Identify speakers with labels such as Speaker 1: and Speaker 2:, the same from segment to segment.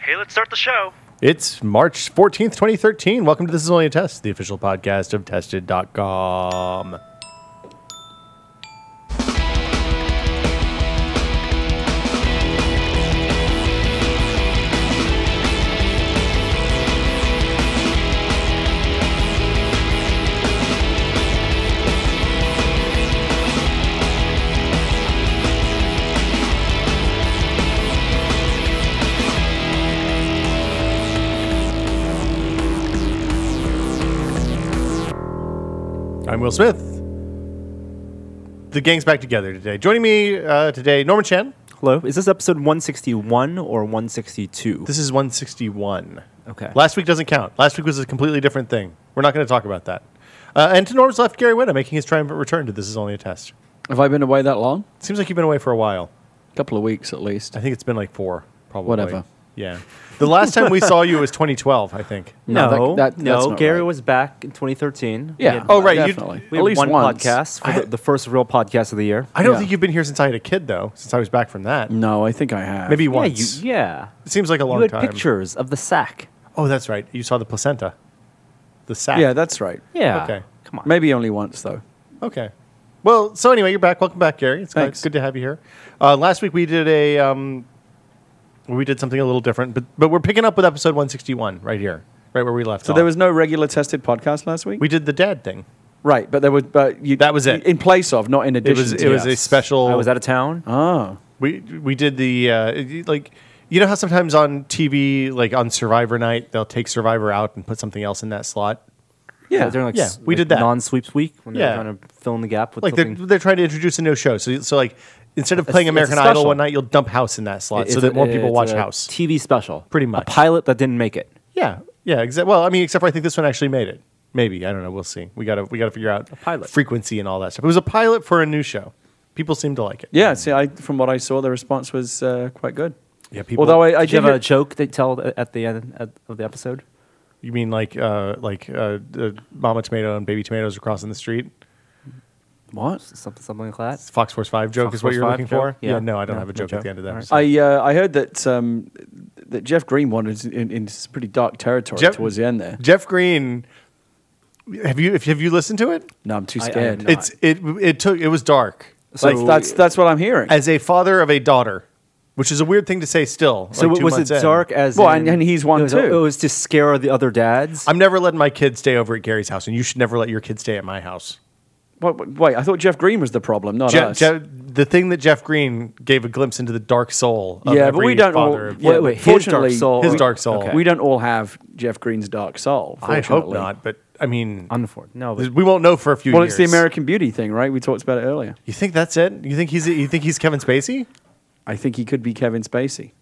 Speaker 1: Okay, let's start the show.
Speaker 2: It's March 14th, 2013. Welcome to This Is Only a Test, the official podcast of Tested.com. I'm Will Smith. The gang's back together today. Joining me uh, today, Norman Chan.
Speaker 3: Hello. Is this episode 161 or 162?
Speaker 2: This is 161.
Speaker 3: Okay.
Speaker 2: Last week doesn't count. Last week was a completely different thing. We're not going to talk about that. Uh, and to Norman's left, Gary Whitta making his triumphant return to This Is Only a Test.
Speaker 4: Have I been away that long?
Speaker 2: Seems like you've been away for a while.
Speaker 4: A couple of weeks at least.
Speaker 2: I think it's been like four, probably.
Speaker 4: Whatever.
Speaker 2: Yeah. The last time we saw you was 2012, I think.
Speaker 3: no,
Speaker 4: No, that- that- that's
Speaker 3: no.
Speaker 4: not
Speaker 3: Gary
Speaker 4: right.
Speaker 3: was back in 2013. We
Speaker 4: Yeah.
Speaker 3: had-
Speaker 2: Oh, right, you-
Speaker 4: Definitely.
Speaker 3: We had
Speaker 4: at least
Speaker 3: one
Speaker 4: once.
Speaker 3: podcast, for the, the first real podcast of the year.
Speaker 2: I don't
Speaker 4: Yeah.
Speaker 2: think you've been here since I had a kid, though, since I was back from that.
Speaker 4: No, I think I have.
Speaker 2: Maybe
Speaker 3: yeah,
Speaker 2: once.
Speaker 3: you, yeah.
Speaker 2: It seems like a long
Speaker 3: you had
Speaker 2: time.
Speaker 3: pictures of the sack.
Speaker 2: Oh, that's right. You saw the placenta. The sack.
Speaker 4: Yeah, that's right.
Speaker 3: Yeah.
Speaker 2: Okay.
Speaker 3: Come on.
Speaker 4: Maybe only once though.
Speaker 2: Okay. Well, so anyway, you're back. Welcome back, Gary. It's good,
Speaker 4: Thanks.
Speaker 2: good to have you here. Uh, last week we did a um, we did something a little different, but but we're picking up with episode 161 right here, right where we left.
Speaker 4: So
Speaker 2: off.
Speaker 4: there was no regular tested podcast last week.
Speaker 2: Oh. we did the dad thing.
Speaker 4: right, but there was. But you,
Speaker 2: That was it.
Speaker 4: In place of, not in
Speaker 2: It
Speaker 4: addition.
Speaker 2: was
Speaker 4: to.
Speaker 2: it was a
Speaker 3: Yes.
Speaker 2: special.
Speaker 3: I was out of town.
Speaker 4: Ah,
Speaker 2: we we did the uh, it- like you know how sometimes on TV like on Survivor night they'll take Survivor out and put something else in that slot.
Speaker 4: yeah.
Speaker 3: Uh, during like
Speaker 2: Yeah,
Speaker 3: s-
Speaker 2: we
Speaker 3: like
Speaker 2: did that.
Speaker 3: non sweeps week when
Speaker 2: Yeah.
Speaker 3: they were trying to fill in the gap with
Speaker 2: like they're,
Speaker 3: something.
Speaker 2: they're trying to introduce a new show. So so like instead of playing
Speaker 3: it's a
Speaker 2: American Idol
Speaker 3: special.
Speaker 2: one night, you'll dump House in that slot so
Speaker 3: It's
Speaker 2: that
Speaker 3: a-
Speaker 2: more people
Speaker 3: it's
Speaker 2: watch
Speaker 3: a
Speaker 2: House.
Speaker 3: TV special.
Speaker 2: Pretty much.
Speaker 3: A pilot that didn't make it.
Speaker 2: Yeah, yeah. Exa- well, I mean, except for I think this one actually made it. Maybe I don't know. We'll see. We gotta we gotta figure out a
Speaker 3: pilot.
Speaker 2: frequency and all that stuff. It was a pilot for a new show. People seem to like it.
Speaker 4: Yeah, see, I, from what I saw, the response was uh, quite good.
Speaker 2: Yeah, people-
Speaker 4: Although Oh, I, I
Speaker 3: did you have
Speaker 4: hear-
Speaker 3: a joke they tell a- at the end at- of the episode?
Speaker 2: You mean like uh, like uh, uh, Mama Tomato and Baby Tomatoes are crossing the street?
Speaker 4: what?
Speaker 3: Something, something like that?
Speaker 2: Fox Force Five joke
Speaker 3: Fox
Speaker 2: is what
Speaker 3: Force
Speaker 2: you're
Speaker 3: 5
Speaker 2: looking
Speaker 3: joke?
Speaker 2: for.
Speaker 3: Yeah.
Speaker 2: No, I don't
Speaker 3: No,
Speaker 2: have a
Speaker 3: no
Speaker 2: joke at
Speaker 3: joke.
Speaker 2: the end of that.
Speaker 3: All right.
Speaker 2: So-
Speaker 4: I uh, I heard that um, that Jeff Green wandered in, in some pretty dark territory
Speaker 2: Jeff-
Speaker 4: towards the end there.
Speaker 2: Jeff Green. Have you if, have you listened to it?
Speaker 4: No, I'm too
Speaker 3: I- I
Speaker 4: scared.
Speaker 3: am not.
Speaker 2: It's it it took it was dark.
Speaker 4: Like,
Speaker 3: So-
Speaker 4: that's that's what I'm hearing.
Speaker 2: As a father of a daughter, which is a weird thing to say still.
Speaker 3: So
Speaker 2: like two
Speaker 3: was it
Speaker 2: months in.
Speaker 3: dark as
Speaker 4: Well,
Speaker 3: in-
Speaker 4: and- and he's one
Speaker 3: it was, oh,
Speaker 4: too.
Speaker 3: It was to scare the other dads.
Speaker 2: I'm never letting my kids stay over at Gary's house, and you should never let your kids stay at my house.
Speaker 4: Wait, wait, wait, I thought Jeff Green was the problem, not
Speaker 2: Je-
Speaker 4: us.
Speaker 2: Je- the thing that Jeff Green gave a glimpse into the dark soul. Of
Speaker 4: yeah, but
Speaker 2: every
Speaker 4: we don't all.
Speaker 2: Father of,
Speaker 4: yeah,
Speaker 3: Wait,
Speaker 4: but
Speaker 3: wait, his dark
Speaker 4: fortunately,
Speaker 3: soul.
Speaker 2: His dark soul.
Speaker 4: We don't all have Jeff Green's dark soul.
Speaker 2: I hope
Speaker 4: fortunately.
Speaker 2: not, but I mean,
Speaker 3: Unfortunately, no, but
Speaker 2: we won't know for a few
Speaker 4: Well,
Speaker 2: years.
Speaker 4: it's the American Beauty thing, right? We talked about it earlier.
Speaker 2: You think that's it? You think he's? You think he's Kevin Spacey?
Speaker 4: I think he could be Kevin Spacey.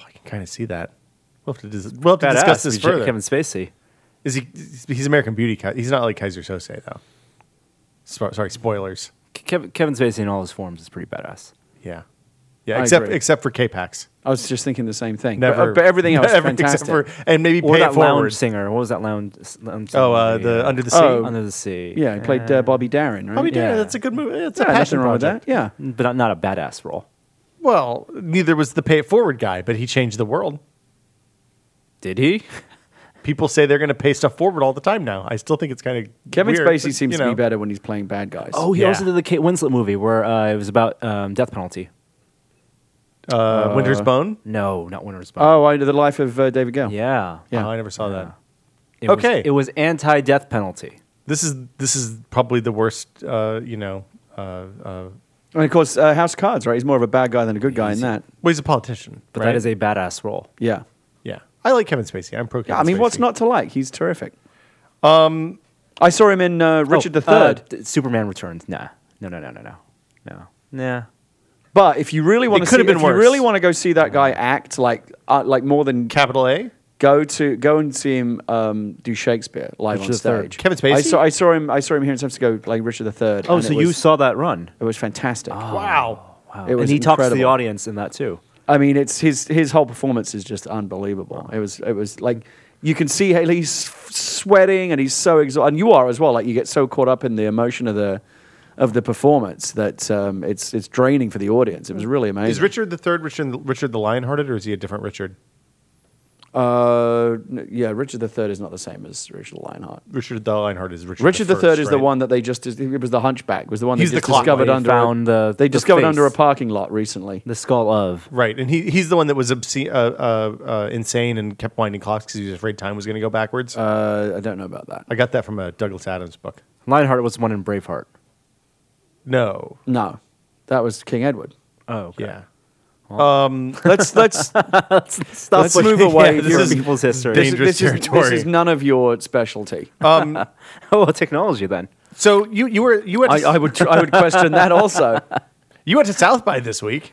Speaker 2: Oh, I can kind of see that. We'll have to, dis- we'll have to
Speaker 3: Badass
Speaker 2: discuss
Speaker 3: to
Speaker 2: this
Speaker 3: be
Speaker 2: further.
Speaker 3: Kevin Spacey.
Speaker 2: Is he? He's American Beauty. Ki- He's not like Kaiser Sose though. Spo- sorry, spoilers.
Speaker 3: Kevin, Kevin Spacey in all his forms is pretty badass.
Speaker 2: Yeah, yeah.
Speaker 4: I
Speaker 2: except
Speaker 4: agree.
Speaker 2: except for K-Pax.
Speaker 4: I was just thinking the same thing. But- uh,
Speaker 2: Never.
Speaker 4: but, everything else, is
Speaker 2: Every-
Speaker 4: fantastic.
Speaker 2: Except for, and maybe
Speaker 3: Or
Speaker 2: pay
Speaker 3: that
Speaker 2: it forward.
Speaker 3: lounge singer. What was that lounge? s- lounge singer
Speaker 2: Oh, uh,
Speaker 3: movie?
Speaker 2: the Under the Sea.
Speaker 4: Oh.
Speaker 3: Under the Sea.
Speaker 4: yeah, he played uh, Bobby Darin, right?
Speaker 2: Bobby
Speaker 3: Yeah.
Speaker 2: Darin, that's a good movie. It's
Speaker 4: yeah,
Speaker 2: a passion
Speaker 4: nothing wrong with
Speaker 2: project. Mm,
Speaker 4: that. Yeah,
Speaker 3: but not, not a badass role.
Speaker 2: Well, neither was the pay it forward guy, but he changed the world.
Speaker 3: Did he?
Speaker 2: People say they're going to pay stuff forward all the time now. I still think it's kind of
Speaker 4: Kevin
Speaker 2: weird,
Speaker 4: Spacey
Speaker 2: but,
Speaker 4: seems
Speaker 2: you
Speaker 4: to
Speaker 2: know.
Speaker 4: be better when he's playing bad guys.
Speaker 3: Oh, he
Speaker 2: Yeah.
Speaker 3: also did the Kate Winslet movie where uh, it was about um, death penalty.
Speaker 2: Uh, Winter's Bone.
Speaker 3: No, not Winter's Bone.
Speaker 4: oh, I, the life of uh, David Gale.
Speaker 3: yeah.
Speaker 4: yeah.
Speaker 2: Oh, I never saw that.
Speaker 3: It was-
Speaker 2: Okay.
Speaker 3: it was anti-death penalty.
Speaker 2: This is this is probably the worst. Uh, you know, uh, uh, well,
Speaker 4: and of course uh, House of Cards, right? He's more of a bad guy than a good guy in that.
Speaker 2: he's a politician,
Speaker 3: But
Speaker 2: right?
Speaker 3: that is a badass role.
Speaker 4: Yeah.
Speaker 2: yeah. I like Kevin Spacey. I'm pro. Kevin
Speaker 4: Yeah, I mean, what's
Speaker 2: Spacey.
Speaker 4: not to like? He's terrific. Um, I saw him in Um, uh, Richard III.
Speaker 3: Uh, th- Superman Returns. Nah. No, no, no, no, no. No. Nah.
Speaker 4: but if you really want
Speaker 2: It
Speaker 4: to,
Speaker 2: could
Speaker 4: see,
Speaker 2: have been
Speaker 4: if
Speaker 2: worse.
Speaker 4: you really want to go see that guy act like, uh, like more than
Speaker 2: capital A?
Speaker 4: go to go and see him um, do Shakespeare live
Speaker 3: Richard
Speaker 4: on
Speaker 3: III.
Speaker 4: stage.
Speaker 2: Kevin Spacey?
Speaker 4: I saw, I saw him. I saw him here in San Francisco, like Richard III.
Speaker 3: Oh,
Speaker 4: and
Speaker 3: so
Speaker 4: it
Speaker 3: you
Speaker 4: was-
Speaker 3: saw Oh. that run?
Speaker 4: It was fantastic.
Speaker 2: Wow.
Speaker 3: Wow.
Speaker 4: It was
Speaker 3: and he talks to the
Speaker 4: incredible.
Speaker 3: audience in that too.
Speaker 4: I mean, it's his his whole performance is just unbelievable. It was it was like you can see how he's f- sweating and he's so exhausted, and you are as well. Like you get so caught up in the emotion of the of the performance that um, it's it's draining for the audience. It was really amazing.
Speaker 2: Is Richard the Third Richard Richard the Lionhearted, or is he a different Richard?
Speaker 4: Uh, n- yeah, Richard III is not the same as Richard Lionheart.
Speaker 2: Richard the Lionheart is Richard.
Speaker 4: Richard
Speaker 2: the
Speaker 4: III
Speaker 2: First,
Speaker 4: is the
Speaker 2: right?
Speaker 4: one that they just it was the Hunchback was the one
Speaker 2: He's
Speaker 4: they
Speaker 2: the
Speaker 4: just
Speaker 2: clock
Speaker 4: discovered
Speaker 2: one.
Speaker 4: under
Speaker 3: found the-
Speaker 4: they
Speaker 3: the
Speaker 4: discovered
Speaker 3: face.
Speaker 4: under a parking lot recently.
Speaker 3: The skull of.
Speaker 2: Right, and he he's the one that was obscene, uh, uh, uh, insane and kept winding clocks because he was afraid time was going to go backwards.
Speaker 4: Uh, I don't know about that.
Speaker 2: I got that from a Douglas Adams book.
Speaker 3: Lionheart was the one in Braveheart.
Speaker 2: No,
Speaker 4: No, that was King Edward.
Speaker 3: Oh, okay.
Speaker 2: yeah. Um, let's let's
Speaker 4: Stop
Speaker 2: Let's move away
Speaker 3: this
Speaker 2: from
Speaker 3: is people's history.
Speaker 2: this- dangerous
Speaker 4: Is,
Speaker 2: territory.
Speaker 4: this is none of your specialty.
Speaker 2: um.
Speaker 3: oh, well, technology then.
Speaker 2: So you you were you went
Speaker 4: I,
Speaker 2: to,
Speaker 4: I would tr- I would question that also.
Speaker 2: you went to South by this week.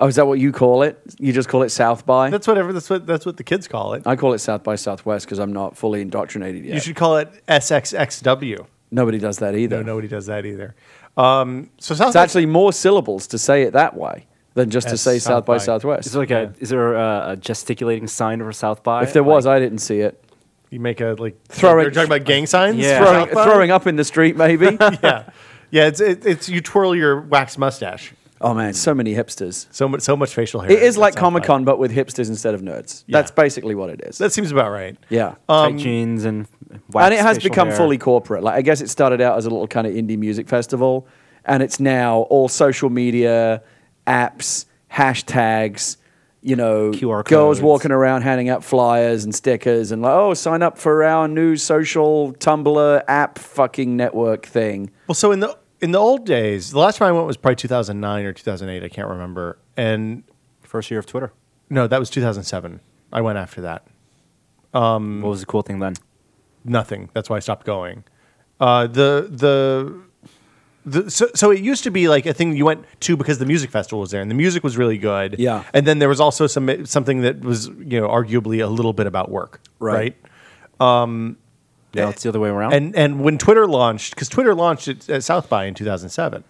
Speaker 4: Oh, is that what you call it? You just call it South by?
Speaker 2: That's whatever. That's what that's what the kids call it.
Speaker 4: I call it South by Southwest because I'm not fully indoctrinated yet.
Speaker 2: You should call it SXXW.
Speaker 4: Nobody does that either.
Speaker 2: No, nobody does that either. Um. So South
Speaker 4: It's actually more syllables to say it that way than just to
Speaker 2: As
Speaker 4: say South
Speaker 2: South
Speaker 4: by
Speaker 2: by.
Speaker 4: Southwest.
Speaker 3: Is there like a is there a, a gesticulating sign over South by?
Speaker 4: if there was, I didn't see it.
Speaker 2: you make a like
Speaker 4: Throwing-
Speaker 2: You're talking about gang signs.
Speaker 3: Yeah.
Speaker 2: for
Speaker 4: Throwing,
Speaker 2: South by?
Speaker 4: throwing up in the street, maybe.
Speaker 2: yeah, yeah. It's it, it's you twirl your wax mustache.
Speaker 4: oh man, so many hipsters.
Speaker 2: So much so much facial hair.
Speaker 4: It is like
Speaker 2: That's how I-
Speaker 4: Comic Con, but with hipsters instead of nerds.
Speaker 2: Yeah.
Speaker 4: That's basically what it is.
Speaker 2: That seems about right.
Speaker 4: yeah.
Speaker 3: tight jeans uh, um, and wax
Speaker 4: and it has
Speaker 3: facial
Speaker 4: become
Speaker 3: hair.
Speaker 4: fully corporate. Like I guess it started out as a little kind of indie music festival, and it's now all social media, apps, hashtags. You know,
Speaker 3: QR
Speaker 4: girls
Speaker 3: codes.
Speaker 4: walking around handing out flyers and stickers, and like, oh, sign up for our new social Tumblr app fucking network thing.
Speaker 2: Well, so in the in the old days, the last time I went was probably 2009 or 2008. I can't remember. And
Speaker 3: first year of Twitter.
Speaker 2: no, that was 2007. I went after that.
Speaker 3: What was the cool thing then?
Speaker 2: Nothing. That's why I stopped going. Uh, the the. The, so, so it used to be like a thing you went to because the music festival was there and the music was really good.
Speaker 4: Yeah.
Speaker 2: And then there was also some something that was you know arguably a little bit about work.
Speaker 4: Right.
Speaker 2: right?
Speaker 3: Now it's the other way around.
Speaker 2: And and when Twitter launched, because Twitter launched at, at South by in 2007,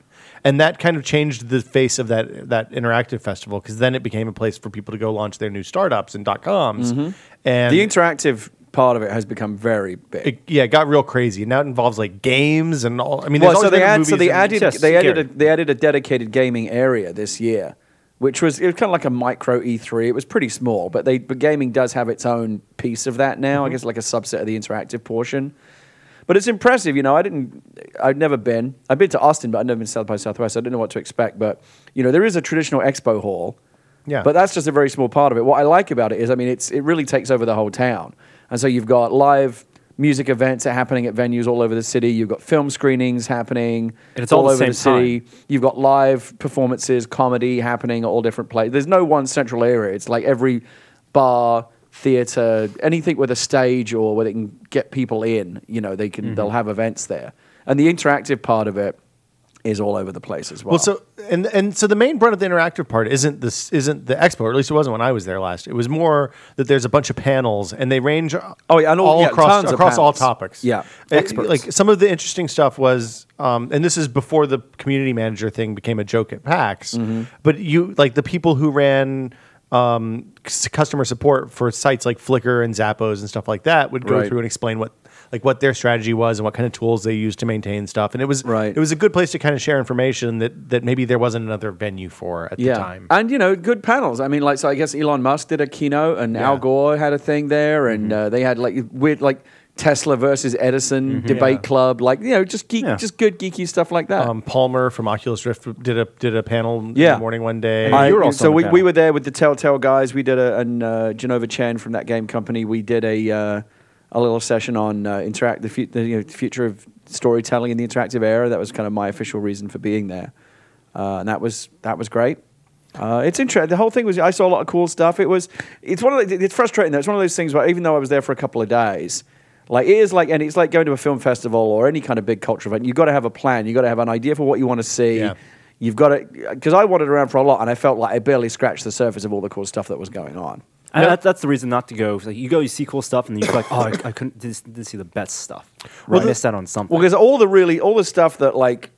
Speaker 2: and that kind of changed the face of that that interactive festival because then it became a place for people to go launch their new startups and dot coms, and
Speaker 4: Mm-hmm. The interactive part of it has become very big.
Speaker 2: it, yeah, it got real crazy. And now it involves like games and all. I mean,
Speaker 4: well,
Speaker 2: there's
Speaker 4: so
Speaker 2: always
Speaker 4: they
Speaker 2: been
Speaker 4: add, so
Speaker 2: movies
Speaker 4: they
Speaker 2: and-
Speaker 4: added
Speaker 3: Yes,
Speaker 4: they added a,
Speaker 3: Gary.
Speaker 4: they added a dedicated gaming area this year, which was it was kind of like a micro E3. It was pretty small, but they but gaming does have its own piece of that now. I
Speaker 2: Mm-hmm.
Speaker 4: guess like a subset of the interactive portion. But it's impressive, you know. I didn't, I've never been. I've been to Austin, but I've never been to South by Southwest. I didn't know what to expect, but you know, there is a traditional expo hall.
Speaker 2: Yeah.
Speaker 4: But that's just a very small part of it. What I like about it is, I mean, it's it really takes over the whole town, and so you've got live music events that are happening at venues all over the city. You've got film screenings happening.
Speaker 3: And it's all the
Speaker 4: over
Speaker 3: same
Speaker 4: the city. You've got live performances, comedy happening at all different places. There's no one central area. It's like every bar, theater, anything with a stage or where they can get people in. You know, they
Speaker 2: Mm-hmm.
Speaker 4: can they'll have events there, and the interactive part of it is all over the place as well.
Speaker 2: Well, so and and so the main brunt of the interactive part isn't this isn't the expo, or at least it wasn't when I was there last. It was more that there's a bunch of panels and they range
Speaker 4: Oh, yeah, and all-
Speaker 2: all
Speaker 4: yeah,
Speaker 2: across
Speaker 4: tons of
Speaker 2: across all
Speaker 4: panels.
Speaker 2: topics.
Speaker 4: Yeah,
Speaker 2: Uh,
Speaker 4: experts.
Speaker 2: like some of the interesting stuff was, um, and this is before the community manager thing became a joke at PAX.
Speaker 4: Mm-hmm.
Speaker 2: But you like the people who ran. Um, c- customer support for sites like Flickr and Zappos and stuff like that would go
Speaker 4: Right.
Speaker 2: through and explain what like what their strategy was and what kind of tools they used to maintain stuff. And it was
Speaker 4: Right.
Speaker 2: it was a good place to kind of share information that that maybe there wasn't another venue for at the time.
Speaker 4: And you know, good panels. I mean, like so I guess Elon Musk did a keynote, and Al
Speaker 2: Yeah. Mm-hmm.
Speaker 4: Gore had a thing there, and uh, they had like weird like Tesla versus Edison
Speaker 2: Mm-hmm.
Speaker 4: debate club, like you know, just geek,
Speaker 3: Yeah.
Speaker 4: just good geeky stuff like that.
Speaker 2: Um, Palmer from Oculus Rift did a did a panel in
Speaker 4: Yeah.
Speaker 2: the morning one day.
Speaker 4: I-
Speaker 3: you were also
Speaker 4: so
Speaker 3: on the
Speaker 4: we,
Speaker 3: panel.
Speaker 4: we were there with the Telltale guys. We did a and uh, Genova Chan from that game company. We did a uh, a little session on uh, interact the, fu- the you know, future of storytelling in the interactive era. That was kind of my official reason for being there, uh, and that was that was great. Uh, it's interesting. The whole thing was I saw a lot of cool stuff. It was it's one of the, it's frustrating though. It's one of those things where even though I was there for a couple of days. Like it is like, and it's like going to a film festival or any kind of big culture event. You've got to have a plan. You've got to have an idea for what you want to see.
Speaker 2: Yeah.
Speaker 4: You've got to, because I wandered around for a lot and I felt like I barely scratched the surface of all the cool stuff that was going on.
Speaker 3: And that, that's the reason not to go. It's Like you go, you see cool stuff, and you're like, oh, I, I couldn't didn't, didn't see the best stuff.
Speaker 2: Well,
Speaker 3: Well, I
Speaker 2: the-
Speaker 3: missed out on something.
Speaker 4: Well, because all the really, all the stuff that like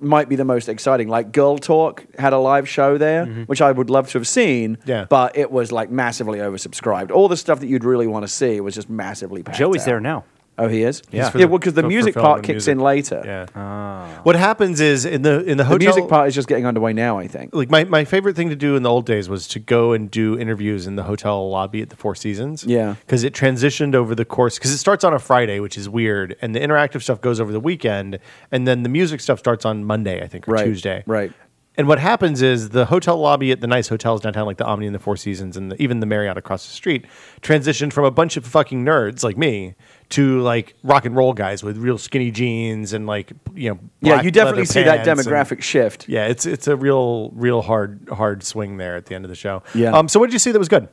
Speaker 4: might be the most exciting, like Girl Talk had a live show there, which I would love to have seen,
Speaker 2: Mm-hmm. Yeah.
Speaker 4: but it was like massively oversubscribed. All the stuff that you'd really want to see was just massively packed.
Speaker 3: Joey's
Speaker 4: out.
Speaker 3: there now.
Speaker 4: Oh, he is.
Speaker 2: Yeah.
Speaker 4: yeah. Well, because the
Speaker 2: For- for
Speaker 4: music
Speaker 2: film
Speaker 4: part
Speaker 2: and
Speaker 4: kicks
Speaker 2: music.
Speaker 4: in later.
Speaker 2: Yeah.
Speaker 3: Ah.
Speaker 2: What happens is in the in the
Speaker 4: The
Speaker 2: hotel
Speaker 4: music part is just getting underway now. I think.
Speaker 2: like my, my favorite thing to do in the old days was to go and do interviews in the hotel lobby at the Four Seasons.
Speaker 4: Yeah.
Speaker 2: Because it transitioned over the course, because it starts on a Friday, which is weird. And the interactive stuff goes over the weekend. And then the music stuff starts on Monday, I think, or
Speaker 4: Right,
Speaker 2: Tuesday.
Speaker 4: right.
Speaker 2: And what happens is the hotel lobby at the nice hotels downtown, like the Omni and the Four Seasons and the, even the Marriott across the street, transitioned from a bunch of fucking nerds like me to like rock and roll guys with real skinny jeans and like, you know,
Speaker 4: Yeah,
Speaker 2: black
Speaker 4: you definitely
Speaker 2: leather
Speaker 4: see that
Speaker 2: pants and-
Speaker 4: demographic shift.
Speaker 2: yeah, it's it's a real real hard hard swing there at the end of the show.
Speaker 4: Yeah.
Speaker 2: Um, so what did you see that was good?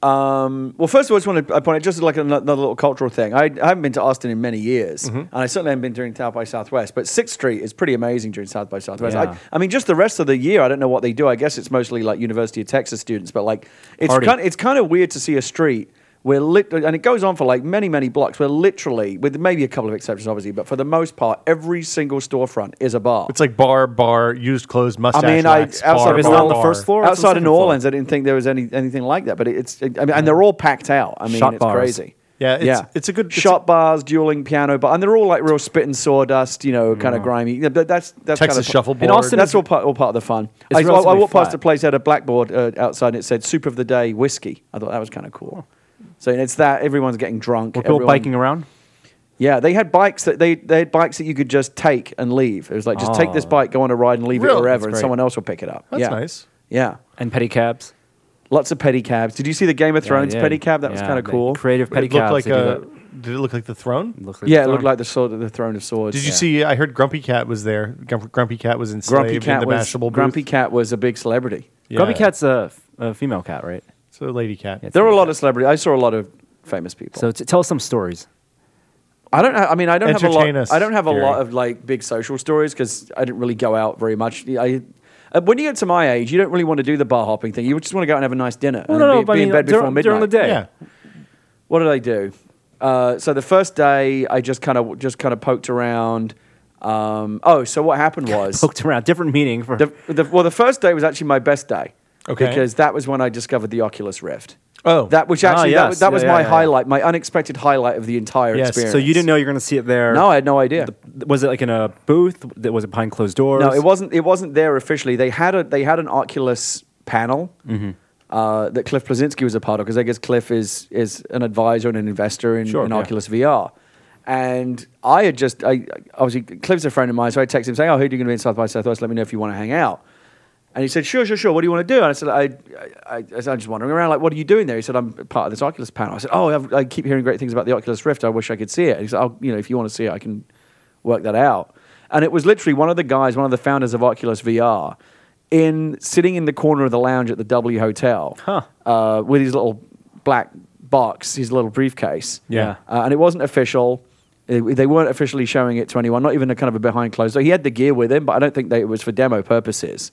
Speaker 4: Well, first of all, I just want to point out just like another little cultural thing. I, I haven't been to Austin in many years,
Speaker 3: Mm-hmm.
Speaker 4: and I certainly haven't been during South by Southwest. But Sixth Street is pretty amazing during South by Southwest.
Speaker 3: Yeah.
Speaker 4: I, I mean, just the rest of the year, I don't know what they do. I guess it's mostly like University of Texas students, but like it's
Speaker 3: Party.
Speaker 4: kind it's kind of weird to see a street where lit and it goes on for like many many blocks where literally with maybe a couple of exceptions obviously but for the most part every single storefront is a bar
Speaker 2: It's like bar bar used clothes mustache.
Speaker 4: I mean, I-
Speaker 2: wax,
Speaker 4: outside
Speaker 2: bar,
Speaker 4: of- It's
Speaker 2: bar,
Speaker 4: not on the
Speaker 2: bar.
Speaker 3: first floor? Florida's
Speaker 4: outside of
Speaker 3: second
Speaker 4: New
Speaker 3: floor.
Speaker 4: Orleans, I didn't think there was any anything like that. But it, it's, it, I mean, and they're all packed out. I mean,
Speaker 3: Shot
Speaker 4: it's
Speaker 3: bars.
Speaker 4: crazy.
Speaker 2: Yeah, it's- it's a good- it's
Speaker 4: shot bars, dueling piano, but and they're all like real spit and sawdust, you know, kind of grimy. Yeah, but that's that's
Speaker 2: Texas
Speaker 4: kind of fun.
Speaker 2: shuffleboard.
Speaker 4: In Austin, that's
Speaker 3: is-
Speaker 4: all part, all part of the fun.
Speaker 3: It's
Speaker 4: I, I, I
Speaker 3: relatively
Speaker 4: walked past
Speaker 3: flat.
Speaker 4: a place that had a blackboard uh, outside, and it said "Soup of the Day Whiskey." I thought that was kind of cool. So it's that everyone's getting drunk.
Speaker 3: Were people
Speaker 4: everyone-
Speaker 3: biking around?
Speaker 4: Yeah, they had bikes that they, they had bikes that you could just take and leave. It was like just take this
Speaker 3: Oh.
Speaker 4: bike, go on a ride, and leave
Speaker 2: Really?
Speaker 4: it
Speaker 2: That's
Speaker 4: wherever, and
Speaker 2: great.
Speaker 4: someone else will pick it up.
Speaker 2: That's
Speaker 4: yeah.
Speaker 2: nice.
Speaker 4: Yeah.
Speaker 3: And pedicabs.
Speaker 4: Lots of pedicabs. Did you see the Game of Thrones
Speaker 3: Yeah, I did.
Speaker 4: pedicab? That was
Speaker 3: Yeah,
Speaker 4: kind of
Speaker 3: they-
Speaker 4: cool.
Speaker 3: Creative pedicabs.
Speaker 2: It looked like
Speaker 3: they do
Speaker 2: a,
Speaker 3: that.
Speaker 2: did it look like the throne?
Speaker 3: Looked
Speaker 4: yeah, it looked
Speaker 3: darn.
Speaker 4: like the sword, the throne of swords.
Speaker 2: Did you
Speaker 4: Yeah.
Speaker 2: see? I heard Grumpy Cat was there. Grump- Grumpy Cat was enslaved
Speaker 4: Grumpy
Speaker 2: in
Speaker 4: Cat
Speaker 2: the
Speaker 4: was
Speaker 2: Mashable booth.
Speaker 4: Grumpy Cat was a big celebrity.
Speaker 2: Yeah.
Speaker 3: Grubby Cat's a, f- a female cat, right?
Speaker 2: It's a lady cat.
Speaker 3: Yeah, it's
Speaker 4: There were a lot of celebrities. I saw a lot of famous people.
Speaker 3: So t- tell us some stories.
Speaker 4: I don't. Ha- I mean, I don't have a lot.
Speaker 2: Entertain us,
Speaker 4: I don't have a
Speaker 2: Gary.
Speaker 4: lot of like big social stories because I didn't really go out very much. I. uh, When you get to my age, you don't really want to do the bar hopping thing. You just want to go out and have a nice dinner and then be, be in bed
Speaker 3: during,
Speaker 4: before midnight.
Speaker 3: during the day.
Speaker 2: Yeah.
Speaker 4: what did I do? Uh, so the first day, I just kind of just kind of poked around. Um, oh, so what happened was
Speaker 3: Poked around. Different meaning for.
Speaker 4: the, the, well, the first day was actually my best day.
Speaker 2: Okay.
Speaker 4: Because that was when I discovered the Oculus Rift.
Speaker 2: Oh.
Speaker 4: that which
Speaker 3: Ah,
Speaker 4: actually that
Speaker 3: yes.
Speaker 4: was that,
Speaker 3: Yeah,
Speaker 4: was
Speaker 3: yeah,
Speaker 4: my
Speaker 3: yeah, yeah.
Speaker 4: highlight, my unexpected highlight of the entire
Speaker 2: Yes,
Speaker 4: experience.
Speaker 3: so you didn't know you were going to see it there.
Speaker 4: No, I had no idea.
Speaker 3: The- was it like in a booth? That was it behind closed doors?
Speaker 4: No, it wasn't. It wasn't there officially. They had a they had an Oculus panel
Speaker 3: Mm-hmm.
Speaker 4: uh, that Cliff Plazinski was a part of because I guess Cliff is is an advisor and an investor in,
Speaker 3: Sure,
Speaker 4: in
Speaker 3: yeah.
Speaker 4: Oculus VR. And I had just I obviously Cliff's a friend of mine, so I texted him saying, "Oh, who are you going to be in South by Southwest? Let me know if you want to hang out." And he said, "Sure, sure, sure. What do you want to do?" And I said, I, I, I, I said, "I'm just wandering around. Like, what are you doing there?" He said, "I'm part of this Oculus panel." I said, "Oh, I've, I keep hearing great things about the Oculus Rift. I wish I could see it." And he said, oh, "You know, if you want to see it, I can work that out." And it was literally one of the guys, one of the founders of Oculus VR, in sitting in the corner of the lounge at the W Hotel,
Speaker 3: Huh.
Speaker 4: uh, with his little black box, his little briefcase.
Speaker 3: Yeah.
Speaker 4: Uh, and it wasn't official. They they weren't officially showing it to anyone, not even a kind of a behind closed. So he had the gear with him, but I don't think they, it was for demo purposes.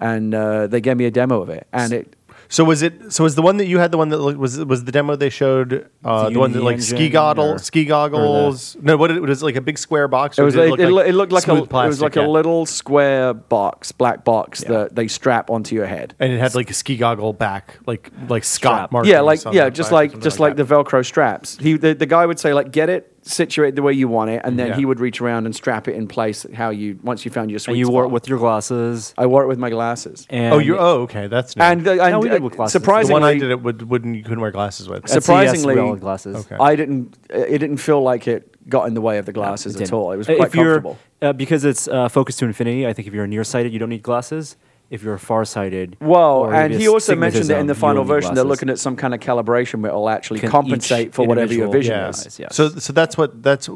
Speaker 4: And uh, they gave me a demo of it, and it
Speaker 2: So was it? So was the one that you had? The one that looked- was was the demo they showed? Uh, the,
Speaker 3: The
Speaker 2: one that
Speaker 3: Unity
Speaker 2: like ski
Speaker 3: engine
Speaker 2: goggle,
Speaker 3: or-
Speaker 2: ski goggles. No, what it was it, like a big square box.
Speaker 4: it was
Speaker 2: did
Speaker 4: it, it, lo- it looked like a
Speaker 2: smooth
Speaker 4: it was
Speaker 2: plastic?
Speaker 4: like
Speaker 2: Yeah.
Speaker 4: a little square box, black box that they strap onto your head.
Speaker 2: and it had like a ski goggle back, like like Scott
Speaker 3: Strap.
Speaker 2: Martin.
Speaker 4: Yeah, like yeah, just like just like the Velcro straps. He the, the guy would say like get it situated the way you want it, and then
Speaker 2: Yeah.
Speaker 4: he would reach around and strap it in place how you once you found your sweet
Speaker 3: And you wore it
Speaker 4: spot.
Speaker 3: with your glasses.
Speaker 4: I wore it with my glasses.
Speaker 3: And
Speaker 2: Oh, you. Oh, okay, that's new.
Speaker 4: And, uh, and
Speaker 3: No, we did
Speaker 4: uh,
Speaker 3: with glasses.
Speaker 2: the one I
Speaker 4: surprisingly,
Speaker 2: did it would wouldn't you couldn't wear glasses with.
Speaker 3: That's a yes,
Speaker 4: surprisingly,
Speaker 3: we all had glasses.
Speaker 2: Okay.
Speaker 4: I didn't. It didn't feel like it got in the way of the glasses
Speaker 3: It
Speaker 4: at
Speaker 3: didn't.
Speaker 4: all. It was
Speaker 3: Uh,
Speaker 4: quite
Speaker 3: if you're-
Speaker 4: comfortable.
Speaker 3: uh, because it's uh, focused to infinity. I think if you're nearsighted, you don't need glasses. If you're farsighted,
Speaker 4: Well,
Speaker 3: or
Speaker 4: and
Speaker 3: if
Speaker 4: he
Speaker 3: it's
Speaker 4: also mentioned that in the
Speaker 3: astigmatism,
Speaker 4: final
Speaker 3: you don't need
Speaker 4: version, they're
Speaker 3: glasses.
Speaker 4: looking at some kind of calibration that will actually
Speaker 3: Can each
Speaker 4: compensate for whatever your
Speaker 3: individual-
Speaker 4: vision
Speaker 3: yeah.
Speaker 4: is.
Speaker 3: Yes.
Speaker 2: So so that's what that's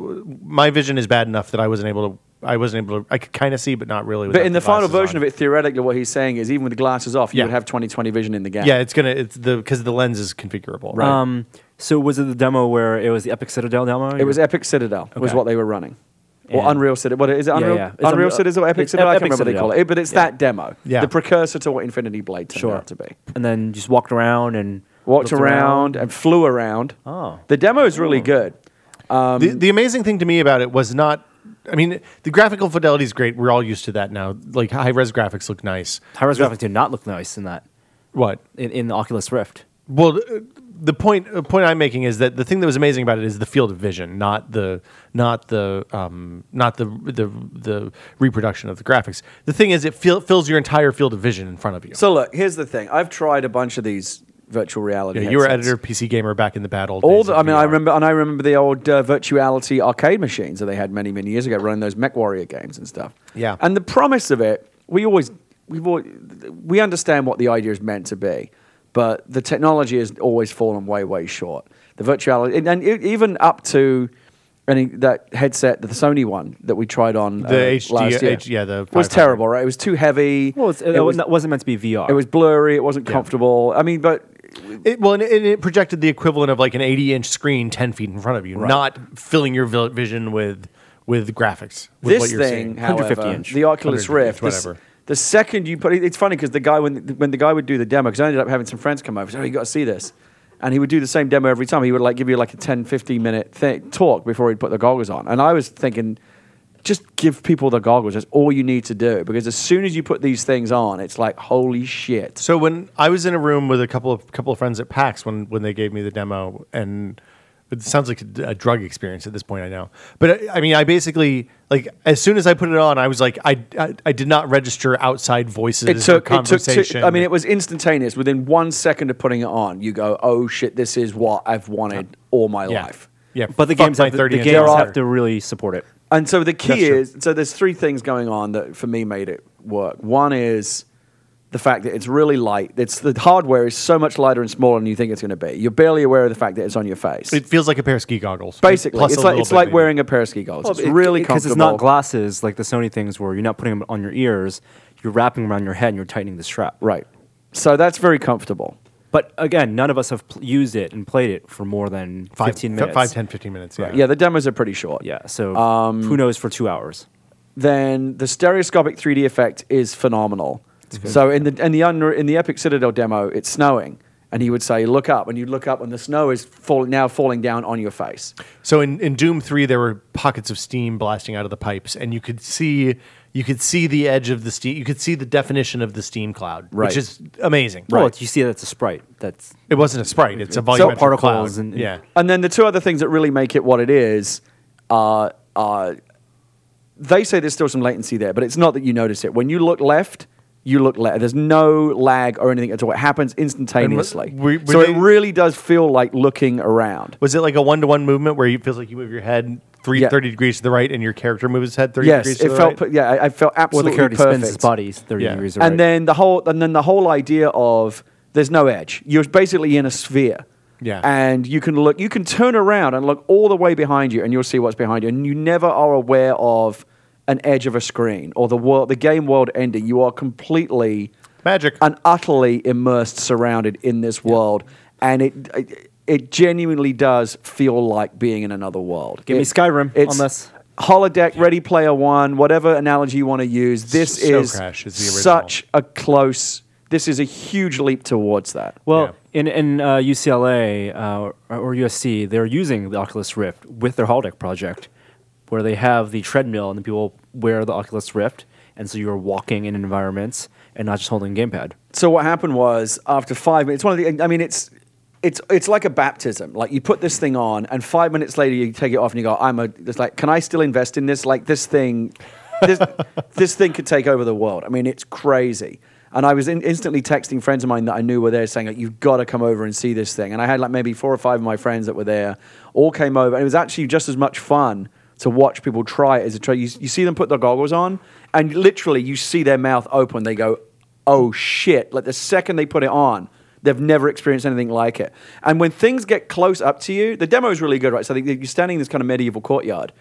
Speaker 2: my vision is bad enough that I wasn't able to. I wasn't able to. I could kind of see, but not really.
Speaker 4: But in the final version of it, theoretically, what he's saying is even with the glasses off, you
Speaker 2: Yeah.
Speaker 4: would have 20/20 vision in the game.
Speaker 2: yeah, it's gonna. It's the because the lens is configurable.
Speaker 3: Um, so was it the demo where it was the Epic Citadel demo?
Speaker 4: It was Epic Citadel was
Speaker 3: Okay.
Speaker 4: what they were running, or
Speaker 3: And-
Speaker 4: Unreal Citadel. What is it?
Speaker 3: Yeah,
Speaker 4: Unreal,
Speaker 3: yeah. It's
Speaker 4: Unreal,
Speaker 3: Unreal-
Speaker 4: Citadel, or Epic
Speaker 3: it's
Speaker 4: Citadel. I can't
Speaker 3: Epic
Speaker 4: remember what they call
Speaker 3: Citadel.
Speaker 4: it, but it's
Speaker 3: Yeah.
Speaker 4: that demo,
Speaker 2: Yeah.
Speaker 4: the precursor to what Infinity Blade turned
Speaker 3: Sure.
Speaker 4: out to be.
Speaker 3: and then just walked around and
Speaker 4: Walked
Speaker 3: looked
Speaker 4: around and flew around.
Speaker 3: Oh.
Speaker 4: the demo is really good.
Speaker 2: Um, the, the amazing thing to me about it was not. I mean, the graphical fidelity is great. We're all used to that now. Like high res graphics look nice.
Speaker 3: High res graphics did not look nice in that
Speaker 2: What?
Speaker 3: in, in the Oculus Rift.
Speaker 2: Well, th- the point uh, point I'm making is that the thing that was amazing about it is the field of vision, not the not the um, not the the the reproduction of the graphics. The thing is, it fill, fills your entire field of vision in front of you.
Speaker 4: So look, here's the thing. I've tried a bunch of these virtual reality.
Speaker 2: Yeah, you were
Speaker 4: headsets.
Speaker 2: editor of PC Gamer back in the bad old
Speaker 4: All
Speaker 2: days.
Speaker 4: the,
Speaker 2: of
Speaker 4: I mean, I
Speaker 2: VR.
Speaker 4: remember, and I remember the old uh, virtuality arcade machines that they had many, many years ago, running those MechWarrior games and stuff.
Speaker 2: Yeah.
Speaker 4: And the promise of it, we always, we've always, we understand what the idea is meant to be, but the technology has always fallen way, way short. The virtuality, and, and e- even up to any that headset, the Sony one that we tried on
Speaker 2: The
Speaker 4: uh,
Speaker 2: HD
Speaker 4: last year,
Speaker 2: H- yeah, the 500.
Speaker 4: was terrible, right? It was too heavy.
Speaker 3: Well, it's, it,
Speaker 4: it was,
Speaker 3: was, wasn't meant to be VR.
Speaker 4: it was blurry. It wasn't comfortable. I mean, but
Speaker 2: It, well, and it, and it projected the equivalent of like an 80 inch screen 10 feet in front of you, not filling your vil- vision with with graphics. With
Speaker 4: this
Speaker 2: what you're
Speaker 4: thing,
Speaker 2: seeing.
Speaker 4: however,
Speaker 3: 150 inch.
Speaker 4: the Oculus
Speaker 2: 150
Speaker 4: Rift,
Speaker 2: inch,
Speaker 4: this-
Speaker 2: whatever.
Speaker 4: the second you put it, it's funny because the guy when when the guy would do the demo because I ended up having some friends come over, so oh, you got to see this, and he would do the same demo every time. He would like give you like a 10, 15 minute thi- talk before he'd put the goggles on, and I was thinking. Just give people the goggles. That's all you need to do. Because as soon as you put these things on, it's like, holy shit.
Speaker 2: So when I was in a room with a couple of couple of friends at PAX when when they gave me the demo, and it sounds like a, a drug experience at this point. I know, but uh, I, I mean, I basically like as soon as I put it on, I was like, I I, I did not register outside voices.
Speaker 4: it took
Speaker 2: or
Speaker 4: it took
Speaker 2: conversation.
Speaker 4: two, I mean, it was instantaneous. Within one second of putting it on, you go, "Oh shit, this is what I've wanted all my
Speaker 2: yeah.
Speaker 4: life."
Speaker 2: Yeah,
Speaker 3: but the
Speaker 2: fuck
Speaker 3: games
Speaker 2: my
Speaker 3: have, the,
Speaker 2: 30
Speaker 3: the
Speaker 2: inch
Speaker 3: games
Speaker 2: monitor.
Speaker 3: have to really support it.
Speaker 4: And so the
Speaker 2: That's
Speaker 4: key
Speaker 2: true.
Speaker 4: is so there's three things going on that for me made it work. One is the fact that it's really light. It's the hardware is so much lighter and smaller than you think it's going to be. You're barely aware of the fact that it's on your face.
Speaker 2: It feels like a pair of ski goggles.
Speaker 4: Basically,
Speaker 2: Plus
Speaker 4: it's
Speaker 2: a
Speaker 4: like
Speaker 2: little
Speaker 4: it's
Speaker 2: bit,
Speaker 4: like
Speaker 2: maybe.
Speaker 4: wearing a pair of ski goggles. it's
Speaker 3: It-
Speaker 4: really
Speaker 3: it-
Speaker 4: comfortable.
Speaker 3: it's not glasses like the Sony things where you're not putting them on your ears. You're wrapping them around your head and you're tightening the strap.
Speaker 4: right. So that's very comfortable.
Speaker 3: But again, none of us have pl- used it and played it for more than
Speaker 2: five,
Speaker 3: 15
Speaker 2: fi-
Speaker 3: minutes.
Speaker 2: five, 10, 15 minutes. Yeah.
Speaker 4: Yeah, the demos are pretty short.
Speaker 3: Yeah. So who knows for two hours?
Speaker 4: then the stereoscopic 3D effect is phenomenal. So in the in the Unre- in the Epic Citadel demo, it's snowing, and he would say, "Look up," and you look up, and the snow is fall- now falling down on your face.
Speaker 2: So in, in Doom three, there were pockets of steam blasting out of the pipes, and you could see you could see the edge of the steam. You could see the definition of the steam cloud,
Speaker 4: Right.
Speaker 2: which is amazing.
Speaker 3: Well, you see that's a sprite. That's
Speaker 2: It wasn't a sprite; it's a
Speaker 3: It's all
Speaker 2: volumetric
Speaker 3: particles
Speaker 2: cloud.
Speaker 3: and- and-
Speaker 2: yeah,
Speaker 4: And then the two other things that really make it what it is are, are they say there's still some latency there, but it's not that you notice it. When you look left, you look left. There's no lag or anything at all. It happens instantaneously.
Speaker 2: And were- were
Speaker 4: so
Speaker 2: they-
Speaker 4: it really does feel like looking around.
Speaker 2: was it like a one to one movement where it feels like you move your head three,
Speaker 4: Yeah.
Speaker 2: 30 degrees to the right, and your character moves his head thirty
Speaker 4: Yes,
Speaker 2: degrees
Speaker 4: it
Speaker 2: to the
Speaker 4: felt.
Speaker 2: right?
Speaker 4: per- Yeah, I, I
Speaker 3: well,
Speaker 4: felt
Speaker 3: the
Speaker 4: absolutely
Speaker 3: character
Speaker 4: perfect.
Speaker 3: spins its body 30
Speaker 2: Yeah.
Speaker 3: degrees.
Speaker 4: and
Speaker 3: right.
Speaker 4: then the whole and then the whole idea of there's no edge you're basically in a sphere
Speaker 2: Yeah.
Speaker 4: and you can look you can turn around and look all the way behind you and you'll see what's behind you and you never are aware of an edge of a screen or the world the game world ending you are completely
Speaker 2: Magic.
Speaker 4: and utterly immersed surrounded in this world and it, it it genuinely does feel like being in another world
Speaker 3: Give me
Speaker 4: It-
Speaker 3: Skyrim on
Speaker 4: it's
Speaker 3: this.
Speaker 4: holodeck ready player one whatever analogy you want to use this
Speaker 2: So
Speaker 4: is,
Speaker 2: Crash is the original.
Speaker 4: such a close. This is a huge leap towards that.
Speaker 3: well, in in uh, UCLA uh, or, or USC, they're using the Oculus Rift with their holodeck project, where they have the treadmill and the people wear the Oculus Rift, and so you're walking in environments and not just holding a gamepad.
Speaker 4: So what happened was after five minutes, one of the. I mean, it's it's it's like a baptism. Like you put this thing on, and five minutes later you take it off, and you go, "I'm a." It's like, can I still invest in this? Like this thing, this this thing could take over the world. I mean, it's crazy. And I was in, instantly texting friends of mine that I knew were there, saying, like, "You've got to come over and see this thing." And I had like maybe four or five of my friends that were there, all came over, and it was actually just as much fun to watch people try it as a try. You, you see them put their goggles on, and literally you see their mouth open. They go, oh shit, like the second they put it on, they've never experienced anything like it. And when things get close up to you, the demo is really good, right? So they- you're standing in this kind of medieval courtyard,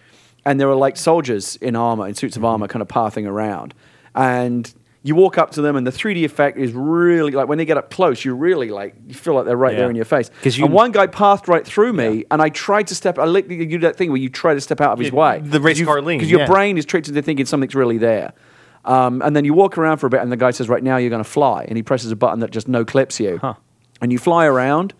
Speaker 4: and there are like soldiers in armor, in suits of
Speaker 2: Mm-hmm.
Speaker 4: armor, kind of pathing around. And you walk up to them, and the 3D effect is really like when they get up close, you really like, you feel like they're right
Speaker 3: Yeah.
Speaker 4: there in your face.
Speaker 3: 'Cause you-
Speaker 4: and one guy passed right through me, and I tried to step, I literally you do that thing where you try to step out of his
Speaker 2: Yeah,
Speaker 4: way.
Speaker 2: the race car lean,
Speaker 4: Because your
Speaker 2: yeah.
Speaker 4: brain brain is tricked into thinking something's really there. Um, and then you walk around for a bit, and the guy says, "Right now, you're going to fly," and he presses a button that just no clips you,
Speaker 3: Huh.
Speaker 4: and you fly around,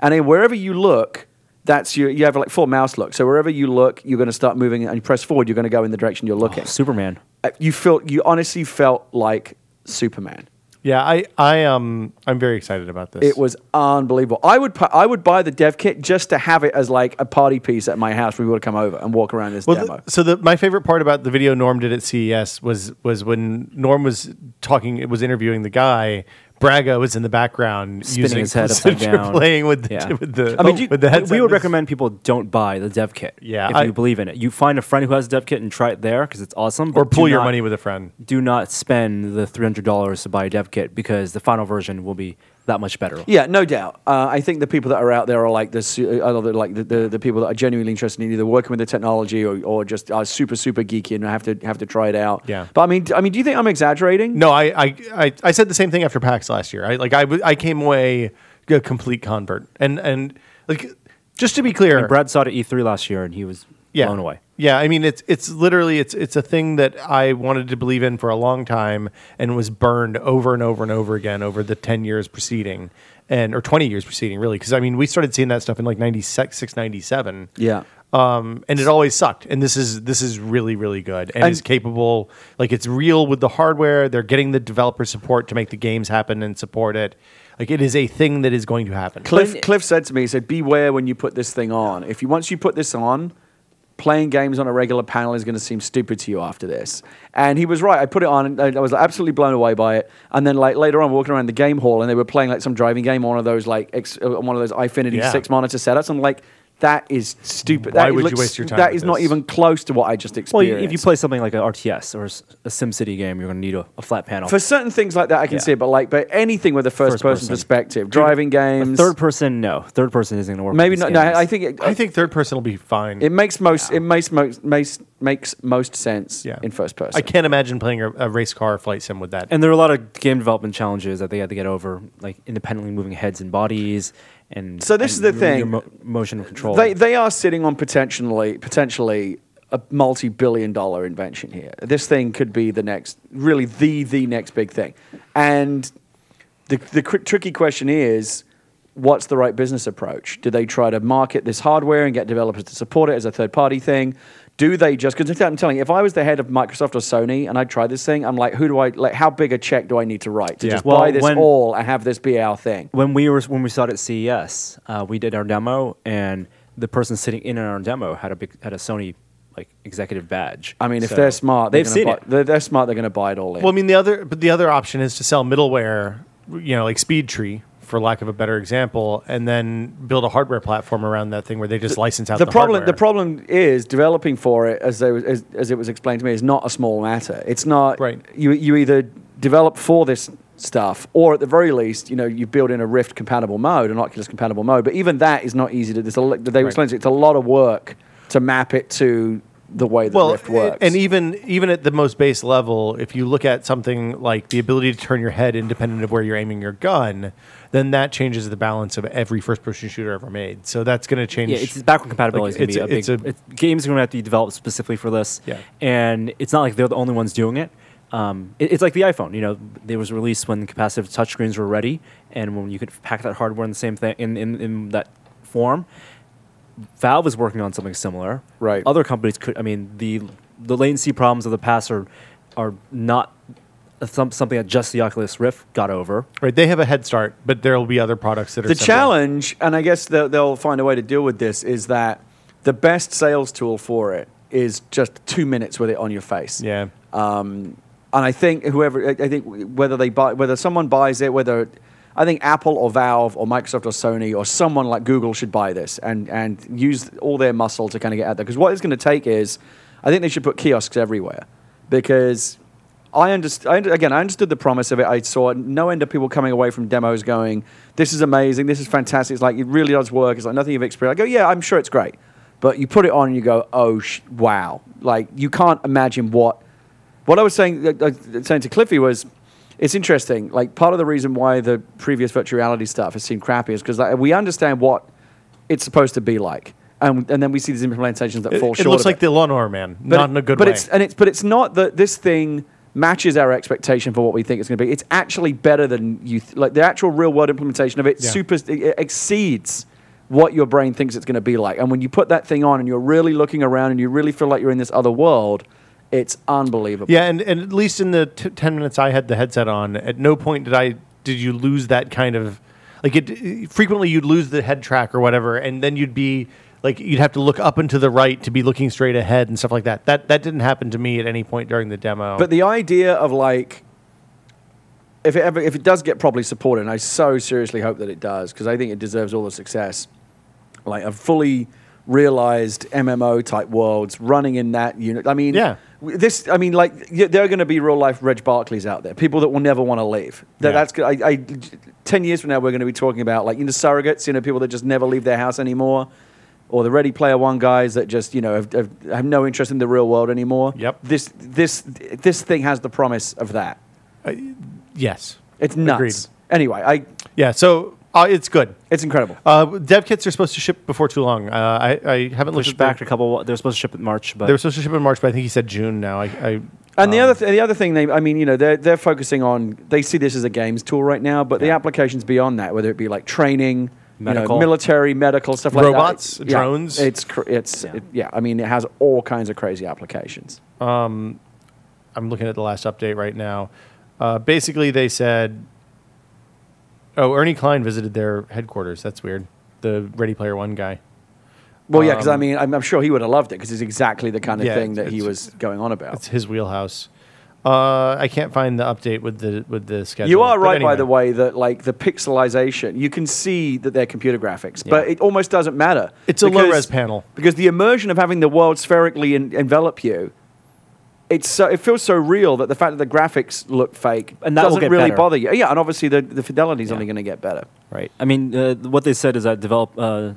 Speaker 4: and then wherever you look, that's your you have like full mouse look. So wherever you look, you're going to start moving, and you press forward, you're going to go in the direction you're looking.
Speaker 3: Superman.
Speaker 4: Uh, you felt you honestly felt like Superman.
Speaker 2: Yeah, I I um I'm very excited about this.
Speaker 4: It was unbelievable. I would pu- I would buy the dev kit just to have it as like a party piece at my house. We would come over and walk around this
Speaker 2: well,
Speaker 4: demo.
Speaker 2: th- so the, my favorite part about the video Norm did at CES was was when Norm was talking, was interviewing the guy. Braga was in the background,
Speaker 3: Spinning
Speaker 2: using
Speaker 3: his head upside down.
Speaker 2: playing with the,
Speaker 3: Yeah.
Speaker 2: with the. oh,
Speaker 3: I mean, you-
Speaker 2: with the headset.
Speaker 3: we would
Speaker 2: It's-
Speaker 3: recommend people don't buy the dev kit.
Speaker 2: Yeah,
Speaker 3: if
Speaker 2: I-
Speaker 3: you believe in it, you find a friend who has a dev kit and try it there because it's awesome.
Speaker 2: or
Speaker 3: but do
Speaker 2: pool your
Speaker 3: not-
Speaker 2: money with a friend.
Speaker 3: Do not spend the three hundred dollars to buy a dev kit because the final version will be that much better.
Speaker 4: Yeah, no doubt. Uh, I think the people that are out there are like the su- I love it, like the, the, the people that are genuinely interested in either working with the technology or, or just are super super geeky and have to have to try it out.
Speaker 2: Yeah.
Speaker 4: But I mean, d- I mean, do you think I'm exaggerating?
Speaker 2: No, I, I I I said the same thing after PAX last year. I like I w- I came away a complete convert, and and like just to be clear,
Speaker 3: Brad saw it at E three last year and he was
Speaker 2: yeah.
Speaker 3: blown away.
Speaker 2: Yeah, I mean it's it's literally it's it's a thing that I wanted to believe in for a long time and was burned over and over and over again over the 10 years preceding and or 20 years preceding really because I mean we started seeing that stuff in like 96 97.
Speaker 4: Yeah.
Speaker 2: Um, and it always sucked. And this is this is really really good and,
Speaker 4: And-
Speaker 2: is capable. Like it's real with the hardware. They're getting the developer support to make the games happen and support it. Like it is a thing that is going to happen.
Speaker 4: Cliff,
Speaker 3: When-
Speaker 4: Cliff said to me, he said, "Beware when you put this thing on. If you once you put this on, playing games on a regular panel is going to seem stupid to you after this." And he was right. I put it on, and I I was absolutely blown away by it. And then, like later on, walking around the game hall, and they were playing like some driving game, on one of those like ex, uh, one of those Ifinity
Speaker 2: Yeah.
Speaker 4: six monitor setups. I'm like, that is stupid.
Speaker 2: Why
Speaker 4: that
Speaker 2: would you waste your time
Speaker 4: That
Speaker 2: with
Speaker 4: is not
Speaker 2: this?"
Speaker 4: even close to what I just
Speaker 3: Well,
Speaker 4: experienced.
Speaker 3: you, if you play something like a RTS or s- a SimCity game, you're going to need a, a flat panel.
Speaker 4: for certain things like that, I can
Speaker 3: Yeah.
Speaker 4: see it. But like, but anything with a first,
Speaker 3: First
Speaker 4: person,
Speaker 3: person.
Speaker 4: perspective, driving games,
Speaker 3: Third person, no. Third person isn't going to work.
Speaker 4: maybe
Speaker 3: with these
Speaker 4: not. No,
Speaker 3: games.
Speaker 4: I think it,
Speaker 2: I think third person will be fine.
Speaker 4: It makes most it makes most makes makes most sense
Speaker 2: yeah,
Speaker 4: in first person.
Speaker 2: I can't imagine playing a, a race car flight sim with that.
Speaker 3: And there are a lot of game development challenges that they had to get over, like independently moving heads and bodies, and
Speaker 4: So this
Speaker 3: and
Speaker 4: is the
Speaker 3: your
Speaker 4: thing.
Speaker 3: mo- motion control.
Speaker 4: They they are sitting on potentially potentially a multi-billion dollar invention here. This thing could be the next really the the next big thing. And the the cr- tricky question is what's the right business approach? Do they try to market this hardware and get developers to support it as a third party thing? Do they just because I'm telling you, if I was the head of Microsoft or Sony and I tried this thing, I'm like, who do I like? How big a check do I need to write to
Speaker 2: Yeah.
Speaker 4: just
Speaker 3: Well,
Speaker 4: buy this
Speaker 3: when-
Speaker 4: all and have this be our thing?
Speaker 3: when we were when we saw it at CES, uh, we did our demo, and the person sitting in on our demo had a big had a Sony like executive badge.
Speaker 4: I mean, if
Speaker 3: So
Speaker 4: they're smart,
Speaker 3: they've
Speaker 4: gonna
Speaker 3: seen
Speaker 4: buy,
Speaker 3: it.
Speaker 4: They're, they're smart. They're going to buy it all in.
Speaker 2: Well, I mean the other, but the other option is to sell middleware, you know, like SpeedTree, for lack of a better example, and then build a hardware platform around that thing where they just license out the,
Speaker 4: the problem
Speaker 2: hardware.
Speaker 4: the problem is developing for it as, they, was- as as it was explained to me is not a small matter it's not
Speaker 2: Right.
Speaker 4: you you either develop for this stuff or at the very least you know you build in a rift compatible mode an oculus compatible mode but even that is not easy to there's a, lo- they explained to you, it's a lot of work to map it to the way that rift works
Speaker 2: and even even at the most base level, if you look at something like the ability to turn your head independent of where you're aiming your gun, then that changes the balance of every first-person shooter ever made. So that's going to change.
Speaker 3: yeah, it's backward compatibility
Speaker 2: Like,
Speaker 3: is going to be a
Speaker 2: it's
Speaker 3: big.
Speaker 2: a-
Speaker 3: it's games are going to have to be developed specifically for this.
Speaker 2: Yeah.
Speaker 3: and it's not like they're the only ones doing it. Um, it- it's like the iPhone. You know, it was released when capacitive touchscreens were ready, and when you could pack that hardware in the same thing in, in, in that form. Valve is working on something similar.
Speaker 4: Right.
Speaker 3: Other companies could. I mean, the the latency problems of the past are are not some, something that just the Oculus Rift got over.
Speaker 2: right. They have a head start, but there will be other products that are
Speaker 4: the
Speaker 2: similar.
Speaker 4: challenge, and I guess they'll, they'll find a way to deal with this, is that the best sales tool for it is just two minutes with it on your face.
Speaker 2: Yeah.
Speaker 4: Um, and I think whoever, I I think whether they buy, whether someone buys it, whether I think Apple or Valve or Microsoft or Sony or someone like Google should buy this and and use all their muscle to kind of get out there. Because what it's going to take is, I think they should put kiosks everywhere because I understand. Again, I understood the promise of it. I saw no end of people coming away from demos going, "This is amazing. This is fantastic. It's like it really does work. It's like nothing you've experienced." I go, "Yeah, I'm sure it's great," but you put it on and you go, "Oh, sh- wow!" Like you can't imagine what. What I was saying, uh, uh, saying to Cliffy was, it's interesting. Like part of the reason why the previous virtual reality stuff has seemed crappy is because like, we understand what it's supposed to be like, and and then we see these implementations that
Speaker 2: It,
Speaker 4: fall
Speaker 2: it
Speaker 4: short.
Speaker 2: looks
Speaker 4: of
Speaker 2: like the lawnmower man,
Speaker 4: but
Speaker 2: not
Speaker 4: it-
Speaker 2: in a good
Speaker 4: but
Speaker 2: way.
Speaker 4: It's, and it's but it's not that this thing matches our expectation for what we think it's going to be. It's actually better than you th- like the actual real world implementation of it.
Speaker 2: Yeah.
Speaker 4: Super it- it exceeds what your brain thinks it's going to be like. And when you put that thing on and you're really looking around and you really feel like you're in this other world, It's unbelievable.
Speaker 2: Yeah, and, and at least in the t- ten minutes I had the headset on, at no point did I did you lose that kind of like it. Frequently, you'd lose the head track or whatever, and then you'd be like you'd have to look up and to the right to be looking straight ahead and stuff like that. That that didn't happen to me at any point during the demo.
Speaker 4: But the idea of like, if it ever, if it does get properly supported, and I so seriously hope that it does, because I think it deserves all the success. Like a fully realized MMO type worlds running in that unit. I mean,
Speaker 2: Yeah.
Speaker 4: w- This, I mean, like y- there are going to be real life Reg Barclays out there, people that will never want to leave. That,
Speaker 2: Yeah.
Speaker 4: That's I, I, ten years from now, we're going to be talking about like you know surrogates, you know, people that just never leave their house anymore. Or the Ready Player One guys that just you know have, have, have no interest in the real world anymore.
Speaker 2: Yep.
Speaker 4: This this this thing has the promise of that.
Speaker 2: yes,
Speaker 4: It's nuts. Anyway, I
Speaker 2: Yeah, so uh, it's good.
Speaker 4: it's incredible.
Speaker 2: Uh, dev kits are supposed to ship before too long. Uh, I, I haven't
Speaker 3: Pushed
Speaker 2: looked at
Speaker 3: back
Speaker 2: The,
Speaker 3: a couple. They're supposed to ship in March, but
Speaker 2: they were supposed to ship in March, but I think he said June now. I, I um,
Speaker 4: And the other th- the other thing they I mean you know they're they're focusing on they see this as a games tool right now, but the applications beyond that, whether it be like training. you know,
Speaker 3: Medical.
Speaker 4: military, medical stuff like
Speaker 2: Robots,
Speaker 4: that.
Speaker 2: drones.
Speaker 4: Yeah, it's cr- it's
Speaker 3: Yeah.
Speaker 4: it- yeah. I mean, it has all kinds of crazy applications.
Speaker 2: I'm looking at the last update right now. Uh, basically, they said, "Oh, Ernie Klein visited their headquarters. That's weird." The Ready Player One guy.
Speaker 4: Well, yeah, because I
Speaker 2: Um,
Speaker 4: mean, I'm, I'm sure he would have loved it because it's exactly the kind of
Speaker 2: Yeah,
Speaker 4: thing
Speaker 2: it's-
Speaker 4: that he
Speaker 2: it's-
Speaker 4: was going on
Speaker 2: It's
Speaker 4: about.
Speaker 2: his wheelhouse. Uh, I can't find the update with the with the schedule.
Speaker 4: You are
Speaker 2: But
Speaker 4: right, by
Speaker 2: anyway.
Speaker 4: the way, that like the pixelization, you can see that they're computer graphics, but it almost doesn't matter.
Speaker 2: It's a
Speaker 4: because-
Speaker 2: low-res panel.
Speaker 4: because the immersion of having the world spherically en- envelop you. It's so, it feels so real that the fact that the graphics look fake
Speaker 3: And that will
Speaker 4: doesn't
Speaker 3: get
Speaker 4: really
Speaker 3: better.
Speaker 4: bother you. Yeah, and obviously the, the fidelity's only going to get better.
Speaker 3: Right. I mean, uh, what they said is that develop, uh,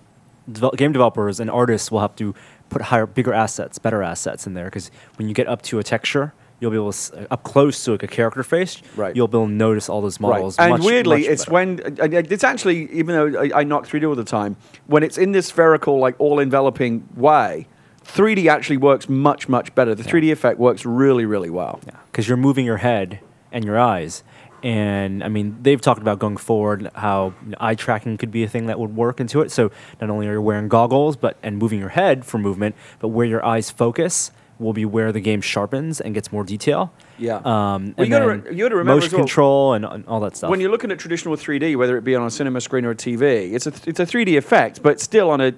Speaker 3: develop, game developers and artists will have to put higher, bigger assets, better assets in there because when you get up to a texture, you'll be able to, s- up close to like a character face,
Speaker 4: Right.
Speaker 3: you'll be able to notice all those models.
Speaker 4: And
Speaker 3: much,
Speaker 4: weirdly,
Speaker 3: much
Speaker 4: it's
Speaker 3: better.
Speaker 4: when and it's actually even though I, I knock 3D all the time, when it's in this spherical, like all-enveloping way, 3D actually works much much better. The 3D effect works really really well.
Speaker 3: because you're moving your head and your eyes. And I mean, they've talked about going forward how you know, eye tracking could be a thing that would work into it. So not only are you wearing goggles, but and moving your head for movement, but where your eyes focus will be where the game sharpens and gets more detail.
Speaker 4: Yeah.
Speaker 3: Um,
Speaker 4: Well,
Speaker 3: and
Speaker 4: you gotta
Speaker 3: then
Speaker 4: re- you gotta remember
Speaker 3: motion
Speaker 4: as well-
Speaker 3: control and, and all that stuff.
Speaker 4: When you're looking at traditional 3D, whether it be on a cinema screen or a TV, it's a it's a 3D effect, but still on a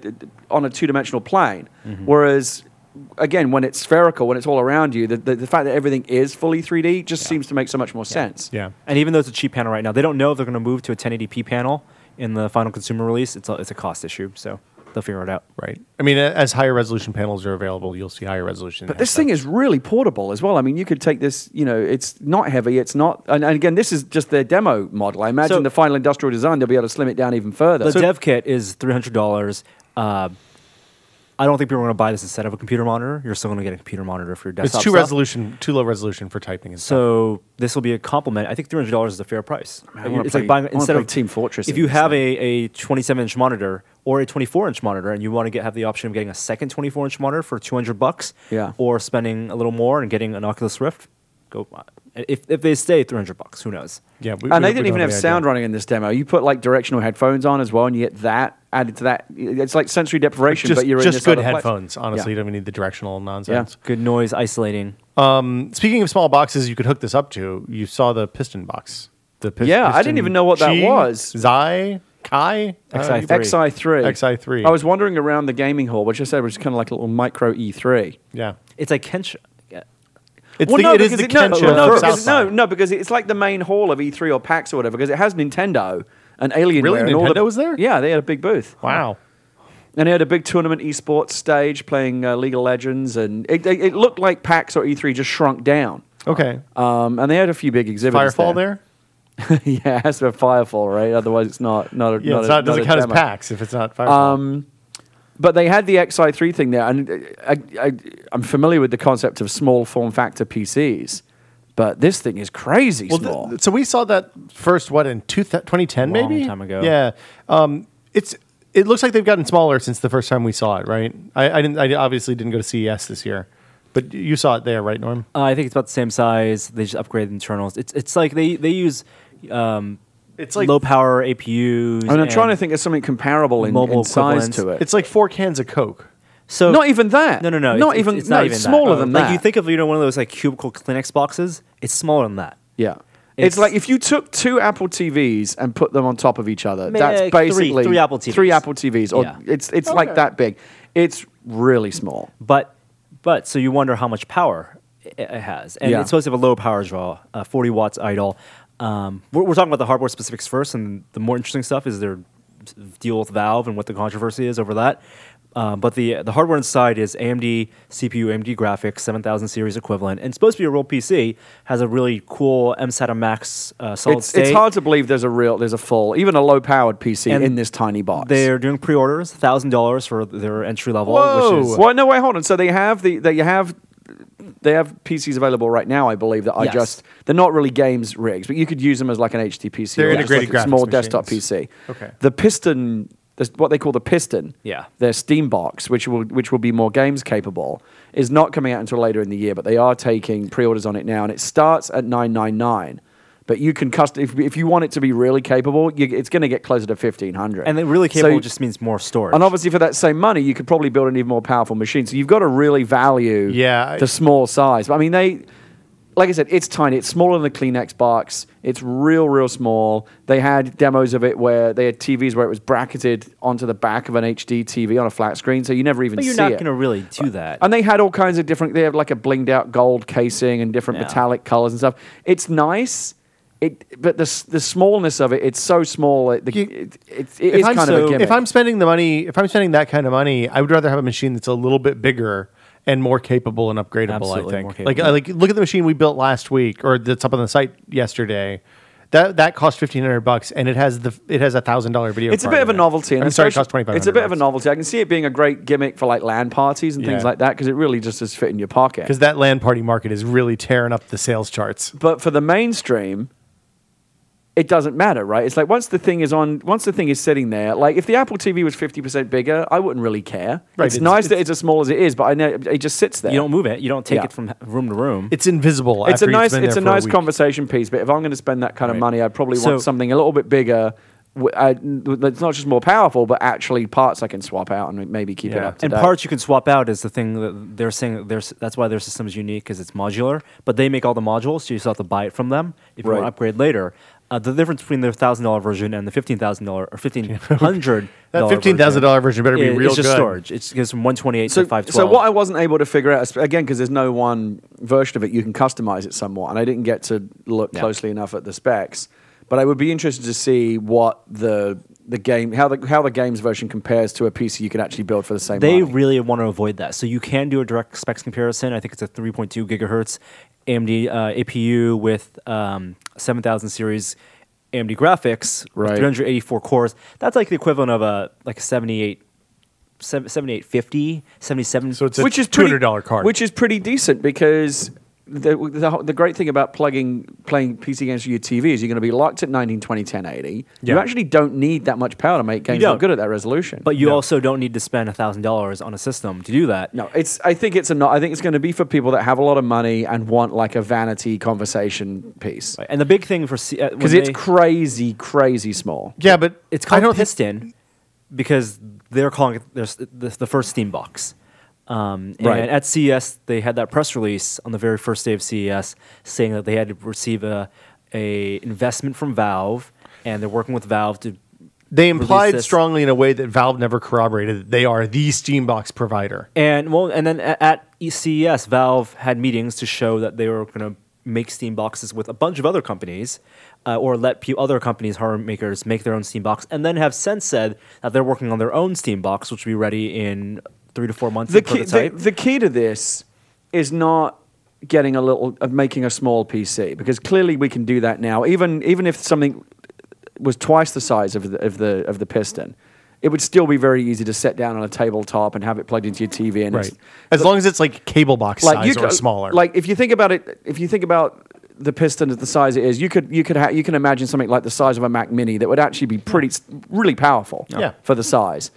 Speaker 4: on a two dimensional plane.
Speaker 3: Mm-hmm.
Speaker 4: Whereas, again, when it's spherical, when it's all around you, the, the, the fact that everything is fully 3D just seems to make so much more sense.
Speaker 2: yeah.
Speaker 3: and even though it's a cheap panel right now, they don't know if they're going to move to a 1080p panel in the final consumer release. It's a, it's a cost issue, so they'll figure it out.
Speaker 2: Right. I mean, a- as higher resolution panels are available, you'll see higher resolution.
Speaker 4: But this thing is really portable as well. I mean, you could take this, you know, it's not heavy, it's not. And, and again, this is just their demo model. I imagine
Speaker 3: So-
Speaker 4: the final industrial design, they'll be able to slim it down even further.
Speaker 3: The dev kit is three hundred dollars. Uh, I don't think people are going to buy this instead of a computer monitor. You're still going to get a computer monitor for your
Speaker 2: It's
Speaker 3: desktop.
Speaker 2: too
Speaker 3: stuff.
Speaker 2: resolution, too low resolution for typing and stuff.
Speaker 3: So this will be a compliment. I think three hundred dollars is a fair price.
Speaker 4: I wanna
Speaker 3: it's
Speaker 4: play-
Speaker 3: like buying
Speaker 4: I wanna
Speaker 3: instead
Speaker 4: play
Speaker 3: of
Speaker 4: Team Fortress
Speaker 3: If
Speaker 4: in
Speaker 3: you
Speaker 4: this
Speaker 3: have a, a twenty-seven inch monitor or a twenty-four inch monitor, and you want to get have the option of getting a second twenty-four inch monitor for two hundred bucks,
Speaker 4: Yeah.
Speaker 3: or spending a little more and getting an Oculus Rift, go. If if they stay three hundred bucks, who knows?
Speaker 2: yeah, we, we-
Speaker 4: and they
Speaker 2: we
Speaker 4: didn't
Speaker 2: don't
Speaker 4: even have
Speaker 2: any
Speaker 4: sound
Speaker 2: idea.
Speaker 4: running in this demo. You put like directional headphones on as well, and you get that added to that. It's like sensory deprivation,
Speaker 2: Just,
Speaker 4: but you're in
Speaker 2: just
Speaker 4: this
Speaker 2: good
Speaker 4: other place.
Speaker 2: headphones. Honestly,
Speaker 4: Yeah. Oh,
Speaker 2: you don't even need the directional nonsense.
Speaker 3: Good noise isolating.
Speaker 2: Speaking of small boxes, you could hook this up to. You saw the piston box. The pis-
Speaker 4: Yeah, I didn't
Speaker 2: piston
Speaker 4: even know what that
Speaker 2: Chi,
Speaker 4: was.
Speaker 2: Xi, Uh, Kai, I don't know.
Speaker 3: XI3.
Speaker 4: XI3.
Speaker 2: XI3.
Speaker 4: I was wandering around the gaming hall, which I said was kind of like a little micro E E3.
Speaker 2: Yeah,
Speaker 3: It's like Kenshin.
Speaker 2: it's
Speaker 4: Well,
Speaker 2: the,
Speaker 4: no,
Speaker 2: it is
Speaker 4: because
Speaker 2: the
Speaker 4: it- no,
Speaker 2: Kenshin
Speaker 4: well, no,
Speaker 2: of
Speaker 4: because-
Speaker 2: Southside.
Speaker 4: no, no, because it's like the main hall of E3 or PAX or whatever, because it has Nintendo and Alienware.
Speaker 2: Really?
Speaker 4: and all the-
Speaker 2: Nintendo was there?
Speaker 4: Yeah, they had a big booth.
Speaker 2: Wow.
Speaker 4: And they had a big tournament esports stage playing uh, League of Legends, and it, it, it looked like PAX or E3 just shrunk down.
Speaker 2: Okay.
Speaker 4: Um, and they had a few big exhibits.
Speaker 2: Firefall there.
Speaker 4: yeah, it has to be Firefall, right? Otherwise, it's not not a,
Speaker 2: Yeah,
Speaker 4: not
Speaker 2: it's
Speaker 4: a,
Speaker 2: not, doesn't
Speaker 4: a
Speaker 2: count
Speaker 4: demo.
Speaker 2: as packs if it's not Firefall.
Speaker 4: Um, but they had the XI3 thing there, and uh, I, I, I'm familiar with the concept of small form factor PCs, but this thing is crazy
Speaker 2: well, th-
Speaker 4: small.
Speaker 2: so we saw that first what in two th- 2010
Speaker 3: Long
Speaker 2: maybe
Speaker 3: time ago.
Speaker 2: Yeah. Um, it's it looks like they've gotten smaller since the first time we saw it, right? I, I didn't. I obviously didn't go to CES this year, but you saw it there, right, Norm?
Speaker 3: Uh, I think it's about the same size. They just upgrade the internals. It's it's like they they use um,
Speaker 2: It's like-
Speaker 3: low power APUs.
Speaker 4: I mean, I'm
Speaker 3: and
Speaker 4: trying to think of something comparable in,
Speaker 3: mobile
Speaker 4: in size
Speaker 3: equivalents.
Speaker 4: to it.
Speaker 2: It's like four cans of Coke.
Speaker 3: So
Speaker 4: Not even that.
Speaker 3: No, no, no.
Speaker 4: Not
Speaker 3: it's-
Speaker 4: even-
Speaker 3: it's, it's not
Speaker 4: no,
Speaker 3: even that. Uh,
Speaker 4: smaller than
Speaker 3: like
Speaker 4: that.
Speaker 3: You think of you know one of those like cubicle Kleenex boxes. It's smaller than that.
Speaker 4: Yeah. It's,
Speaker 3: It's-
Speaker 4: like if you took two Apple TVs and put them on top of each other.
Speaker 3: Ma-
Speaker 4: that's
Speaker 3: three-
Speaker 4: basically
Speaker 3: three Apple TVs.
Speaker 4: Three Apple TVs, or
Speaker 3: Yeah.
Speaker 4: it's it's like that big. It's really small.
Speaker 3: But but so you wonder how much power it, it has, and
Speaker 4: Yeah.
Speaker 3: it's supposed to have a low power draw, uh, 40 watts idle. Um, we're, we're talking about the hardware specifics first, and the more interesting stuff is their deal with Valve and what the controversy is over that. Um, but the the hardware inside is AMD CPU, AMD graphics, 7000 series equivalent, and it's supposed to be a real PC. Has a really cool MSATA max uh, solid
Speaker 4: It's,
Speaker 3: state.
Speaker 4: it's hard to believe there's a real there's a full even a low powered PC
Speaker 3: And
Speaker 4: in this tiny box.
Speaker 3: They're doing pre-orders, thousand dollars for their entry level, which is
Speaker 4: Well, no, wait, hold on. So they have the they have they have PCs available right now, I believe, that are
Speaker 3: Yes.
Speaker 4: just they're not really games rigs, but you could use them as like an HTPC.
Speaker 2: They're
Speaker 4: or just
Speaker 2: integrated
Speaker 4: like a small
Speaker 2: graphics
Speaker 4: desktop
Speaker 2: machines.
Speaker 4: PC.
Speaker 2: Okay.
Speaker 4: The piston this- what they call the piston,
Speaker 3: Yeah.
Speaker 4: their Steam box, which will which will be more games capable, is not coming out until later in the year. But they are taking pre-orders on it now, and it starts at nine nine nine. But you can custom if, if you want it to be really capable, you, it's going to get closer to fifteen hundred.
Speaker 3: and it really capable
Speaker 4: So-
Speaker 3: just means more storage.
Speaker 4: and obviously, for that same money, you could probably build an even more powerful machine. So you've got to really value
Speaker 2: Yeah, I-
Speaker 4: the small size. But I mean, they, like I said, it's tiny. It's smaller than the Kleenex box. It's real, real small. They had demos of it where they had TVs where it was bracketed onto the back of an HD TV on a flat screen, so you never even
Speaker 3: but you're
Speaker 4: see
Speaker 3: not
Speaker 4: it. Uh,
Speaker 3: going to really do that.
Speaker 4: And they had all kinds of different. They have like a blinged out gold casing and different
Speaker 3: Yeah.
Speaker 4: metallic colors and stuff. It's nice. It, but the s- the smallness of it, it's so small. It, the,
Speaker 2: You-
Speaker 4: it, it, it is
Speaker 2: I'm
Speaker 4: kind of
Speaker 2: so-
Speaker 4: a gimmick.
Speaker 2: if I'm spending the money, if I'm spending that kind of money, I would rather have a machine that's a little bit bigger and more capable and upgradable.
Speaker 3: Absolutely
Speaker 2: I
Speaker 3: more
Speaker 2: think.
Speaker 3: capable.
Speaker 2: Like, I- like look at the machine we built last week, or that's up on the site yesterday. That that cost fifteen hundred bucks, and it has the it has a thousand dollar video.
Speaker 4: It's a
Speaker 2: card
Speaker 4: bit of
Speaker 2: in it.
Speaker 4: a novelty.
Speaker 2: I'm sorry, it
Speaker 4: especially-
Speaker 2: cost twenty five.
Speaker 4: It's a bit of a novelty. I can see it being a great gimmick for like LAN parties and things
Speaker 2: Yeah.
Speaker 4: like that because it really just does fit in your pocket.
Speaker 2: because that land party market is really tearing up the sales charts.
Speaker 4: But for the mainstream, it doesn't matter, right? It's like once the thing is on, once the thing is sitting there, like if the Apple TV was fifty percent bigger, I wouldn't really care.
Speaker 2: Right,
Speaker 4: It's,
Speaker 2: it's-
Speaker 4: nice that it's as small as it is, but I know it just sits there.
Speaker 3: you don't move it. You don't take
Speaker 4: Yeah.
Speaker 3: it from room to room.
Speaker 2: It's invisible.
Speaker 4: it's
Speaker 2: after
Speaker 4: a
Speaker 2: you've
Speaker 4: nice,
Speaker 2: been
Speaker 4: it's a
Speaker 2: there for
Speaker 4: nice
Speaker 2: week.
Speaker 4: conversation piece. But if I'm going to spend that kind of
Speaker 3: Right.
Speaker 4: money, I probably
Speaker 3: So-
Speaker 4: want something a little bit bigger. w- I- That's not just more powerful, but actually parts I can swap out and maybe keep it
Speaker 2: Yeah.
Speaker 4: up to
Speaker 3: and
Speaker 4: date.
Speaker 3: parts you can swap out is the thing that they're saying. that There's that's why their system is unique because it's modular. But they make all the modules, so you still have to buy it from them if you want
Speaker 4: Right.
Speaker 3: to upgrade later. Uh, the difference between the thousand dollar version and the fifteen thousand dollar or fifteen hundred
Speaker 2: That $15,000 version better be real
Speaker 3: It's just
Speaker 2: good.
Speaker 3: storage. It's it goes from one twenty eight
Speaker 4: so,
Speaker 3: to five
Speaker 4: so
Speaker 3: twelve.
Speaker 4: what I wasn't able to figure out again because there's no one version of it. You can customize it somewhat, and I didn't get to look
Speaker 3: Yeah.
Speaker 4: closely enough at the specs. But I would be interested to see what the the game how the how the games version compares to a PC you can actually build for the same.
Speaker 3: They
Speaker 4: money.
Speaker 3: really want to avoid that. So you can do a direct specs comparison. I think it's a 3.2 gigahertz AMD uh, APU with um, 7000 series AMD graphics, with
Speaker 4: Right.
Speaker 3: 384 cores. That's like the equivalent of a like a 78. sev- 7850, 77.
Speaker 2: So it's a
Speaker 4: which is
Speaker 2: two
Speaker 4: pretty-
Speaker 2: hundred dollar card.
Speaker 4: which is pretty decent because the, the whole- the great thing about plugging playing PC games to your TV is you're going to be locked at 1920 1080. You
Speaker 2: Yeah.
Speaker 4: actually don't need that much power to make games look
Speaker 3: don't.
Speaker 4: good at that resolution.
Speaker 3: but you also don't need to spend $1,000 on a system to do that.
Speaker 4: No, it's. I think it's a. no- I think it's going to be for people that have a lot of money and want like a vanity conversation piece
Speaker 3: Right. And the big thing for. uh, Because
Speaker 4: because it's crazy, crazy small.
Speaker 2: yeah, but
Speaker 3: It's
Speaker 2: I
Speaker 3: called
Speaker 2: don't think
Speaker 3: Piston because they're calling it their, the, the first Steam box. Um, and
Speaker 4: Right.
Speaker 3: at CES, they had that press release on the very first day of CES saying that they had to receive a, a investment from Valve, and they're working with Valve to.
Speaker 2: they
Speaker 3: release
Speaker 2: implied
Speaker 3: this.
Speaker 2: strongly in a way that Valve never corroborated that they are the Steambox provider.
Speaker 3: And well, and then a- at E CES, Valve had meetings to show that they were going to make Steam boxes with a bunch of other companies, uh, or let pe- other companies, hardware makers, make their own Steam box, and then have since said that they're working on their own Steam box, which will be ready in three to four months.
Speaker 4: The
Speaker 3: in
Speaker 4: key, the,
Speaker 3: prototype.
Speaker 4: the key to this is not getting a little of making a small PC because clearly we can do that now. Even even if something was twice the size of the of the of the piston, it would still be very easy to set down on a tabletop and have it plugged into your TV. And it's-
Speaker 2: Right. As long as it's like cable box size
Speaker 4: could-
Speaker 2: or smaller.
Speaker 4: Like if you think about it, if you think about the piston as the size it is, you could you could ha- you can imagine something like the size of a Mac Mini that would actually be pretty s- really powerful
Speaker 2: Yeah.
Speaker 4: for the size.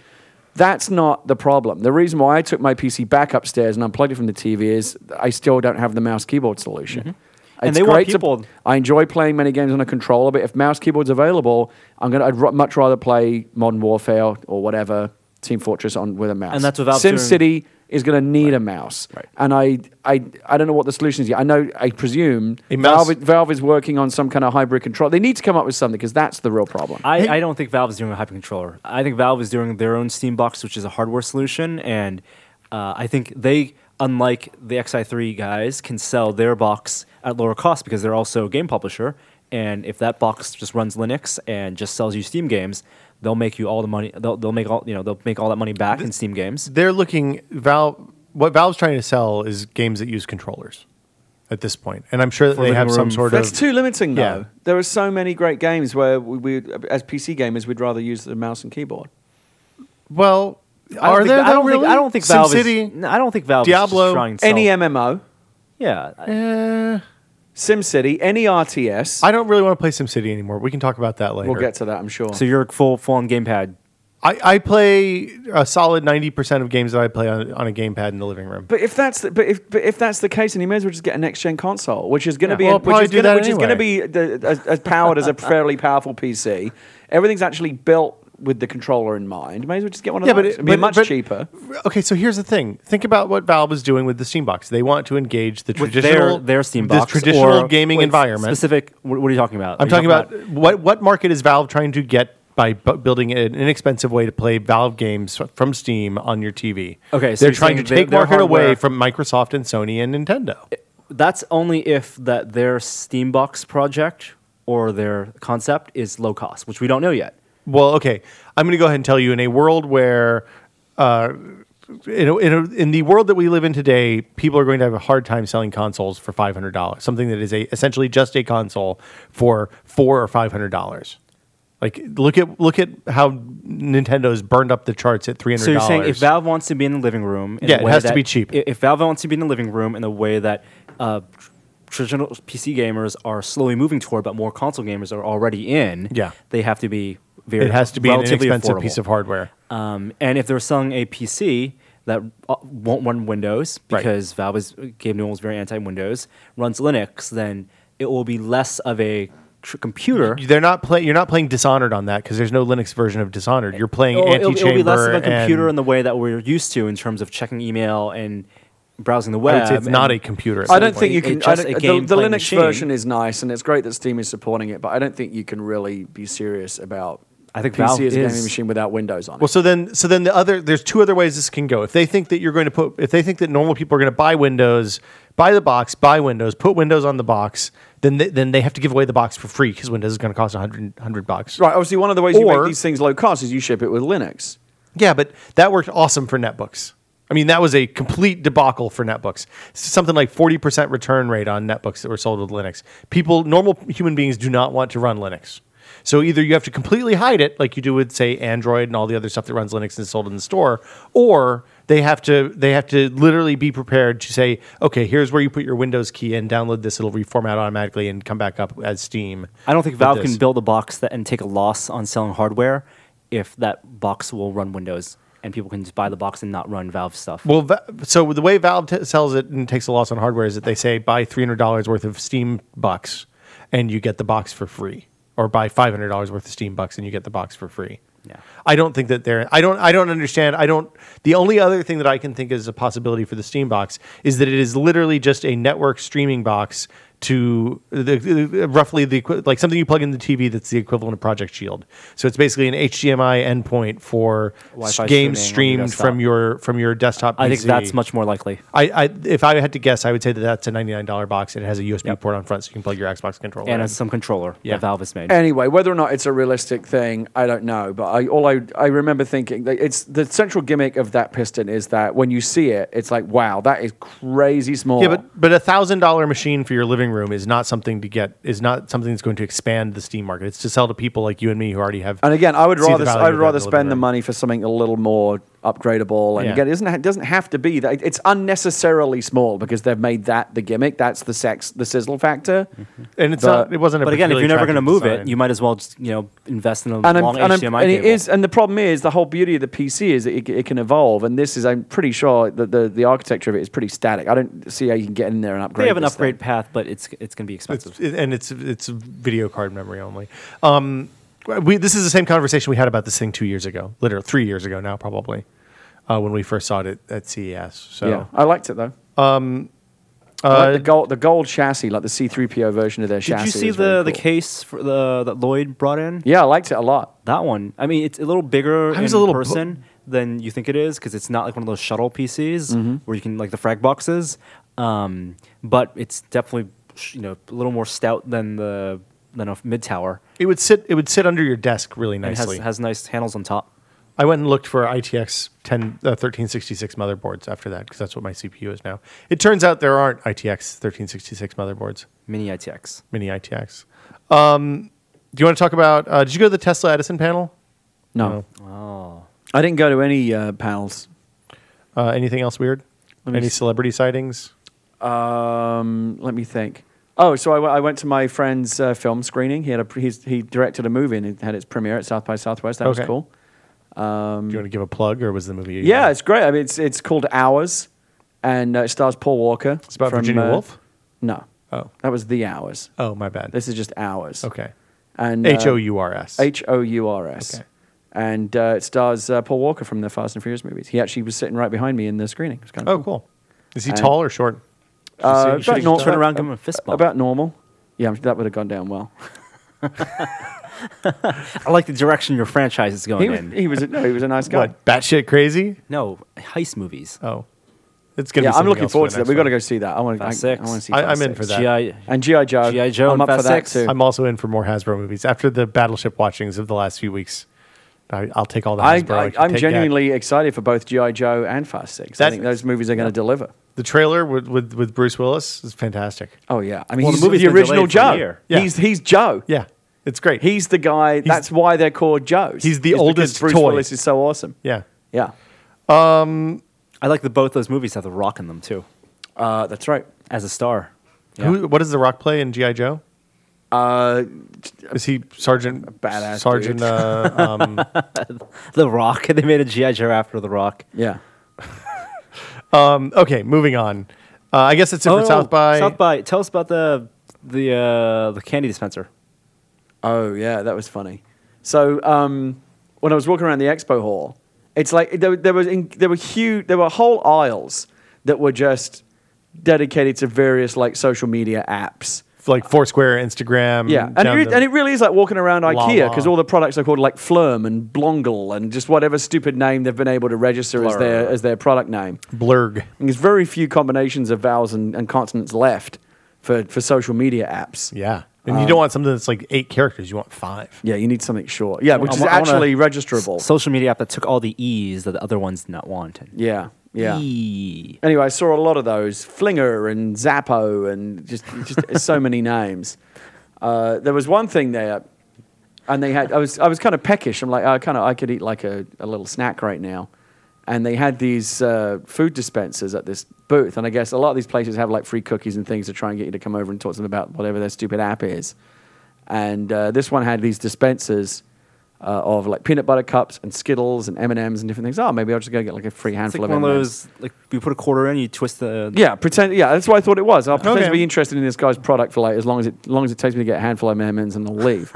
Speaker 4: That's not the problem. The reason why I took my PC back upstairs and unplugged it from the TV is I still don't have the mouse keyboard solution.
Speaker 3: Mm-hmm. And
Speaker 4: It's
Speaker 3: they want
Speaker 4: great to-
Speaker 3: people-
Speaker 4: I enjoy playing many games on a controller, but if mouse keyboard's available, I'm gonna. I'd r- much rather play Modern Warfare or whatever Team Fortress on with a mouse.
Speaker 3: And that's without
Speaker 4: Sim
Speaker 3: doing-
Speaker 4: City is going to need a mouse.
Speaker 3: Right.
Speaker 4: And I, I, I don't know what the solution is yet. I know, I presume
Speaker 2: A mouse-
Speaker 4: Valve, Valve is working on some kind of hybrid control. They need to come up with something because that's the real problem.
Speaker 3: I, I don't think Valve is doing a hypercontroller. I think Valve is doing their own Steam Box, which is a hardware solution, and uh, I think they, unlike the XI3 guys, can sell their box at lower cost because they're also a game publisher. And if that box just runs Linux and just sells you Steam games, they'll make you all the money. They'll, they'll make all you know. They'll make all that money back in Steam games.
Speaker 2: They're looking Valve. What Valve's trying to sell is games that use controllers at this point, and I'm sure that
Speaker 3: For
Speaker 2: they
Speaker 3: living
Speaker 2: have some
Speaker 3: rooms.
Speaker 2: sort
Speaker 4: That's
Speaker 2: of.
Speaker 4: too limiting, though.
Speaker 2: Yeah.
Speaker 4: There are so many great games where we, we, as PC gamers, we'd rather use the mouse and keyboard.
Speaker 2: well,
Speaker 3: I don't
Speaker 2: are
Speaker 3: think,
Speaker 2: there?
Speaker 3: I
Speaker 2: though,
Speaker 3: don't think.
Speaker 2: really?
Speaker 3: I don't think Valve. Is,
Speaker 2: SimCity.
Speaker 3: no, I don't think Valve. Is
Speaker 2: Diablo, E
Speaker 3: just trying to sell.
Speaker 4: Any MMO,
Speaker 3: yeah. I-
Speaker 2: Eh,
Speaker 4: SimCity, any RTS.
Speaker 2: I don't really want to play SimCity anymore. We can talk about that later.
Speaker 4: we'll get to that, I'm sure.
Speaker 3: So you're full full on gamepad.
Speaker 2: I, I play a solid ninety percent of games that I play on, on a gamepad in the living room.
Speaker 4: But if that's the, but if but if that's the case, then you may as well just get a next gen console, which is going to
Speaker 2: Yeah. Well,
Speaker 4: be which
Speaker 2: probably
Speaker 4: is
Speaker 2: do
Speaker 4: gonna-
Speaker 2: that
Speaker 4: which is going to be the, as, as powered as a fairly powerful PC. Everything's actually built with the controller in mind. May as well just get one of
Speaker 2: Yeah, but
Speaker 4: those.
Speaker 2: it-
Speaker 4: It'd be
Speaker 2: but-
Speaker 4: much
Speaker 2: but-
Speaker 4: cheaper.
Speaker 2: okay, so here's the thing. Think about what Valve is doing with the Steam Box. They want to engage the
Speaker 3: With
Speaker 2: traditional
Speaker 3: their, their Steam
Speaker 2: the
Speaker 3: box,
Speaker 2: traditional
Speaker 3: or-
Speaker 2: gaming
Speaker 3: wait,
Speaker 2: environment.
Speaker 3: Specific. What, what are you talking about? Are
Speaker 2: I'm
Speaker 3: you
Speaker 2: talking about, what what market is Valve trying to get by bu- building an inexpensive way to play Valve games from Steam on your TV.
Speaker 3: Okay, so
Speaker 2: they're
Speaker 3: you're
Speaker 2: trying to
Speaker 3: saying they-
Speaker 2: take
Speaker 3: their
Speaker 2: market away
Speaker 3: hardware-
Speaker 2: from Microsoft and Sony and Nintendo.
Speaker 3: That's only if that their Steambox project or their concept is low cost, which we don't know yet.
Speaker 2: Well, okay. I'm going to go ahead and tell you in a world where, uh, in, a, in, a, in the world that we live in today, people are going to have a hard time selling consoles for $500, something that is a, essentially just a console for four or $500. Like look at look at how Nintendo's burned up the charts at three hundred.
Speaker 3: So you're saying if Valve wants to be in the living room, in
Speaker 2: Yeah,
Speaker 3: a
Speaker 2: it
Speaker 3: way
Speaker 2: has to
Speaker 3: that-
Speaker 2: be cheap.
Speaker 3: i- If Valve wants to be in the living room in the way that uh, tr- traditional PC gamers are slowly moving toward, but more console gamers are already in,
Speaker 2: Yeah.
Speaker 3: they have to be very
Speaker 2: it has to be an
Speaker 3: relatively
Speaker 2: expensive
Speaker 3: affordable.
Speaker 2: piece of hardware.
Speaker 3: Um, and if they're selling a PC that uh, won't run Windows
Speaker 2: Right.
Speaker 3: because Valve is Gabe Newell is very anti-Windows, runs Linux, then it will be less of a tr- computer.
Speaker 2: They're not play, You're not playing Dishonored on that because there's no Linux version of Dishonored. You're playing
Speaker 3: It'll, it'll-
Speaker 2: Antichamber.
Speaker 3: it'll be less of a computer
Speaker 2: and
Speaker 3: in the way that we're used to in terms of checking email and browsing the
Speaker 2: I
Speaker 3: web.
Speaker 2: would say it's not a
Speaker 3: and-
Speaker 2: computer. at
Speaker 4: I
Speaker 2: that
Speaker 4: don't
Speaker 2: point.
Speaker 4: think you
Speaker 3: It's
Speaker 4: can. I
Speaker 3: just
Speaker 4: don't-
Speaker 3: a game
Speaker 4: the the Linux
Speaker 3: playing machine.
Speaker 4: version is nice, and it's great that Steam is supporting it. But I don't think you can really be serious about.
Speaker 3: I think
Speaker 4: PC
Speaker 3: Valve
Speaker 4: as a
Speaker 3: is.
Speaker 4: gaming machine without Windows on it.
Speaker 2: Well, so then, so then the other there's two other ways this can go. If they think that you're going to put, if they think that normal people are going to buy Windows, buy the box, buy Windows, put Windows on the box, then they, then they have to give away the box for free because Windows is going to cost 100, 100 bucks.
Speaker 4: right. Obviously, one of the ways you
Speaker 2: Or-
Speaker 4: make these things low cost is you ship it with Linux.
Speaker 2: Yeah, but that worked awesome for netbooks. I mean, that was a complete debacle for netbooks. Something like forty percent return rate on netbooks that were sold with Linux. People, normal human beings, do not want to run Linux. So either you have to completely hide it, like you do with say Android and all the other stuff that runs Linux and is sold in the store, or they have to they have to literally be prepared to say, okay, here's where you put your Windows key in, download this, it'll reformat automatically and come back up as Steam.
Speaker 3: I don't think
Speaker 2: with
Speaker 3: Valve
Speaker 2: this.
Speaker 3: can build a box that and take a loss on selling hardware if that box will run Windows and people can just buy the box and not run Valve stuff.
Speaker 2: Well, Va- so the way Valve t- sells it and takes a loss on hardware is that they say buy three hundred dollars worth of Steam bucks, and you get the box for free, or buy five hundred dollars worth of Steam bucks and you get the box for free.
Speaker 3: Yeah.
Speaker 2: I don't think that they're. I don't. I don't understand. I don't. The only other thing that I can think is a possibility for the Steam box is that it is literally just a network streaming box to the, the- roughly the equi- like something you plug in the TV that's the equivalent of Project Shield. So it's basically an HDMI endpoint for
Speaker 3: Wi-Fi
Speaker 2: games
Speaker 3: streaming on your
Speaker 2: streamed from
Speaker 3: desktop.
Speaker 2: your from your desktop.
Speaker 3: I think
Speaker 2: PC.
Speaker 3: that's much more likely.
Speaker 2: I, I if I had to guess, I would say that that's a ninety nine dollar box and it has a USB
Speaker 3: Yep.
Speaker 2: port on front, so you can plug your Xbox controller.
Speaker 3: And
Speaker 2: in.
Speaker 3: it's some controller
Speaker 2: Yeah.
Speaker 3: that Valve has made.
Speaker 4: Anyway, whether or not it's a realistic thing, I don't know. But I, all I, I remember thinking that it's the central gimmick of that piston is that when you see it, it's like, wow, that is crazy small.
Speaker 2: yeah, but but a thousand dollar machine for your living room is not something to get is not something that's going to expand the Steam market. It's to sell to people like you and me who already have.
Speaker 4: and again, I would
Speaker 2: see the
Speaker 4: rather
Speaker 2: value
Speaker 4: I
Speaker 2: of that
Speaker 4: would rather
Speaker 2: in living
Speaker 4: spend the
Speaker 2: room.
Speaker 4: money for something a little more upgradable. And
Speaker 2: Yeah.
Speaker 4: again, it doesn't ha- doesn't have to be that. It's unnecessarily small because they've made that the gimmick. That's the sex, the sizzle factor.
Speaker 2: and it's
Speaker 4: But-
Speaker 2: not. It wasn't. A
Speaker 3: But again, if
Speaker 2: particularly
Speaker 3: you're never going to move
Speaker 2: attractive
Speaker 3: it,
Speaker 2: design.
Speaker 3: you might as well just, you know invest in a
Speaker 4: and, I'm,
Speaker 3: long
Speaker 4: and, I'm-
Speaker 3: HDMI
Speaker 4: and it
Speaker 3: cable.
Speaker 4: is, and the problem is the whole beauty of the PC is that it, it can evolve, and this is I'm pretty sure that the, the architecture of it is pretty static. I don't see how you can get in there and upgrade.
Speaker 3: they have an
Speaker 4: this thing.
Speaker 3: upgrade path, but it's it's going to be expensive.
Speaker 2: It's- it- and it's it's video card memory only. Um, we, this is the same conversation we had about this thing two years ago, literally three years ago now, probably, uh, when we first saw it at, at CES. So
Speaker 4: Yeah, I liked it though.
Speaker 3: Um,
Speaker 4: I like the gold, the gold chassis, like the C3PO version of their
Speaker 3: uh, Did
Speaker 4: chassis.
Speaker 3: you see
Speaker 4: is
Speaker 3: the,
Speaker 4: really
Speaker 3: the
Speaker 4: cool.
Speaker 3: case for the that Lloyd brought in?
Speaker 4: Yeah, I liked it a lot.
Speaker 3: That one. I mean, it's a little bigger
Speaker 2: I
Speaker 3: in
Speaker 2: was a little pu-
Speaker 3: person than you think it is because it's not like one of those shuttle PCs where you can like the frag boxes. Um, but it's definitely sh- you know a little more stout than the than a mid tower.
Speaker 2: it would sit it would sit under your desk really
Speaker 3: It has
Speaker 2: nicely.
Speaker 3: has nice handles on top.
Speaker 2: I went and looked for ITX 10 uh, 1366 motherboards after that because that's what my CPU is now. It turns out there aren't ITX 1366 motherboards,
Speaker 3: Mini ITX.
Speaker 2: mini ITX. Um, do you want to talk about? Uh, did you go to the Tesla Edison panel?
Speaker 4: No,
Speaker 3: Oh,
Speaker 4: I didn't go to any uh, panels.
Speaker 2: Uh, anything else weird?
Speaker 4: me
Speaker 2: Any
Speaker 4: s-
Speaker 2: celebrity sightings?
Speaker 4: Um, let me think. Oh, so I w- I went to my friend's uh, film screening. He had a pr- he's, he directed a movie and it had its premiere at South by Southwest. That
Speaker 2: Okay.
Speaker 4: was cool.
Speaker 2: do you want to give a plug, or was the movie?
Speaker 4: Um, Yeah, it's great. I mean, it's it's called Hours, and uh, it stars Paul Walker. uh,
Speaker 2: It's about Virginia Woolf?
Speaker 4: No,
Speaker 2: Oh.
Speaker 4: that was The Hours.
Speaker 2: Oh, my bad.
Speaker 4: This is just Hours.
Speaker 2: okay.
Speaker 4: and
Speaker 2: H
Speaker 4: uh,
Speaker 2: O U R S.
Speaker 4: H O U R S.
Speaker 2: Okay.
Speaker 4: And uh, it stars uh, Paul Walker from the Fast and Furious movies. He actually was sitting right behind me in the screening. It was kind of
Speaker 2: Oh, cool. Is he
Speaker 4: And-
Speaker 2: tall or short? Should
Speaker 4: Uh,
Speaker 2: you see-
Speaker 4: about
Speaker 2: should you
Speaker 4: nor-
Speaker 2: tell
Speaker 3: turn
Speaker 2: that?
Speaker 3: around, give him a fist bump.
Speaker 4: about normal. Yeah, I'm- that would have gone down well.
Speaker 3: I like the direction your franchise is
Speaker 4: He
Speaker 3: going
Speaker 4: was,
Speaker 3: in.
Speaker 4: he was a, no, he was a nice guy.
Speaker 2: What batshit crazy?
Speaker 3: no heist movies.
Speaker 2: Oh, it's gonna. be
Speaker 4: Yeah, I'm
Speaker 2: something
Speaker 4: looking
Speaker 2: else
Speaker 4: forward
Speaker 2: for
Speaker 4: to
Speaker 2: the
Speaker 4: that.
Speaker 2: next
Speaker 4: We've got
Speaker 2: one.
Speaker 4: to go see that. I want to. I,
Speaker 3: Fast Six.
Speaker 4: I want to see.
Speaker 2: I-
Speaker 4: Fast
Speaker 2: I'm in
Speaker 4: Six.
Speaker 2: for that.
Speaker 3: GI.
Speaker 4: And GI Joe.
Speaker 3: G.I. Joe
Speaker 4: I'm
Speaker 3: and
Speaker 4: up
Speaker 3: Fast
Speaker 4: for that
Speaker 3: Six.
Speaker 4: too.
Speaker 2: I'm also in for more Hasbro movies after the Battleship watchings of the last few weeks. I, I'll take all the
Speaker 4: I,
Speaker 2: Hasbro. I can
Speaker 4: am
Speaker 2: take
Speaker 4: genuinely excited for both GI Joe and Fast Six. I
Speaker 2: That-
Speaker 4: think those movies are going to deliver.
Speaker 2: that. the trailer with, with with Bruce Willis is fantastic.
Speaker 4: Oh yeah, I mean,
Speaker 3: Well, the
Speaker 4: he's
Speaker 3: movie's
Speaker 4: the
Speaker 3: been
Speaker 4: original
Speaker 3: delayed for a
Speaker 4: Joe.
Speaker 3: year.
Speaker 2: Yeah.
Speaker 4: He's he's Joe.
Speaker 2: Yeah, it's great.
Speaker 4: He's the guy. that's why they're called
Speaker 2: he's
Speaker 4: Joes.
Speaker 2: the
Speaker 4: is because
Speaker 2: oldest
Speaker 4: Bruce
Speaker 2: toy.
Speaker 4: Willis is so awesome.
Speaker 2: yeah,
Speaker 4: Yeah,
Speaker 3: I like that both those movies have The Rock in them too,
Speaker 4: uh, that's right.
Speaker 3: as a star. Yeah.
Speaker 2: Who, what does The Rock play in GI Joe?
Speaker 4: Uh,
Speaker 2: Is he Sergeant
Speaker 4: badass
Speaker 2: Sergeant
Speaker 4: dude.
Speaker 2: uh, um,
Speaker 3: The Rock. They made a GI Joe after The Rock.
Speaker 4: yeah.
Speaker 2: um, Okay, moving on. Uh, I guess it's it
Speaker 4: Oh,
Speaker 2: for South by.
Speaker 3: Oh, South by. Tell us about the the uh, the candy dispenser.
Speaker 4: Oh yeah, that was funny. So um, when I was walking around the expo hall, it's like there, there was in, there were huge there were whole aisles that were just dedicated to various like social media apps.
Speaker 2: like Foursquare, Instagram.
Speaker 4: Yeah, and it,
Speaker 2: down
Speaker 4: re-
Speaker 2: the-
Speaker 4: and it really is like walking around
Speaker 2: La
Speaker 4: IKEA
Speaker 2: La.
Speaker 4: because all the products are called like Flurm and Blongle and just whatever stupid name they've been able to register as their
Speaker 3: Blur.
Speaker 4: as their product name.
Speaker 2: blurg.
Speaker 4: And there's very few combinations of vowels and, and consonants left for for social media apps.
Speaker 2: Yeah, and
Speaker 4: Um,
Speaker 2: you don't want something that's like eight characters. You want five.
Speaker 4: Yeah, you need something short. Yeah, which
Speaker 3: I
Speaker 4: is
Speaker 3: wa- I wanna-
Speaker 4: actually registerable.
Speaker 3: Social media app that took all the E's that the other ones did not want.
Speaker 4: yeah, yeah.
Speaker 3: E.
Speaker 4: Anyway, I saw a lot of those Flinger and Zappo and just just so many names. Uh, there was one thing there, and they had I was I was kind of peckish. I'm like "Oh, I kind of I could eat like a, a little snack right now, and they had these uh, food dispensers at this booth, and I guess a lot of these places have like free cookies and things to try and get you to come over and talk to them about whatever their stupid app is, and uh, this one had these dispensers. Uh, of like peanut butter cups and Skittles and M and M's and different things. Oh, maybe I'll just go get like a free
Speaker 3: It's
Speaker 4: handful
Speaker 3: like
Speaker 4: of
Speaker 3: one of
Speaker 4: M&Ms.
Speaker 3: those like you put a quarter in, you twist the.
Speaker 4: Yeah, pretend. Yeah, that's what I thought it was. I'll pretend to
Speaker 2: Okay.
Speaker 4: be interested in this guy's product for like as long as it, as long as it takes me to get a handful of M&Ms and I'll leave.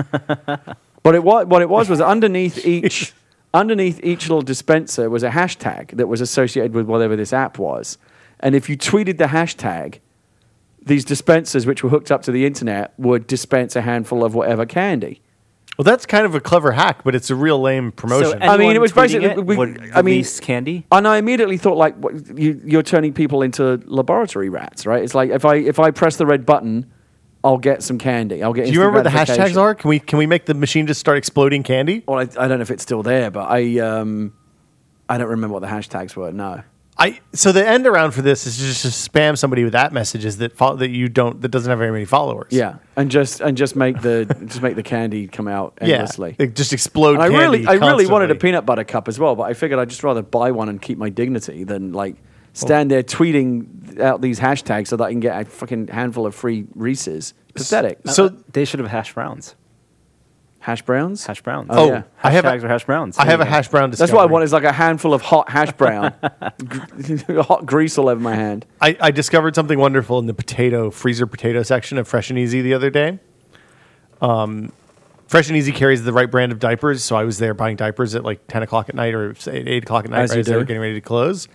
Speaker 4: but it was what it was was underneath each underneath each little dispenser was a hashtag that was associated with whatever this app was, and if you tweeted the hashtag, these dispensers which were hooked up to the internet would dispense a handful of whatever candy.
Speaker 2: Well, that's kind of a clever hack, but it's a real lame promotion.
Speaker 4: I mean, it was
Speaker 3: anyone tweeting
Speaker 4: basically- we-
Speaker 3: would
Speaker 4: I mean-
Speaker 3: release candy.
Speaker 4: And I immediately thought, like, what, you, you're turning people into laboratory rats, right? It's like if I if I press the red button, I'll get some candy. I'll get.
Speaker 2: Do you
Speaker 4: instant
Speaker 2: remember what the hashtags
Speaker 4: gratification.
Speaker 2: are? Can we can we make the machine just start exploding candy?
Speaker 4: Well, I, I don't know if it's still there, but I um, I don't remember what the hashtags were. No.
Speaker 2: I so the end around for this is just to spam somebody with that messages that fo- that you don't that doesn't have very many followers.
Speaker 4: Yeah, and just and just make the just make the candy come out
Speaker 2: yeah,
Speaker 4: endlessly.
Speaker 2: They just explode.
Speaker 4: And I
Speaker 2: candy
Speaker 4: really, I really wanted a
Speaker 2: constantly.
Speaker 4: peanut butter cup as well, but I figured I'd just rather buy one and keep my dignity than like stand there tweeting out these hashtags so that I can get a fucking handful of free Reese's. Pathetic.
Speaker 2: So
Speaker 3: They should have hash browns.
Speaker 4: Hash browns.
Speaker 3: Hash browns.
Speaker 4: Oh,
Speaker 2: oh,
Speaker 4: yeah.
Speaker 2: I have
Speaker 3: Hashtags
Speaker 2: a,
Speaker 3: or hash browns.
Speaker 2: I have a
Speaker 3: There you
Speaker 2: hash brown.
Speaker 4: That's what I
Speaker 2: discovery.
Speaker 4: want is like a handful of hot hash brown, Gr- hot grease all over my hand.
Speaker 2: I, I discovered something wonderful in the potato freezer potato section of Fresh and Easy the other day. Um, Fresh and Easy carries the right brand of diapers, so I was there buying diapers at like ten o'clock at night or say at eight o'clock at night
Speaker 4: As
Speaker 2: right
Speaker 4: you
Speaker 2: as they
Speaker 4: do.
Speaker 2: were getting ready to close.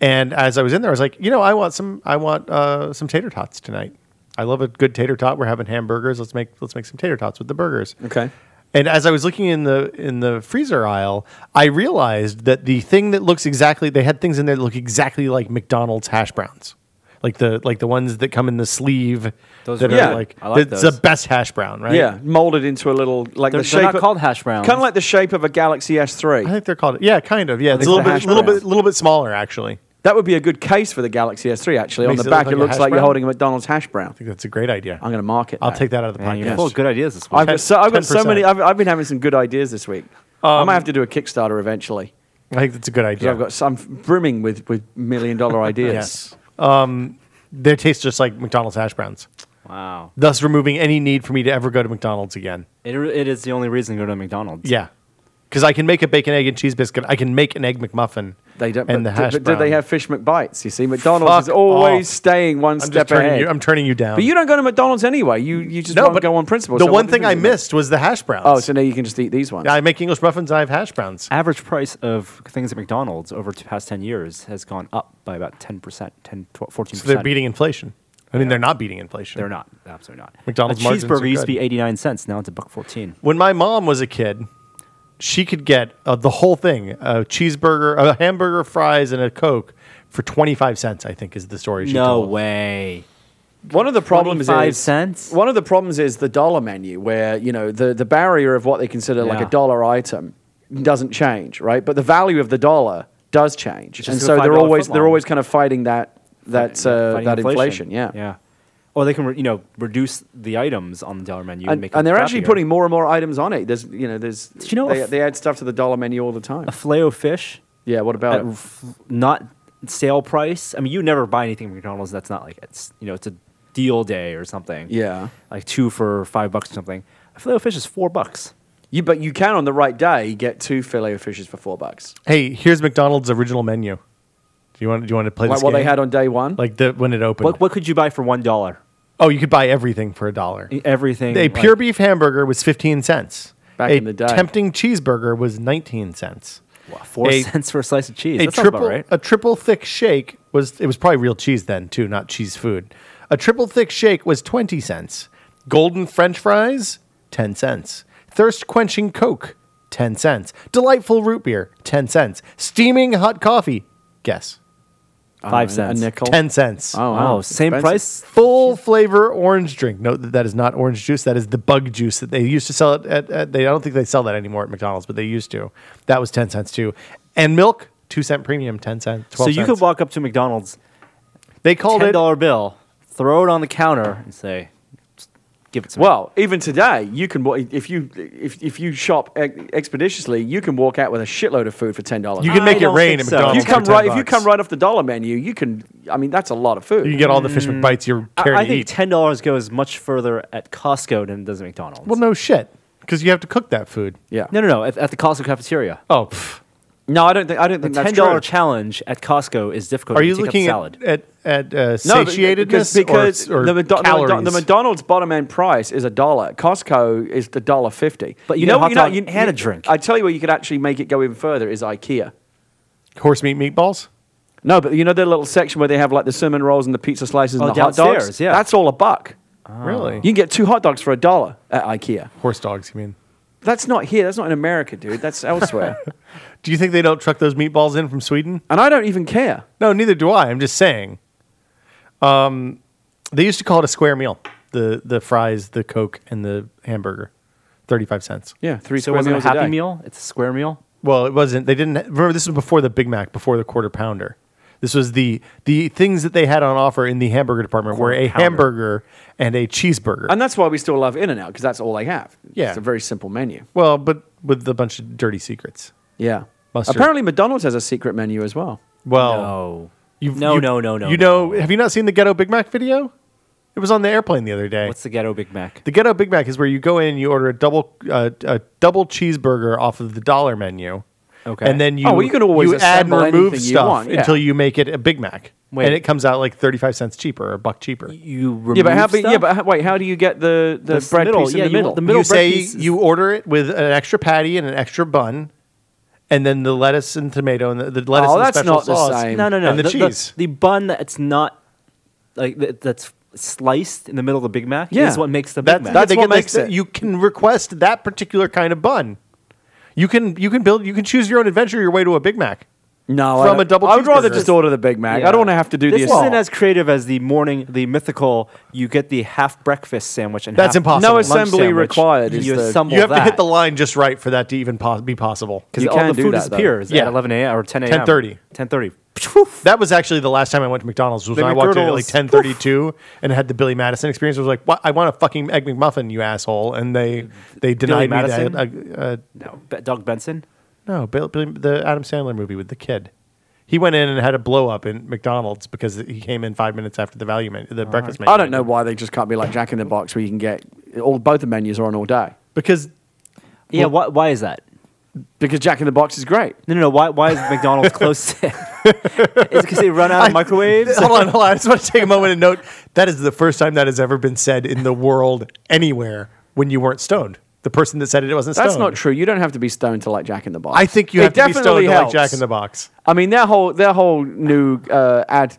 Speaker 2: And as I was in there, I was like, you know, I want some, I want uh, some tater tots tonight. I love a good tater tot. We're having hamburgers. Let's make let's make some tater tots with the burgers.
Speaker 4: Okay.
Speaker 2: And as I was looking in the in the freezer aisle, I realized that the thing that looks exactly they had things in there that look exactly like McDonald's hash browns. Like the like the ones that come in the sleeve
Speaker 3: Those
Speaker 2: that
Speaker 3: are
Speaker 2: are
Speaker 4: good.
Speaker 2: like
Speaker 3: I like
Speaker 2: it's
Speaker 3: those.
Speaker 2: the best hash brown, right?
Speaker 4: Yeah, molded into a little like
Speaker 3: They're,
Speaker 4: the
Speaker 3: they're
Speaker 4: shape
Speaker 3: not called hash browns.
Speaker 4: kind of like the shape of a Galaxy S3.
Speaker 2: I think they're called yeah, kind of. Yeah, it's
Speaker 4: think
Speaker 2: a little
Speaker 4: they're
Speaker 2: bit
Speaker 4: hash
Speaker 2: little
Speaker 4: browns.
Speaker 2: bit little bit smaller actually. I
Speaker 4: That would be a good case for the Galaxy S3. Actually, on
Speaker 2: Makes
Speaker 4: the
Speaker 2: it look like
Speaker 4: back, it
Speaker 2: a
Speaker 4: looks
Speaker 2: hash
Speaker 4: like you're
Speaker 2: brown?
Speaker 4: holding a McDonald's hash brown.
Speaker 2: think that's a great idea.
Speaker 4: I'm going to mark it.
Speaker 2: I'll
Speaker 4: now.
Speaker 2: take that out of the
Speaker 3: Man, you're
Speaker 2: podcast.
Speaker 3: full of good ideas this week.
Speaker 4: I've got so I've got so
Speaker 2: 10%.
Speaker 4: many. I've, I've been having some good ideas this week. I might have to do a Kickstarter eventually.
Speaker 2: I think that's a good
Speaker 4: 'cause
Speaker 2: idea.
Speaker 4: I've got some brimming with, with million dollar ideas.
Speaker 2: yes. Um, they taste just like McDonald's hash browns,
Speaker 3: wow.
Speaker 2: thus removing any need for me to ever go to McDonald's again.
Speaker 3: It, it is the only reason to go to McDonald's.
Speaker 2: Yeah, because I can make a bacon, egg, and cheese biscuit. I can make an egg McMuffin.
Speaker 4: They don't.
Speaker 2: And
Speaker 4: but
Speaker 2: the hash
Speaker 4: do, but do they
Speaker 2: brown.
Speaker 4: have fish McBites? You see, McDonald's is
Speaker 2: Fuck
Speaker 4: always
Speaker 2: off.
Speaker 4: staying one
Speaker 2: I'm
Speaker 4: step
Speaker 2: just turning
Speaker 4: ahead.
Speaker 2: you. I'm turning you down.
Speaker 4: but you don't go to McDonald's anyway. You you just
Speaker 2: No,
Speaker 4: won't
Speaker 2: but
Speaker 4: go on principle.
Speaker 2: The
Speaker 4: So
Speaker 2: one
Speaker 4: what
Speaker 2: thing I
Speaker 4: difference is it?
Speaker 2: missed was the hash browns.
Speaker 4: Oh, so now you can just eat these ones.
Speaker 2: I make English muffins. I have hash browns.
Speaker 3: Average price of things at McDonald's over the past 10 years has gone up by about 10%, 10, 12, 14%.
Speaker 2: So they're beating inflation. I mean, they're not beating inflation.
Speaker 3: They're not. Absolutely not.
Speaker 2: McDonald's
Speaker 3: a
Speaker 2: margins are
Speaker 3: cheeseburger used to
Speaker 2: good.
Speaker 3: be 89 cents. Now it's a buck 14.
Speaker 2: When my mom was a kid, she could get uh, the whole thing: a cheeseburger, a hamburger, fries, and a coke for twenty five cents. I think is the story. She
Speaker 3: No
Speaker 2: told.
Speaker 3: way.
Speaker 4: One of the problems
Speaker 3: 25
Speaker 4: is
Speaker 3: cents?
Speaker 4: One of the problems is the dollar menu, where you know the, the barrier of what they consider like
Speaker 3: Yeah.
Speaker 4: a dollar item doesn't change, right? But the value of the dollar does change,
Speaker 3: Just
Speaker 4: and
Speaker 3: the
Speaker 4: so they're
Speaker 3: $5
Speaker 4: always
Speaker 3: footlong.
Speaker 4: they're always kind of fighting that that uh,
Speaker 3: Fighting
Speaker 4: that inflation, yeah.
Speaker 3: Yeah. Or they can, re- you know, reduce the items on the dollar menu and,
Speaker 4: And,
Speaker 3: make
Speaker 4: and
Speaker 3: them
Speaker 4: they're actually
Speaker 3: crappier.
Speaker 4: putting more and more items on it. There's, you know, there's,
Speaker 3: Did you know
Speaker 4: they,
Speaker 3: a f-
Speaker 4: they add stuff to the dollar menu all the time.
Speaker 3: a filet of fish
Speaker 4: yeah, what
Speaker 3: at
Speaker 4: about it?
Speaker 3: f- not sale price. I mean, you never buy anything from McDonald's that's not like it's you know it's a deal day or something.
Speaker 4: Yeah.
Speaker 3: like two for five bucks or something. A filet of fish is four bucks.
Speaker 4: You, but you can on the right day get two filet of fishes for four bucks,
Speaker 2: Hey, here's McDonald's original menu. Do you want? Do you want to play
Speaker 4: like
Speaker 2: this
Speaker 4: what they
Speaker 2: game?
Speaker 4: had on day one.
Speaker 2: like the when it opened.
Speaker 3: What what could you buy for one dollar? E,
Speaker 2: Oh, you could buy everything for a dollar.
Speaker 3: Everything.
Speaker 2: A
Speaker 3: like-
Speaker 2: pure beef hamburger was 15 cents.
Speaker 4: Back
Speaker 2: a
Speaker 4: in the day.
Speaker 2: tempting cheeseburger was 19 cents.
Speaker 3: Wow, four
Speaker 2: a-
Speaker 3: cents for a slice of cheese.
Speaker 2: A
Speaker 3: that sounds about
Speaker 2: triple
Speaker 3: right?
Speaker 2: a triple thick shake was it was probably real cheese then too, not cheese food. A triple thick shake was 20 cents. Golden french fries 10 cents. Thirst quenching coke 10 cents. Delightful root beer 10 cents. Steaming hot coffee guess
Speaker 3: Five
Speaker 4: a-
Speaker 3: cents.
Speaker 4: a nickel.
Speaker 2: 10 cents.
Speaker 4: Oh,
Speaker 3: Wow,
Speaker 4: wow,
Speaker 3: same
Speaker 4: expensive.
Speaker 3: price.
Speaker 2: full flavor orange drink. Note that that is not orange juice. That is the bug juice that they used to sell it at. at they I don't think they sell that anymore at McDonald's, but they used to. That was ten cents too, and milk two cent premium, ten cents.
Speaker 3: So you could walk up to McDonald's,
Speaker 2: They called
Speaker 3: ten
Speaker 2: it.
Speaker 3: dollar bill, throw it on the counter, and say, "Just "Give it to me."
Speaker 4: Well, even today, you can wa- if you if, if you shop ex- expeditiously, you can walk out with a shitload of food for ten dollars.
Speaker 2: You can
Speaker 3: I
Speaker 2: make it
Speaker 3: don't
Speaker 2: rain
Speaker 3: think
Speaker 2: at
Speaker 3: so.
Speaker 2: McDonald's.
Speaker 4: you
Speaker 3: McDonald's
Speaker 4: come
Speaker 2: for
Speaker 4: right
Speaker 2: 10
Speaker 4: if you
Speaker 2: bucks.
Speaker 4: come right off the dollar menu. You can. I mean, that's a lot of food.
Speaker 2: You can get all the fish bites you're
Speaker 3: Mm. I,
Speaker 2: care
Speaker 3: I
Speaker 2: to
Speaker 3: think
Speaker 2: eat.
Speaker 3: ten dollars goes much further at Costco than it does at McDonald's.
Speaker 2: well, no shit, because you have to cook that food.
Speaker 4: yeah.
Speaker 3: No, no, no. At, at the Costco cafeteria,
Speaker 2: Oh, pff.
Speaker 4: No, I don't think. I don't
Speaker 3: the
Speaker 4: think
Speaker 3: ten
Speaker 4: that's
Speaker 3: dollar
Speaker 4: true.
Speaker 3: challenge at Costco is difficult.
Speaker 2: are
Speaker 3: to
Speaker 2: you
Speaker 3: take up
Speaker 2: looking
Speaker 3: salad?
Speaker 2: at at, at uh,
Speaker 4: No, but-
Speaker 2: satiatedness
Speaker 4: because, because
Speaker 2: or, or
Speaker 4: the, McDo- the McDo-
Speaker 2: calories?
Speaker 4: the McDonald's bottom end price is a dollar. Costco is the dollar fifty.
Speaker 3: But you get a hot
Speaker 4: know-
Speaker 3: dog and a drink.
Speaker 4: I tell you where you could actually make it go even further is IKEA.
Speaker 2: Horse meat meatballs.
Speaker 4: No, but you know their little section where they have like the cinnamon rolls and the pizza slices
Speaker 3: Oh,
Speaker 4: and the hot dogs.
Speaker 3: downstairs, yeah.
Speaker 4: that's all a buck.
Speaker 3: Oh.
Speaker 2: Really?
Speaker 4: You can get two hot dogs for a dollar at IKEA.
Speaker 2: Horse dogs. You mean?
Speaker 4: That's not here. That's not in America, dude. That's elsewhere.
Speaker 2: Do you think they don't truck those meatballs in from Sweden?
Speaker 4: and I don't even care.
Speaker 2: No, neither do I. I'm just saying. Um, they used to call it a square meal. The the fries, the coke, and the hamburger, thirty five cents.
Speaker 4: Yeah, three
Speaker 3: so
Speaker 4: square
Speaker 3: was it a
Speaker 4: meals a
Speaker 3: happy
Speaker 4: day.
Speaker 3: meal? It's a square meal.
Speaker 2: Well, it wasn't. They didn't remember. This was before the Big Mac, before the quarter pounder. This was the the things that they had on offer in the hamburger department were a
Speaker 3: Quarter pounder.
Speaker 2: hamburger and a cheeseburger.
Speaker 4: And that's why we still love In and Out because that's all they have.
Speaker 2: Yeah.
Speaker 4: It's a very simple menu.
Speaker 2: well, but with a bunch of dirty secrets.
Speaker 4: Yeah.
Speaker 2: Mustard.
Speaker 4: Apparently, McDonald's has a secret menu as well.
Speaker 2: Well,
Speaker 3: no.
Speaker 2: Oh. you've-
Speaker 3: no,
Speaker 2: you-
Speaker 3: no, no, no.
Speaker 2: You
Speaker 3: no.
Speaker 2: know, have you not seen the Ghetto Big Mac video? It was on the airplane the other day.
Speaker 3: what's the ghetto Big Mac?
Speaker 2: The ghetto Big Mac is where you go in and you order a double uh, a double cheeseburger off of the dollar menu,
Speaker 3: Okay.
Speaker 2: And then you
Speaker 4: Oh, well, you can always
Speaker 2: you add and
Speaker 4: assemble
Speaker 2: remove
Speaker 4: anything you
Speaker 2: stuff
Speaker 4: want, yeah.
Speaker 2: until you make it a Big Mac,
Speaker 3: Wait.
Speaker 2: and it comes out like thirty five cents cheaper, or a buck cheaper.
Speaker 3: you remove
Speaker 4: Yeah, but how? But,
Speaker 3: stuff?
Speaker 4: yeah, but how, wait, how do you get the the,
Speaker 3: The
Speaker 4: bread
Speaker 3: middle,
Speaker 4: piece in
Speaker 3: yeah,
Speaker 4: the
Speaker 3: you
Speaker 4: middle?
Speaker 3: want the middle
Speaker 2: you
Speaker 3: bread
Speaker 2: say
Speaker 3: pieces.
Speaker 2: you order it with an extra patty and an extra bun, and then the lettuce and tomato and the, the lettuce
Speaker 4: Oh,
Speaker 2: and
Speaker 4: that's
Speaker 2: special
Speaker 4: not the
Speaker 2: sauce.
Speaker 4: same.
Speaker 3: no, no, no.
Speaker 2: And the cheese.
Speaker 3: The, bun that's not like that, that's sliced in the middle of the Big Mac
Speaker 4: Yeah.
Speaker 3: is what makes the Big
Speaker 2: That,
Speaker 3: Mac.
Speaker 2: that's
Speaker 4: They
Speaker 2: what
Speaker 4: get, like,
Speaker 2: makes it.
Speaker 4: the-
Speaker 2: You can request that particular kind of bun. You can you can build you can choose your own adventure your way to a Big Mac.
Speaker 4: no,
Speaker 2: From
Speaker 4: I don't-
Speaker 2: a double
Speaker 4: I would rather
Speaker 2: cheeseburger.
Speaker 4: just order the Big Mac. I
Speaker 3: Yeah.
Speaker 4: don't want to have to do
Speaker 3: this
Speaker 4: the.
Speaker 3: isn't as creative as the morning, the mythical. You get the half breakfast sandwich and
Speaker 2: That's
Speaker 3: half
Speaker 2: impossible.
Speaker 4: no
Speaker 2: lunch
Speaker 4: assembly
Speaker 3: sandwich.
Speaker 4: required. Is
Speaker 3: You
Speaker 4: the,
Speaker 3: assemble
Speaker 2: you have to
Speaker 3: that.
Speaker 2: hit the line just right for that to even pos- be possible.
Speaker 3: because
Speaker 4: You
Speaker 3: all
Speaker 4: can
Speaker 3: the
Speaker 4: do
Speaker 3: food
Speaker 4: that, though.
Speaker 3: disappears
Speaker 2: Yeah.
Speaker 3: at 11 a.m. or 10 a.m.
Speaker 2: 10:30.
Speaker 3: 10:30.
Speaker 2: That was actually the last time I went to McDonald's was
Speaker 3: The
Speaker 2: when I walked in at
Speaker 3: McGriddles.
Speaker 2: like ten thirty two and had the Billy Madison experience. I was like, what? I want a fucking egg McMuffin, you asshole! And they they denied me
Speaker 3: Madison?
Speaker 2: that. Uh, uh,
Speaker 3: No, Be- Doug Benson.
Speaker 2: no, Bill, Billy, the Adam Sandler movie with the kid. He went in and had a blow up in McDonald's because he came in five minutes after the value menu, the breakfast menu.
Speaker 4: I don't know why they just can't be like Jack in the Box, where you can get all both the menus are on all day.
Speaker 2: because
Speaker 3: Yeah, why, why is that?
Speaker 4: Because Jack in the Box is great.
Speaker 3: No, no, no. Why, why is McDonald's closed? is it because they run out of microwaves?
Speaker 2: hold on, hold on. I just want to take a moment and note that is the first time that has ever been said in the world anywhere when you weren't stoned. The person that said it wasn't stoned.
Speaker 4: That's not true. You don't have to be stoned to like Jack in the Box.
Speaker 2: I think you
Speaker 4: It
Speaker 2: have to be
Speaker 4: definitely
Speaker 2: stoned to like
Speaker 4: helps.
Speaker 2: Jack in the Box.
Speaker 4: I mean, their whole their whole new uh, ad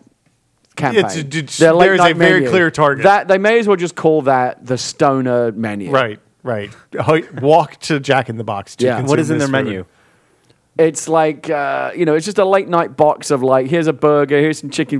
Speaker 4: campaign.
Speaker 2: It's- it's-
Speaker 4: their late
Speaker 2: there is a
Speaker 4: night
Speaker 2: very
Speaker 4: menu.
Speaker 2: clear target.
Speaker 4: That they may as well just call that the stoner menu.
Speaker 2: Right, right. Ho- Walk to Jack in the Box. To
Speaker 4: Yeah.
Speaker 2: consume
Speaker 3: What is in their
Speaker 2: this food.
Speaker 3: menu?
Speaker 4: It's like uh, you know, it's just a late night box of like, here's a burger, here's some chicken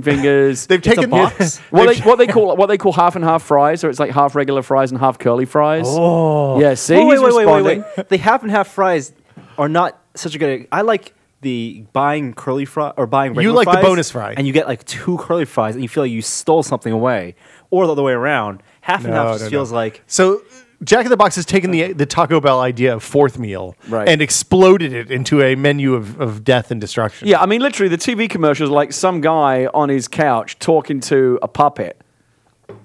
Speaker 4: fingers.
Speaker 2: They've taken
Speaker 3: box?
Speaker 4: what they
Speaker 2: they've-
Speaker 4: what they call what they call half and half fries, so it's like half regular fries and half curly fries. Oh, yeah. See,
Speaker 3: Wait,
Speaker 4: he's
Speaker 3: wait, wait, wait,
Speaker 4: responding.
Speaker 3: wait, wait. The half and half fries are not such a good. I like the buying curly fry or buying. Regular
Speaker 2: like the
Speaker 3: fries,
Speaker 2: bonus fry.
Speaker 3: and you get like two curly fries, and you feel like you stole something away, or the other way around. Half and
Speaker 2: No,
Speaker 3: half just
Speaker 2: no, no.
Speaker 3: feels like
Speaker 2: So Jack in the Box has taken the the Taco Bell idea of fourth meal
Speaker 4: Right.
Speaker 2: and exploded it into a menu of, of death and destruction.
Speaker 4: Yeah, I mean, literally, the TV commercials like some guy on his couch talking to a puppet.
Speaker 3: and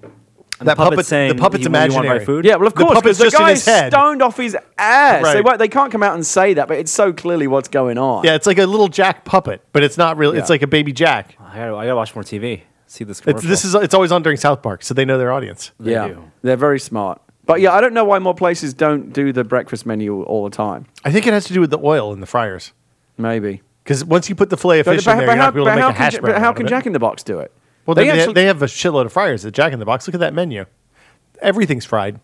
Speaker 3: the
Speaker 2: that puppet- the
Speaker 3: saying,
Speaker 2: puppet's
Speaker 3: "You want- you want my
Speaker 2: imaginary.
Speaker 3: food?
Speaker 4: Yeah, well, of
Speaker 2: The
Speaker 4: course,
Speaker 2: puppet's
Speaker 4: because the
Speaker 2: just in
Speaker 4: guy's
Speaker 2: his head.
Speaker 4: stoned off his ass. They
Speaker 2: Right.
Speaker 4: won't- They, can't come out and say that, but it's so clearly what's going on.
Speaker 2: Yeah, it's like a little Jack puppet, but it's not really. It's
Speaker 4: Yeah.
Speaker 2: like a baby Jack.
Speaker 3: I gotta, I gotta watch more TV. See this
Speaker 2: It's,
Speaker 3: commercial.
Speaker 2: this is it's always on during South Park, so they know their audience.
Speaker 3: They
Speaker 4: yeah,
Speaker 3: do.
Speaker 4: they're very smart. But yeah, I don't know why more places don't do the breakfast menu all the time.
Speaker 2: I think it has to do with the oil in the fryers,
Speaker 4: Maybe.
Speaker 2: because once you put the fillet of fish in there, you're not going to
Speaker 4: but
Speaker 2: make
Speaker 4: how
Speaker 2: a hash
Speaker 4: can,
Speaker 2: brown
Speaker 4: but how
Speaker 2: out of
Speaker 4: can
Speaker 2: it.
Speaker 4: Jack in the Box do it?
Speaker 2: Well, they, they,
Speaker 4: actually-
Speaker 2: they have a shitload of fryers at Jack in the Box. Look at that menu. Everything's fried.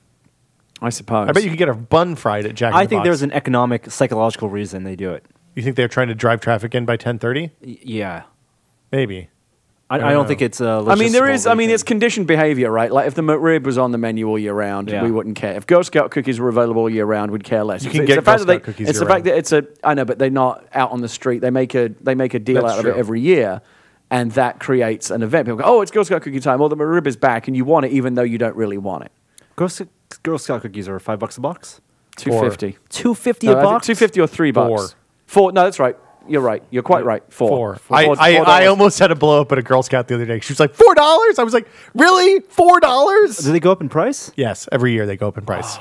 Speaker 4: I suppose.
Speaker 2: I bet you could get a bun fried at Jack. in
Speaker 3: I
Speaker 2: the
Speaker 3: think
Speaker 2: Box.
Speaker 3: there's an economic, psychological reason they do it.
Speaker 2: You think they're trying to drive traffic in by ten thirty?
Speaker 3: Y- Yeah,
Speaker 2: Maybe.
Speaker 3: I, I
Speaker 2: don't
Speaker 3: don't,
Speaker 2: know.
Speaker 3: think it's. uh, I
Speaker 4: I mean, there is. I mean, it's conditioned behavior, right? Like if the McRib was on the menu all year round,
Speaker 3: Yeah.
Speaker 4: we wouldn't care. If Girl Scout cookies were available all year round, we'd care less.
Speaker 2: You can
Speaker 4: It's
Speaker 2: get
Speaker 4: the fact
Speaker 2: Girl
Speaker 4: that
Speaker 2: Scout
Speaker 4: they-
Speaker 2: cookies
Speaker 4: It's the
Speaker 2: year
Speaker 4: fact that it's a. I know, but they're not out on the street. They make a. They make a deal
Speaker 2: That's
Speaker 4: out of
Speaker 2: true.
Speaker 4: it every year, and that creates an event. People go, "Oh, it's Girl Scout cookie time!" Well, the McRib is back, and you want it, even though you don't really want it.
Speaker 3: Girl, Sc- Girl Scout cookies are five bucks a box.
Speaker 4: Two fifty.
Speaker 3: Two fifty
Speaker 4: No,
Speaker 3: a box.
Speaker 4: Two fifty or three
Speaker 2: Four.
Speaker 4: bucks. Four. No, that's right. You're right. You're quite right. Four.
Speaker 2: Four.
Speaker 4: Four-
Speaker 2: I,
Speaker 4: four
Speaker 2: I, I
Speaker 4: dollars.
Speaker 2: almost had a blow up at a Girl Scout the other day. She was like, four dollars? I was like, really? Four dollars?
Speaker 3: Do they go up in price?
Speaker 2: Yes, every year they go up in price.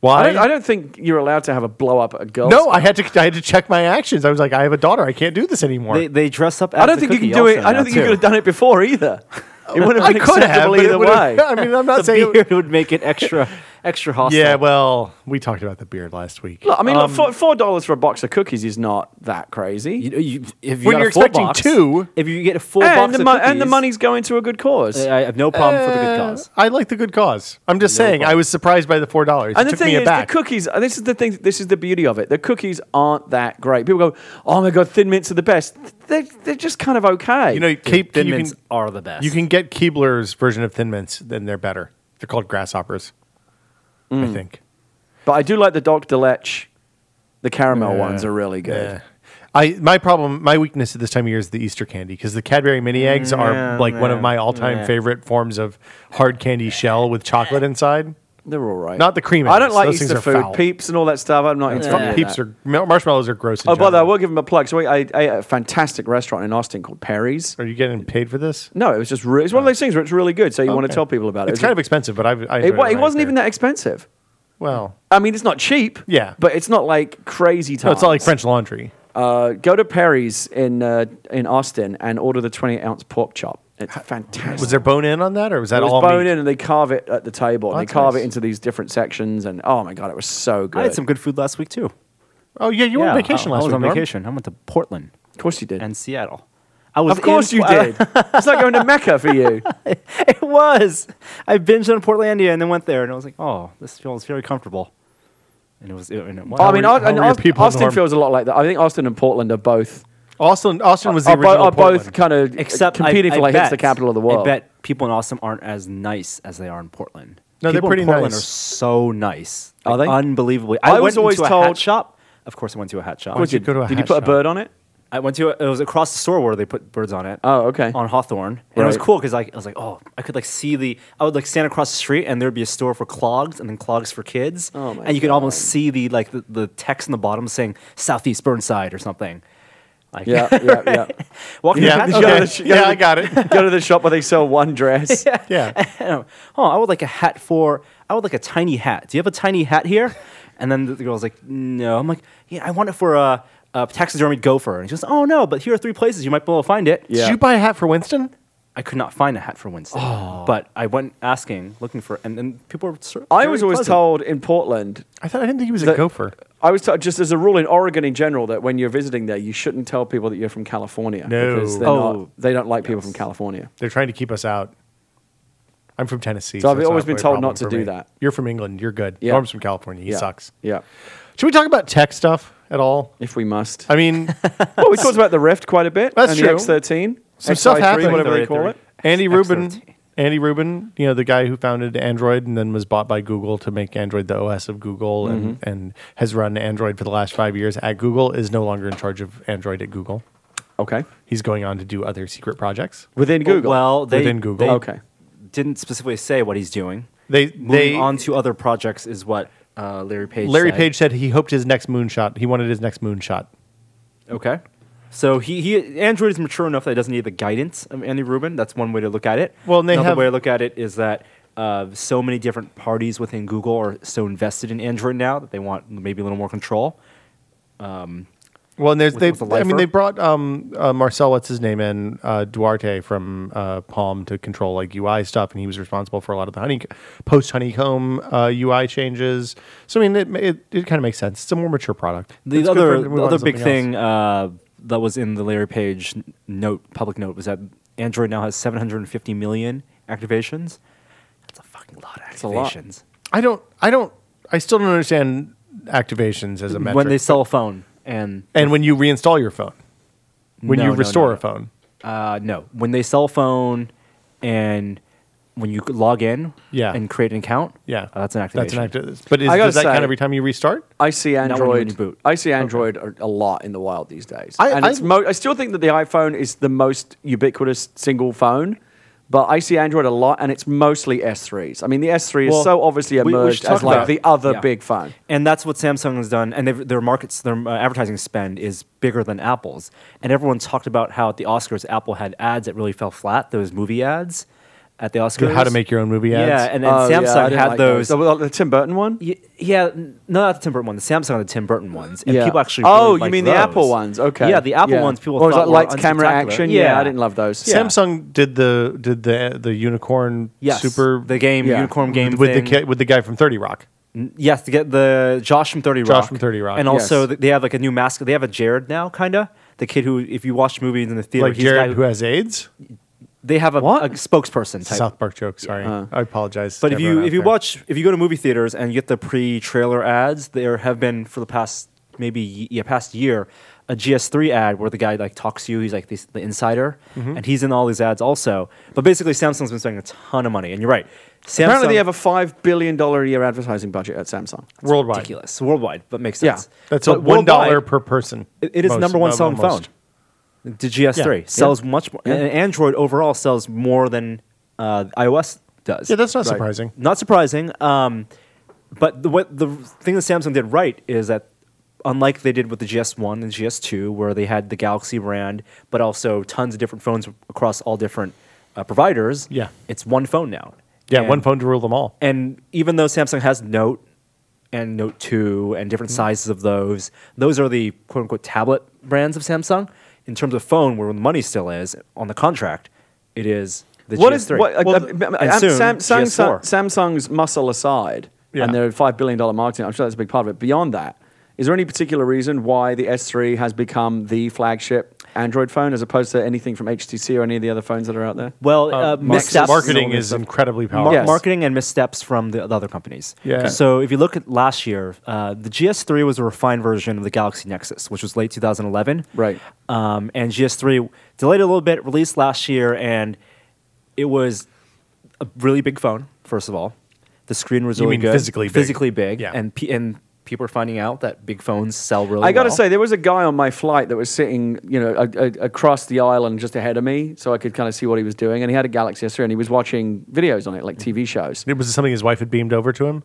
Speaker 2: Why?
Speaker 4: I don't, I don't think you're allowed to have a blow up at a girl.
Speaker 2: no, I had to I had to check my actions. I was like, I have a daughter. I can't do this anymore.
Speaker 3: They, they dress up. As
Speaker 4: I don't
Speaker 3: the
Speaker 4: think you can
Speaker 3: cookie
Speaker 4: do it.
Speaker 3: also
Speaker 4: I don't
Speaker 3: now,
Speaker 4: think you
Speaker 3: too.
Speaker 4: could have done it before either. It would have
Speaker 2: I
Speaker 4: been
Speaker 2: could have,
Speaker 4: acceptable
Speaker 2: but it
Speaker 4: either
Speaker 2: would've-
Speaker 4: way.
Speaker 2: I mean, I'm not
Speaker 3: The
Speaker 2: saying.
Speaker 3: beard would make it extra, extra hostile.
Speaker 2: yeah, well, we talked about the beard last week.
Speaker 4: Look, I mean, look, four- four dollars for a box of cookies is not that crazy,
Speaker 3: You, you, if you
Speaker 2: When
Speaker 3: got a
Speaker 2: you're
Speaker 3: full
Speaker 2: expecting
Speaker 3: box-
Speaker 2: two-
Speaker 3: if you get a full
Speaker 4: and
Speaker 3: box
Speaker 4: the,
Speaker 3: of
Speaker 4: mo-
Speaker 3: cookies,
Speaker 4: and the money's going to a good cause.
Speaker 3: I I have no problem for the good
Speaker 2: Uh,
Speaker 3: cause.
Speaker 2: I like the good cause. I'm just saying, I was surprised by the four dollars. It
Speaker 4: and the
Speaker 2: took
Speaker 4: thing
Speaker 2: me
Speaker 4: is,
Speaker 2: aback.
Speaker 4: the cookies. and This is the thing. This is the beauty of it. The cookies aren't that great. People go, "Oh my god, thin mints are the best." They're, they're just kind of okay.
Speaker 2: you know, Cape,
Speaker 3: Thin
Speaker 2: you
Speaker 3: mints
Speaker 2: can,
Speaker 3: are the best.
Speaker 2: You can get Keebler's version of Thin Mints, then they're better. They're called grasshoppers, I think.
Speaker 4: but I do like the Dr. Lech. The caramel
Speaker 2: Yeah.
Speaker 4: ones are really good.
Speaker 2: Yeah. Uh, I my problem, my weakness at this time of year is the Easter candy because the Cadbury mini eggs
Speaker 3: Yeah,
Speaker 2: are like one of
Speaker 3: yeah,
Speaker 2: my all-time
Speaker 3: yeah.
Speaker 2: favorite forms of hard candy shell with chocolate inside.
Speaker 4: They're all right.
Speaker 2: Not the cream
Speaker 4: I don't
Speaker 2: eggs.
Speaker 4: like
Speaker 2: Those things
Speaker 4: Easter
Speaker 2: are
Speaker 4: food,
Speaker 2: foul.
Speaker 4: peeps, and all that stuff. I'm not into
Speaker 2: Fuck
Speaker 4: any of
Speaker 2: peeps
Speaker 4: that.
Speaker 2: are mar- marshmallows are gross. in
Speaker 4: Oh, by the way, I
Speaker 2: general.
Speaker 4: will give him a plug. So we, I, I ate at a fantastic restaurant in Austin called Perry's.
Speaker 2: are you getting paid for this?
Speaker 4: No, it was just re- it's one of those things where it's really good, so you want to
Speaker 2: Okay.
Speaker 4: tell people about it.
Speaker 2: It's kind of expensive, but I've, I
Speaker 4: it,
Speaker 2: enjoyed
Speaker 4: wa- it
Speaker 2: when I
Speaker 4: wasn't
Speaker 2: ate
Speaker 4: even
Speaker 2: there.
Speaker 4: that expensive.
Speaker 2: well.
Speaker 4: I mean, it's not cheap.
Speaker 2: Yeah.
Speaker 4: but it's not like crazy. Times.
Speaker 2: No, it's not like French Laundry.
Speaker 4: Uh, go to Perry's in uh, in Austin and order the 20 ounce pork chop. It's fantastic.
Speaker 2: Was there bone in on that, or was that
Speaker 4: It was
Speaker 2: all
Speaker 4: bone
Speaker 2: meat?
Speaker 4: in, and they carve it at the table. and they
Speaker 2: that's
Speaker 4: carve
Speaker 2: nice.
Speaker 4: it into these different sections, and oh my god, it was so good.
Speaker 3: I had some good food last week too.
Speaker 2: Oh yeah, you were on
Speaker 3: Yeah,
Speaker 2: vacation
Speaker 3: I,
Speaker 2: last
Speaker 3: I was
Speaker 2: week.
Speaker 3: on
Speaker 2: Norm.
Speaker 3: vacation. I went to Portland
Speaker 4: of course you did.
Speaker 3: and Seattle. I was
Speaker 4: of course
Speaker 3: in-
Speaker 4: you did. it's not going to Mecca for you.
Speaker 3: it was. I binged on Portlandia and then went there, and I was like, oh, this feels very comfortable. And it was. It, and it,
Speaker 4: I mean,
Speaker 2: were-
Speaker 4: Aust-
Speaker 2: how
Speaker 4: and
Speaker 2: were your
Speaker 4: Aust-
Speaker 2: people,
Speaker 4: Austin
Speaker 2: Norm?
Speaker 4: feels a lot like that. I think Austin and Portland are both
Speaker 2: Austin, Austin was the
Speaker 4: are, bo-
Speaker 2: original.
Speaker 4: are Uh, both
Speaker 2: Portland.
Speaker 4: kind of
Speaker 3: except
Speaker 4: uh, competing
Speaker 3: I,
Speaker 4: for
Speaker 3: I
Speaker 4: like
Speaker 3: bet,
Speaker 4: it's the capital of the world.
Speaker 3: I bet people in Austin aren't as nice as they are in Portland.
Speaker 2: No, they're
Speaker 3: people
Speaker 2: pretty
Speaker 3: in Portland
Speaker 2: nice.
Speaker 3: are so nice.
Speaker 4: Are
Speaker 3: Like,
Speaker 4: they?
Speaker 3: Unbelievably.
Speaker 4: I
Speaker 3: I,
Speaker 4: was
Speaker 3: went
Speaker 4: always
Speaker 3: into a
Speaker 4: told-
Speaker 3: hat shop. Of course, I went to a hat shop.
Speaker 4: Of course
Speaker 2: you go to a
Speaker 4: did you
Speaker 2: hat
Speaker 4: put a
Speaker 2: shop?
Speaker 4: bird on it?
Speaker 3: I went to a, it was across the store where they put birds on it.
Speaker 4: Oh, okay.
Speaker 3: On Hawthorne, and it was
Speaker 4: Right.
Speaker 3: cool because like I was like, oh, I could like see the. I would like stand across the street, and there'd be a store for clogs, and then clogs for kids,
Speaker 4: Oh, my
Speaker 3: and you could
Speaker 4: God.
Speaker 3: almost see the like the, the text in the bottom saying Southeast Burnside or something. Like
Speaker 4: Yeah, yeah, yeah.
Speaker 3: walking
Speaker 2: Yeah,
Speaker 3: past,
Speaker 4: you go to
Speaker 2: okay.
Speaker 4: the sh-
Speaker 2: yeah, I got it.
Speaker 4: Go to the shop where they sell one dress.
Speaker 2: Yeah.
Speaker 3: oh, I would like a hat for, I would like a tiny hat. Do you have a tiny hat here? And then the the girl's like, no. I'm like, yeah, I want it for a, a taxidermy gopher. And she goes, oh no, but here are three places you might be able to find it.
Speaker 4: Yeah.
Speaker 2: Did you buy a hat for Winston?
Speaker 3: I could not find a hat for Winston. But I went asking, looking for, and then people were sort of
Speaker 4: I
Speaker 3: very
Speaker 4: was always
Speaker 3: pleasant.
Speaker 4: told in Portland.
Speaker 2: I thought I didn't think he was a
Speaker 4: The-
Speaker 2: gopher.
Speaker 4: I was told just as a rule in Oregon in general that when you're visiting there, you shouldn't tell people that you're from California
Speaker 2: No.
Speaker 4: because they're
Speaker 3: Oh.
Speaker 4: not, they don't like people from California.
Speaker 2: They're trying to keep us out. I'm from Tennessee.
Speaker 4: So I've
Speaker 2: it's
Speaker 4: always
Speaker 2: not
Speaker 4: been
Speaker 2: really a
Speaker 4: told
Speaker 2: problem
Speaker 4: not to
Speaker 2: for
Speaker 4: do
Speaker 2: me.
Speaker 4: that.
Speaker 2: You're from England. You're good.
Speaker 4: Yeah.
Speaker 2: Norm's from California. He
Speaker 4: yeah.
Speaker 2: sucks.
Speaker 4: Yeah,
Speaker 2: Should we talk about tech stuff at all?
Speaker 4: if we must.
Speaker 2: I mean,
Speaker 4: well, we talked about the Rift quite a bit.
Speaker 2: That's
Speaker 4: and
Speaker 2: true.
Speaker 4: The X13,
Speaker 2: Some stuff
Speaker 4: XI3,
Speaker 2: happened.
Speaker 4: whatever they call it.
Speaker 2: Andy Rubin.
Speaker 3: Excellent.
Speaker 2: Andy Rubin, you know the guy who founded Android and then was bought by Google to make Android the OS of Google, and, and has run Android for the last five years at Google, is no longer in charge of Android at Google.
Speaker 4: Okay,
Speaker 2: He's going on to do other secret projects.
Speaker 4: within Google.
Speaker 3: Oh, Well, they,
Speaker 2: Within Google.
Speaker 3: they
Speaker 4: Okay.
Speaker 3: didn't specifically say what he's doing.
Speaker 2: They
Speaker 3: Moving
Speaker 2: they
Speaker 3: on to other projects is what uh, Larry Page
Speaker 2: Larry
Speaker 3: said.
Speaker 2: Page said he hoped his next moonshot. He wanted his next moonshot.
Speaker 3: Okay. So he, he Android is mature enough that it doesn't need the guidance of Andy Rubin. That's one way to look at it.
Speaker 2: Well, and they
Speaker 3: another
Speaker 2: have-
Speaker 3: way to look at it is that uh, so many different parties within Google are so invested in Android now that they want maybe a little more control.
Speaker 2: Well, and there's
Speaker 3: With-
Speaker 2: they.
Speaker 3: with a
Speaker 2: I mean,
Speaker 3: lifer?
Speaker 2: they brought um, uh, Marcel, what's his name, in uh, Duarte from uh, Palm to control like UI stuff, and he was responsible for a lot of the honey post honeycomb uh, UI changes. So I mean, it it, it kind of makes sense. It's a more mature product.
Speaker 3: The
Speaker 2: It's good for
Speaker 3: other
Speaker 2: him to move
Speaker 3: the
Speaker 2: on
Speaker 3: other
Speaker 2: to
Speaker 3: big
Speaker 2: something else.
Speaker 3: thing uh, that was in the Larry Page n- note public note was that Android now has 750 million activations. That's a fucking lot of
Speaker 4: a lot.
Speaker 3: activations.
Speaker 2: I don't. I don't. I still don't understand activations as a metric.
Speaker 3: When they sell a phone and
Speaker 2: and when you reinstall your phone, when
Speaker 3: No,
Speaker 2: you
Speaker 3: no, no,
Speaker 2: restore
Speaker 3: no.
Speaker 2: a phone.
Speaker 3: Uh, no, when they sell phone and when you log in
Speaker 2: Yeah.
Speaker 3: and create an account,
Speaker 2: Yeah,
Speaker 3: uh, that's an activation.
Speaker 2: That's an active. But is,
Speaker 4: I gotta
Speaker 2: does that count
Speaker 4: say-
Speaker 2: every time you restart?
Speaker 4: I see
Speaker 3: when you
Speaker 4: Android.
Speaker 3: reboot.
Speaker 4: I see Android a, a lot in the wild these days,
Speaker 2: I-
Speaker 4: and
Speaker 2: I-
Speaker 4: it's mo- I still think that the iPhone is the most ubiquitous single phone. But I see Android a lot, and it's mostly S3s. I mean, the S3
Speaker 2: Well,
Speaker 4: is so obviously
Speaker 2: we- we
Speaker 4: emerged
Speaker 2: should talk
Speaker 4: as like
Speaker 2: about-
Speaker 4: the other
Speaker 3: Yeah.
Speaker 4: big phone.
Speaker 3: And that's what Samsung has done, and they've- their markets, their uh, advertising spend is bigger than Apple's. And everyone talked about how at the Oscars, Apple had ads that really fell flat. Those movie ads at the Oscars,
Speaker 2: How to make your own movie ads?
Speaker 3: Yeah, and, and
Speaker 4: Oh, yeah, I
Speaker 3: Samsung
Speaker 4: didn't
Speaker 3: had
Speaker 4: like
Speaker 3: those.
Speaker 4: The, the Tim Burton one.
Speaker 3: Y- Yeah, n- no, not the Tim Burton one. The Samsung and the Tim Burton ones, and
Speaker 4: Yeah.
Speaker 3: people actually.
Speaker 4: Oh,
Speaker 3: really
Speaker 4: you
Speaker 3: liked
Speaker 4: mean
Speaker 3: those.
Speaker 4: the Apple ones? Okay.
Speaker 3: Yeah, the Apple
Speaker 4: Yeah.
Speaker 3: ones. People
Speaker 4: What was
Speaker 3: thought
Speaker 4: that
Speaker 3: were
Speaker 4: lights, camera,
Speaker 3: unspectacular.
Speaker 4: action? Yeah. I didn't love those. Yeah.
Speaker 2: Samsung did the did the the unicorn
Speaker 3: Yes,
Speaker 2: super
Speaker 3: the game
Speaker 4: Yeah.
Speaker 3: unicorn game
Speaker 2: with the
Speaker 3: thing.
Speaker 2: ki- with the guy from Thirty Rock.
Speaker 3: N- Yes, to get the Josh from Thirty Rock.
Speaker 2: Josh from 30 Rock,
Speaker 3: and also
Speaker 4: yes.
Speaker 3: th- they have like a new mask. They have a Jared now, kind of the kid who, if you watch movies in the theater,
Speaker 2: like
Speaker 3: he's the guy
Speaker 2: Jared who has AIDS.
Speaker 3: they have a,
Speaker 4: What?
Speaker 3: a spokesperson type.
Speaker 2: South Park joke. Sorry,
Speaker 4: Uh.
Speaker 2: I apologize.
Speaker 3: but
Speaker 2: to
Speaker 3: if
Speaker 2: everyone
Speaker 3: you
Speaker 2: out
Speaker 3: if you
Speaker 2: there.
Speaker 3: watch if you go to movie theaters and you get the pre-trailer ads, there have been for the past maybe y- yeah past year a GS3 ad where the guy like talks to you. He's like this, the insider,
Speaker 2: Mm-hmm.
Speaker 3: and he's in all these ads also. But basically, Samsung's been spending a ton of money, and you're right. Samsung,
Speaker 4: Apparently, they have a five billion dollar a year advertising budget at Samsung.
Speaker 2: worldwide,
Speaker 3: ridiculous worldwide, but makes
Speaker 4: Yeah.
Speaker 3: sense.
Speaker 2: that's
Speaker 3: But
Speaker 2: a one dollar
Speaker 3: worldwide-
Speaker 2: per person.
Speaker 3: It, it is
Speaker 2: Most-
Speaker 3: number one
Speaker 2: well,
Speaker 3: selling
Speaker 2: almost.
Speaker 3: phone. The GS3
Speaker 2: Yeah.
Speaker 3: sells much more.
Speaker 4: Yeah.
Speaker 3: And Android overall sells more than uh, iOS does.
Speaker 2: Yeah, that's not
Speaker 4: Right.
Speaker 2: surprising.
Speaker 3: not surprising. Um, but the, what the thing that Samsung did right is that, unlike they did with the GS1 and GS2, where they had the Galaxy brand, but also tons of different phones across all different uh, providers.
Speaker 2: Yeah.
Speaker 3: it's one phone now.
Speaker 2: Yeah,
Speaker 3: And-
Speaker 2: one phone to rule them all.
Speaker 3: and even though Samsung has Note and Note 2 and
Speaker 4: Mm-hmm.
Speaker 3: different sizes of those. Those are the quote unquote tablet brands of Samsung. In terms of phone, where the money still is on the contract, it is the
Speaker 4: What
Speaker 3: GS3.
Speaker 4: is what, uh, uh,
Speaker 3: and
Speaker 4: um,
Speaker 3: soon,
Speaker 4: Sam- Sam-
Speaker 3: GS4.
Speaker 4: Samsung's muscle aside,
Speaker 2: Yeah.
Speaker 4: and their five billion dollar marketing? I'm sure that's a big part of it. Beyond that, is there any particular reason why the S3 has become the flagship Android phone as opposed to anything from HTC or any of the other phones that are out there?
Speaker 3: Well, uh,
Speaker 2: Mark-
Speaker 3: missteps.
Speaker 2: Um, marketing is incredibly powerful.
Speaker 4: Yes.
Speaker 3: marketing and missteps from the, the other companies.
Speaker 2: Yeah. Okay.
Speaker 3: So if you look at last year, uh, the GS3 was a refined version of the Galaxy Nexus, which was late 2011.
Speaker 4: Right.
Speaker 3: Um, and GS3 delayed a little bit, released last year, and it was a really big phone. First of all, the screen was
Speaker 2: You
Speaker 3: really
Speaker 2: mean
Speaker 3: good,
Speaker 2: physically big.
Speaker 3: physically big,
Speaker 2: Yeah.
Speaker 3: and pe- and people are finding out that big phones sell really.
Speaker 4: I got to
Speaker 3: well.
Speaker 4: say, there was a guy on my flight that was sitting, you know, a, a, across the aisle and just ahead of me, so I could kind of see what he was doing. And he had a Galaxy S3, and he was watching videos on it, like TV shows.
Speaker 2: It was something his wife had beamed over to him.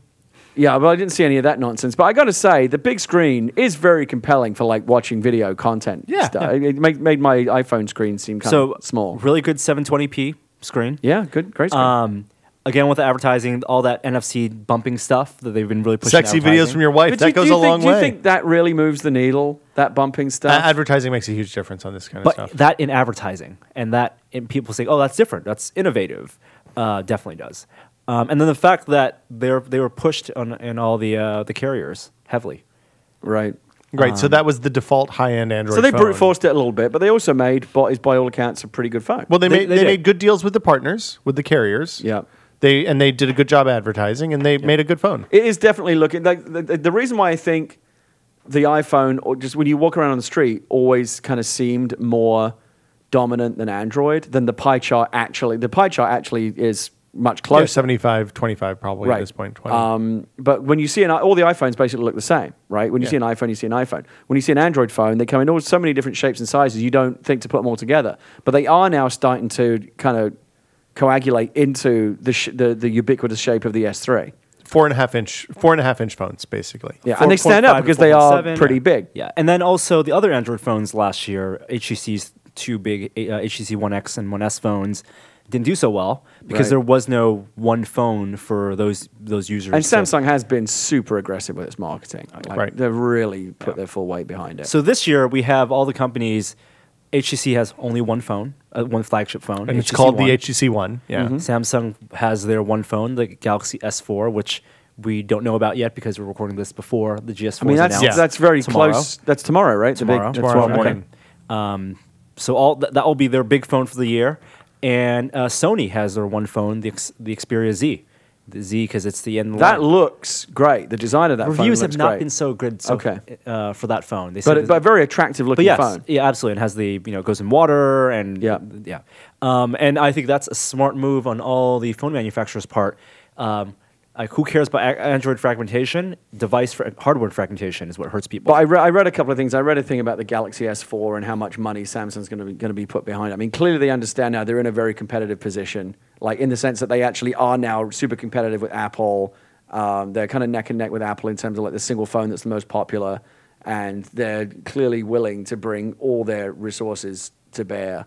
Speaker 4: Yeah, well, I didn't see any of that nonsense. But I got to say, the big screen is very compelling for like watching video content.
Speaker 2: Yeah.
Speaker 4: stuff. It- It made, made my iPhone screen seem kind
Speaker 3: so
Speaker 4: of small.
Speaker 3: really good 720p screen.
Speaker 4: yeah, good, great
Speaker 2: uh,
Speaker 4: screen.
Speaker 3: Um, again with the advertising, all that NFC bumping stuff that they've been really pushing.
Speaker 2: Sexy videos from your wife.
Speaker 4: But do
Speaker 2: that
Speaker 4: you-
Speaker 2: goes
Speaker 4: do you
Speaker 2: a
Speaker 4: think-
Speaker 2: long
Speaker 4: do you
Speaker 2: way. Uh,
Speaker 4: think that really moves the needle? That bumping
Speaker 2: A-
Speaker 4: stuff.
Speaker 2: advertising makes a huge difference on this kind of
Speaker 3: uh, but
Speaker 2: stuff.
Speaker 3: that in advertising and that in people saying, "Oh, that's different. That's innovative." Uh, definitely does. Um, and then the fact that they're they were pushed on in all the uh, the carriers heavily.
Speaker 4: right.
Speaker 2: right.
Speaker 3: um,
Speaker 2: so that was the default high-end Android.
Speaker 4: So they
Speaker 2: phone.
Speaker 4: brute forced it a little bit, but they also made what is by all accounts a pretty good phone.
Speaker 2: Well, they,
Speaker 3: They-
Speaker 2: made
Speaker 3: they
Speaker 2: they,
Speaker 3: did.
Speaker 2: made good deals with the partners, with the carriers.
Speaker 4: Yeah.
Speaker 2: They and they did a good job advertising, and they made a good phone.
Speaker 4: It is definitely looking like the, the, the reason why I think the iPhone, or just when you walk around on the street, always kind of seemed more dominant than Android. Than the pie chart actually, the pie chart actually is much
Speaker 2: Close yeah,
Speaker 4: closer.
Speaker 2: 75, 25 probably at this point. 20.
Speaker 4: Um, but when you see an, i- all the iPhones basically look the same, right? When you
Speaker 2: Yeah.
Speaker 4: see an iPhone, you see an iPhone. When you see an Android phone, they come in all so many different shapes and sizes. You don't think to put them all together, but they are now starting to kind of coagulate into the sh- the, the ubiquitous shape of the S3.
Speaker 2: four and a half inch, four and a half inch phones, basically.
Speaker 4: Yeah, and they stand out
Speaker 3: 4.5 to
Speaker 4: because they are
Speaker 3: 4.7.
Speaker 4: pretty big.
Speaker 3: Yeah, and then also the other Android phones last year, HTC's two big uh, HTC One X and One S phones, didn't do so well because
Speaker 4: Right.
Speaker 3: there was no one phone for those those users.
Speaker 4: And
Speaker 3: to-
Speaker 4: Samsung has been super aggressive with its marketing. Like,
Speaker 2: Right.
Speaker 4: They've really put their full weight behind it.
Speaker 3: So this year we have all the companies. HTC has only one phone, uh, one flagship phone,
Speaker 2: and it's
Speaker 3: HTC
Speaker 2: called
Speaker 3: One. Mm-hmm.
Speaker 2: the HTC One. Yeah.
Speaker 4: Mm-hmm.
Speaker 3: Samsung has their one phone, the Galaxy S4, which we don't know about yet because we're recording this before the GS4
Speaker 4: I mean,
Speaker 3: is
Speaker 4: that's,
Speaker 3: announced.
Speaker 2: Yeah.
Speaker 4: that's very
Speaker 3: tomorrow.
Speaker 4: close. That's tomorrow, right? The big-
Speaker 3: Tomorrow,
Speaker 4: that's
Speaker 2: Tomorrow
Speaker 4: okay.
Speaker 2: morning.
Speaker 3: Um, so all th- that will be their big phone for the year, and uh, Sony has their one phone, the X- the Xperia Z, the Z because it's the end.
Speaker 4: That
Speaker 3: line.
Speaker 4: looks great. The design of that phone
Speaker 3: reviews have
Speaker 4: looks
Speaker 3: not
Speaker 4: great.
Speaker 3: been so good. So
Speaker 4: Okay.
Speaker 3: uh, for that phone, they said
Speaker 4: but,
Speaker 3: it's-
Speaker 4: it, but a very attractive looking
Speaker 3: but yes,
Speaker 4: phone.
Speaker 3: yeah, absolutely. It has the you know goes in water and
Speaker 4: Yeah.
Speaker 3: yeah. Um, and I think that's a smart move on all the phone manufacturers' part. Um, like who cares about a- Android fragmentation? Device fra- hardware fragmentation is what hurts people.
Speaker 4: But I, re- I read a couple of things. I read a thing about the Galaxy S4 and how much money Samsung's going to be going to be put behind. it. I mean, clearly they understand now they're in a very competitive position, like in the sense that they actually are now super competitive with Apple. Um, they're kind of neck and neck with Apple in terms of like the single phone that's the most popular, and they're clearly willing to bring all their resources to bear.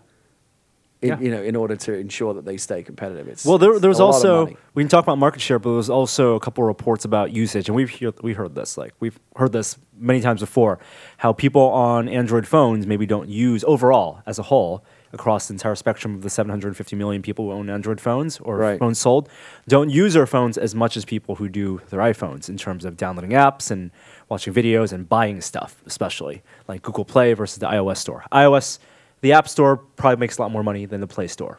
Speaker 4: In,
Speaker 3: Yeah.
Speaker 4: You know, in order to ensure that they stay competitive. It's
Speaker 3: Well, there,
Speaker 4: it's
Speaker 3: there was
Speaker 4: a lot of
Speaker 3: also
Speaker 4: money.
Speaker 3: we can talk about market share, but there was also a couple reports about usage, and we've hear, we heard this like we've heard this many times before, how people on Android phones maybe don't use overall as a whole across the entire spectrum of the 750 million people who own Android phones or
Speaker 4: Right.
Speaker 3: phones sold, don't use their phones as much as people who do their iPhones in terms of downloading apps and watching videos and buying stuff, especially like Google Play versus the iOS store. iOS, the App Store probably makes a lot more money than the Play Store.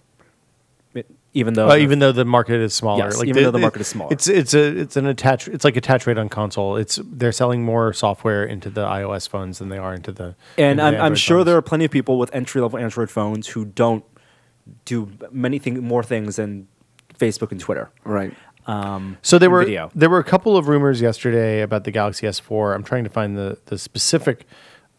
Speaker 3: It- even though
Speaker 2: Uh,
Speaker 3: the-
Speaker 2: even though the market is smaller,
Speaker 3: Yes, even though the market is smaller.
Speaker 2: it's it's a it's an attach it's like attach rate on console. It's they're selling more software into the iOS phones than they are into the
Speaker 3: And
Speaker 2: into the
Speaker 3: I'm, I'm
Speaker 2: Android
Speaker 3: sure
Speaker 2: phones.
Speaker 3: there are plenty of people with entry level Android phones who don't do many thing, more things than Facebook and Twitter.
Speaker 4: right.
Speaker 3: Um,
Speaker 2: So there
Speaker 3: and
Speaker 2: were
Speaker 3: video.
Speaker 2: there were a couple of rumors yesterday about the Galaxy S4. I'm trying to find the the specific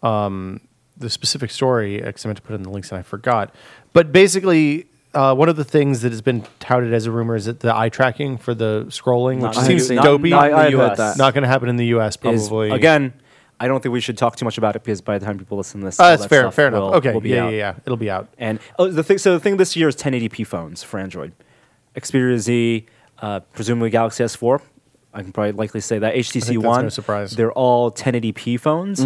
Speaker 2: um, the specific story because I meant to put it in the links and I forgot. But basically, uh, one of the things that has been touted as a rumor is that the eye tracking for the scrolling,
Speaker 3: Not
Speaker 2: which
Speaker 3: in the
Speaker 2: seems
Speaker 3: U- not-
Speaker 2: dopey,
Speaker 3: not in the
Speaker 2: I- I've heard
Speaker 3: US.
Speaker 2: that. not going to happen in the U.S.
Speaker 3: is-
Speaker 2: Probably
Speaker 3: again, I don't think we should talk too much about it because by the time people listen to this, all
Speaker 2: Uh, that's
Speaker 3: that
Speaker 2: fair,
Speaker 3: stuff
Speaker 2: fair enough.
Speaker 3: will-
Speaker 2: okay,
Speaker 3: will be
Speaker 2: yeah,
Speaker 3: out.
Speaker 2: yeah, yeah, it'll be out.
Speaker 3: And oh, the thing, so the thing this year is 1080p phones for Android, Xperia Z, uh, presumably Galaxy S4, I can probably likely say that HTC
Speaker 2: think that's
Speaker 3: One.
Speaker 2: no surprise. Mm-hmm.
Speaker 3: They're all 1080p phones.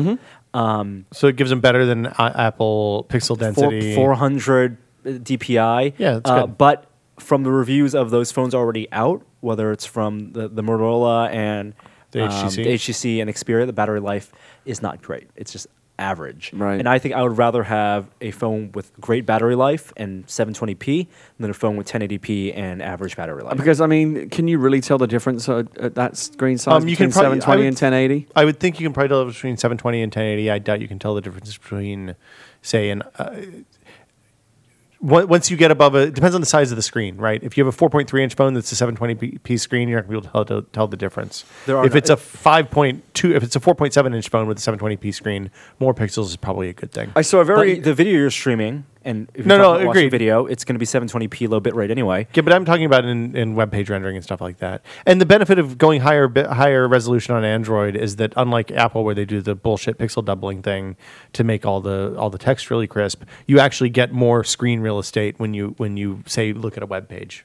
Speaker 2: So it gives them better than uh, Apple pixel density.
Speaker 3: Four hundred uh, DPI.
Speaker 2: Yeah, that's
Speaker 3: Uh,
Speaker 2: good.
Speaker 3: But from the reviews of those phones already out, whether it's from the, the Motorola and
Speaker 2: The
Speaker 3: um,
Speaker 2: HTC.
Speaker 3: the HTC and Xperia, the battery life is not great. It's just average.
Speaker 4: Right.
Speaker 3: And I think I would rather have a phone with great battery life and 720p than a phone with 1080p and average battery life.
Speaker 4: Because I mean, can you really tell the difference uh, at that screen size
Speaker 2: Um, you
Speaker 4: between
Speaker 2: can probably- I
Speaker 4: 720
Speaker 2: would-
Speaker 4: and 1080?
Speaker 2: I would think you can probably tell between 720 and 1080. I doubt you can tell the difference between, say, an. Uh, on- once you get above a, it depends on the size of the screen, right? If you have a 4.3 inch phone that's a 720p screen, you're not going to be able to tell, to tell the difference.
Speaker 3: There are
Speaker 2: if
Speaker 3: no-
Speaker 2: it's a 5.2, if it's a 4.7 inch phone with a 720p screen, more pixels is probably a good thing.
Speaker 4: I saw a
Speaker 3: But
Speaker 4: very
Speaker 3: the video you're streaming and if
Speaker 2: No,
Speaker 3: you're
Speaker 2: no,
Speaker 3: talking about watching
Speaker 2: agreed.
Speaker 3: video, it's going to be 720p low bitrate anyway.
Speaker 2: Yeah, but I'm talking about in, in web page rendering and stuff like that. And the benefit of going higher bi- higher resolution on Android is that unlike Apple, where they do the bullshit pixel doubling thing to make all the all the text really crisp, you actually get more screen real estate when you when you say look at a web page.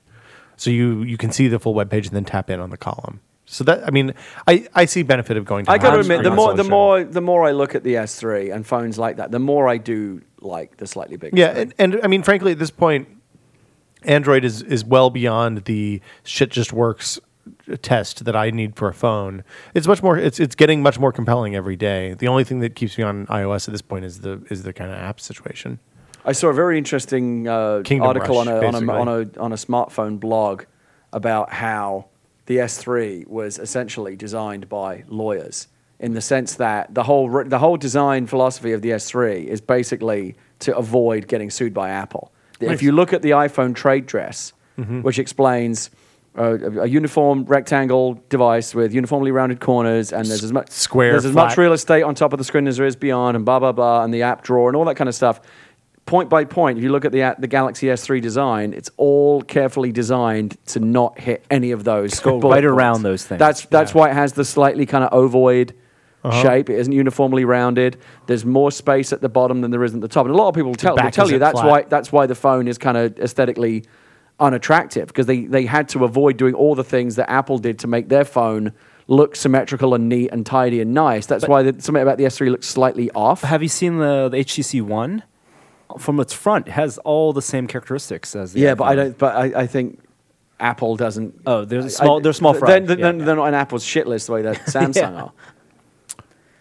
Speaker 2: So you you can see the full web page and then tap in on the column. So that I mean, I, I see benefit of going. To
Speaker 4: I got to
Speaker 2: higher
Speaker 4: admit, the
Speaker 2: screen
Speaker 4: more the
Speaker 2: resolution.
Speaker 4: more the more I look at the S3 and phones like that, the more I do like the slightly bigger.
Speaker 2: Yeah,
Speaker 4: screen.
Speaker 2: and, and I mean, frankly, at this point, Android is is well beyond the shit just works test that I need for a phone. It's much more. It's it's getting much more compelling every day. The only thing that keeps me on iOS at this point is the is the kind of app situation.
Speaker 4: I saw a very interesting uh,
Speaker 2: Kingdom
Speaker 4: article
Speaker 2: Rush,
Speaker 4: on, a, on, a,
Speaker 2: basically.
Speaker 4: on, a, on a smartphone blog about how the S3 was essentially designed by lawyers in the sense that the whole, re- the whole design philosophy of the S3 is basically to avoid getting sued by Apple. If you look at the iPhone trade dress,
Speaker 2: Mm-hmm.
Speaker 4: which explains uh, a, a uniform rectangle device with uniformly rounded corners and there's as much
Speaker 2: Square,
Speaker 4: there's as much
Speaker 2: flat.
Speaker 4: real estate on top of the screen as there is beyond, and blah blah blah, and the app drawer and all that kind of stuff. Point by point, if you look at the at the Galaxy S3 design, it's all carefully designed to not hit any of those.
Speaker 3: Go
Speaker 4: bullet
Speaker 3: right around
Speaker 4: points.
Speaker 3: those things.
Speaker 4: That's that's why it has the slightly kind of ovoid shape. It isn't uniformly rounded. There's more space at the bottom than there is at the top, and a lot of people tell, will
Speaker 2: back
Speaker 4: tell you
Speaker 2: isn't
Speaker 4: that's
Speaker 2: flat.
Speaker 4: why that's why the phone is kind of aesthetically unattractive because they, they had to avoid doing all the things that Apple did to make their phone look symmetrical and neat and tidy and nice. That's why the, something about the S3 looks slightly off.
Speaker 3: Have you seen the, the HTC One? From its front, it has all the same characteristics as the
Speaker 4: yeah, but I
Speaker 3: iPhone.
Speaker 4: don't. But I, I think Apple doesn't.
Speaker 3: Oh, they're
Speaker 4: I-
Speaker 3: small- they're small fry.
Speaker 4: Then, then,
Speaker 3: Yeah,
Speaker 4: then
Speaker 3: yeah.
Speaker 4: they're not an Apple's shit list the way that Samsung
Speaker 3: Yeah.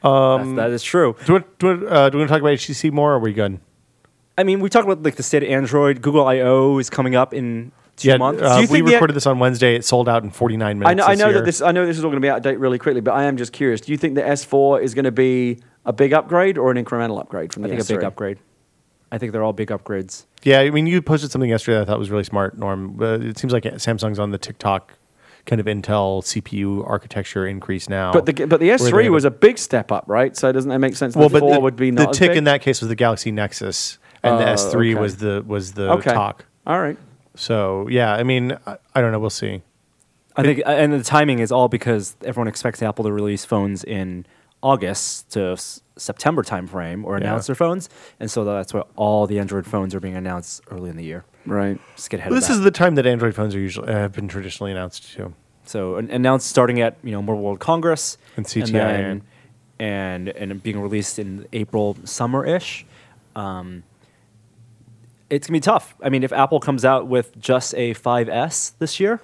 Speaker 4: are.
Speaker 3: That's- that is true.
Speaker 2: Do we, do we, uh, do we want to talk about HTC more? Or are we good?
Speaker 3: I mean, we talked about like the state of Android. Google I/O is coming up in two months.
Speaker 2: uh,
Speaker 4: Do you
Speaker 2: we
Speaker 4: think the-
Speaker 2: recorded this on Wednesday. It sold out in 49 minutes.
Speaker 4: I know. I know
Speaker 2: year.
Speaker 4: that this. I know this is all going to be out of date really quickly. But I am just curious. Do you think the S4 is going to be a big upgrade or an incremental upgrade from
Speaker 3: I
Speaker 4: the
Speaker 3: think a
Speaker 4: S3?
Speaker 3: big upgrade. I think they're all big upgrades.
Speaker 2: Yeah, I mean, you posted something yesterday that I thought was really smart, Norm. Uh, it seems like Samsung's on the TikTok kind of Intel CPU architecture increase now.
Speaker 4: But the but the
Speaker 2: they
Speaker 4: S3
Speaker 2: have
Speaker 4: was
Speaker 2: a-
Speaker 4: a big step up, right? So doesn't that make sense? that the 4 would be not
Speaker 2: the
Speaker 4: as
Speaker 2: tick
Speaker 4: big?
Speaker 2: in that case was the Galaxy Nexus, and the
Speaker 4: Oh,
Speaker 2: S3
Speaker 4: okay.
Speaker 2: was the was the
Speaker 4: okay.
Speaker 2: talk.
Speaker 4: All right.
Speaker 2: So yeah, I mean, I, I don't know. We'll see.
Speaker 3: I think, uh, and the timing is all because everyone expects Apple to release phones in August to s- September timeframe or announce
Speaker 2: Yeah.
Speaker 3: their phones, and so that's why all the Android phones are being announced early in the year.
Speaker 4: Right.
Speaker 3: Just get ahead
Speaker 2: This
Speaker 3: of
Speaker 2: is
Speaker 3: that.
Speaker 2: the time that Android phones are usually have been traditionally announced too.
Speaker 3: so an- announced starting at you know Mobile World Congress
Speaker 2: And CTIA.
Speaker 3: then- and and being released in April summer ish. Um, it's gonna be tough. I mean, if Apple comes out with just a 5S this year,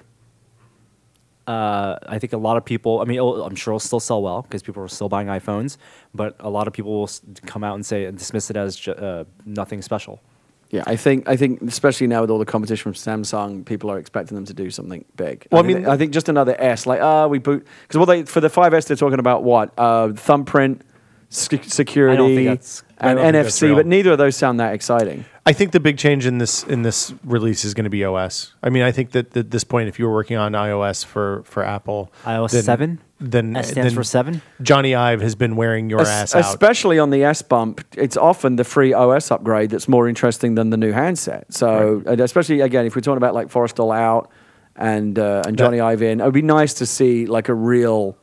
Speaker 3: uh, I think a lot of people. I mean, it'll- I'm sure it'll still sell well because people are still buying iPhones, but a lot of people will s- come out and say and dismiss it as ju- uh, nothing special.
Speaker 4: Yeah, I think I think especially now with all the competition from Samsung, people are expecting them to do something big.
Speaker 2: Well, I
Speaker 4: I mean,
Speaker 2: mean-
Speaker 4: I think just another S, like ah, we boot because what they for the 5S they're talking about what uh, thumbprint sec- security
Speaker 3: that's- I
Speaker 4: and
Speaker 2: don't think that's
Speaker 4: NFC,
Speaker 2: real.
Speaker 4: but neither of those sound that exciting.
Speaker 2: I think the big change in this in this release is going to be OS. I mean, I think that at this point, if you were working on iOS for for Apple,
Speaker 3: iOS
Speaker 2: then-
Speaker 3: 7?
Speaker 2: then
Speaker 3: S stands
Speaker 2: then
Speaker 3: for 7?
Speaker 2: Johnny Ive has been wearing your ass
Speaker 4: Es-
Speaker 2: out.
Speaker 4: Especially on the S bump, it's often the free OS upgrade that's more interesting than the new handset. So, and especially again, if we're talking about like Forrestal out and uh, and Johnny Ive in, it would be nice to see like a real.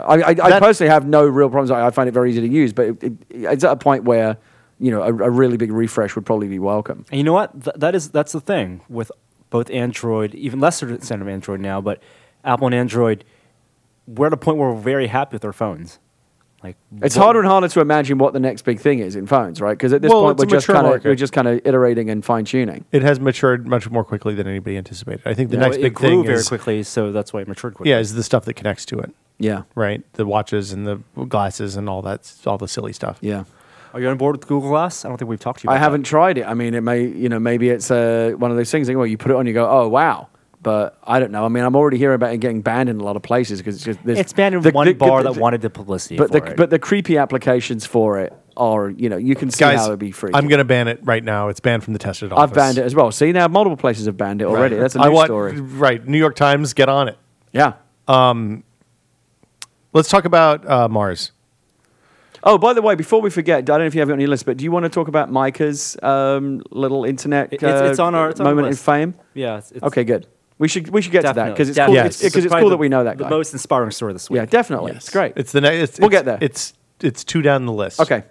Speaker 4: I, I, I
Speaker 2: That-
Speaker 4: personally have no real problems. I, I find it very easy to use, but it, it, it's at a point where you know a, a really big refresh would probably be welcome.
Speaker 3: And you know what? Th- that is that's the thing with both Android, even lesser extent of Android now, but Apple and Android, we're at a point where we're very happy with our phones. Like
Speaker 4: It's
Speaker 3: what-
Speaker 4: harder and harder to imagine what the next big thing is in phones, right? Because at this
Speaker 2: Well,
Speaker 4: point,
Speaker 2: it's a
Speaker 4: we're just
Speaker 2: mature
Speaker 4: kind of
Speaker 2: market.
Speaker 4: we're just kind of iterating and fine tuning.
Speaker 2: It has matured much more quickly than anybody anticipated. I think the
Speaker 3: you know,
Speaker 2: next
Speaker 3: it
Speaker 2: big
Speaker 3: grew
Speaker 2: thing
Speaker 3: very
Speaker 2: is
Speaker 3: quickly, so that's why it matured quickly.
Speaker 2: yeah is the stuff that connects to it,
Speaker 4: Yeah,
Speaker 2: right? The watches and the glasses and all that, all the silly stuff.
Speaker 4: yeah.
Speaker 3: Are you on board with Google Glass? I don't think we've talked to you. About
Speaker 4: I haven't tried it. I mean, it may you know maybe it's uh, one of those things where you put it on, you go, oh wow. But I don't know. I mean, I'm already hearing about it getting banned in a lot of places because it's just
Speaker 3: That.
Speaker 4: there's,
Speaker 3: It's banned in
Speaker 4: the-
Speaker 3: one
Speaker 4: the-
Speaker 3: bar
Speaker 4: the-
Speaker 3: that wanted the publicity.
Speaker 4: But
Speaker 3: for
Speaker 4: the
Speaker 3: it.
Speaker 4: but the creepy applications for it are you know you can see
Speaker 2: Guys,
Speaker 4: how it'd be free.
Speaker 2: I'm gonna ban it right now. It's banned from the tested office.
Speaker 4: I've banned it as well. See now, multiple places have banned it already. That's a new
Speaker 2: I want,
Speaker 4: story.
Speaker 2: Right, New York Times, get on it.
Speaker 4: Yeah.
Speaker 2: Let's talk about uh, Mars.
Speaker 4: Oh, by the way, before we forget, I don't know if you have it on your list, but do you want to talk about Micah's um, little internet
Speaker 3: It- it's-
Speaker 4: uh,
Speaker 3: it's on our- it's on our
Speaker 4: moment
Speaker 3: list.
Speaker 4: in fame?
Speaker 3: yeah, it's, it's
Speaker 4: Okay, good. We should we should get to that
Speaker 3: definitely-
Speaker 4: because it's
Speaker 3: definitely-
Speaker 4: cool. It's,
Speaker 2: Yes.
Speaker 4: because it's
Speaker 3: probably
Speaker 4: cool
Speaker 3: the-
Speaker 4: that we know that guy.
Speaker 3: The most inspiring story this week.
Speaker 4: yeah, definitely. It's great.
Speaker 2: It's the next.
Speaker 4: We'll get there.
Speaker 2: It's it's two down the list.
Speaker 4: okay.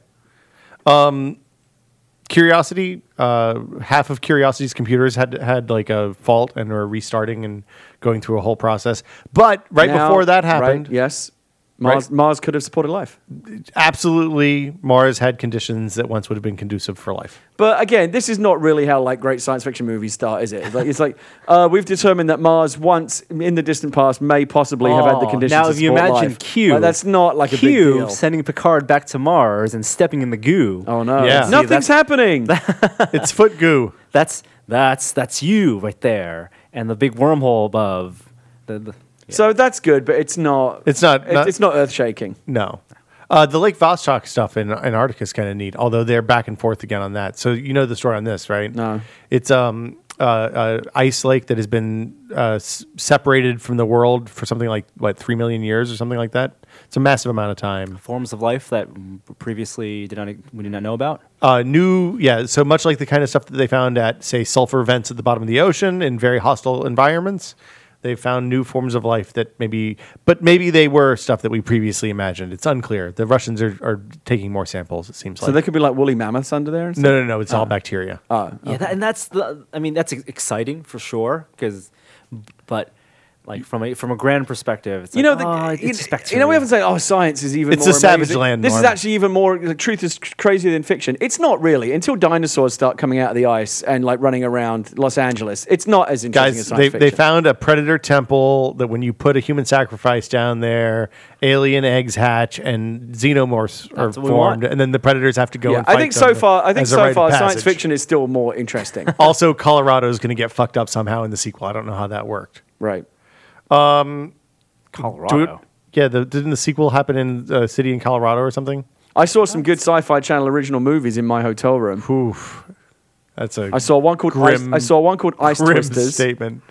Speaker 2: Curiosity. Uh, half of Curiosity's computers had had like a fault and were restarting and going through a whole process. But right
Speaker 4: Now-
Speaker 2: before that
Speaker 4: right,
Speaker 2: happened,
Speaker 4: yes, Mars
Speaker 2: Right.
Speaker 4: Mars could have supported life.
Speaker 2: absolutely, Mars had conditions that once would have been conducive for life.
Speaker 4: But again, this is not really how like great science fiction movies start, is it? It's like, it's like uh, we've determined that Mars once in the distant past may possibly have had the
Speaker 3: Oh,
Speaker 4: conditions.
Speaker 3: Now,
Speaker 4: to
Speaker 3: if you
Speaker 4: support
Speaker 3: imagine
Speaker 4: life.
Speaker 3: Q,
Speaker 4: Like, that's not like a
Speaker 3: Q
Speaker 4: big deal.
Speaker 3: sending Picard back to Mars and stepping in the goo.
Speaker 4: oh no,
Speaker 2: Yeah. See,
Speaker 4: nothing's
Speaker 3: that's-
Speaker 4: happening.
Speaker 2: it's foot goo.
Speaker 3: That's that's that's you right there, and the big wormhole above. The, the, yeah.
Speaker 4: So that's good, but it's not.
Speaker 2: It's not-
Speaker 4: it-
Speaker 2: not-
Speaker 4: it's not earth shaking.
Speaker 2: No. Uh, the Lake Vostok stuff in Antarctica is kind of neat, although they're back and forth again on that. So you know the story on this, right?
Speaker 4: No.
Speaker 2: It's um uh, uh ice lake that has been uh, s- separated from the world for something like what three million years or something like that. It's a massive amount of time.
Speaker 3: forms of life that previously did not we did not know about.
Speaker 2: Uh, new, yeah. So much like the kind of stuff that they found at say sulfur vents at the bottom of the ocean in very hostile environments, they found new forms of life that maybe, but maybe they were stuff that we previously imagined. It's unclear. The Russians are, are taking more samples. It seems like
Speaker 4: So Uh, there could be like woolly mammoths under there. And stuff?
Speaker 2: No, no, no. It's all bacteria.
Speaker 4: Oh,
Speaker 3: Yeah, that, and that's the, I mean that's ex- exciting for sure because, but like from a from a grand perspective, it's
Speaker 4: you know,
Speaker 3: like,
Speaker 4: the,
Speaker 3: "Ah,
Speaker 4: you,
Speaker 3: it's
Speaker 4: you know, we
Speaker 3: bacteria."
Speaker 4: often say, "Oh, science is even."
Speaker 2: It's
Speaker 4: more
Speaker 2: a savage
Speaker 4: amazing."
Speaker 2: land,
Speaker 4: This is
Speaker 2: Norman.
Speaker 4: actually even more. The truth is c- crazier than fiction. It's not really until dinosaurs start coming out of the ice and like running around Los Angeles. It's not as interesting as
Speaker 2: Guys,
Speaker 4: science
Speaker 2: they,
Speaker 4: fiction.
Speaker 2: they found a predator temple that when you put a human sacrifice down there, alien eggs hatch and xenomorphs
Speaker 3: That's
Speaker 2: are
Speaker 3: what we want.
Speaker 2: formed, and then the predators have to go.
Speaker 4: yeah,
Speaker 2: and
Speaker 4: I
Speaker 2: fight
Speaker 4: think
Speaker 2: them
Speaker 4: so far. I think
Speaker 2: as a
Speaker 4: so
Speaker 2: rite of
Speaker 4: far, science
Speaker 2: passage.
Speaker 4: fiction is still more interesting.
Speaker 2: Also, Colorado is going to get fucked up somehow in the sequel. I don't know how that worked.
Speaker 4: right.
Speaker 2: Do it-
Speaker 3: Colorado.
Speaker 2: yeah, the, didn't the sequel happen in a city in Colorado or something?
Speaker 4: I saw some good Sci-Fi Channel original movies in my hotel room.
Speaker 2: Oof, that's a
Speaker 4: I saw one called
Speaker 2: Grim-
Speaker 4: Ice, I saw one called Ice
Speaker 2: grim
Speaker 4: Twisters.
Speaker 2: statement.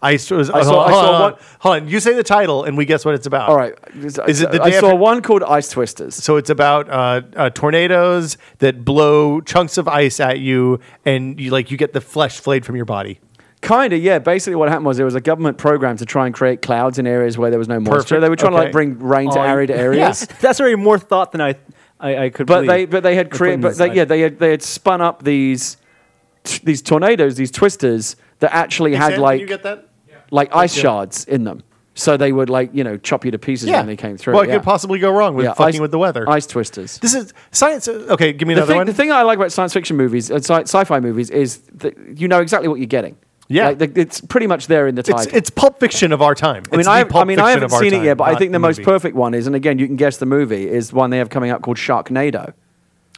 Speaker 2: I saw.
Speaker 4: I saw- I
Speaker 2: hold,
Speaker 4: saw
Speaker 2: on,
Speaker 4: one-
Speaker 2: hold on. You say the title, and we guess what it's about.
Speaker 4: All right.
Speaker 2: Is it the
Speaker 4: I
Speaker 2: day
Speaker 4: saw
Speaker 2: after-
Speaker 4: one called Ice Twisters.
Speaker 2: So it's about uh, uh, tornadoes that blow chunks of ice at you, and you like you get the flesh flayed from your body.
Speaker 4: Kind of, yeah. Basically, what happened was there was a government program to try and create clouds in areas where there was no moisture.
Speaker 2: Perfect.
Speaker 4: They were trying to like
Speaker 2: Okay.
Speaker 4: bring rain to
Speaker 3: Oh,
Speaker 4: arid areas.
Speaker 3: Yeah, that's already more thought than I I, I could.
Speaker 4: But
Speaker 3: believe.
Speaker 4: they, but they had
Speaker 3: They're
Speaker 4: created,
Speaker 3: putting
Speaker 4: but
Speaker 3: this
Speaker 4: they,
Speaker 3: side.
Speaker 4: yeah, they had they had spun up these t- these tornadoes, these twisters that actually had like
Speaker 2: that?
Speaker 4: like ice shards in them. So they would like you know chop you to pieces
Speaker 2: Yeah,
Speaker 4: when they came through.
Speaker 2: What
Speaker 4: yeah.
Speaker 2: could possibly go wrong with
Speaker 4: Yeah,
Speaker 2: fucking
Speaker 4: ice-
Speaker 2: with the weather?
Speaker 4: Ice twisters.
Speaker 2: This is science. uh, Okay, give me
Speaker 4: The
Speaker 2: another
Speaker 4: thing,
Speaker 2: one.
Speaker 4: the thing I like about science fiction movies and sci- sci-fi movies is that you know exactly what you're getting.
Speaker 2: Yeah.
Speaker 4: like, the, it's pretty much there in the title.
Speaker 2: it's, it's Pulp Fiction of our time.
Speaker 4: I mean,
Speaker 2: It's
Speaker 4: I,
Speaker 2: the
Speaker 4: have,
Speaker 2: Pulp
Speaker 4: I mean, I
Speaker 2: Fiction of
Speaker 4: haven't
Speaker 2: our
Speaker 4: seen it
Speaker 2: time,
Speaker 4: yet, but I
Speaker 2: not
Speaker 4: think the
Speaker 2: the
Speaker 4: most
Speaker 2: movie.
Speaker 4: perfect one is, and again, you can guess the movie is one they have coming up called Sharknado.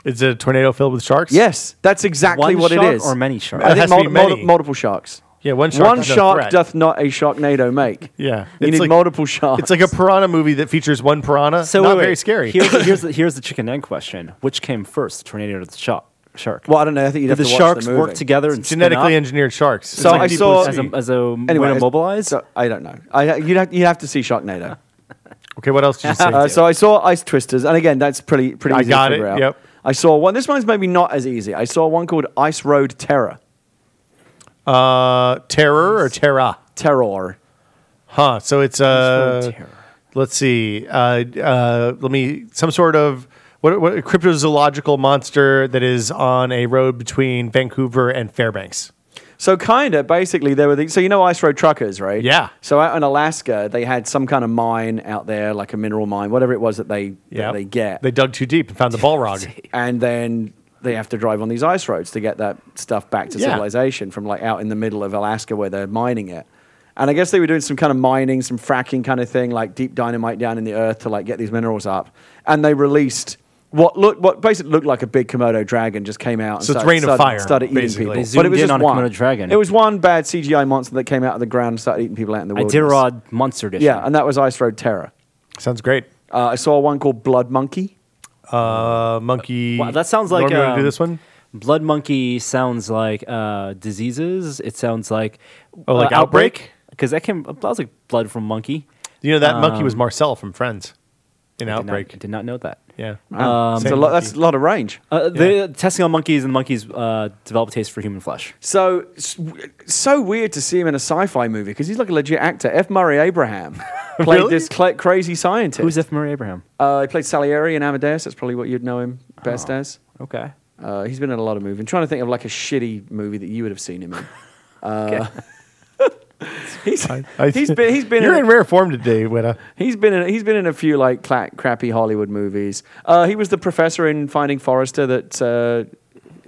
Speaker 2: It's a tornado filled with sharks.
Speaker 4: Yes, that's exactly
Speaker 3: One
Speaker 4: what
Speaker 3: shark
Speaker 4: it is.
Speaker 3: or many sharks?
Speaker 4: I
Speaker 2: It has
Speaker 4: think
Speaker 2: to be
Speaker 4: mul- mul-
Speaker 2: many.
Speaker 4: multiple sharks.
Speaker 2: Yeah, one shark
Speaker 4: One
Speaker 2: is no
Speaker 4: shark
Speaker 2: threat.
Speaker 4: doth not a Sharknado make.
Speaker 2: Yeah,
Speaker 4: you
Speaker 2: It's
Speaker 4: need
Speaker 2: like-
Speaker 4: multiple sharks.
Speaker 2: It's like a piranha movie that features one piranha. So not
Speaker 3: wait, wait.
Speaker 2: very scary.
Speaker 3: Here's the, here's, the, here's the chicken egg question: Which came first, the tornado or the shark? Shark.
Speaker 4: well, I don't know. I think you'd
Speaker 3: Did
Speaker 4: have
Speaker 3: the
Speaker 4: to watch
Speaker 3: sharks
Speaker 4: the
Speaker 3: work
Speaker 4: movie.
Speaker 3: together and spin
Speaker 2: Genetically
Speaker 3: up?
Speaker 2: engineered sharks. It's
Speaker 4: So I
Speaker 2: Deep
Speaker 4: saw-
Speaker 2: Blue
Speaker 3: as
Speaker 2: Sea.
Speaker 3: a, as a
Speaker 4: Anyway,
Speaker 3: way to
Speaker 4: it's-
Speaker 3: mobilize?
Speaker 4: so- I don't know. I, you'd, have, you'd have to see Sharknado.
Speaker 2: okay, what else did you say?
Speaker 4: Uh, so I saw Ice Twisters, and again, that's pretty pretty
Speaker 2: I
Speaker 4: easy
Speaker 2: got
Speaker 4: to
Speaker 2: it,
Speaker 4: figure out.
Speaker 2: yep.
Speaker 4: I saw one. This one's maybe not as easy. I saw one called Ice Road Terror.
Speaker 2: uh, terror or terra?
Speaker 4: Terror.
Speaker 2: Huh. So it's uh,
Speaker 3: Iceberg terror.
Speaker 2: let's see. Uh, uh, let me some sort of what, what a cryptozoological monster that is on a road between Vancouver and Fairbanks.
Speaker 4: So kind of basically there were the, so you know ice road truckers, right?
Speaker 2: Yeah.
Speaker 4: So out in Alaska, they had some kind of mine out there, like a mineral mine, whatever it was that they
Speaker 2: Yeah,
Speaker 4: that they get,
Speaker 2: They dug too deep and found the Balrog.
Speaker 4: and then they have to drive on these ice roads to get that stuff back to
Speaker 2: Yeah.
Speaker 4: civilization from like out in the middle of Alaska where they're mining it. And I guess they were doing some kind of mining, some fracking kind of thing, like deep dynamite down in the earth to like get these minerals up. And they released what looked what basically looked like a big Komodo dragon just came out. And
Speaker 2: So it's
Speaker 4: started,
Speaker 2: Reign of
Speaker 4: started-
Speaker 2: Fire,
Speaker 4: started eating
Speaker 2: basically.
Speaker 4: people.
Speaker 2: They
Speaker 4: but it
Speaker 3: zoomed
Speaker 4: was
Speaker 3: in
Speaker 4: just
Speaker 3: on a
Speaker 4: one.
Speaker 3: Komodo dragon.
Speaker 4: It was one bad CGI monster that came out of the ground and started eating people out in the wilderness.
Speaker 3: Iditarod Monster Edition.
Speaker 4: Yeah, and that was Ice Road Terror.
Speaker 2: Sounds great.
Speaker 4: Uh, I saw one called Blood Monkey.
Speaker 2: Uh, monkey.
Speaker 3: Wow, that sounds like
Speaker 2: Norm, you wanna do
Speaker 3: um,
Speaker 2: this one.
Speaker 3: Blood monkey sounds like uh, diseases. It sounds like
Speaker 2: Oh, like Outbreak?
Speaker 3: because that came. That was like blood from monkey.
Speaker 2: You know that monkey
Speaker 4: um,
Speaker 2: was Marcel from Friends. In
Speaker 3: Did not-
Speaker 2: Outbreak.
Speaker 3: Did not know that.
Speaker 2: yeah.
Speaker 4: Wow.
Speaker 2: Um, Same
Speaker 4: It's a lot-
Speaker 2: monkey.
Speaker 4: Um, that's a lot of range.
Speaker 3: Uh, The testing on monkeys and monkeys uh, develop a taste for human flesh.
Speaker 4: So, s- w- so weird to see him in a sci-fi movie because he's like a legit actor. F. Murray Abraham played
Speaker 2: Really?
Speaker 4: this cla crazy scientist.
Speaker 3: Who's F. Murray Abraham?
Speaker 4: Uh, he played Salieri in Amadeus. That's probably what you'd know him
Speaker 2: Oh.
Speaker 4: best as.
Speaker 3: Okay.
Speaker 4: Uh, he's been in a lot of movies. I'm trying to think of like a shitty movie that you would have seen him in. Uh, he's,
Speaker 2: I-
Speaker 4: he's been he's been
Speaker 2: You're
Speaker 4: in,
Speaker 2: in rare form today, Witta.
Speaker 4: he's been in he's been in a few like cla crappy Hollywood movies. Uh, he was the professor in Finding Forrester. That uh,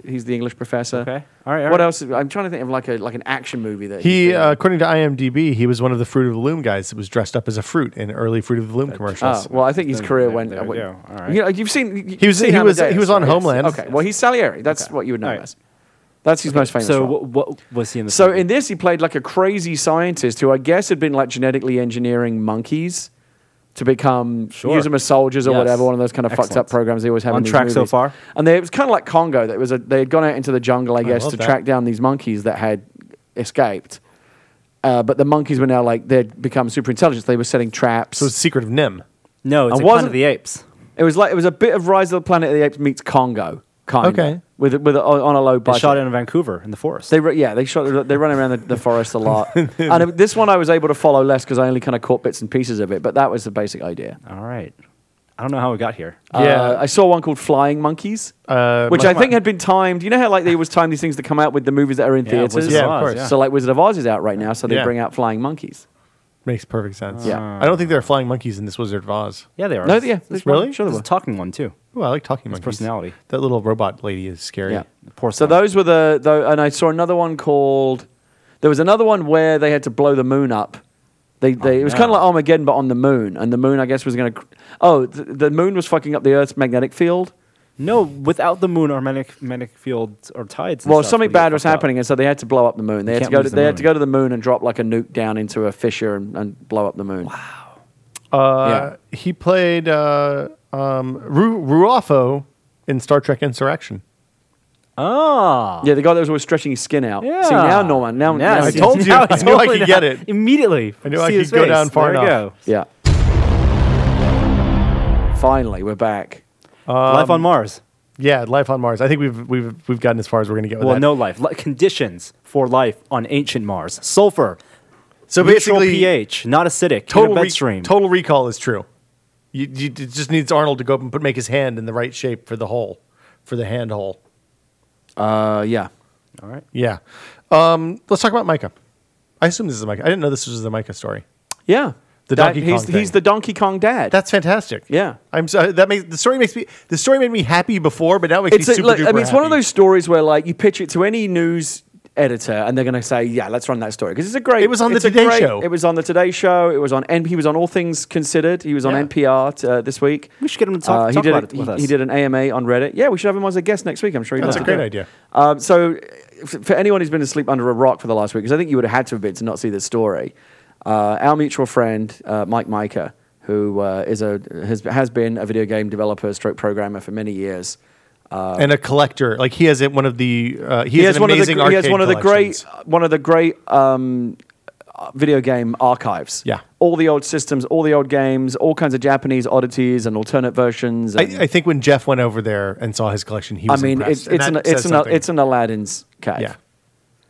Speaker 4: he's the English professor.
Speaker 3: Okay. All right, all
Speaker 4: what
Speaker 3: right.
Speaker 4: else? I'm trying to think of like a like an action movie that he's
Speaker 2: He,
Speaker 4: been in.
Speaker 2: uh, according to IMDb, he was one of the Fruit of the Loom guys that was dressed up as a fruit in early Fruit of the Loom
Speaker 4: Ah,
Speaker 2: commercials.
Speaker 4: well, I think his
Speaker 3: Then
Speaker 4: career
Speaker 3: there-
Speaker 4: went.
Speaker 3: there
Speaker 4: uh,
Speaker 3: we
Speaker 4: went-
Speaker 3: go. All right.
Speaker 4: You know, you've seen. you-
Speaker 2: He was-
Speaker 4: you've seen
Speaker 2: he was-
Speaker 4: Amadeus,
Speaker 2: he was on
Speaker 4: right?
Speaker 2: Homeland.
Speaker 4: Okay, well, he's Salieri. That's what you would know
Speaker 3: All right.
Speaker 4: as. That's his most famous.
Speaker 3: So
Speaker 4: role.
Speaker 3: what, what was he in this?
Speaker 4: so
Speaker 3: movie?
Speaker 4: in this, he played like a crazy scientist who I guess had been like genetically engineering monkeys to become
Speaker 3: Sure.
Speaker 4: use them as soldiers or
Speaker 3: Yes.
Speaker 4: whatever. One of those kind of fucked
Speaker 3: Excellent.
Speaker 4: up programs they always have
Speaker 3: On
Speaker 4: in these
Speaker 3: track so
Speaker 4: movies.
Speaker 3: far?
Speaker 4: And they, it was kind of like Congo. That it was a, they had gone out into the jungle, I guess,
Speaker 2: love
Speaker 4: to
Speaker 2: that.
Speaker 4: track down these monkeys that had escaped. Uh, but the monkeys were now like they'd become super intelligent. They were setting traps.
Speaker 2: so it's Secret of Nim.
Speaker 3: no, it's
Speaker 4: I
Speaker 3: like Planet
Speaker 4: wasn't-
Speaker 3: of the Apes.
Speaker 4: It was like it was a bit of Rise of the Planet of the Apes meets Congo, kind
Speaker 2: Okay.
Speaker 4: With with on, on a low
Speaker 3: They
Speaker 4: budget.
Speaker 3: shot it in Vancouver in the forest.
Speaker 4: They ru- yeah they shot they run around the, the forest a lot. and it- this one I was able to follow less because I only kind of caught bits and pieces of it. But that was the basic idea.
Speaker 3: All right. I don't know how we got here.
Speaker 2: Yeah.
Speaker 4: Uh, I saw one called Flying Monkeys,
Speaker 2: Uh,
Speaker 4: which
Speaker 2: my-
Speaker 4: I think had been timed. You know how like they always time these things to come out with the movies that are in
Speaker 3: Yeah,
Speaker 4: theaters.
Speaker 3: Wizard
Speaker 2: Yeah, of Oz, course.
Speaker 3: yeah.
Speaker 4: So like Wizard of Oz is out right now, so they
Speaker 2: Yeah.
Speaker 4: bring out Flying Monkeys.
Speaker 2: makes perfect sense.
Speaker 4: Yeah.
Speaker 2: I don't think there are flying monkeys in this Wizard of Oz.
Speaker 3: Yeah, they are.
Speaker 4: No, yeah,
Speaker 3: There's
Speaker 2: really?
Speaker 3: one-
Speaker 4: Sure there
Speaker 3: there's
Speaker 4: were.
Speaker 3: a talking one too.
Speaker 2: Oh, I like talking monkeys.
Speaker 3: personality.
Speaker 2: That little robot lady is scary.
Speaker 4: Yeah.
Speaker 3: Poor
Speaker 4: So
Speaker 3: those.
Speaker 4: those were the, the and I saw another one called there was another one where they had to blow the moon up. They, they, it was
Speaker 3: Oh, no.
Speaker 4: kind of like Armageddon, but on the moon. And the moon, I guess, was going to. Oh, th- the moon was fucking up the Earth's magnetic field.
Speaker 3: No, without the moon, our magnetic, magnetic field or tides. and
Speaker 4: Well,
Speaker 3: stuff
Speaker 4: something
Speaker 3: would get
Speaker 4: bad was
Speaker 3: fucked up.
Speaker 4: happening, and so they had to blow up the moon. They had to
Speaker 3: can't
Speaker 4: go. To,
Speaker 3: lose the
Speaker 4: they had to
Speaker 3: moon.
Speaker 4: go to the moon and drop like a nuke down into a fissure and, and blow up the moon.
Speaker 2: Uh, He played uh, um, Ru- Ruolfo in Star Trek Insurrection.
Speaker 3: Ah.
Speaker 4: Yeah, the guy that was always stretching his skin out.
Speaker 3: Yeah.
Speaker 4: See now, Norman. Now, now,
Speaker 2: I
Speaker 3: see,
Speaker 2: told you.
Speaker 3: now
Speaker 2: I
Speaker 3: it's
Speaker 2: knew I
Speaker 3: totally
Speaker 2: could get
Speaker 3: not-
Speaker 2: it.
Speaker 3: Immediately.
Speaker 2: I knew I
Speaker 3: See
Speaker 2: could
Speaker 3: his
Speaker 2: go
Speaker 3: face.
Speaker 2: down far
Speaker 3: There you
Speaker 2: enough.
Speaker 3: go.
Speaker 4: Yeah. Finally, we're back.
Speaker 3: life
Speaker 2: Um,
Speaker 3: on Mars.
Speaker 2: Yeah, Life on Mars. I think we've we've we've gotten as far as we're going to get with
Speaker 3: Well,
Speaker 2: that.
Speaker 3: no life. Li- conditions for life on ancient Mars. Sulfur.
Speaker 2: So
Speaker 3: neutral
Speaker 2: basically,
Speaker 3: pH, not acidic.
Speaker 2: total
Speaker 3: in a
Speaker 2: re-
Speaker 3: bed stream.
Speaker 2: total recall is true. You, you it just needs Arnold to go up and put make his hand in the right shape for the hole, for the hand hole.
Speaker 4: Uh, yeah.
Speaker 3: All right.
Speaker 2: Yeah. Um, let's talk about Micah. I assume this is Micah. I didn't know this was the Micah story.
Speaker 4: Yeah.
Speaker 2: The
Speaker 4: That-
Speaker 2: Donkey
Speaker 4: he's,
Speaker 2: Kong
Speaker 4: he's
Speaker 2: thing.
Speaker 4: the Donkey Kong dad.
Speaker 2: That's fantastic.
Speaker 4: Yeah.
Speaker 2: I'm sorry. That makes the story makes me the story made me happy before, but now it makes
Speaker 4: it's
Speaker 2: me
Speaker 4: a-
Speaker 2: super
Speaker 4: look, I
Speaker 2: duper
Speaker 4: mean, it's one of
Speaker 2: happy.
Speaker 4: those stories where like you pitch it to any news editor and they're going to say, "Yeah, let's run that story" because it's a great.
Speaker 2: It was on the
Speaker 4: it's a
Speaker 2: Today
Speaker 4: great-
Speaker 2: Show.
Speaker 4: It was on the Today Show. It was on. N- he was on All Things Considered. He was on
Speaker 2: Yeah.
Speaker 4: NPR t- uh, this week. Uh,
Speaker 3: We should get him to talk-
Speaker 4: he
Speaker 3: talk
Speaker 4: did
Speaker 3: about
Speaker 4: a-
Speaker 3: it with
Speaker 4: he,
Speaker 3: us.
Speaker 4: he did an AMA on Reddit. Yeah, we should have him as a guest next week. I'm sure he
Speaker 2: That's
Speaker 4: loves
Speaker 2: a
Speaker 4: to
Speaker 2: great
Speaker 4: do
Speaker 2: idea.
Speaker 4: it. Um, so, f- for anyone who's been asleep under a rock for the last week, because I think you would have had to have been to not see this story, uh, our mutual friend, uh, Mike Micah, who uh, is a, has, has been a video game developer, stroke programmer for many years.
Speaker 2: and a collector. Like he has it one of the uh, he,
Speaker 4: Oh. He
Speaker 2: has,
Speaker 4: has,
Speaker 2: an
Speaker 4: one of the,
Speaker 2: amazing
Speaker 4: gr- he has
Speaker 2: arcade
Speaker 4: one of the great uh,
Speaker 2: collections.
Speaker 4: one of the great um, uh, video game archives.
Speaker 2: Yeah.
Speaker 4: all the old systems, all the old games, all kinds of Japanese oddities and alternate versions. And,
Speaker 2: I, I think when Jeff went over there and saw his collection, he
Speaker 4: I
Speaker 2: was
Speaker 4: mean,
Speaker 2: impressed.
Speaker 4: it's,
Speaker 2: And
Speaker 4: it's, an,
Speaker 2: that
Speaker 4: it's,
Speaker 2: says
Speaker 4: an,
Speaker 2: something.
Speaker 4: it's an Aladdin's cave.
Speaker 2: Yeah.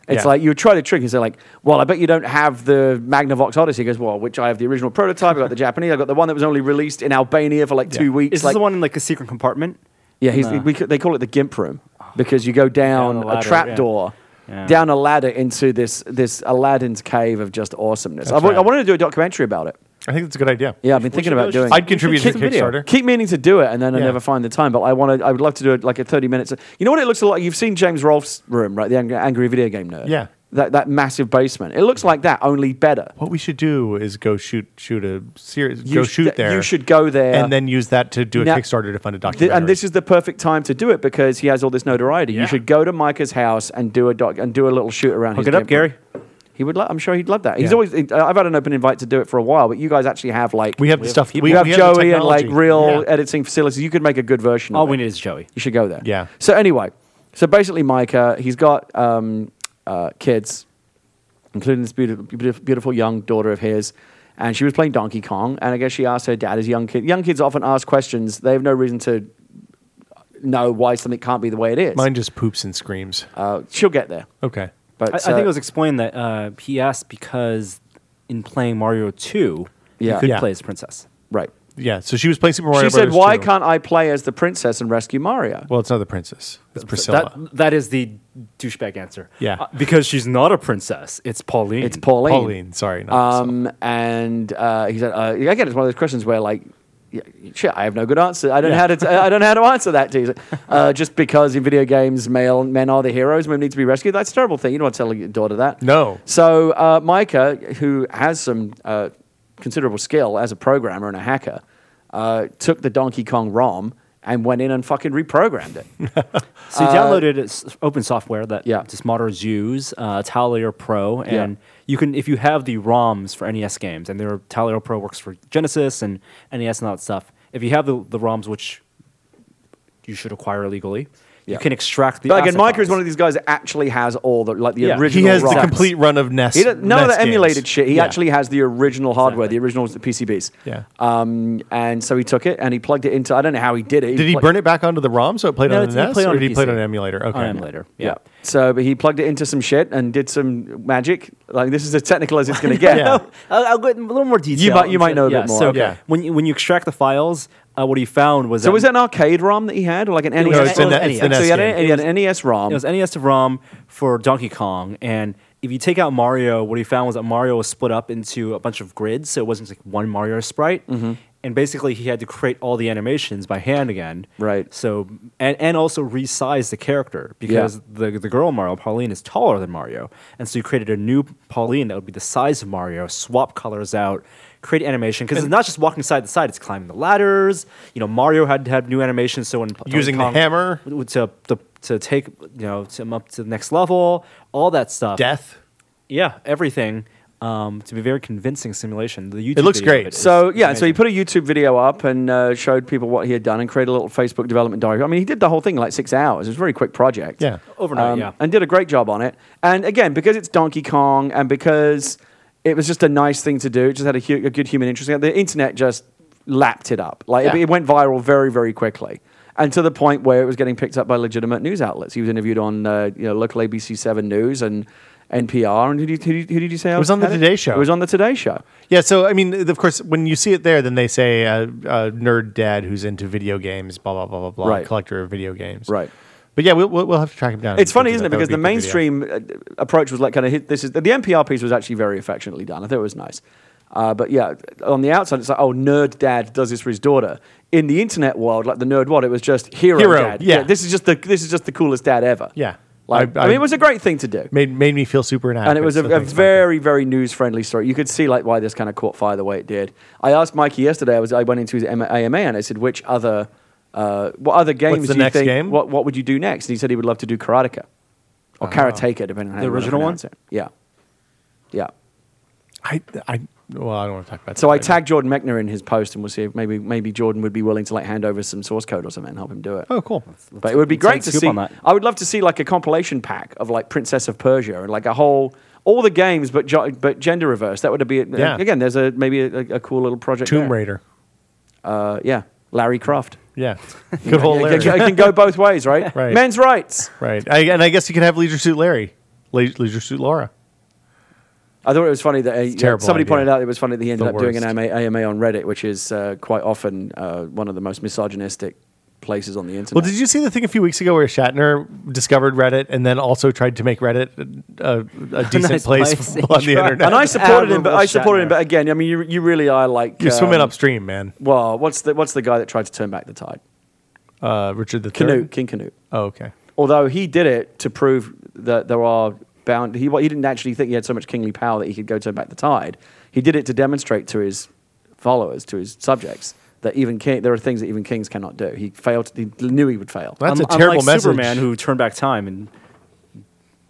Speaker 4: It's
Speaker 2: Yeah.
Speaker 4: like you try to trick. He's like, "Well, I bet you don't have the Magnavox Odyssey." He goes, "Well, which I have the original prototype. I got the Japanese. I got the one that was only released in Albania for like
Speaker 2: Yeah.
Speaker 4: two weeks."
Speaker 3: Is this
Speaker 4: like,
Speaker 3: the one in like a secret compartment?
Speaker 4: Yeah, he's,
Speaker 3: Nah.
Speaker 4: we, ca- they call it the gimp room because you go down,
Speaker 3: Down the ladder,
Speaker 4: a trap
Speaker 3: yeah.
Speaker 4: door
Speaker 3: Yeah.
Speaker 4: down a ladder into this this Aladdin's cave of just awesomeness.
Speaker 2: That's
Speaker 4: I've, I
Speaker 2: right.
Speaker 4: wanted to do a documentary about it.
Speaker 2: I think that's a good idea.
Speaker 4: Yeah, I've been thinking
Speaker 3: should-
Speaker 4: about
Speaker 3: we should-
Speaker 4: doing.
Speaker 2: I'd contribute to
Speaker 3: Keep
Speaker 2: the
Speaker 3: the video.
Speaker 2: Kickstarter.
Speaker 4: Keep meaning to do it, and then I
Speaker 2: Yeah.
Speaker 4: never find the time. But I want to. I would love to do it like a thirty minutes. You know what it looks like? You've seen James Rolfe's room, right? The angry, angry video game nerd.
Speaker 2: Yeah.
Speaker 4: That that massive basement. It looks like that, only better.
Speaker 2: What we should do is go shoot shoot a series.
Speaker 4: You
Speaker 2: go
Speaker 4: sh-
Speaker 2: shoot there.
Speaker 4: You should go there.
Speaker 2: and then use that to do a
Speaker 4: Now-
Speaker 2: Kickstarter to fund a
Speaker 4: Th-
Speaker 2: documentary.
Speaker 4: and this is the perfect time to do it because he has all this notoriety.
Speaker 2: Yeah.
Speaker 4: You should go to Micah's house and do a doc and do a little shoot around.
Speaker 3: Hook
Speaker 4: his
Speaker 3: it up,
Speaker 4: game room.
Speaker 3: Gary.
Speaker 4: He would. Lo- I'm sure he'd love that. He's
Speaker 2: Yeah.
Speaker 4: always. I've had an open invite to do it for a while, but you guys actually have like
Speaker 2: we have the stuff.
Speaker 3: people.
Speaker 2: We
Speaker 4: you have,
Speaker 2: we the
Speaker 4: Joey and like
Speaker 2: technology.
Speaker 4: real
Speaker 2: Yeah. Oh,
Speaker 4: editing facilities. You could make a good version.
Speaker 3: All
Speaker 4: of it.
Speaker 3: we need is Joey.
Speaker 4: You should go there.
Speaker 2: Yeah.
Speaker 4: So anyway, so basically, Micah, he's got um, uh, kids, including this beautiful, beautiful young daughter of his, and she was playing Donkey Kong, and I guess she asked her dad, as young kid, young kids often ask questions they have no reason to know why something can't be the way it is.
Speaker 2: Mine just poops and screams.
Speaker 4: Uh, she'll get there,
Speaker 2: Okay.
Speaker 3: I,
Speaker 4: but
Speaker 3: I
Speaker 4: uh,
Speaker 3: think it was explained that uh, he asked because in playing Mario 2,
Speaker 4: Yeah.
Speaker 3: you could
Speaker 2: Yeah.
Speaker 3: play as Princess.
Speaker 4: right.
Speaker 2: Yeah. So she was playing Super Mario.
Speaker 4: She said,
Speaker 2: Brothers
Speaker 4: "Why
Speaker 2: 2.
Speaker 4: can't I play as the princess and rescue Mario?"
Speaker 2: Well, it's not the princess. It's Priscilla.
Speaker 3: That, that is the douchebag answer.
Speaker 2: Yeah.
Speaker 3: Uh, because she's not a princess. It's Pauline.
Speaker 4: it's Pauline.
Speaker 2: Pauline. Sorry. Not Priscilla.
Speaker 4: Um, and uh, he said, uh, again, it's one of those questions where like, yeah, shit, I have no good answer. I don't know how to. I don't know how to answer that. To you. Uh, just because in video games, male men are the heroes, women need to be rescued. That's a terrible thing. You don't want to tell your daughter that.
Speaker 2: No.
Speaker 4: So uh, Micah, who has some uh, considerable skill as a programmer and a hacker, uh, took the Donkey Kong ROM and went in and fucking reprogrammed it.
Speaker 3: So you downloaded s- open software that
Speaker 4: Uh, Yeah.
Speaker 3: just modders use, uh, Talier Pro,
Speaker 4: Yeah.
Speaker 3: and you can if you have the ROMs for NES games, and their Talier Pro works for Genesis and NES and all that stuff. If you have the, the ROMs, which you should acquire legally,
Speaker 4: Yeah.
Speaker 3: you can extract the.
Speaker 4: But again,
Speaker 3: asset
Speaker 4: Micah is
Speaker 3: files.
Speaker 4: one of these guys that actually has all the like the
Speaker 3: Yeah. He
Speaker 4: original.
Speaker 2: he has the
Speaker 4: ROMs.
Speaker 2: complete run of E Nest.
Speaker 4: He doesn't, none of
Speaker 2: Nest
Speaker 4: the emulated
Speaker 2: games.
Speaker 4: shit. He
Speaker 2: Yeah.
Speaker 4: actually has the original hardware,
Speaker 3: Exactly.
Speaker 4: the original PCBs.
Speaker 2: Yeah.
Speaker 4: Um, and so he took it and he plugged it into. I don't know how he did it.
Speaker 2: Did he
Speaker 4: plu-
Speaker 2: burn it back onto the ROM so it played
Speaker 3: No,
Speaker 2: on
Speaker 3: it's-
Speaker 2: the
Speaker 3: he
Speaker 2: Nest,
Speaker 3: played on
Speaker 2: or did he play it
Speaker 3: PC.
Speaker 2: on an emulator? Okay.
Speaker 3: on emulator.
Speaker 4: Yeah.
Speaker 3: Yeah.
Speaker 4: So, but he plugged it into some shit and did some magic. Like this is as technical as it's going to get.
Speaker 2: Yeah.
Speaker 3: I'll, I'll go in a little more detail.
Speaker 4: might- you might know a bit
Speaker 3: yeah,
Speaker 4: more.
Speaker 3: So
Speaker 4: Okay.
Speaker 2: Yeah.
Speaker 3: when you, when you extract the files, uh, what he found was
Speaker 4: So
Speaker 3: that
Speaker 4: was that an arcade ROM that he had, or like an NES?
Speaker 2: No, it's,
Speaker 3: it
Speaker 2: in
Speaker 3: was
Speaker 2: the, it's the
Speaker 3: NES.
Speaker 4: so
Speaker 2: Nest
Speaker 4: he had,
Speaker 2: game.
Speaker 4: an, he had an NES ROM.
Speaker 3: It was NES to ROM for Donkey Kong, and if you take out Mario, what he found was that Mario was split up into a bunch of grids, so it wasn't just like one Mario sprite.
Speaker 2: Mm-hmm.
Speaker 3: And basically, he had to create all the animations by hand again.
Speaker 4: Right.
Speaker 3: So and and also resize the character because the the girl Mario Pauline is taller than Mario, and so you created a new Pauline that would be the size of Mario. Swap colors out. Create animation because it's not just walking side to side; it's climbing the ladders. You know, Mario had to have new animations. So when Donkey
Speaker 2: Using the
Speaker 3: Kong-
Speaker 2: hammer.
Speaker 3: w- to to to take you know to him up to the next level, all that stuff.
Speaker 2: Death.
Speaker 3: yeah, everything. Um, to be very convincing simulation. The YouTube
Speaker 2: looks
Speaker 3: video of
Speaker 2: great.
Speaker 3: is
Speaker 4: So yeah, so he
Speaker 3: amazing.
Speaker 4: put a YouTube video up and uh, showed people what he had done and created a little Facebook development diary. I mean, he did the whole thing in like six hours. It was a very quick project. Um,
Speaker 2: Yeah.
Speaker 3: Overnight, yeah.
Speaker 4: and did a great job on it. And again, because it's Donkey Kong and because it was just a nice thing to do, it just had a, hu- a good human interest. The internet just lapped it up. Like it,
Speaker 3: Yeah.
Speaker 4: it went viral very, very quickly. And to the point where it was getting picked up by legitimate news outlets. He was interviewed on uh, you know, local ABC 7 News and NPR. And who did, you- who did, you- who did you say? It
Speaker 2: was on the Today Show.
Speaker 4: It was on the Today Show.
Speaker 2: Yeah, so I mean, of course, when you see it there, then they say uh, uh, nerd dad who's into video games, blah blah blah blah blah,
Speaker 4: Right.
Speaker 2: collector of video games,
Speaker 4: Right.
Speaker 2: But yeah, we'll we'll, we'll have to track him down.
Speaker 4: It's
Speaker 2: and
Speaker 4: funny,
Speaker 2: do
Speaker 4: isn't
Speaker 2: that.
Speaker 4: it?
Speaker 2: That
Speaker 4: Because the
Speaker 2: would be a good video.
Speaker 4: mainstream uh, approach was like kind of hit. This is the NPR piece was actually very affectionately done. I thought it was nice. Uh, but yeah, on the outside, it's like, oh, nerd dad does this for his daughter. In the internet world, like the nerd world, it was just hero,
Speaker 2: Hero,
Speaker 4: dad.
Speaker 2: yeah.
Speaker 4: this is just the this is just the coolest dad ever.
Speaker 2: Yeah.
Speaker 4: like I,
Speaker 2: I- I-
Speaker 4: mean, it was a great thing to do,
Speaker 2: made made me feel super inadequate.
Speaker 4: and it was a,
Speaker 2: so
Speaker 4: a
Speaker 2: thanks, Micah.
Speaker 4: very very news friendly story. You could see like why this kind of caught fire the way it did. I asked Mikey yesterday. I was I went into his M- AMA and I said, which other uh, what other games
Speaker 2: the
Speaker 4: do you
Speaker 2: next
Speaker 4: think
Speaker 2: game? Ah.
Speaker 4: what what would you do next? And he said he would love to do Karateka or Karateka, depending on how
Speaker 3: The
Speaker 4: you wanna
Speaker 3: original one?
Speaker 4: pronounce It. Yeah, yeah.
Speaker 2: I I well, I don't want to talk about.
Speaker 4: So
Speaker 2: that
Speaker 4: I
Speaker 2: right
Speaker 4: tagged Jordan Mechner in his post, and we'll see if maybe maybe Jordan would be willing to like hand over some source code or something and help him do it.
Speaker 2: now. Oh, cool.
Speaker 4: But it would be
Speaker 3: Let's have
Speaker 4: great
Speaker 3: a
Speaker 4: to
Speaker 3: scoop
Speaker 4: see.
Speaker 3: on that.
Speaker 4: I would love to see like a compilation pack of like Princess of Persia and like a whole all the games, but jo- but gender reverse. That would be
Speaker 2: Yeah.
Speaker 4: again. There's a maybe a, a cool little project.
Speaker 2: Tomb
Speaker 4: there.
Speaker 2: Raider.
Speaker 4: Uh, yeah, Larry Croft.
Speaker 2: Yeah, good old
Speaker 4: It can,
Speaker 2: Larry.
Speaker 4: it can go both ways, right?
Speaker 2: Right.
Speaker 4: Men's rights.
Speaker 2: right, I, and I guess you could have Leisure Suit Larry, Le- Leisure Suit Laura.
Speaker 4: I thought it was funny that uh,
Speaker 2: terrible
Speaker 4: somebody
Speaker 2: idea.
Speaker 4: pointed out it was funny that he ended
Speaker 2: The
Speaker 4: up doing an
Speaker 2: worst.
Speaker 4: AMA, AMA on Reddit, which is uh, quite often uh, one of the most misogynistic places on the internet.
Speaker 2: Well, did you see the thing a few weeks ago where Shatner discovered Reddit and then also tried to make Reddit a, a decent
Speaker 3: nice
Speaker 2: place,
Speaker 3: place.
Speaker 2: on
Speaker 3: He
Speaker 2: the
Speaker 3: tried.
Speaker 2: internet?
Speaker 4: and I supported him, but I
Speaker 3: Admirable
Speaker 4: supported him.
Speaker 3: Shatner.
Speaker 4: But again, I mean, you, you really are like
Speaker 2: You're swimming
Speaker 4: um,
Speaker 2: upstream, man.
Speaker 4: Well, what's the what's the guy that tried to turn back the tide?
Speaker 2: Uh, Richard the
Speaker 4: Canute, King Canute.
Speaker 2: Oh, okay.
Speaker 4: Although he did it to prove that there are bound. He he didn't actually think he had so much kingly power that he could go turn back the tide. He did it to demonstrate to his followers, to his subjects, that even king, there are things that even kings cannot do. He failed. He knew he would fail.
Speaker 2: That's
Speaker 3: Un-
Speaker 2: a terrible
Speaker 3: unlike
Speaker 2: message.
Speaker 3: Superman who turned back time and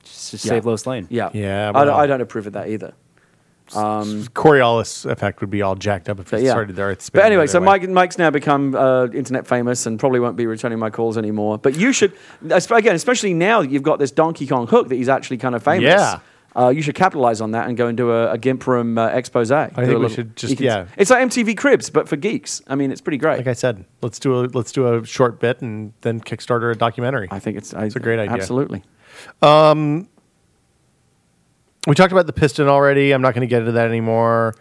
Speaker 3: just, just
Speaker 4: Yeah.
Speaker 3: saved Lois Lane.
Speaker 4: Yeah,
Speaker 2: Yeah,
Speaker 4: I, don't,
Speaker 2: well.
Speaker 4: I don't approve of that either.
Speaker 2: Coriolis effect would be all jacked up if
Speaker 4: But
Speaker 2: it
Speaker 4: yeah.
Speaker 2: started the Earth.
Speaker 4: But
Speaker 2: spinning the
Speaker 4: anyway,
Speaker 2: other
Speaker 4: so
Speaker 2: way.
Speaker 4: Mike, Mike's now become uh, internet famous and probably won't be returning my calls anymore. But you should, as- again, especially now that you've got this Donkey Kong hook that he's actually kind of famous.
Speaker 2: Yeah.
Speaker 4: Uh, you should capitalize on that and go and do a, a Gimp Room uh, expose. I
Speaker 2: think we should just- yeah.
Speaker 4: It's like MTV Cribs, but for geeks. I mean, it's pretty great.
Speaker 2: like I said, let's do a let's do a short bit and then Kickstarter a documentary.
Speaker 4: I think it's, I,
Speaker 2: It's a great idea.
Speaker 4: Absolutely.
Speaker 2: We talked about the piston already. I'm not going to get into that anymore.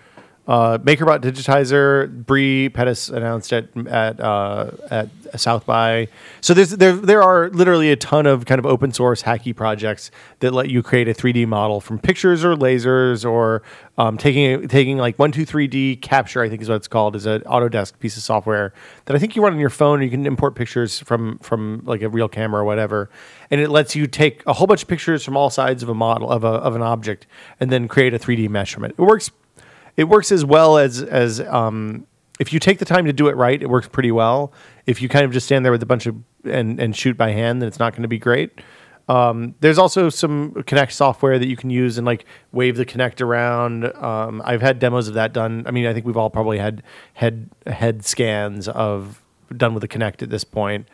Speaker 2: Uh, MakerBot Digitizer, Bree Pettis announced at at uh, at South by. So there's there there are literally a ton of kind of open source hacky projects that let you create a 3D model from pictures or lasers or um, taking taking like one two three D capture. I think is what it's called is an Autodesk piece of software that I think you run on your phone. You can import pictures from from like a real camera or whatever, and it lets you take a whole bunch of pictures from all sides of a model of a of an object and then create a 3D mesh from it. It works it works as well as as um, if you take the time to do it right, it works pretty well. If you kind of just stand there with a bunch of and and shoot by hand, then it's not going to be great. Um, there's also some Connect software that you can use and like wave the Connect around. Um, I've had demos of that done. I mean, I think we've all probably had head head scans of done with the Connect at this point.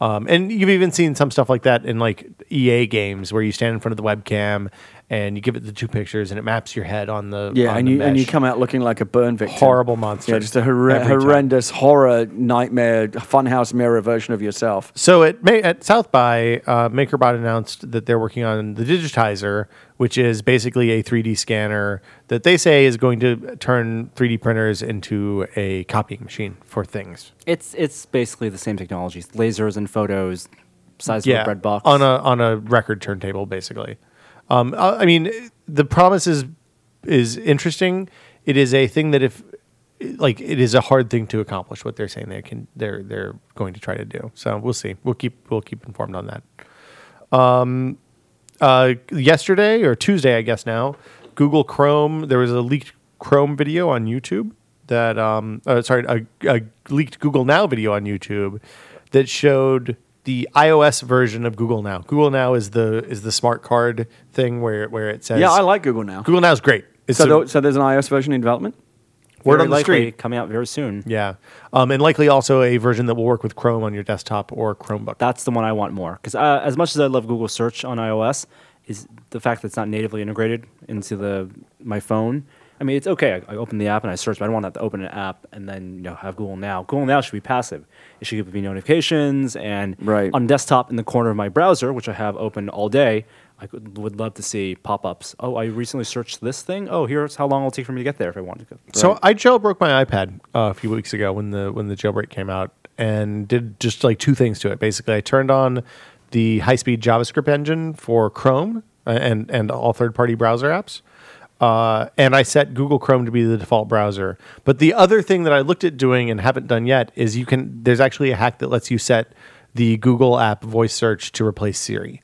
Speaker 2: Um, and you've even seen some stuff like that in like EA games where you stand in front of the webcam and you give it the two pictures and it maps your head on the
Speaker 4: Yeah,
Speaker 2: on
Speaker 4: and
Speaker 2: the
Speaker 4: you, and you
Speaker 2: mesh.
Speaker 4: come out looking like a burn victim.
Speaker 2: Horrible monster.
Speaker 4: Yeah, just a horre-
Speaker 2: Every time.
Speaker 4: horrendous horror nightmare, funhouse mirror version of yourself.
Speaker 2: So at Ma- at South by, uh, MakerBot announced that they're working on the Digitizer, which is basically a 3D scanner that they say is going to turn 3D printers into a copying machine for things.
Speaker 3: It's it's basically the same technologies, lasers and photos, size of a bread box.
Speaker 2: on a on a record turntable, basically. Um, I, I mean, the promise is is interesting. It is a thing that if like it is a hard thing to accomplish what they're saying they can they're they're going to try to do. So we'll see. We'll keep we'll keep informed on that. uh, yesterday or Tuesday, I guess now, Google Chrome, there was a leaked Chrome video on YouTube that, um, uh, sorry, a, a leaked Google Now video on YouTube that showed the iOS version of Google Now. Google Now is the is the smart card thing where where it says
Speaker 4: Yeah, I like Google now.
Speaker 2: Google Now is great. It's
Speaker 4: so,
Speaker 2: a
Speaker 4: tho- so there's an iOS version in development?
Speaker 2: word
Speaker 3: Very
Speaker 2: on the
Speaker 3: likely
Speaker 2: street.
Speaker 3: coming out very soon.
Speaker 2: Yeah, um, and likely also a version that will work with Chrome on your desktop or Chromebook.
Speaker 3: That's the one I want more because uh, as much as I love Google Search on iOS, is the fact that it's not natively integrated into the my phone. I mean, it's okay. I, I open the app and I search, but I don't want to have to open an app and then you know have Google Now. Google Now should be passive. It should give me notifications and
Speaker 4: Right.
Speaker 3: on desktop in the corner of my browser, which I have open all day. I could, would love to see pop-ups. Oh, I recently searched this thing. Oh, here's how long it'll take for me to get there if I want to go.
Speaker 2: So I jailbroke my iPad uh, a few weeks ago when the when the jailbreak came out, and did just like two things to it. Basically, I turned on the high speed JavaScript engine for Chrome uh, and and all third party browser apps, uh, and I set Google Chrome to be the default browser. But the other thing that I looked at doing and haven't done yet is you can there's actually a hack that lets you set the Google app voice search to replace Siri,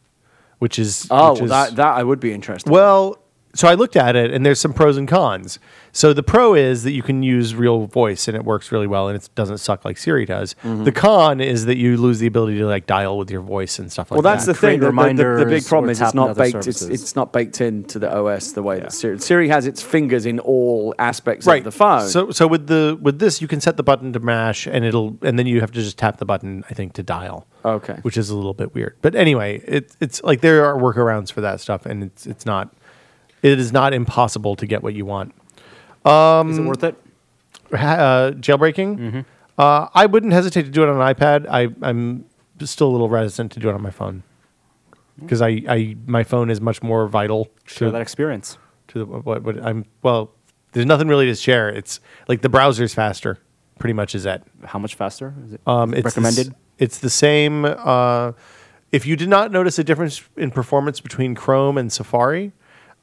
Speaker 2: which is
Speaker 4: Oh,
Speaker 2: which
Speaker 4: well,
Speaker 2: is-
Speaker 4: that, that I would be interested.
Speaker 2: well, so I looked at it, and there's some pros and cons. So the pro is that you can use real voice, and it works really well, and it doesn't suck like Siri does. The con is that you lose the ability to like dial with your voice and stuff like
Speaker 4: well,
Speaker 2: that.
Speaker 4: that's the
Speaker 3: Create
Speaker 4: thing. The, the- the- the big
Speaker 3: reminders
Speaker 4: problem
Speaker 3: or
Speaker 4: is
Speaker 3: tap
Speaker 4: it's not
Speaker 3: another
Speaker 4: baked. It's,
Speaker 3: services.
Speaker 4: it's not baked into the OS the way that Siri, Siri has its fingers in all aspects of the phone.
Speaker 2: So so with the with this, you can set the button to mash, and it'll and then you have to just tap the button, I think, to dial.
Speaker 4: Okay.
Speaker 2: which is a little bit weird, but anyway, it, it's like there are workarounds for that stuff, and it's it's not it is not impossible to get what you want. um,
Speaker 3: is it worth it?
Speaker 2: ha- uh, jailbreaking.
Speaker 3: Mm-hmm.
Speaker 2: Uh, I wouldn't hesitate to do it on an iPad. I, I'm still a little reticent to do it on my phone because I, I my phone is much more vital
Speaker 3: Mm. Share
Speaker 2: to,
Speaker 3: that experience.
Speaker 2: to the, what, what I'm. Well, there's nothing really to share. It's like the browser's faster. Pretty much is that.
Speaker 3: How much faster? Is it
Speaker 2: Um, it's this-
Speaker 3: recommended?
Speaker 2: It's the same. Uh, if you did not notice a difference in performance between Chrome and Safari,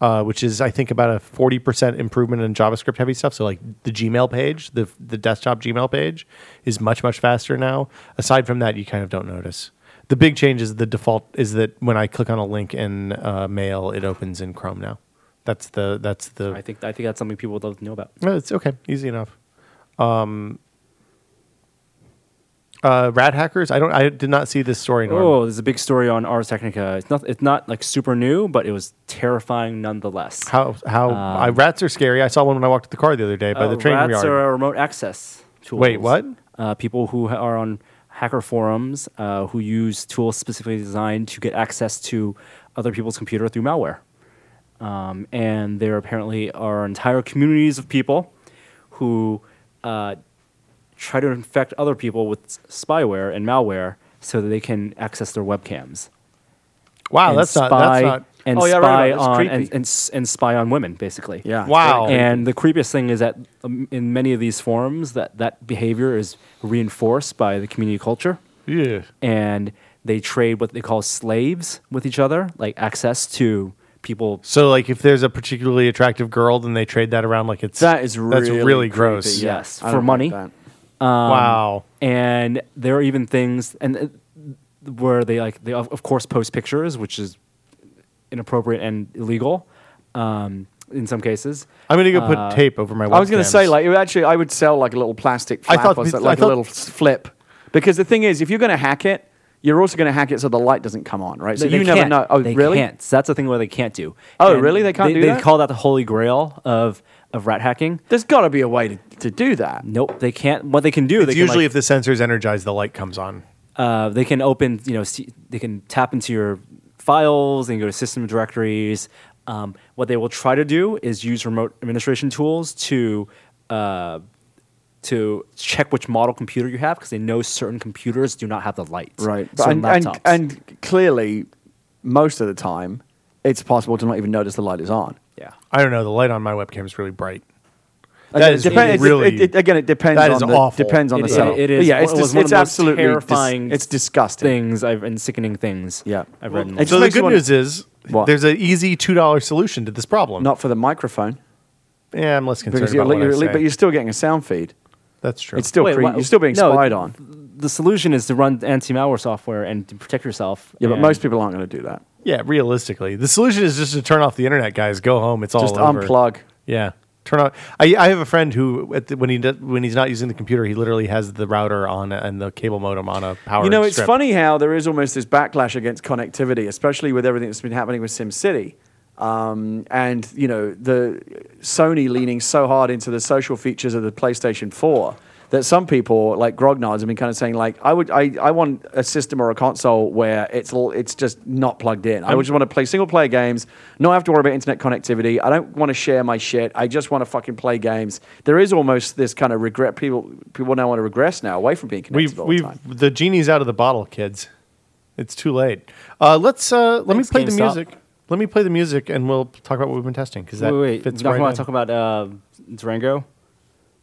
Speaker 2: uh, which is I think about a forty percent improvement in JavaScript heavy stuff. So like the Gmail page, the the desktop Gmail page is much much faster now. Aside from that, you kind of don't notice. The big change is the default is that when I click on a link in uh, Mail, it opens in Chrome now. That's the that's the
Speaker 3: I think I think that's something people would love to know about.
Speaker 2: no, it's okay. Easy enough. Um, uh, rat hackers. I don't. I did not see this story. Norm.
Speaker 3: Oh, there's a big story on Ars Technica. It's not it's not like super new, but it was terrifying nonetheless.
Speaker 2: How how I, rats are scary. I saw one when I walked to the car the other day by
Speaker 3: Uh,
Speaker 2: the train
Speaker 3: rats
Speaker 2: yard.
Speaker 3: are remote access tools.
Speaker 2: Wait, what?
Speaker 3: Uh, people who ha- are on hacker forums uh, who use tools specifically designed to get access to other people's computer through malware. Um, and there apparently are entire communities of people who uh, try to infect other people with s- spyware and malware so that they can access their webcams.
Speaker 2: wow,
Speaker 3: and
Speaker 2: that's
Speaker 3: spy,
Speaker 2: not that's not.
Speaker 3: and
Speaker 4: Oh, yeah, right,
Speaker 3: spy
Speaker 4: right, that's
Speaker 3: on
Speaker 4: creepy.
Speaker 3: and, and, s- and spy on women basically.
Speaker 4: Yeah.
Speaker 2: Wow.
Speaker 3: And the creepiest thing is that um, in many of these forums, that that behavior is reinforced by the community culture,
Speaker 2: Yeah.
Speaker 3: and they trade what they call slaves with each other, like access to people.
Speaker 2: So like, if there's a particularly attractive girl, then they trade that around like it's
Speaker 4: That is
Speaker 2: that's
Speaker 4: really
Speaker 2: really,
Speaker 4: creepy,
Speaker 2: gross.
Speaker 4: yeah.
Speaker 3: Yes,
Speaker 4: I
Speaker 3: for
Speaker 4: don't like
Speaker 3: money.
Speaker 4: that.
Speaker 2: wow.
Speaker 3: and there are even things and uh, where they like they of of course post pictures, which is inappropriate and illegal um, in some cases.
Speaker 2: I'm gonna go put
Speaker 3: uh,
Speaker 2: tape over my.
Speaker 4: I was going
Speaker 2: webcams.
Speaker 4: to say, like, it actually, I would sell like a little plastic
Speaker 2: I
Speaker 4: flap
Speaker 2: thought
Speaker 4: or
Speaker 2: pe-
Speaker 4: so-
Speaker 2: I
Speaker 4: like a
Speaker 2: thought-
Speaker 4: little s- flip. Because the thing is, if you're going to hack it, you're also going to hack it so the light doesn't come on, right? So
Speaker 3: They-
Speaker 4: you
Speaker 3: they
Speaker 4: never
Speaker 3: can't.
Speaker 4: know. Oh,
Speaker 3: they
Speaker 4: really?
Speaker 3: Can't. So that's the thing where they can't do.
Speaker 4: Oh, really? They can't do
Speaker 3: they
Speaker 4: that?
Speaker 3: call that the holy grail of of rat hacking.
Speaker 4: There's got to be a way to, to do that.
Speaker 3: Nope, they can't. What they can do, they
Speaker 2: it's
Speaker 3: can,
Speaker 2: usually
Speaker 3: like,
Speaker 2: if the sensor's energized, the light comes on.
Speaker 3: uh, they can open, you know, see, they can tap into your files and go to system directories. Um, what they will try to do is use remote administration tools to uh, to check which model computer you have because they know certain computers do not have the light.
Speaker 4: Right. But
Speaker 3: Certain
Speaker 4: and, and-
Speaker 3: laptops.
Speaker 4: and clearly, most of the time, it's possible to not even notice the light is on.
Speaker 3: yeah.
Speaker 2: I don't know. The light on my webcam is really bright.
Speaker 4: Again,
Speaker 2: That
Speaker 4: it
Speaker 2: is
Speaker 4: depend- it's-
Speaker 2: really
Speaker 4: it- it- again, it depends
Speaker 2: that
Speaker 4: on
Speaker 2: is
Speaker 4: the,
Speaker 2: awful.
Speaker 4: depends on
Speaker 3: It
Speaker 4: the
Speaker 3: is-
Speaker 4: setup.
Speaker 3: it is
Speaker 4: Yeah, it's,
Speaker 3: one- it was
Speaker 4: dis-
Speaker 3: one of
Speaker 4: it's
Speaker 3: the most
Speaker 4: absolutely dis-
Speaker 3: terrifying
Speaker 4: it's disgusting.
Speaker 3: Things I've and sickening things.
Speaker 4: Yeah.
Speaker 3: I've read. in
Speaker 4: Well, It just
Speaker 2: so the
Speaker 4: makes you
Speaker 2: good
Speaker 4: wanna-
Speaker 2: news is
Speaker 4: What?
Speaker 2: there's an easy two dollar solution to this problem.
Speaker 4: Not for the microphone.
Speaker 2: yeah, I'm less concerned
Speaker 4: Because you're,
Speaker 2: about what I
Speaker 4: you're,
Speaker 2: say.
Speaker 4: but you're still getting a sound feed.
Speaker 2: That's true.
Speaker 4: It's still
Speaker 3: Wait,
Speaker 4: cre-
Speaker 3: wha-
Speaker 4: you're still being
Speaker 3: no,
Speaker 4: spied on.
Speaker 3: the solution is to run anti-malware software and to protect yourself.
Speaker 4: Yeah, but
Speaker 3: and-
Speaker 4: most people aren't going to do that.
Speaker 2: yeah, realistically, the solution is just to turn off the internet, guys. Go home. It's all
Speaker 4: Just
Speaker 2: over.
Speaker 4: unplug.
Speaker 2: Yeah, turn off. I, I have a friend who, at the, when he does, when he's not using the computer, he literally has the router on and the cable modem on a power.
Speaker 4: You know, it's
Speaker 2: strip.
Speaker 4: funny how there is almost this backlash against connectivity, especially with everything that's been happening with SimCity. Um, and you know, the Sony leaning so hard into the social features of the PlayStation 4 that some people, like grognards, have been kind of saying, like, I would, I, I want a system or a console where it's l- it's just not plugged in. I would just want to play single player games, not have to worry about internet connectivity. I don't want to share my shit. I just want to fucking play games. There is almost this kind of regret. People people now want to regress now away from being connected.
Speaker 2: We've
Speaker 4: all the
Speaker 2: we've
Speaker 4: time.
Speaker 2: the genie's out of the bottle, kids. It's too late. Uh, let's uh, let
Speaker 3: Thanks,
Speaker 2: me play the
Speaker 3: GameStop.
Speaker 2: music. Let me play the music, and we'll talk about what we've been testing because that
Speaker 3: wait, wait,
Speaker 2: fits
Speaker 3: not
Speaker 2: right
Speaker 3: want
Speaker 2: in.
Speaker 3: to talk about uh, Durango.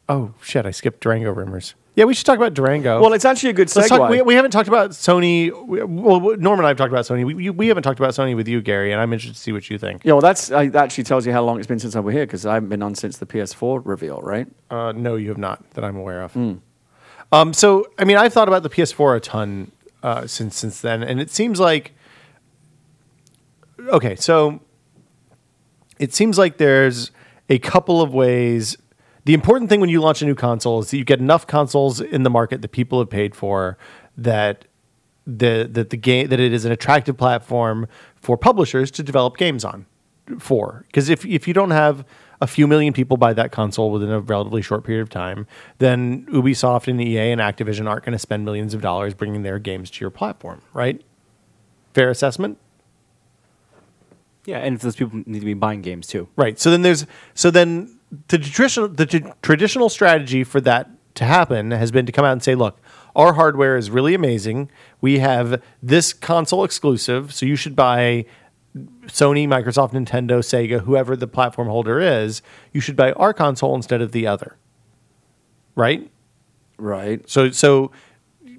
Speaker 2: Oh shit! I skipped Durango rumors. Yeah, we should talk about Durango.
Speaker 4: Well, it's actually a good segue.
Speaker 2: Let's talk, Oh. we, we haven't talked about Sony. we- Well, Norm and I have talked about Sony. We, you- we haven't talked about Sony with you, Gary, and I'm interested to see what you think.
Speaker 4: yeah, well, that's I, that actually tells you how long it's been since I was here because I haven't been on since the PS4 reveal, right?
Speaker 2: Uh, no, you have not that I'm aware of. Um, so, I mean, I've thought about the PS4 a ton uh, since since then, and it seems like okay. So, it seems like there's a couple of ways. The important thing when you launch a new console is that you get enough consoles in the market that people have paid for that the that the game that it is an attractive platform for publishers to develop games on for because if if you don't have a few million people buy that console within a relatively short period of time, then Ubisoft and EA and Activision aren't going to spend millions of dollars bringing their games to your platform, right? Fair assessment?
Speaker 3: Yeah, and those people need to be buying games too.
Speaker 2: Right. So then there's so then the traditional the tr- traditional strategy for that to happen has been to come out and say, look, our hardware is really amazing. We have this console exclusive, so you should buy Sony, Microsoft, Nintendo, Sega, whoever the platform holder is, you should buy our console instead of the other. Right?
Speaker 4: Right.
Speaker 2: So so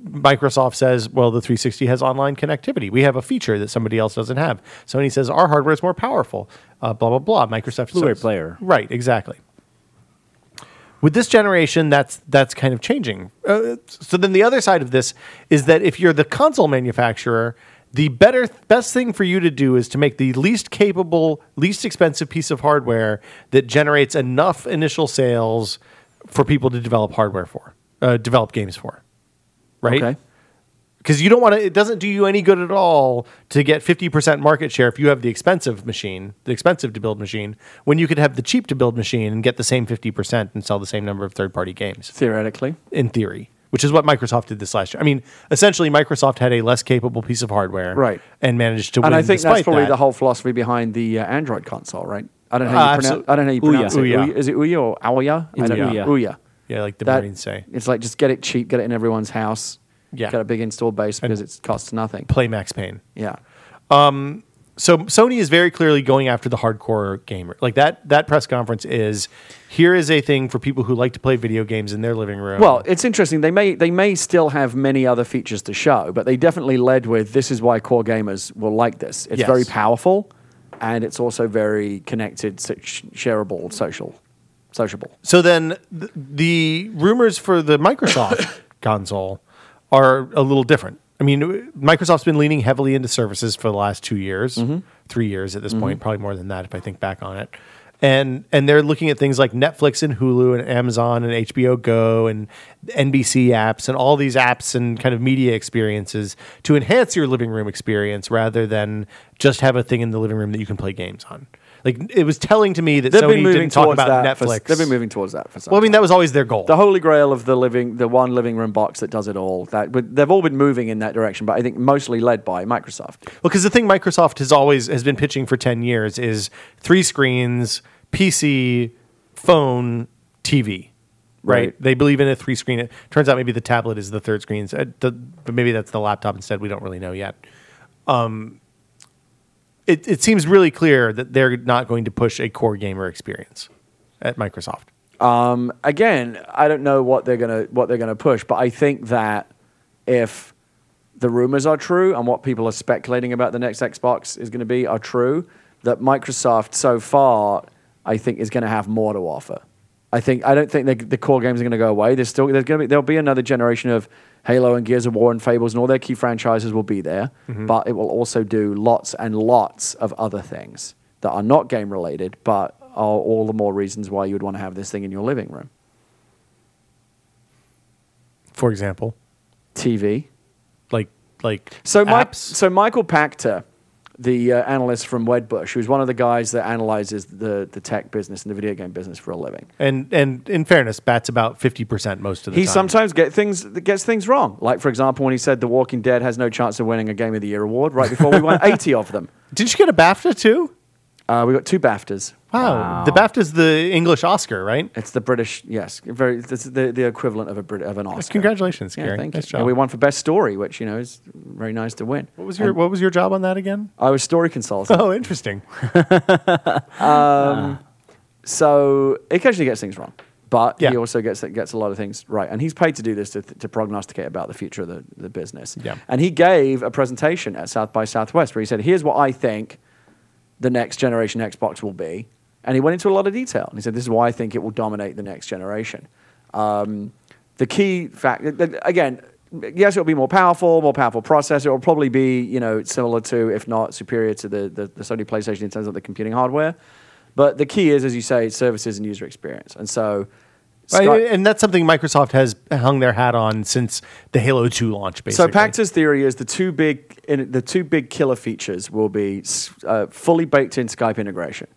Speaker 2: Microsoft says, well, the 360 has online connectivity. We have a feature that somebody else doesn't have. Sony says our hardware is more powerful. Uh, blah blah blah. Microsoft
Speaker 3: Blu-ray
Speaker 2: says-
Speaker 3: player.
Speaker 2: Right, exactly. With this generation, that's that's kind of changing. Uh, so then the other side of this is that if you're the console manufacturer, the better best thing for you to do is to make the least capable, least expensive piece of hardware that generates enough initial sales for people to develop hardware for, uh, develop games for, right?
Speaker 4: Okay.
Speaker 2: because you don't want to it doesn't do you any good at all to get 50% market share if you have the expensive machine the expensive to build machine when you could have the cheap to build machine and get the same 50% and sell the same number of third party games
Speaker 4: Theoretically.
Speaker 2: in theory which is what microsoft did this last year i mean essentially microsoft had a less capable piece of hardware
Speaker 4: Right.
Speaker 2: and managed to win
Speaker 4: And I think that's
Speaker 2: despite
Speaker 4: probably
Speaker 2: that.
Speaker 4: the whole philosophy behind the uh, Android console, right? I don't
Speaker 2: Uh,
Speaker 4: know how you pronounce.
Speaker 2: absolute-
Speaker 4: I don't know how you
Speaker 3: Ouya.
Speaker 4: pronounce it.
Speaker 2: Ouya.
Speaker 4: Ouya. Is it Ouya or Ouya? I don't
Speaker 3: Ouya.
Speaker 4: know. Ouya.
Speaker 2: yeah like the marines say
Speaker 4: It's like just get it cheap, get it in everyone's house.
Speaker 2: Yeah.
Speaker 4: Get a big installed base because it costs nothing.
Speaker 2: play max payne
Speaker 4: Yeah.
Speaker 2: so Sony is very clearly going after the hardcore gamer. Like that that press conference is here is a thing for people who like to play video games in their living room.
Speaker 4: Well, it's interesting. They may they may still have many other features to show, but they definitely led with this is why core gamers will like this. It's
Speaker 2: Yes.
Speaker 4: very powerful, and it's also very connected, so- sh- shareable, social, sociable.
Speaker 2: So then th- the rumors for the Microsoft console are a little different. I mean, w- Microsoft's been leaning heavily into services for the last two years,
Speaker 4: Mm-hmm.
Speaker 2: three years at this point, probably more than that if I think back on it. And and they're looking at things like Netflix and Hulu and Amazon and HBO Go and NBC apps and all these apps and kind of media experiences to enhance your living room experience rather than just have a thing in the living room that you can play games on. Like it was telling to me that
Speaker 4: They've
Speaker 2: Sony
Speaker 4: been moving
Speaker 2: didn't talk
Speaker 4: towards
Speaker 2: about
Speaker 4: that. for-
Speaker 2: Netflix.
Speaker 4: they've been moving towards that for some.
Speaker 2: Well, I mean, that was always their goal.
Speaker 4: the holy grail of the living, the one living room box that does it all. That but they've all been moving in that direction, but I think mostly led by Microsoft.
Speaker 2: because the thing Microsoft has always has been pitching for ten years is three screens, PC, phone, TV. Right.
Speaker 4: Right.
Speaker 2: They believe in a three screen. It turns out maybe the tablet is the third screen, so it- the- but maybe that's the laptop instead. We don't really know yet. Um, it, it seems really clear that they're not going to push a core gamer experience at Microsoft.
Speaker 4: Um, again, I don't know what they're gonna what they're gonna push, but I think that if the rumors are true and what people are speculating about the next Xbox is going to be are true, that Microsoft so far I think is going to have more to offer. I think I don't think the, the core games are going to go away. There's still there's going to be there'll be another generation of Halo and Gears of War and Fables and all their key franchises will be there, but it will also do lots and lots of other things that are not game related, but are all the more reasons why you would want to have this thing in your living room.
Speaker 2: For example,
Speaker 4: TV,
Speaker 2: like like
Speaker 4: So, Mi-
Speaker 2: apps.
Speaker 4: so Michael Pachter, the uh, analyst from Wedbush, who's one of the guys that analyzes the, the tech business and the video game business for a living.
Speaker 2: and and in fairness, Bat's about fifty percent most of the
Speaker 4: He
Speaker 2: time.
Speaker 4: sometimes get things gets things wrong. Like for example, when he said The Walking Dead has no chance of winning a Game of the Year award, right before we won eighty of them,
Speaker 2: Did you get a BAFTA too?
Speaker 4: uh, we got two Baftas.
Speaker 2: Wow.
Speaker 3: Wow.
Speaker 2: The BAFTA's the English Oscar, right?
Speaker 4: It's the British, yes, very it's the, the equivalent of a Brit, of an Oscar.
Speaker 2: Congratulations,
Speaker 4: yeah,
Speaker 2: Gary.
Speaker 4: thank
Speaker 2: nice
Speaker 4: you.
Speaker 2: job.
Speaker 4: And we won for best story, which you know is very nice to win.
Speaker 2: what was your what was your job on that again?
Speaker 4: I was story consultant.
Speaker 2: Oh, interesting.
Speaker 4: So he occasionally gets things wrong, but
Speaker 2: Yeah.
Speaker 4: he also gets gets a lot of things right. And he's paid to do this to, to prognosticate about the future of the, the business.
Speaker 2: Yeah.
Speaker 4: And he gave a presentation at South by Southwest where he said, "Here's what I think the next generation Xbox will be." And he went into a lot of detail. And he said, "This is why I think it will dominate the next generation." Um, the key fact, th- th- again, yes, it'll be more powerful, more powerful processor. It'll probably be, you know, similar to, if not superior to the, the, the Sony PlayStation in terms of the computing hardware. But the key is, as you say, services and user experience. And so,
Speaker 2: Right,
Speaker 4: Scott-
Speaker 2: and that's something Microsoft has hung their hat on since the Halo 2 launch,
Speaker 4: So
Speaker 2: basically.
Speaker 4: Pactor's theory is the two big in, the two big killer features will be s- uh, fully baked in Skype integration.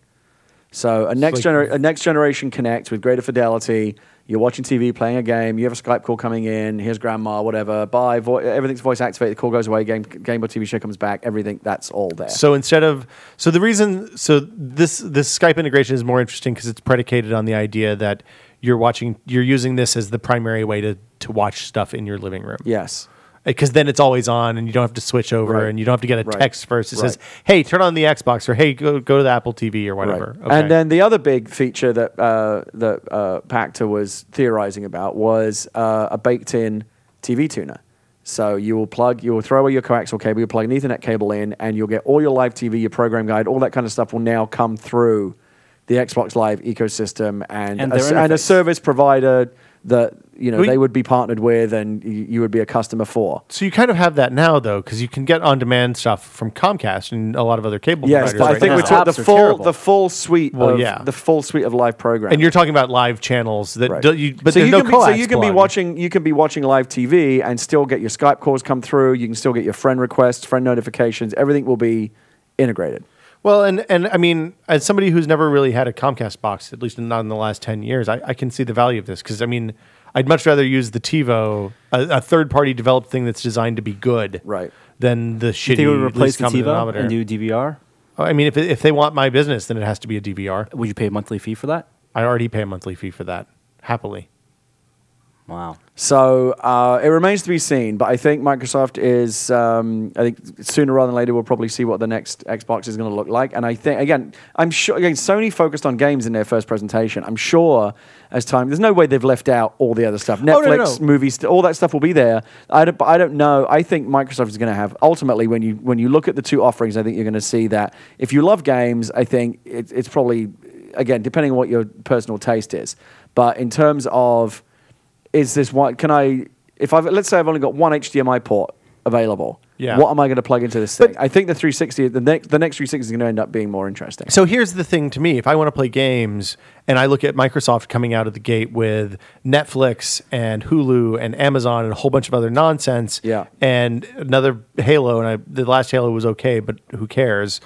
Speaker 4: So a
Speaker 2: like-
Speaker 4: next gener- a next generation connect with greater fidelity. You're watching TV, playing a game. You have a Skype call coming in. Here's grandma, whatever. Bye. Vo- everything's voice activated. The call goes away. Game game or TV show comes back. Everything that's all there.
Speaker 2: So instead of so the reason so this this Skype integration is more interesting because it's predicated on the idea that you're watching you're using this as the primary way to to watch stuff in your living room.
Speaker 4: yes.
Speaker 2: because then it's always on and you don't have to switch over
Speaker 4: Right.
Speaker 2: and you don't have to get a
Speaker 4: Right.
Speaker 2: text first. It says,
Speaker 4: Right.
Speaker 2: "Hey, turn on the Xbox" or "Hey, go go to the Apple TV" or
Speaker 4: Right.
Speaker 2: whatever.
Speaker 4: And then the other big feature that uh, that uh, Pacta was theorizing about was uh, a baked-in TV tuner. So you will plug, you will throw away your coaxial cable, you'll plug an Ethernet cable in, and you'll get all your live TV, your program guide, all that kind of stuff will now come through the Xbox Live ecosystem and
Speaker 3: And
Speaker 4: a,
Speaker 3: their
Speaker 4: s- and a
Speaker 3: interface.
Speaker 4: service provider that you know
Speaker 2: Well,
Speaker 4: they
Speaker 2: you-
Speaker 4: would be partnered with and you, you would be a customer for.
Speaker 2: So you kind of have that now, though, because you can get on-demand stuff from Comcast and a lot of other cable
Speaker 4: Yes,
Speaker 2: providers.
Speaker 4: but I
Speaker 2: right
Speaker 4: think
Speaker 2: now.
Speaker 4: we're talking
Speaker 3: Apps
Speaker 4: the
Speaker 3: are
Speaker 4: full
Speaker 3: terrible.
Speaker 4: the full suite
Speaker 2: Well,
Speaker 4: of
Speaker 2: yeah.
Speaker 4: the full suite of live programs.
Speaker 2: and you're talking about live channels that
Speaker 4: Right.
Speaker 2: do, you, but
Speaker 4: so
Speaker 2: there's
Speaker 4: you
Speaker 2: no
Speaker 4: can be, so
Speaker 2: coax
Speaker 4: you can be
Speaker 2: plug.
Speaker 4: watching you can be watching live TV and still get your Skype calls come through. You can still get your friend requests, friend notifications. Everything will be integrated.
Speaker 2: Well, and and I mean, as somebody who's never really had a Comcast box, at least not in the last ten years, I, I can see the value of this because I mean, I'd much rather use the TiVo, a, a third-party developed thing that's designed to be good,
Speaker 4: Right.
Speaker 2: Than the shitty
Speaker 3: They would replace
Speaker 2: least
Speaker 3: the
Speaker 2: common
Speaker 3: TiVo
Speaker 2: denominator.
Speaker 3: and do DVR.
Speaker 2: I mean, if if they want my business, then it has to be a DVR.
Speaker 3: Would you pay a monthly fee for that?
Speaker 2: I already pay a monthly fee for that, happily.
Speaker 3: Wow.
Speaker 4: So uh, it remains to be seen, but I think Microsoft is. Um, I think sooner rather than later we'll probably see what the next Xbox is going to look like. And I think again, I'm sure again Sony focused on games in their first presentation. I'm sure as time, there's no way they've left out all the other stuff.
Speaker 2: Oh, no, no.
Speaker 4: Netflix, movies, all that stuff will be there. I don't, but I don't know. I think Microsoft is going to have ultimately when you when you look at the two offerings, I think you're going to see that if you love games, I think it, it's probably again depending on what your personal taste is. But in terms of is this one? Can I? If I have let's say I've only got one HDMI port available,
Speaker 2: Yeah.
Speaker 4: What am I going to plug into this thing? I think the 360, the next, the next 360 is going to end up being more interesting.
Speaker 2: So here's the thing to me: if I want to play games, and I look at Microsoft coming out of the gate with Netflix and Hulu and Amazon and a whole bunch of other nonsense,
Speaker 4: Yeah.
Speaker 2: and another Halo, and I, the last Halo was okay, but who cares?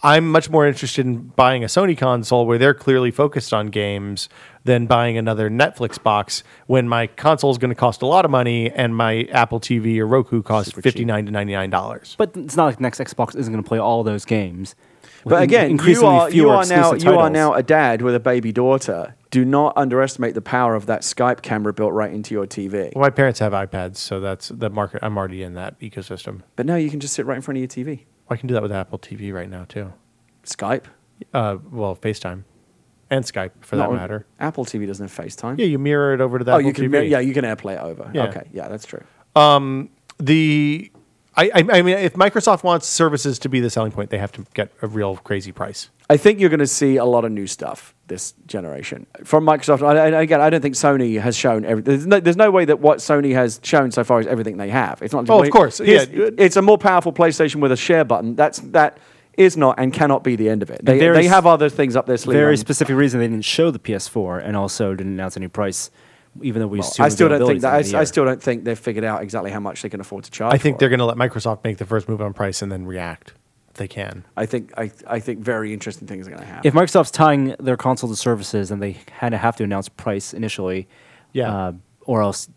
Speaker 2: I'm much more interested in buying a Sony console where they're clearly focused on games than buying another Netflix box when my console is going to cost a lot of money and my Apple TV or Roku costs
Speaker 4: Super cheap.
Speaker 2: fifty nine to ninety nine dollars.
Speaker 3: But it's not like next Xbox isn't going to play all those games. With
Speaker 4: But
Speaker 3: in-
Speaker 4: again, you are, you
Speaker 3: fewer
Speaker 4: are now
Speaker 3: exclusive
Speaker 4: you are
Speaker 3: titles.
Speaker 4: now a dad with a baby daughter. Do not underestimate the power of that Skype camera built right into your TV.
Speaker 2: Well, my parents have iPads, so that's the market. I'm already in that ecosystem.
Speaker 4: But now you can just sit right in front of your TV.
Speaker 2: I can do that with Apple TV right now too.
Speaker 4: Skype,
Speaker 2: Uh, well, FaceTime and Skype for
Speaker 4: Not
Speaker 2: that
Speaker 4: on-
Speaker 2: matter.
Speaker 4: Apple TV doesn't have FaceTime.
Speaker 2: Yeah, you mirror it over to that.
Speaker 4: oh, you
Speaker 2: Apple
Speaker 4: can.
Speaker 2: TV.
Speaker 4: Yeah, you can AirPlay it over.
Speaker 2: Yeah.
Speaker 4: Okay, yeah, that's true.
Speaker 2: The I, I I mean, if Microsoft wants services to be the selling point, they have to get a real crazy price.
Speaker 4: I think you're going to see a lot of new stuff this generation from Microsoft. I- I- again, I don't think Sony has shown everything. There's no, there's no way that what Sony has shown so far is everything they have. It's not. just-
Speaker 2: Oh, of course.
Speaker 4: Here's-
Speaker 2: Yeah.
Speaker 4: It's a more powerful PlayStation with a share button. That's that is not and cannot be the end of it. They,
Speaker 3: very
Speaker 4: they
Speaker 3: s-
Speaker 4: have other things up their sleeve.
Speaker 3: very
Speaker 4: on-
Speaker 3: specific reason they didn't show the PS4 and also didn't announce any price, even though we assume
Speaker 4: I still don't think
Speaker 3: availability's
Speaker 4: that.
Speaker 3: end
Speaker 4: I,
Speaker 3: of the
Speaker 4: I
Speaker 3: year.
Speaker 4: still don't think they've figured out exactly how much they can afford to charge.
Speaker 2: I think
Speaker 4: for
Speaker 2: they're
Speaker 4: it.
Speaker 2: going to let Microsoft make the first move on price and then react if they can.
Speaker 4: I think. I, I think very interesting things are going to happen.
Speaker 3: If Microsoft's tying their console to services, then they kind of have to announce price initially,
Speaker 2: Yeah.
Speaker 3: uh, or else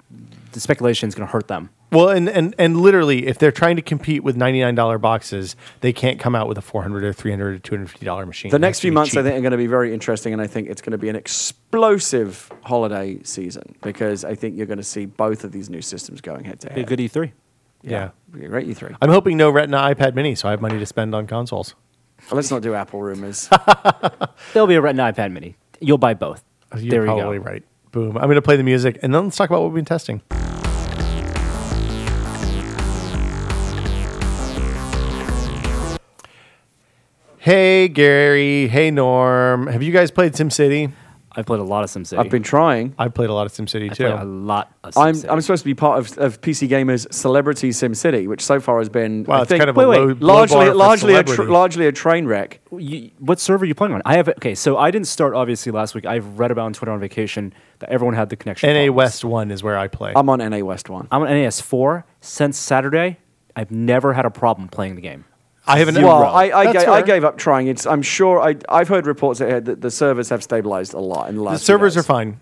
Speaker 3: the speculation is going to hurt them.
Speaker 2: Well, and, and and literally, if they're trying to compete with ninety nine dollar boxes, they can't come out with a four hundred or three hundred or two hundred fifty dollar machine.
Speaker 4: The
Speaker 2: It has
Speaker 4: next
Speaker 2: to
Speaker 4: few
Speaker 2: be
Speaker 4: months, I
Speaker 2: cheap.
Speaker 4: think, are going to be very interesting, and I think it's going to be an explosive holiday season because I think you're going to see both of these new systems going head to
Speaker 3: Be a
Speaker 4: head.
Speaker 3: good E3.
Speaker 2: Yeah.
Speaker 4: Be great, you three.
Speaker 2: I'm hoping no Retina iPad Mini, so I have money to spend on consoles.
Speaker 4: Let's not do Apple rumors.
Speaker 3: There'll be a Retina iPad Mini. You'll buy both.
Speaker 2: You're
Speaker 3: there you
Speaker 2: Uh, probably
Speaker 3: go.
Speaker 2: right. Boom. I'm going to play the music and then let's talk about what we've been testing. Hey, Gary. Hey, Norm. Have you guys played SimCity?
Speaker 3: I've played a lot of SimCity.
Speaker 4: I've been trying.
Speaker 2: I've played a lot of SimCity
Speaker 3: I
Speaker 2: too.
Speaker 3: played a lot of
Speaker 4: I'm,
Speaker 3: SimCity.
Speaker 4: I'm supposed to be part of, of PC Gamer's Celebrity SimCity, which so far has been
Speaker 2: Wow,
Speaker 4: I
Speaker 2: it's
Speaker 4: think-
Speaker 2: kind of a
Speaker 3: wait, wait,
Speaker 2: low, low bar
Speaker 4: largely
Speaker 2: for
Speaker 4: largely a tr-
Speaker 2: celebrity.
Speaker 4: largely a train wreck.
Speaker 3: you, what server are you playing on? I have okay. So I didn't start obviously last week. I've read about on Twitter on vacation that everyone had the connection.
Speaker 2: NA
Speaker 3: problems.
Speaker 2: West 1 is where I play.
Speaker 4: I'm on NA West one.
Speaker 3: I'm on NAS4 since Saturday. I've never had a problem playing the game.
Speaker 2: I haven't.
Speaker 4: Well, I, I,
Speaker 2: That's
Speaker 4: ga- I
Speaker 2: fair.
Speaker 4: gave up trying. It's I'm sure I I've heard reports that, that the servers have stabilized a lot in the
Speaker 2: the
Speaker 4: last. few
Speaker 2: servers
Speaker 4: days.
Speaker 2: are fine.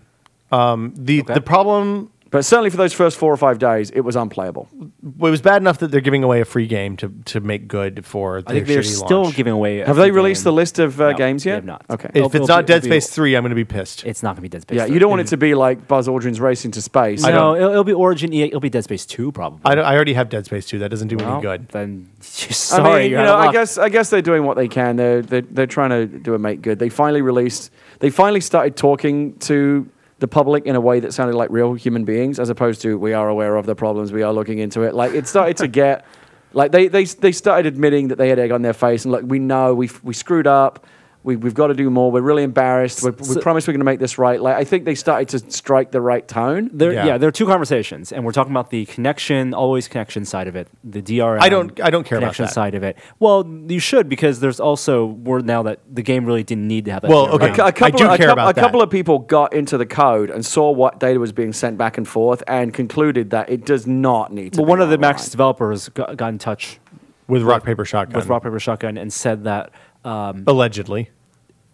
Speaker 2: Um, the,
Speaker 3: Okay.
Speaker 2: the problem
Speaker 4: but certainly for those first four or five days, it was unplayable.
Speaker 2: Well, it was bad enough that they're giving away a free game to, to make good for their
Speaker 3: I think they're
Speaker 2: shitty
Speaker 3: still
Speaker 2: launch.
Speaker 3: giving away. a
Speaker 4: Have
Speaker 3: free
Speaker 4: they released
Speaker 3: game.
Speaker 4: the list of uh,
Speaker 3: No,
Speaker 4: games
Speaker 3: they
Speaker 4: yet?
Speaker 3: have not.
Speaker 4: Okay.
Speaker 2: If
Speaker 3: It'll-
Speaker 2: it's
Speaker 3: it'll
Speaker 2: not
Speaker 3: be-
Speaker 2: Dead
Speaker 3: it'll be-
Speaker 2: Space Three, I'm going to be pissed.
Speaker 3: It's not going to be Dead Space.
Speaker 4: yeah,
Speaker 3: three.
Speaker 4: you don't want it to be like Buzz Aldrin's racing to space.
Speaker 2: I
Speaker 3: No,
Speaker 2: don't-
Speaker 3: it'll, it'll be Origin. EA, It'll be Dead Space Two probably.
Speaker 2: I, don't- I already have Dead Space Two. That doesn't do
Speaker 3: Well,
Speaker 2: any good.
Speaker 3: Then
Speaker 4: I
Speaker 3: sorry,
Speaker 4: mean, you
Speaker 3: you're out
Speaker 4: know,
Speaker 3: of
Speaker 4: I
Speaker 3: luck.
Speaker 4: guess I guess they're doing what they can. They're, they're they're trying to do a make good. They finally released. They finally started talking to the public in a way that sounded like real human beings, as opposed to we are aware of the problems, we are looking into it. Like it started to get, like they they they started admitting that they had egg on their face, and like we know we we screwed up. We, we've got to do more. We're really embarrassed. We, we
Speaker 3: So-
Speaker 4: promise we're going to make this right. Like I think they started to strike the right tone.
Speaker 3: There,
Speaker 2: Yeah.
Speaker 3: yeah. there are two conversations, and we're talking about the connection, always connection side of it, the DRM.
Speaker 2: I don't- I don't care about
Speaker 3: connection
Speaker 2: that.
Speaker 3: side of it. Well, you should because there's also word now that the game really didn't need to have that.
Speaker 2: Well,
Speaker 3: DRM.
Speaker 2: okay.
Speaker 4: A cou-
Speaker 2: I
Speaker 4: a couple,
Speaker 2: do
Speaker 4: of, a
Speaker 2: care
Speaker 4: cou-
Speaker 2: about
Speaker 4: a couple
Speaker 2: that.
Speaker 4: of people got into the code and saw what data was being sent back and forth and concluded that it does not need to.
Speaker 3: Well,
Speaker 4: be
Speaker 3: one of the
Speaker 4: online.
Speaker 3: Max developers got, got in touch
Speaker 2: with rock paper shotgun
Speaker 3: with Rock Paper Shotgun and said that um,
Speaker 2: allegedly.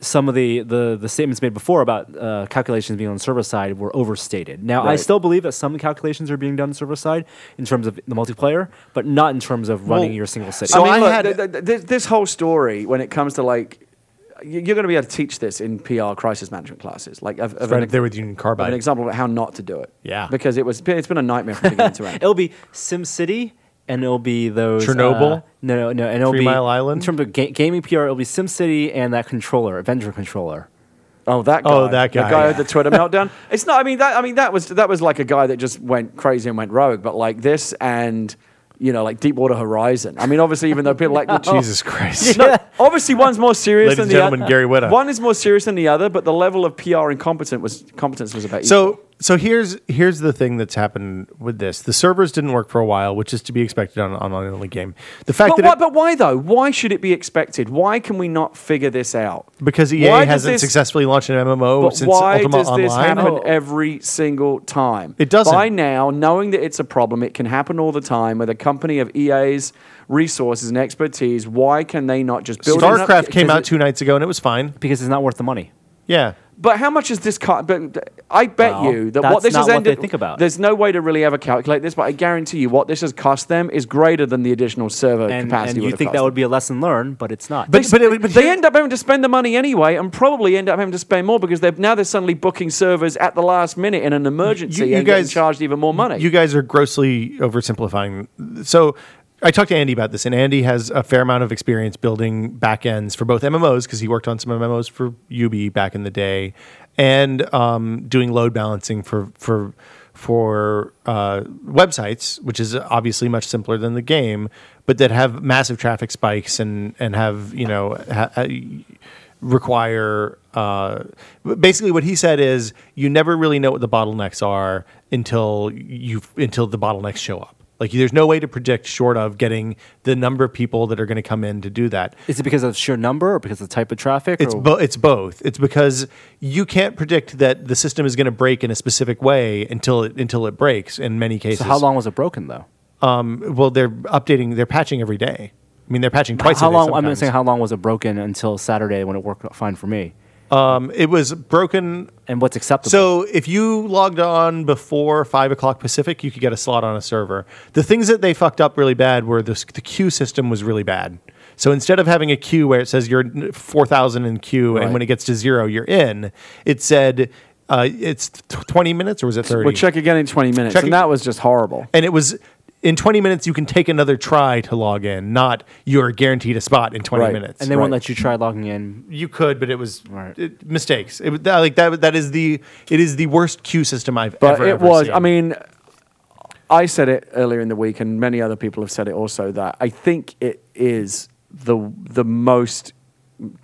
Speaker 3: some of the, the, the statements made before about uh, calculations being on server side were overstated. Now, I
Speaker 4: Right.
Speaker 3: still believe that some calculations are being done server side in terms of the multiplayer, but not in terms of running
Speaker 2: Well,
Speaker 3: your single city.
Speaker 2: So
Speaker 4: I mean,
Speaker 2: I
Speaker 4: look,
Speaker 2: had-
Speaker 4: th- th- th- this whole story when it comes to like, you- you're going to be able to teach this in PR crisis management classes. Like, of, of,
Speaker 2: Right
Speaker 4: an,
Speaker 2: up there with Union
Speaker 4: of an
Speaker 2: Carbide.
Speaker 4: example of how not to do it.
Speaker 2: Yeah.
Speaker 4: because it was it's been a nightmare from beginning to end.
Speaker 3: It'll be SimCity, and it'll be those
Speaker 2: Chernobyl?
Speaker 3: uh, no, no, no, and it'll
Speaker 2: Three
Speaker 3: be
Speaker 2: Mile Island?
Speaker 3: In terms of ga- gaming PR, it'll be SimCity and that controller, Avenger controller.
Speaker 4: Oh, that guy.
Speaker 2: Oh, that guy,
Speaker 4: The guy
Speaker 2: yeah.
Speaker 4: with the Twitter meltdown. It's not. I mean, that. I mean, that was that was like a guy that just went crazy and went rogue. But like this and you know, like Deepwater Horizon. I mean, obviously, even though people like
Speaker 2: Jesus Christ.
Speaker 4: No, obviously, one's more serious
Speaker 2: Ladies
Speaker 4: than
Speaker 2: and
Speaker 4: the
Speaker 2: gentlemen,
Speaker 4: other.
Speaker 2: Gary Whitta.
Speaker 4: One is more serious than the other, but the level of PR incompetence was competence was about equal.
Speaker 2: So so here's here's the thing that's happened with this. The servers didn't work for a while, which is to be expected on an online only game. The fact
Speaker 4: But
Speaker 2: that
Speaker 4: why,
Speaker 2: it-
Speaker 4: but why though? Why should it be expected? Why can we not figure this out?
Speaker 2: because EA
Speaker 4: why does
Speaker 2: hasn't
Speaker 4: this-
Speaker 2: successfully launched an MMO
Speaker 4: But
Speaker 2: since
Speaker 4: why
Speaker 2: Ultima
Speaker 4: does
Speaker 2: Online.
Speaker 4: this happen
Speaker 3: Oh.
Speaker 4: every single time?
Speaker 2: It doesn't.
Speaker 4: By now, knowing that it's a problem, it can happen all the time with a company of EA's resources and expertise. Why can they not just build? enough-
Speaker 2: StarCraft came
Speaker 4: 'cause
Speaker 2: out
Speaker 4: it-
Speaker 2: two nights ago and it was fine.
Speaker 3: Because it's not worth the money.
Speaker 2: Yeah.
Speaker 4: But how much is this? Co- but I bet
Speaker 3: Well,
Speaker 4: you that
Speaker 3: that's
Speaker 4: what this
Speaker 3: not
Speaker 4: has
Speaker 3: what
Speaker 4: ended.
Speaker 3: they think about.
Speaker 4: There's no way to really ever calculate this, but I guarantee you, what this has cost them is greater than the additional server
Speaker 3: And,
Speaker 4: capacity.
Speaker 3: and you
Speaker 4: would've
Speaker 3: think
Speaker 4: cost
Speaker 3: that
Speaker 4: them.
Speaker 3: would be a lesson learned, but it's not.
Speaker 2: But-
Speaker 4: They-
Speaker 2: it- but
Speaker 4: they
Speaker 2: here-
Speaker 4: end up having to spend the money anyway, and probably end up having to spend more because they're now they're suddenly booking servers at the last minute in an emergency
Speaker 2: you
Speaker 4: and getting
Speaker 2: guys-
Speaker 4: charged even more money.
Speaker 2: You guys are grossly oversimplifying. So I talked to Andy about this, and Andy has a fair amount of experience building backends for both MMOs because he worked on some MMOs for UB back in the day, and um, doing load balancing for for for uh, websites, which is obviously much simpler than the game, but that have massive traffic spikes and and have you know. Ha- ha- require uh, basically what he said is you never really know what the bottlenecks are until you until the bottlenecks show up like there's no way to predict short of getting the number of people that are going to come in to do that
Speaker 3: is it because of sheer number or because of the type of traffic?
Speaker 2: it's
Speaker 3: or-
Speaker 2: bo- it's both it's because you can't predict that the system is going to break in a specific way until it until it breaks in many cases
Speaker 3: so how long was it broken, though?
Speaker 2: well they're updating they're patching every day i mean they're patching twice
Speaker 3: how
Speaker 2: a day
Speaker 3: long? I'm
Speaker 2: sometimes.
Speaker 3: saying how long was it broken until Saturday when it worked fine for me?
Speaker 2: um, it was broken
Speaker 3: And what's acceptable?
Speaker 2: So if you logged on before five o'clock Pacific, you could get a slot on a server. The things that they fucked up really bad were the, the queue system was really bad. So instead of having a queue where it says you're four thousand in queue,
Speaker 4: Right.
Speaker 2: and when it gets to zero, you're in, it said uh, it's tw- twenty minutes or was it thirty?
Speaker 4: We'll check again in 20 minutes.
Speaker 2: Check
Speaker 4: and
Speaker 2: ag-
Speaker 4: that was just horrible.
Speaker 2: and it was in twenty minutes you can take another try to log in, not you're guaranteed a spot in twenty
Speaker 4: Right.
Speaker 2: minutes.
Speaker 3: and they won't
Speaker 4: right.
Speaker 3: let you try logging in.
Speaker 2: you could, but it was
Speaker 3: Right.
Speaker 2: it- mistakes. It, was- that, like that, that is the it is the worst queue system I've
Speaker 4: But
Speaker 2: ever.
Speaker 4: it
Speaker 2: ever
Speaker 4: was,
Speaker 2: seen.
Speaker 4: I mean, I said it earlier in the week, and many other people have said it also that I think it is the, the most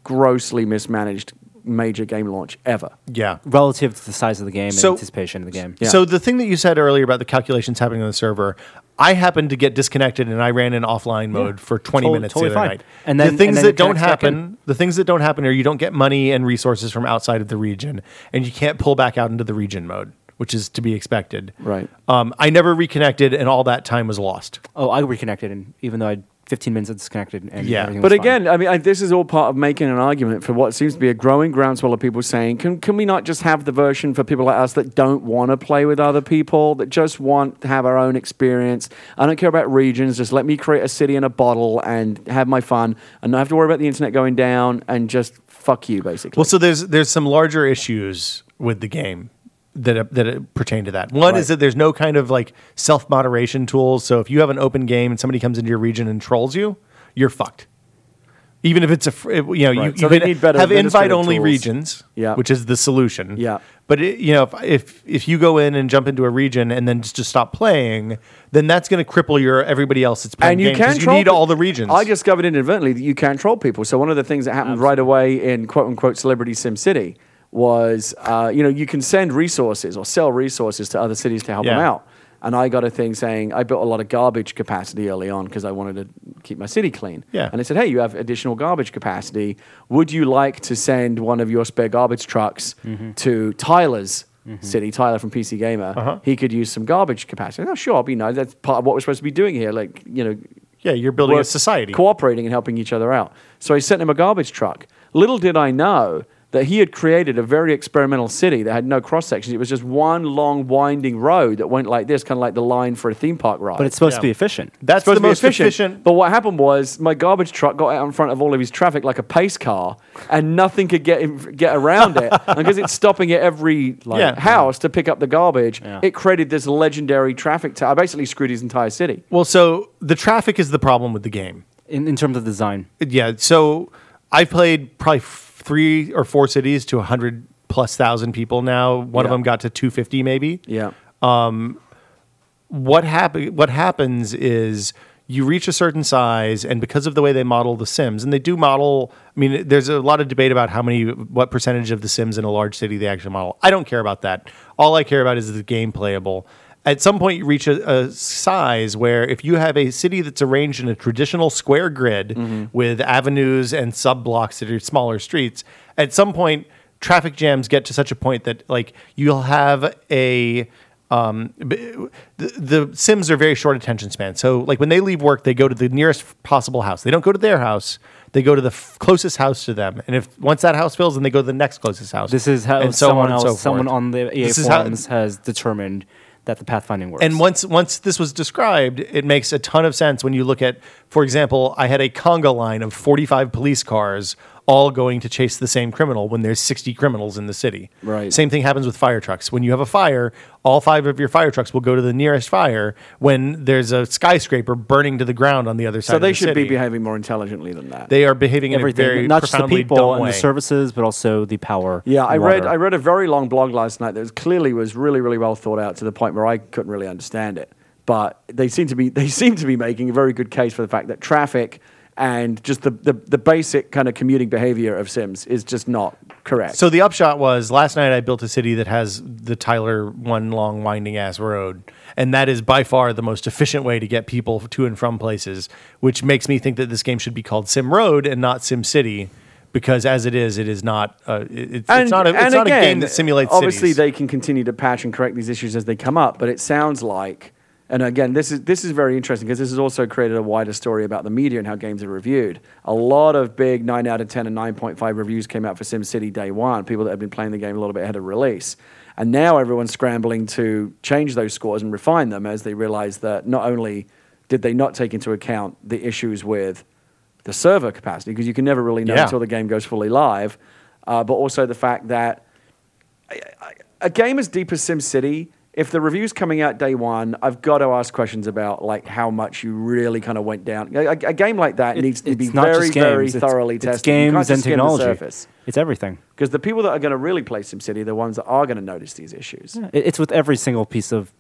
Speaker 4: grossly mismanaged major game launch ever.
Speaker 2: yeah.
Speaker 3: Relative to the size of the game
Speaker 2: So-
Speaker 3: and anticipation of the game.
Speaker 4: Yeah.
Speaker 2: So the thing that you said earlier about the calculations happening on the server, I happened to get disconnected and I ran in offline mode for 20
Speaker 3: Totally-
Speaker 2: minutes
Speaker 3: totally
Speaker 2: the other
Speaker 3: fine.
Speaker 2: night.
Speaker 3: And
Speaker 2: the
Speaker 3: then-
Speaker 2: things
Speaker 3: and then
Speaker 2: that
Speaker 3: it
Speaker 2: don't
Speaker 3: connects back in.
Speaker 2: happen, the things that don't happen are you don't get money and resources from outside of the region and you can't pull back out into the region mode, which is to be expected.
Speaker 4: Right.
Speaker 2: Um, I never reconnected and all that time was lost.
Speaker 3: Oh, I reconnected, and even though I had 15 minutes of disconnected, and
Speaker 2: Yeah.
Speaker 3: everything was
Speaker 4: But
Speaker 3: fine.
Speaker 4: again, I mean, I, this is all part of making an argument for what seems to be a growing groundswell of people saying, can, can we not just have the version for people like us that don't want to play with other people, that just want to have our own experience? I don't care about regions. Just let me create a city in a bottle and have my fun and not have to worry about the internet going down and just fuck you, basically.
Speaker 2: Well, so there's there's some larger issues with the game that that pertain to that. One
Speaker 4: Right.
Speaker 2: is that there's no kind of like self moderation tools. So if you have an open game and somebody comes into your region and trolls you, you're fucked. Even if it's a, fr- if, you know,
Speaker 4: Right.
Speaker 2: you,
Speaker 4: So
Speaker 2: you
Speaker 4: they
Speaker 2: can
Speaker 4: need better
Speaker 2: have
Speaker 4: administrative
Speaker 2: invite only
Speaker 4: tools.
Speaker 2: regions,
Speaker 4: Yeah.
Speaker 2: which is the solution.
Speaker 4: Yeah.
Speaker 2: But it, you know, if, if if you go in and jump into a region and then just, just stop playing, then that's going to cripple your everybody else that's playing.
Speaker 4: and you
Speaker 2: game 'cause
Speaker 4: can troll
Speaker 2: you need
Speaker 4: pe-
Speaker 2: all the regions.
Speaker 4: I discovered inadvertently that you can troll people. So one of the things that happened right away in quote unquote celebrity Sim City was uh, you know you can send resources or sell resources to other cities to help them
Speaker 2: Yeah.
Speaker 4: out. And I got a thing saying I built a lot of garbage capacity early on because I wanted to keep my city clean.
Speaker 2: Yeah.
Speaker 4: And it said, hey, you have additional garbage capacity. Would you like to send one of your spare garbage trucks to Tyler's city, Tyler from PC Gamer? He could use some garbage capacity. Oh, sure, I'll be nice. That's part of what we're supposed to be doing here. Like, you know,
Speaker 2: yeah, you're building a
Speaker 4: work-
Speaker 2: society.
Speaker 4: cooperating and helping each other out. So I sent him a garbage truck. Little did I know that he had created a very experimental city that had no cross sections. It was just one long winding road that went like this, kind of like the line for a theme park ride.
Speaker 3: But it's supposed
Speaker 2: Yeah.
Speaker 3: to be efficient.
Speaker 2: that's the
Speaker 4: supposed to be
Speaker 2: most efficient.
Speaker 4: But what happened was my garbage truck got out in front of all of his traffic like a pace car, and nothing could get in, get around it. and because it's stopping at every like,
Speaker 2: Yeah.
Speaker 4: house to pick up the garbage,
Speaker 3: Yeah.
Speaker 4: it created this legendary traffic. tower. I basically screwed his entire city.
Speaker 2: well, so the traffic is the problem with the game.
Speaker 3: in, in terms of design.
Speaker 2: Yeah. So I've played probably f- three or four cities to 100 plus thousand people now. One of
Speaker 4: Yeah.
Speaker 2: them got to 250 maybe.
Speaker 4: Yeah.
Speaker 2: What, happen- what happens is you reach a certain size, and because of the way they model the Sims, and they do model, I mean, there's a lot of debate about how many, what percentage of the Sims in a large city they actually model. I don't care about that. All I care about is the game playable. At some point, you reach a, a size where if you have a city that's arranged in a traditional square grid with avenues and sub blocks that are smaller streets, at some point, traffic jams get to such a point that like you'll have a um, b- the, the Sims are very short attention span. So like when they leave work, they go to the nearest possible house. They don't go to their house. They go to the f- closest house to them. And if once that house fills, then they go to the next closest house.
Speaker 3: This is how
Speaker 2: and so
Speaker 3: someone
Speaker 2: on and
Speaker 3: else,
Speaker 2: so forth.
Speaker 3: someone on the EA
Speaker 2: This is how-
Speaker 3: forums has determined that the pathfinding works.
Speaker 2: And once once this was described, it makes a ton of sense when you look at, for example, I had a conga line of 45 police cars all going to chase the same criminal when there's 60 criminals in the city.
Speaker 4: Right.
Speaker 2: Same thing happens with fire trucks. When you have a fire, all five of your fire trucks will go to the nearest fire when there's a skyscraper burning to the ground on the other side.
Speaker 4: So
Speaker 2: of
Speaker 4: they
Speaker 2: the
Speaker 4: should
Speaker 2: city.
Speaker 4: be behaving more intelligently than that.
Speaker 2: They are behaving
Speaker 3: everything,
Speaker 2: in a very
Speaker 3: not just the
Speaker 2: profoundly
Speaker 3: people
Speaker 2: dumb
Speaker 3: and
Speaker 2: way.
Speaker 3: the services, but also the power.
Speaker 4: yeah, I
Speaker 3: and
Speaker 4: read
Speaker 3: water.
Speaker 4: I read a very long blog last night that was, clearly was really really well thought out to the point where I couldn't really understand it. But they seem to be they seem to be making a very good case for the fact that traffic and just the, the, the basic kind of commuting behavior of Sims is just not correct.
Speaker 2: So the upshot was last night I built a city that has the Tyler one long winding ass road, and that is by far the most efficient way to get people to and from places, which makes me think that this game should be called Sim Road and not Sim City, because as it is, it is not. Uh, it- it's, it's not. A, it's
Speaker 4: and
Speaker 2: not a
Speaker 4: again,
Speaker 2: game that simulates.
Speaker 4: Obviously,
Speaker 2: cities.
Speaker 4: they can continue to patch and correct these issues as they come up. But it sounds like, and again, this is this is very interesting because this has also created a wider story about the media and how games are reviewed. A lot of big nine out of ten and nine point five reviews came out for SimCity day one. People that had been playing the game a little bit ahead of release. And now everyone's scrambling to change those scores and refine them as they realize that not only did they not take into account the issues with the server capacity, because you can never really know
Speaker 2: Yeah.
Speaker 4: until the game goes fully live, uh, but also the fact that a game as deep as SimCity, if the review's coming out day one, I've got to ask questions about like how much you really kind of went down. A, a- a game like that needs to be
Speaker 3: it's not
Speaker 4: very,
Speaker 3: just games,
Speaker 4: very
Speaker 3: it's-
Speaker 4: thoroughly
Speaker 3: it's
Speaker 4: tested. You
Speaker 3: games
Speaker 4: can't just
Speaker 3: and
Speaker 4: skim
Speaker 3: technology.
Speaker 4: The surface.
Speaker 3: It's everything.
Speaker 4: Because the people that are going to really play SimCity are the ones that are going to notice these issues.
Speaker 3: It- It's with every single piece of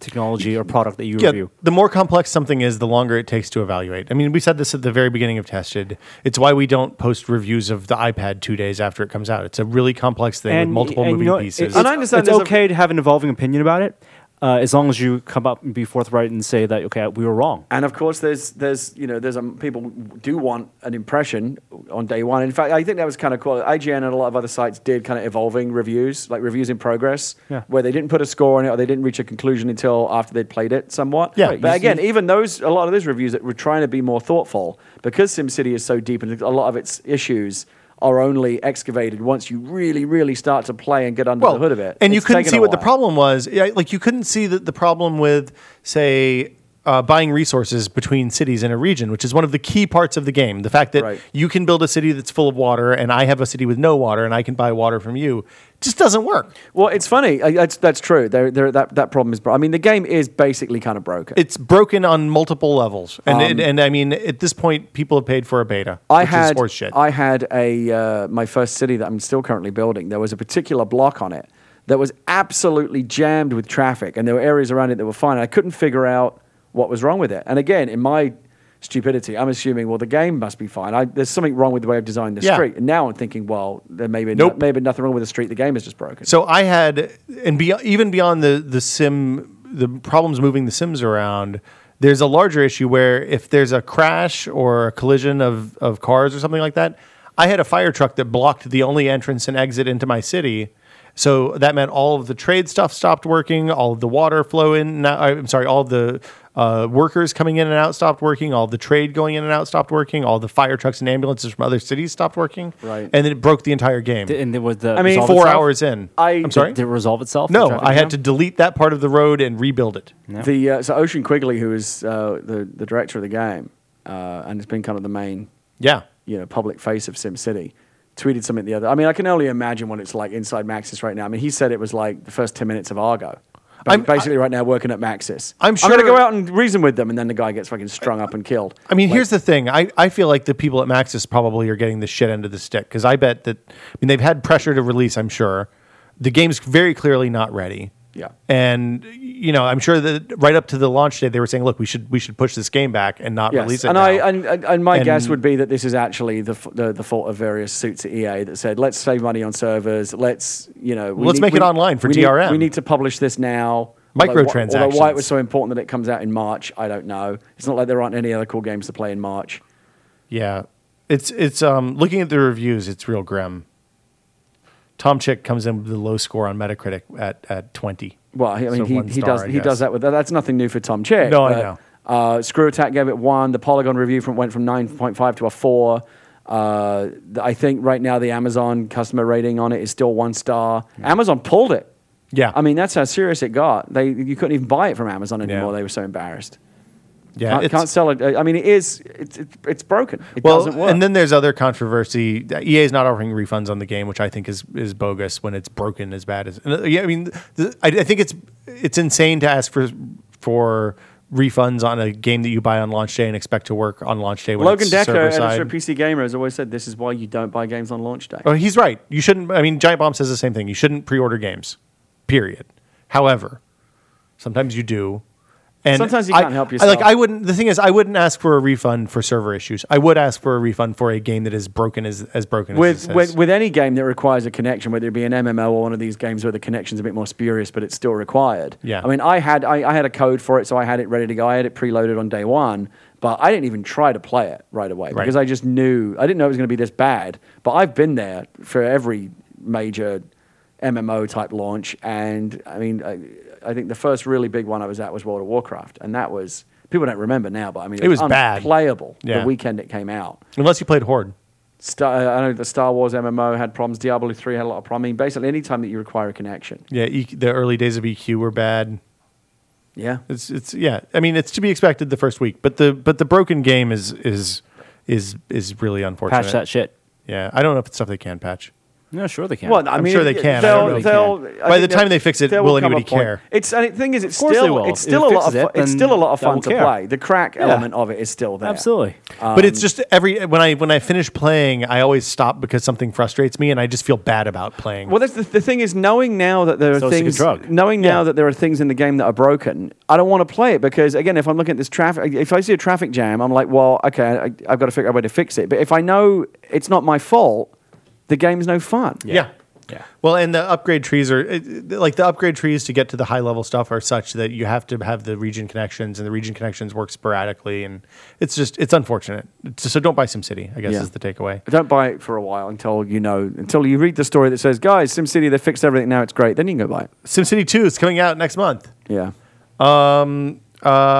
Speaker 3: technology or product that you
Speaker 2: yeah,
Speaker 3: review.
Speaker 2: the more complex something is, the longer it takes to evaluate. I mean, we said this at the very beginning of Tested. It's why we don't post reviews of the iPad two days after it comes out. It's a really complex thing with multiple
Speaker 3: and you
Speaker 2: moving
Speaker 3: know,
Speaker 2: pieces.
Speaker 3: It's,
Speaker 4: And I understand
Speaker 3: it's
Speaker 4: there's a-
Speaker 3: okay to have an evolving opinion about it, uh, as long as you come up and be forthright and say that okay, we were wrong.
Speaker 4: And of course, there's there's you know there's um, people do want an impression on day one. In fact, I think that was kind of cool. IGN and a lot of other sites did kind of evolving reviews, like reviews in progress,
Speaker 3: Yeah.
Speaker 4: where they didn't put a score on it or they didn't reach a conclusion until after they'd played it somewhat.
Speaker 2: Yeah. Right,
Speaker 4: But
Speaker 2: you-
Speaker 4: again, even those a lot of those reviews that were trying to be more thoughtful because SimCity is so deep and a lot of its issues are only excavated once you really really start to play and get under the hood of it.
Speaker 2: And you
Speaker 4: It's
Speaker 2: couldn't
Speaker 4: taken
Speaker 2: see
Speaker 4: a
Speaker 2: what the
Speaker 4: while.
Speaker 2: problem was. Yeah, like you couldn't see that the problem with, say, uh, buying resources between cities in a region, which is one of the key parts of the game. The fact that
Speaker 4: Right.
Speaker 2: you can build a city that's full of water, and I have a city with no water, and I can buy water from you. just doesn't work.
Speaker 4: Well, it's funny. I, that's, that's true. There, there, that, that problem is. Bro- I mean, the game is basically kind of broken.
Speaker 2: It's broken on multiple levels, and
Speaker 4: Um,
Speaker 2: it, and I mean at this point, people have paid for a beta,
Speaker 4: I
Speaker 2: which
Speaker 4: had
Speaker 2: is horse shit.
Speaker 4: I had a uh, my first city that I'm still currently building. There was a particular block on it that was absolutely jammed with traffic, and there were areas around it that were fine. I couldn't figure out what was wrong with it. And again, in my stupidity, I'm assuming well the game must be fine. I, there's something wrong with the way I've designed the
Speaker 2: Yeah.
Speaker 4: street. And now I'm thinking well there may be
Speaker 2: Nope.
Speaker 4: no, maybe nothing wrong with the street. The game is just broken.
Speaker 2: So I had, and be, even beyond the the sim, the problems moving the sims around. There's a larger issue where if there's a crash or a collision of of cars or something like that, I had a fire truck that blocked the only entrance and exit into my city. So that meant all of the trade stuff stopped working, all of the water flow in. Now, I'm sorry, all of the uh, workers coming in and out stopped working, all of the trade going in and out stopped working, all the fire trucks and ambulances from other cities stopped working.
Speaker 4: Right.
Speaker 2: and then it broke the entire game.
Speaker 3: And there was the.
Speaker 4: I mean,
Speaker 3: resolve
Speaker 2: Four
Speaker 3: itself?
Speaker 2: hours in,
Speaker 4: I-
Speaker 2: I'm sorry.
Speaker 3: Did it resolve itself? the
Speaker 2: No,
Speaker 3: traffic
Speaker 2: I
Speaker 3: jam?
Speaker 2: had to delete that part of the road and rebuild it.
Speaker 4: The uh, so Ocean Quigley, who is uh, the the director of the game, uh, and has been kind of the main
Speaker 2: Yeah.
Speaker 4: you know public face of SimCity, tweeted something the other. I mean, I can only imagine what it's like inside Maxis right now. I mean, he said it was like the first ten minutes of Argo. Ba-
Speaker 2: I'm-
Speaker 4: basically right now working at Maxis.
Speaker 2: I'm
Speaker 4: I'm going to
Speaker 2: sure-
Speaker 4: go out and reason with them, and then the guy gets fucking strung up and killed.
Speaker 2: I mean,
Speaker 4: Like,
Speaker 2: here's the thing. I, I feel like the people at Maxis probably are getting the shit end of the stick because I bet that, I mean, they've had pressure to release, I'm sure. The game's very clearly not ready.
Speaker 4: Yeah.
Speaker 2: And, you know, I'm sure that right up to the launch day, they were saying, look, we should we should push this game back and not
Speaker 4: Yes.
Speaker 2: release it.
Speaker 4: and
Speaker 2: now.
Speaker 4: I and, and, and my
Speaker 2: And-
Speaker 4: guess would be that this is actually the, f- the the fault of various suits at EA that said let's save money on servers, let's you know we
Speaker 2: Let's make it online for
Speaker 4: we need-
Speaker 2: DRM.
Speaker 4: we need to publish this now.
Speaker 2: Microtransactions.
Speaker 4: Although why it was so important that it comes out in March, I don't know. It's not like there aren't any other cool games to play in March.
Speaker 2: yeah. It's, it's, um, looking at the reviews, it's real grim. Tom Chick comes in with the low score on Metacritic at, at 20.
Speaker 4: Well, I
Speaker 2: So
Speaker 4: mean,
Speaker 2: one
Speaker 4: he, he
Speaker 2: star,
Speaker 4: does
Speaker 2: I
Speaker 4: he
Speaker 2: guess.
Speaker 4: does that with that's nothing new for Tom Chick.
Speaker 2: No, I
Speaker 4: but,
Speaker 2: know.
Speaker 4: Uh, Screw Attack gave it one. The Polygon review from went from nine point five to a four. Uh, th- I think right now the Amazon customer rating on it is still one star. Amazon pulled it.
Speaker 2: Yeah.
Speaker 4: I mean that's how serious it got. They you couldn't even buy it from Amazon anymore.
Speaker 2: Yeah.
Speaker 4: They were so embarrassed.
Speaker 2: yeah.
Speaker 4: can't,
Speaker 2: it's-
Speaker 4: can't sell it. I mean, it is it's it's, it's broken. It doesn't work.
Speaker 2: And then there's other controversy. EA is not offering refunds on the game, which I think is is bogus when it's broken as bad as. and, uh, Yeah, I mean, the, I, I think it's it's insane to ask for for refunds on a game that you buy on launch day and expect to work on launch day. When
Speaker 4: Logan
Speaker 2: it's
Speaker 4: Decker,
Speaker 2: server-side.
Speaker 4: editor of PC Gamer, has always said this is why you don't buy games on launch day.
Speaker 2: Oh, he's right. You shouldn't. I mean, Giant Bomb says the same thing. You shouldn't pre-order games. Period. However, sometimes you do. And
Speaker 4: Sometimes you
Speaker 2: I-
Speaker 4: can't help
Speaker 2: I-
Speaker 4: yourself.
Speaker 2: like I wouldn't. The thing is, I wouldn't ask for a refund for server issues. I would ask for a refund for a game that is broken as as broken as
Speaker 4: with,
Speaker 2: this
Speaker 4: with
Speaker 2: is.
Speaker 4: with any game that requires a connection, whether it be an MMO or one of these games where the connection's a bit more spurious, but it's still required.
Speaker 2: Yeah.
Speaker 4: I mean, I had I, I had a code for it, so I had it ready to go. I had it preloaded on day one, but I didn't even try to play it right away because I just knew I didn't know it was going to be this bad. But I've been there for every major MMO type launch, and I mean, I, I think the first really big one I was at was World of Warcraft, and that was. People don't remember now, but I mean,
Speaker 2: It was bad.
Speaker 4: unplayable
Speaker 2: Yeah.
Speaker 4: the weekend it came out.
Speaker 2: Unless you played Horde.
Speaker 4: Star, uh, I know the Star Wars MMO had problems. Diablo 3 had a lot of problems. I mean, basically, any time that you require a connection.
Speaker 2: Yeah, e- the early days of EQ were bad.
Speaker 4: Yeah.
Speaker 2: It's it's yeah. I mean, it's to be expected the first week, but the but the broken game is is is is really unfortunate.
Speaker 3: patch that shit.
Speaker 2: Yeah, I don't know if it's stuff they can patch.
Speaker 3: No, sure they can.
Speaker 4: Well, I
Speaker 2: I'm
Speaker 4: mean,
Speaker 2: sure they can. I don't know if they can. By
Speaker 4: I think
Speaker 2: the time
Speaker 4: they'll-
Speaker 2: they fix it,
Speaker 4: there
Speaker 2: will
Speaker 4: come a
Speaker 2: anybody
Speaker 4: point.
Speaker 2: care?
Speaker 4: It's and the thing is, it's
Speaker 3: course they
Speaker 4: still
Speaker 3: will.
Speaker 4: it's
Speaker 3: If
Speaker 4: still
Speaker 3: it
Speaker 4: a lot of
Speaker 3: fixes
Speaker 4: fun,
Speaker 3: it,
Speaker 4: it's
Speaker 3: then
Speaker 4: still a lot of
Speaker 3: they'll
Speaker 4: fun to
Speaker 3: care.
Speaker 4: play. The crack
Speaker 3: Yeah.
Speaker 4: element of it is still there.
Speaker 3: absolutely.
Speaker 2: but it's just every when I when I finish playing, I always stop because something frustrates me, and I just feel bad about playing.
Speaker 4: Well, that's the, the thing is knowing now that there are
Speaker 3: So it's like a
Speaker 4: things.
Speaker 3: drug.
Speaker 4: Knowing now
Speaker 2: Yeah.
Speaker 4: that there are things in the game that are broken, I don't want to play it because again, if I'm looking at this traffic, if I see a traffic jam, I'm like, well, okay, I, I've got to figure out a way to fix it. But if I know it's not my fault, the game's no fun.
Speaker 2: yeah. yeah.
Speaker 3: Yeah.
Speaker 2: Well, and the upgrade trees are it- it- like the upgrade trees to get to the high level stuff are such that you have to have the region connections, and the region connections work sporadically, and it's just it's unfortunate. So so don't buy SimCity. I guess
Speaker 4: Yeah.
Speaker 2: is the takeaway.
Speaker 4: Don't buy it for a while until you know, until you read the story that says, guys, SimCity, they fixed everything, now it's great. Then you can go buy it.
Speaker 2: SimCity Two is coming out next month.
Speaker 4: Yeah.
Speaker 2: Uh,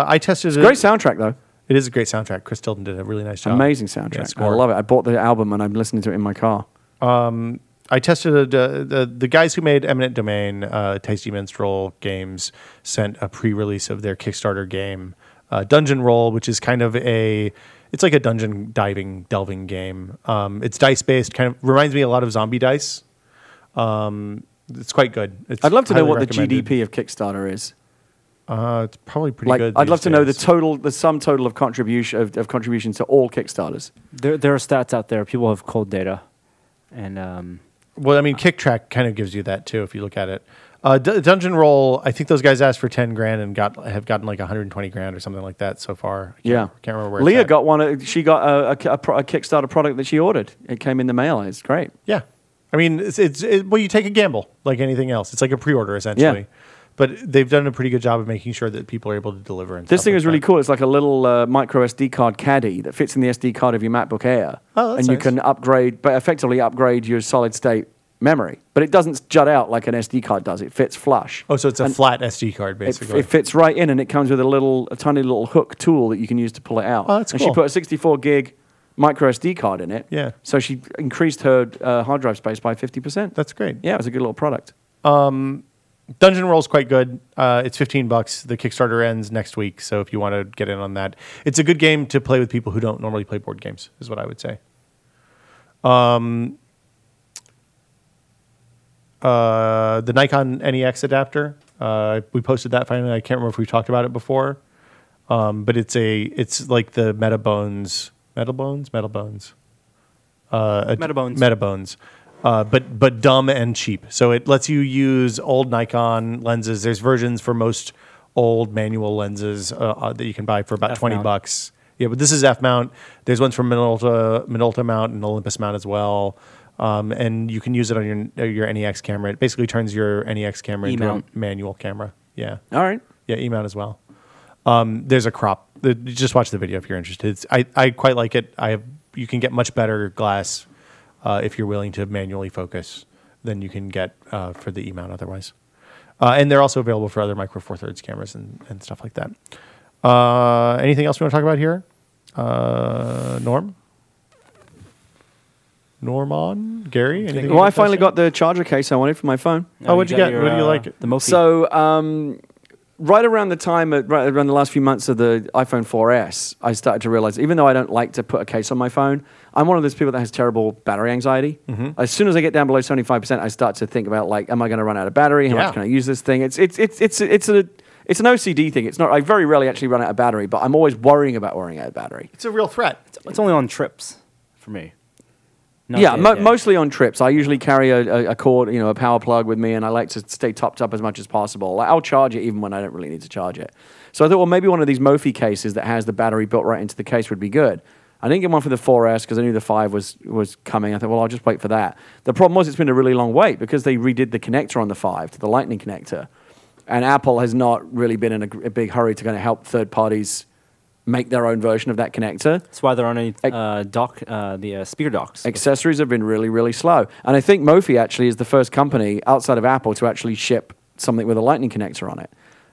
Speaker 2: I tested it.
Speaker 4: Great soundtrack, though.
Speaker 2: It is a great soundtrack. Chris Tilton did a really nice job.
Speaker 4: Amazing
Speaker 2: Yeah,
Speaker 4: soundtrack. I
Speaker 2: score.
Speaker 4: love it. I bought the album and I'm listening to it in my car.
Speaker 2: I tested uh, the the guys who made Eminent Domain, uh, Tasty Minstrel Games, sent a pre-release of their Kickstarter game, uh, Dungeon Roll, which is kind of a it's like a dungeon diving delving game. Um, it's dice based, kind of reminds me a lot of Zombie Dice. Um, it's quite good. It's
Speaker 4: I'd love to know
Speaker 2: highly
Speaker 4: what
Speaker 2: recommended.
Speaker 4: the GDP of Kickstarter is.
Speaker 2: Uh, it's probably pretty
Speaker 4: Like,
Speaker 2: good.
Speaker 4: I'd
Speaker 2: these
Speaker 4: love to know the
Speaker 2: days.
Speaker 4: total, the sum total of contribution of, of contributions to all Kickstarters.
Speaker 3: There, there are stats out there. People have cold data, and um,
Speaker 2: Well, I mean, Kick Track kind of gives you that too if you look at it. Uh, D- Dungeon Roll, I think those guys asked for ten grand and got have gotten like 120 grand or something like that so far. I can't-
Speaker 4: Yeah,
Speaker 2: can't remember where. it's
Speaker 4: Leah
Speaker 2: at.
Speaker 4: got one. uh, She got a, a ki- a pro- a Kickstarter product that she ordered. It came in the mail. It's great.
Speaker 2: Yeah, I mean, it's, it's it, well, you take a gamble like anything else. It's like a pre-order essentially,
Speaker 4: Yeah.
Speaker 2: but they've done a pretty good job of making sure that people are able to deliver. And
Speaker 4: This
Speaker 2: stuff
Speaker 4: thing
Speaker 2: like
Speaker 4: is really
Speaker 2: that.
Speaker 4: cool. It's like a little uh, micro SD card caddy that fits in the SD card of your MacBook Air,
Speaker 2: Oh, that's
Speaker 4: and you
Speaker 2: nice.
Speaker 4: can upgrade, but effectively upgrade your solid state memory. But it doesn't jut out like an SD card does. It fits flush.
Speaker 2: Oh, so it's a
Speaker 4: And
Speaker 2: flat SD card
Speaker 4: it,
Speaker 2: basically.
Speaker 4: it fits right in, and it comes with a little, a tiny little hook tool that you can use to pull it out.
Speaker 2: Oh, that's
Speaker 4: and
Speaker 2: cool.
Speaker 4: she put a 64 gig micro SD card in it.
Speaker 2: Yeah.
Speaker 4: So she increased her uh, hard drive space by 50%.
Speaker 2: That's great.
Speaker 4: yeah, it was a good little product.
Speaker 2: Dungeon Roll's quite good. Uh, it's 15 bucks. The Kickstarter ends next week, so if you want to get in on that, it's a good game to play with people who don't normally play board games. Is what I would say. Um, uh, the Nikon NEX adapter. Uh, we posted that finally. I can't remember if we talked about it before, um, but it's a it's like the MetaBones, MetaBones, MetaBones, uh, ad-
Speaker 3: Metabones.
Speaker 2: MetaBones, uh, but but dumb and cheap. So it lets you use old Nikon lenses. There's versions for most old manual lenses uh, uh, that you can buy for about twenty
Speaker 3: F-mount.
Speaker 2: bucks. Yeah, but this is F mount. There's ones for Minolta, Minolta mount and Olympus mount as well. Um, and you can use it on your uh, your NEX camera. It basically turns your NEX camera into
Speaker 3: E-mount.
Speaker 2: a manual camera. Yeah,
Speaker 4: All right.
Speaker 2: yeah, E mount as well. Um, there's a crop. The- Just watch the video if you're interested. It's, I I quite like it. I have, you can get much better glass uh, if you're willing to manually focus than you can get uh, for the E mount otherwise. Uh, and they're also available for other micro four thirds cameras and, and stuff like that. Uh, anything else we want to talk about here? Uh, Norm, Norman, Gary. Anything you
Speaker 4: Well,
Speaker 2: wanna
Speaker 4: I finally
Speaker 2: touch on?
Speaker 4: got the charger case I wanted for my phone.
Speaker 2: Oh, what'd you
Speaker 3: got
Speaker 2: get? What do you
Speaker 3: uh,
Speaker 2: like?
Speaker 3: The Mophie.
Speaker 4: So, um, right around the time, right around the last few months of the iPhone 4S, I started to realize, even though I don't like to put a case on my phone, I'm one of those people that has terrible battery anxiety. As soon as I get down below 75%, I start to think about like, am I going to run out of battery? How
Speaker 2: Yeah.
Speaker 4: much can I use this thing? It's it's it's it's it's a it's an OCD thing. It's not. I very rarely actually run out of battery, but I'm always worrying about worrying out of battery.
Speaker 2: It's a real threat.
Speaker 3: it's only on trips for me. Not
Speaker 4: yeah,
Speaker 3: day to
Speaker 4: mo-
Speaker 3: day.
Speaker 4: mostly on trips. I usually carry a, a, a cord, you know, a power plug with me, and I like to stay topped up as much as possible. Like, I'll charge it even when I don't really need to charge it. So I thought, well, maybe one of these Mophie cases that has the battery built right into the case would be good. I didn't get one for the 4S because I knew the 5 was, was coming. I thought, well, I'll just wait for that. The problem was it's been a really long wait because they redid the connector on the 5 to the Lightning connector. And Apple has not really been in a, gr- a big hurry to kind of help third parties make their own version of that connector
Speaker 3: that's why there aren't any
Speaker 4: Ex-
Speaker 3: uh, dock uh, the uh, speaker docks.
Speaker 4: accessories have been really, really slow. And I think Mophie actually is the first company outside of Apple to actually ship something with a Lightning connector on it.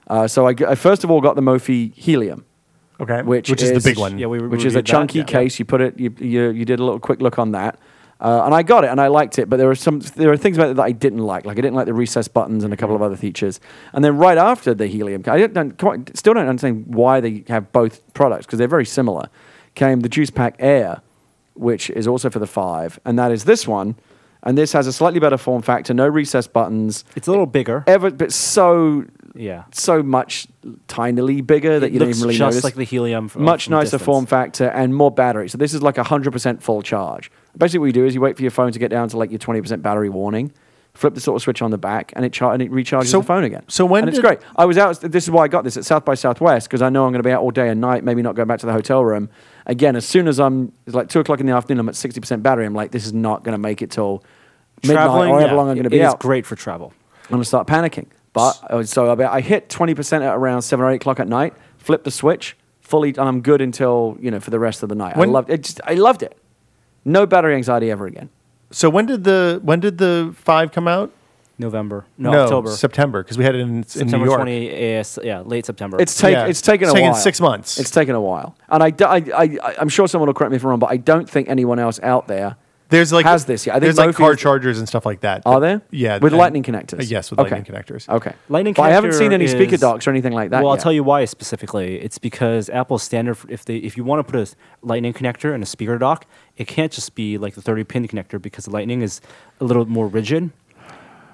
Speaker 4: Uh, so I, g- I first of all got the Mophie Helium,
Speaker 2: Okay,
Speaker 4: which,
Speaker 2: which is, the big one.
Speaker 3: Yeah, we re-
Speaker 4: which is a
Speaker 3: reviewed that,
Speaker 4: chunky
Speaker 3: yeah.
Speaker 4: case. You put it, you, you you did a little quick look on that. Uh, and I got it, and I liked it, but there were some there were things about it that I didn't like. Like I didn't like the recessed buttons and a couple of
Speaker 3: Mm.
Speaker 4: other features. And then right after the helium, I don't, don't quite, still don't understand why they have both products because they're very similar. Came the Juice Pack Air, which is also for the five, and that is this one. And this has a slightly better form factor, no recessed buttons,
Speaker 3: It's a little bigger.
Speaker 4: ever, but so
Speaker 3: yeah,
Speaker 4: so much tinily bigger that
Speaker 3: It
Speaker 4: you don't
Speaker 3: looks
Speaker 4: even really
Speaker 3: just
Speaker 4: notice
Speaker 3: like the helium. From,
Speaker 4: much
Speaker 3: from
Speaker 4: nicer
Speaker 3: distance.
Speaker 4: form factor and more battery. So this is like 100% full charge. Basically, what you do is you wait for your phone to get down to like your 20% battery warning, flip the sort of switch on the back, and it char- and it recharges
Speaker 2: So-
Speaker 4: the phone again.
Speaker 2: so when
Speaker 4: and it's
Speaker 2: did-
Speaker 4: great. I was out. This is why I got this at South by Southwest because I know I'm going to be out all day and night. Maybe not go back to the hotel room again. As soon as I'm it's like two o'clock in the afternoon, I'm at 60% battery. I'm like, this is not going to make it till midnight or
Speaker 3: Traveling,
Speaker 4: however
Speaker 3: yeah,
Speaker 4: long I'm going to be
Speaker 3: It is
Speaker 4: out.
Speaker 3: great for travel.
Speaker 4: I'm gonna start panicking. But uh, so about, I hit 20% at around seven or eight o'clock at night. Flip the switch fully, and I'm good until you know for the rest of the night.
Speaker 2: When-
Speaker 4: I loved it. Just, I loved it. No battery anxiety ever again.
Speaker 2: So when did the when did the five come out?
Speaker 3: November, no, October,
Speaker 2: September, because we had it in, in
Speaker 3: September
Speaker 2: New York.
Speaker 3: 20, AS, yeah, late September.
Speaker 4: It's taken.
Speaker 2: Yeah.
Speaker 4: It's taken
Speaker 2: It's
Speaker 4: a
Speaker 2: taken
Speaker 4: while.
Speaker 2: six months.
Speaker 4: It's taken a while, and I, d- I, am sure someone will correct me if I'm wrong, but I don't think anyone else out there
Speaker 2: There's like
Speaker 4: has this. Yeah, I think
Speaker 2: there's like
Speaker 4: Mophie's-
Speaker 2: car chargers and stuff like that.
Speaker 4: Are there?
Speaker 2: Yeah,
Speaker 4: with
Speaker 2: and-
Speaker 4: lightning connectors.
Speaker 2: Uh, yes, with
Speaker 4: Okay.
Speaker 2: lightning connectors.
Speaker 4: Okay,
Speaker 3: Lightning
Speaker 4: But I haven't
Speaker 3: connector
Speaker 4: seen any speaker
Speaker 3: is-
Speaker 4: docks or anything like that.
Speaker 3: Well, I'll
Speaker 4: yet.
Speaker 3: tell you why specifically. It's because Apple's standard if they if you want to put a Lightning connector and a speaker dock, it can't just be like the 30 pin connector because the Lightning is a little more rigid.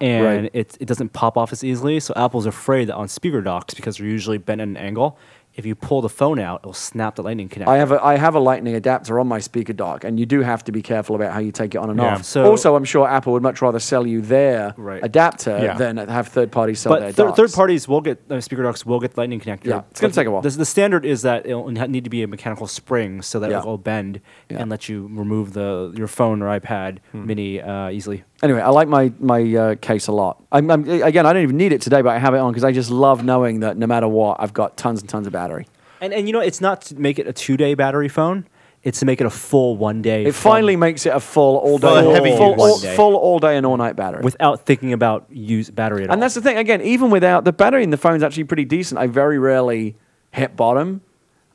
Speaker 3: and
Speaker 4: Right.
Speaker 3: it, it doesn't pop off as easily. So Apple's afraid that on speaker docks, because they're usually bent at an angle, if you pull the phone out, it'll snap the lightning connector.
Speaker 4: I have a I have a lightning adapter on my speaker dock, and you do have to be careful about how you take it on and
Speaker 2: Yeah.
Speaker 4: off.
Speaker 3: So-
Speaker 4: also, I'm sure Apple would much rather sell you their
Speaker 3: Right.
Speaker 4: adapter
Speaker 2: Yeah.
Speaker 4: than have third parties sell their
Speaker 3: but thir-
Speaker 4: docks.
Speaker 3: third parties will get uh, speaker docks will get lightning connector.
Speaker 4: Yeah, it's gonna
Speaker 3: But
Speaker 4: take a while.
Speaker 3: The, the standard is that it'll n- need to be a mechanical spring so that
Speaker 4: Yeah.
Speaker 3: it'll bend
Speaker 4: Yeah. Hmm.
Speaker 3: and let you remove the your phone or iPad mini uh, easily.
Speaker 4: Anyway, I like my my uh, case a lot. I'm, I'm, again, I don't even need it today, but I have it on because I just love knowing that no matter what, I've got tons and tons of battery.
Speaker 3: And and you know it's not to make it a two day battery phone. It's to make it a full one day.
Speaker 4: It finally makes it a full all day,
Speaker 2: Full
Speaker 4: all-
Speaker 2: heavy
Speaker 4: full,
Speaker 2: use.
Speaker 4: all,
Speaker 2: One
Speaker 3: day.
Speaker 4: full all day and all night battery.
Speaker 3: without thinking about use battery at all.
Speaker 4: and that's the thing. Again, even without the battery in the phone's actually pretty decent. I very rarely hit bottom.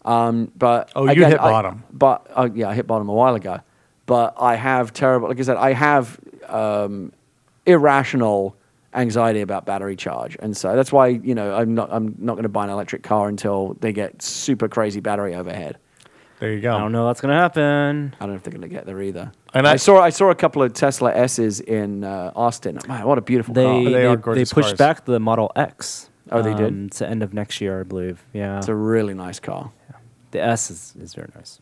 Speaker 4: Um, but
Speaker 2: Oh, you
Speaker 4: again,
Speaker 2: hit
Speaker 4: I-
Speaker 2: bottom.
Speaker 4: but uh, yeah, I hit bottom a while ago. But I have terrible. Like I said, I have um, irrational anxiety about battery charge, and so that's why you know I'm not I'm not going to buy an electric car until they get super crazy battery overhead.
Speaker 2: There you
Speaker 3: I don't
Speaker 2: go.
Speaker 3: know that's gonna happen.
Speaker 4: I don't know if they're going to get there either.
Speaker 2: And
Speaker 4: I,
Speaker 2: I-
Speaker 4: saw I saw a couple of Tesla S's in uh, Austin. Man, what a beautiful
Speaker 3: They
Speaker 4: car!
Speaker 3: they,
Speaker 2: are
Speaker 3: they
Speaker 2: gorgeous
Speaker 3: pushed
Speaker 2: cars.
Speaker 3: back the Model X. um,
Speaker 4: Oh, they did?
Speaker 3: to end of next year, I believe. Yeah,
Speaker 4: It's a really nice car.
Speaker 3: the S is, is very nice.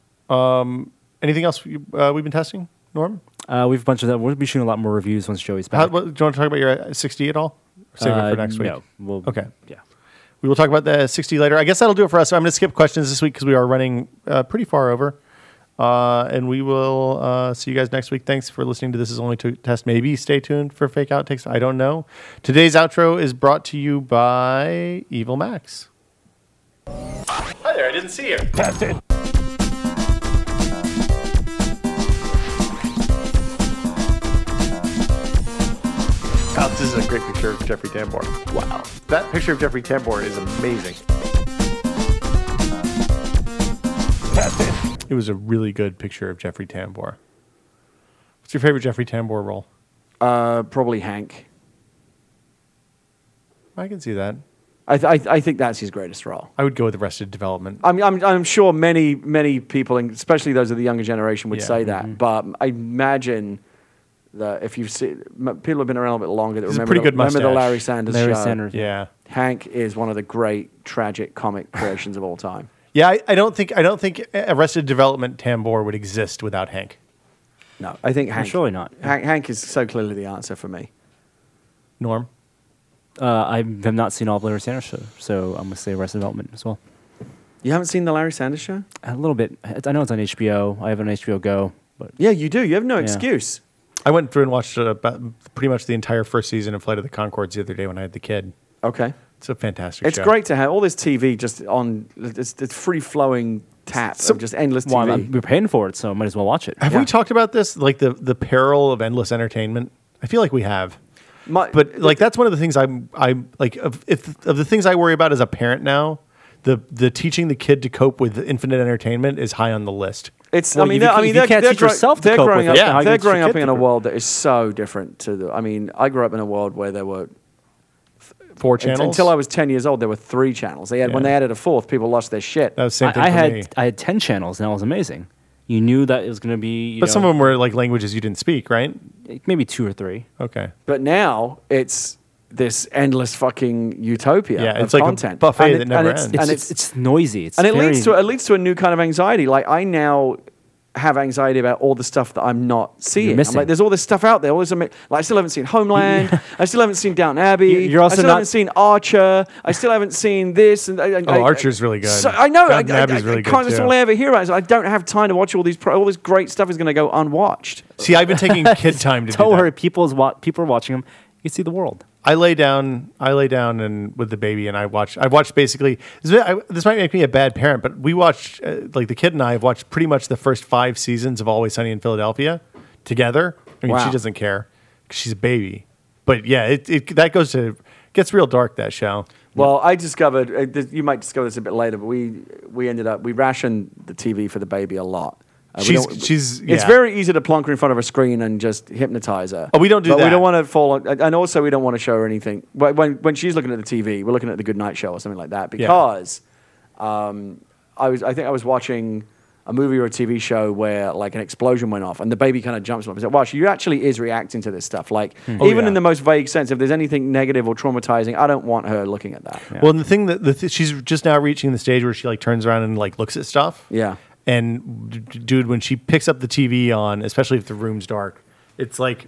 Speaker 2: Anything else you, uh, we've been testing, Norm?
Speaker 3: Uh, we've a bunch of that. We'll be shooting a lot more reviews once Joey's back.
Speaker 2: How, what, do you want to talk about your uh, 60 at all? Or Save it
Speaker 3: Uh,
Speaker 2: for next week.
Speaker 3: No. We'll,
Speaker 2: Okay.
Speaker 3: Yeah.
Speaker 2: We will talk about the 60 later. I guess that'll do it for us. I'm going to skip questions this week because we are running uh, pretty far over. Uh, and we will uh, see you guys next week. Thanks for listening to This Is Only to Test Maybe. Stay tuned for fake outtakes. I don't know. Today's outro is brought to you by Evil Max. Hi there. I didn't see you. Oh, this is a great picture of Jeffrey Tambor. Wow. That picture of Jeffrey Tambor is amazing. It was a really good picture of Jeffrey Tambor. What's your favorite Jeffrey Tambor role?
Speaker 4: Uh, probably Hank.
Speaker 2: I can see that.
Speaker 4: I, th- I, I think that's his greatest role.
Speaker 2: I would go with Arrested Development.
Speaker 4: I'm, I'm, I'm sure many, many people, and especially those of the younger generation, would
Speaker 2: Yeah.
Speaker 4: say that. But I imagine that if you've seen, m- people have been around a bit longer that
Speaker 2: He's a
Speaker 4: remember,
Speaker 2: pretty
Speaker 4: the,
Speaker 2: good
Speaker 4: remember the
Speaker 2: mustache.
Speaker 4: Larry Sanders
Speaker 3: Larry
Speaker 4: show.
Speaker 3: Sanders.
Speaker 2: Yeah.
Speaker 4: Hank is one of the great tragic comic creations of all time.
Speaker 2: Yeah, I, I don't think I don't think Arrested Development Tambor would exist without Hank.
Speaker 4: No, I think Hank.
Speaker 3: surely not.
Speaker 4: Hank, Hank is so clearly the answer for me.
Speaker 2: Norm.
Speaker 3: Uh, I have not seen all of Larry Sanders show, so I'm gonna say Arrested Development as well.
Speaker 4: You haven't seen the Larry Sanders show?
Speaker 3: A little bit. I know it's on HBO. I have it on HBO Go, but
Speaker 4: Yeah, you do. You have no
Speaker 3: Yeah.
Speaker 4: excuse.
Speaker 2: I went through and watched uh, about- pretty much the entire first season of Flight of the Concords the other day when I had the kid.
Speaker 4: Okay.
Speaker 2: It's a fantastic
Speaker 4: It's
Speaker 2: show.
Speaker 4: great to have all this TV just on, it's, it's free flowing tap of just endless TV.
Speaker 3: well, I'm- I'm- we're paying for it, so I might as well watch it.
Speaker 2: Have
Speaker 4: Yeah.
Speaker 2: we talked about this? Like the the peril of endless entertainment. I feel like we have,
Speaker 4: My-
Speaker 2: but like that's one of the things I'm I'm like of if of the things I worry about as a parent now. The the teaching the kid to cope with infinite entertainment is high on the list.
Speaker 4: It's.
Speaker 3: Well,
Speaker 4: I mean,
Speaker 3: if
Speaker 4: they're-
Speaker 3: you-
Speaker 4: I
Speaker 3: if
Speaker 4: mean,
Speaker 3: you
Speaker 4: they're,
Speaker 3: can't
Speaker 4: they're
Speaker 3: teach
Speaker 4: grow-
Speaker 3: yourself to
Speaker 4: they're
Speaker 3: cope
Speaker 4: growing
Speaker 3: with
Speaker 4: up.
Speaker 3: it, how are you gonna
Speaker 4: they're
Speaker 3: teach your
Speaker 4: growing up
Speaker 3: kid
Speaker 4: in
Speaker 3: to
Speaker 4: a
Speaker 3: cope?
Speaker 4: world that is so different to the. I mean, I grew up in a world where there were
Speaker 2: Four
Speaker 4: un-
Speaker 2: channels
Speaker 4: until I was ten years old. There were three channels. They had when
Speaker 2: Yeah.
Speaker 4: they added a fourth, people lost their shit.
Speaker 2: That was same thing
Speaker 3: I, I
Speaker 2: for
Speaker 3: had
Speaker 2: me.
Speaker 3: I had ten channels, and that was amazing. You knew that it was gonna be. You
Speaker 2: but
Speaker 3: know, eh,
Speaker 2: some of them were like languages you didn't speak, right?
Speaker 3: maybe two or three.
Speaker 2: Okay.
Speaker 4: But now it's this endless fucking utopia.
Speaker 2: Yeah,
Speaker 4: of
Speaker 2: it's like a
Speaker 4: content.
Speaker 2: buffet
Speaker 4: And
Speaker 2: that never
Speaker 4: and
Speaker 2: ends.
Speaker 4: It's,
Speaker 3: It's,
Speaker 4: and
Speaker 3: it's, it's noisy. It's
Speaker 4: and it
Speaker 3: very-
Speaker 4: leads to it leads to a new kind of anxiety. Like I now have anxiety about all the stuff that I'm not seeing. I'm
Speaker 3: missing.
Speaker 4: like, there's all this stuff out there. All this, ama- like, I still haven't seen Homeland. I still haven't seen Downton Abbey.
Speaker 3: You- you're also
Speaker 4: I still
Speaker 3: not-
Speaker 4: haven't seen Archer. I still haven't seen this. And I, I,
Speaker 2: Oh,
Speaker 4: I-
Speaker 2: Archer's really good.
Speaker 4: So, I know. I,
Speaker 2: Downton
Speaker 4: I,
Speaker 2: Abbey's
Speaker 4: I-
Speaker 2: really
Speaker 4: I
Speaker 2: good,
Speaker 4: can't, That's
Speaker 2: too.
Speaker 4: all I ever hear. Is I don't have time to watch all these. Pro- all this great stuff is going to go unwatched.
Speaker 2: See, I've been taking kid time to do
Speaker 3: Don't
Speaker 2: that.
Speaker 3: worry, people's wa- people are watching them. You can see the world.
Speaker 2: I lay down. I lay down and with the baby, and I watch. I watched basically. This, mi- I, this might make me a bad parent, but we watched. Uh, like the kid and I have watched pretty much the first five seasons of Always Sunny in Philadelphia together. I mean,
Speaker 4: Wow.
Speaker 2: she doesn't care. 'cause She's a baby. But yeah, it, it that goes to gets real dark. That show.
Speaker 4: Well, I discovered uh, th- you might discover this a bit later, but we we ended up we rationed the TV for the baby a lot. Uh, we
Speaker 2: She's-
Speaker 4: don't-
Speaker 2: she's-
Speaker 4: It's
Speaker 2: yeah.
Speaker 4: very easy to plonk her in front of a screen and just hypnotize her.
Speaker 2: Oh, we don't do
Speaker 4: but We
Speaker 2: that.
Speaker 4: don't want to fall, on, and- and also we don't want to show her anything. When when- when she's looking at the TV, we're looking at the Good Night Show or something like that because um, I was I think I was watching a movie or a TV show where like an explosion went off and the baby kind of jumps up and says, "Wow, she actually is reacting to this stuff." Like
Speaker 2: Hmm.
Speaker 3: Oh,
Speaker 4: even
Speaker 3: yeah.
Speaker 4: in the most vague sense, if there's anything negative or traumatizing, I don't want her looking at that. Yeah.
Speaker 2: Well, and the thing that the th- she's just now reaching the stage where she like turns around and like looks at stuff.
Speaker 4: Yeah.
Speaker 2: And d- d- dude, when she picks up the TV on, especially if the room's dark, it's like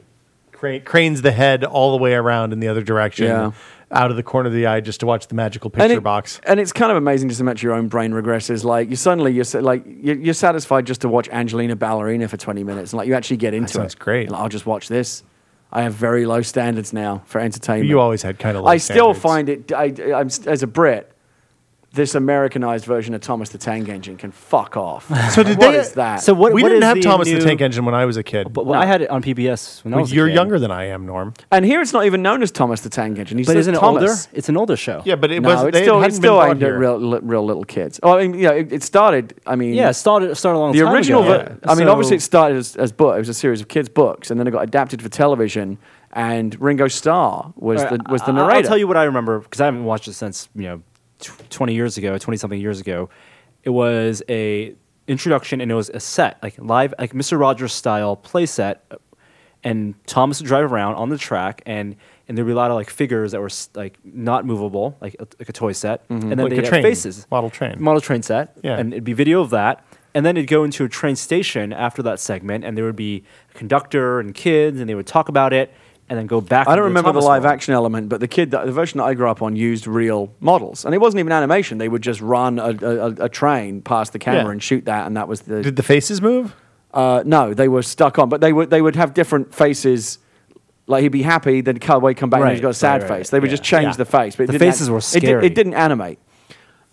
Speaker 2: cra- cranes the head all the way around in the other direction,
Speaker 4: Yeah.
Speaker 2: out of the corner of the eye, just to watch the magical picture
Speaker 4: it-
Speaker 2: box.
Speaker 4: and it's kind of amazing just to imagine your own brain regresses. Like you suddenly you're sa- like you're, you're satisfied just to watch Angelina Ballerina for 20 minutes, and like you actually get into
Speaker 2: sounds
Speaker 4: it.
Speaker 2: great.
Speaker 4: Like, I'll just watch this. I have very low standards now for entertainment.
Speaker 2: You always had kind of.
Speaker 4: I still find it. I, I'm as a Brit. This Americanized version of Thomas the Tank Engine can fuck off.
Speaker 2: So did
Speaker 4: What
Speaker 2: they-
Speaker 4: is that?
Speaker 3: So what?
Speaker 2: we
Speaker 3: what
Speaker 2: didn't
Speaker 3: is
Speaker 2: have Thomas
Speaker 3: new-
Speaker 2: the Tank Engine when I was a kid.
Speaker 3: But, well, I had it on PBS when I
Speaker 2: Well,
Speaker 3: was. a
Speaker 2: you're
Speaker 3: kid.
Speaker 2: younger than I am, Norm.
Speaker 4: and here it's not even known as Thomas the Tank Engine. He
Speaker 3: but
Speaker 4: says
Speaker 3: isn't it older?
Speaker 4: Thomas.
Speaker 3: It's an older show.
Speaker 2: Yeah, but it
Speaker 4: no,
Speaker 2: was.
Speaker 4: it's
Speaker 2: they
Speaker 4: still,
Speaker 2: hadn't
Speaker 4: it's
Speaker 2: been
Speaker 4: still
Speaker 2: brought
Speaker 4: aimed at
Speaker 2: here.
Speaker 4: real, li- real little kids. Oh, I mean, yeah, it, it started. I mean,
Speaker 3: yeah. It started it started a long
Speaker 4: the
Speaker 3: time
Speaker 4: original.
Speaker 3: ago.
Speaker 4: ver- I mean,
Speaker 3: So-
Speaker 4: obviously, it started as, as book. It was a series of kids' books, and then it got adapted for television. And Ringo Starr was
Speaker 3: All right,
Speaker 4: the was the
Speaker 3: I- I'll
Speaker 4: narrator.
Speaker 3: tell you what I remember because I haven't watched it since you know, tw- twenty years ago, twenty something years ago. It was a introduction and it was a set like live like Mister Rogers style play set, uh, and Thomas would drive around on the track and. And there would be a lot of like figures that were s- like not movable, like a, like a toy
Speaker 4: Mm-hmm.
Speaker 3: set, and then
Speaker 2: Like a
Speaker 3: they'd have
Speaker 2: train,
Speaker 3: faces,
Speaker 2: model train.
Speaker 3: model train set,
Speaker 2: Yeah.
Speaker 3: and it'd be video of that, and then it'd go into a train station after that segment, and there would be a conductor and kids, and they would talk about it, and then go back.
Speaker 4: I don't
Speaker 3: into
Speaker 4: remember the
Speaker 3: Thomas
Speaker 4: live
Speaker 3: world.
Speaker 4: action element, but the kid, that, the version that I grew up on, used real models, and it wasn't even animation. They would just run a, a, a- a train past the camera
Speaker 2: Yeah.
Speaker 4: and shoot that, and that was the.
Speaker 2: Did the faces move?
Speaker 4: uh, no, they were stuck on, but they would they would have different faces. Like he'd be happy, then cut away, come back, and
Speaker 3: Right,
Speaker 4: he's got a sad
Speaker 3: right, right,
Speaker 4: face. They would
Speaker 3: yeah.
Speaker 4: just change
Speaker 2: Yeah.
Speaker 4: the face, but it
Speaker 3: The
Speaker 4: didn't
Speaker 3: faces were
Speaker 4: It, did,
Speaker 3: scary.
Speaker 4: it didn't animate.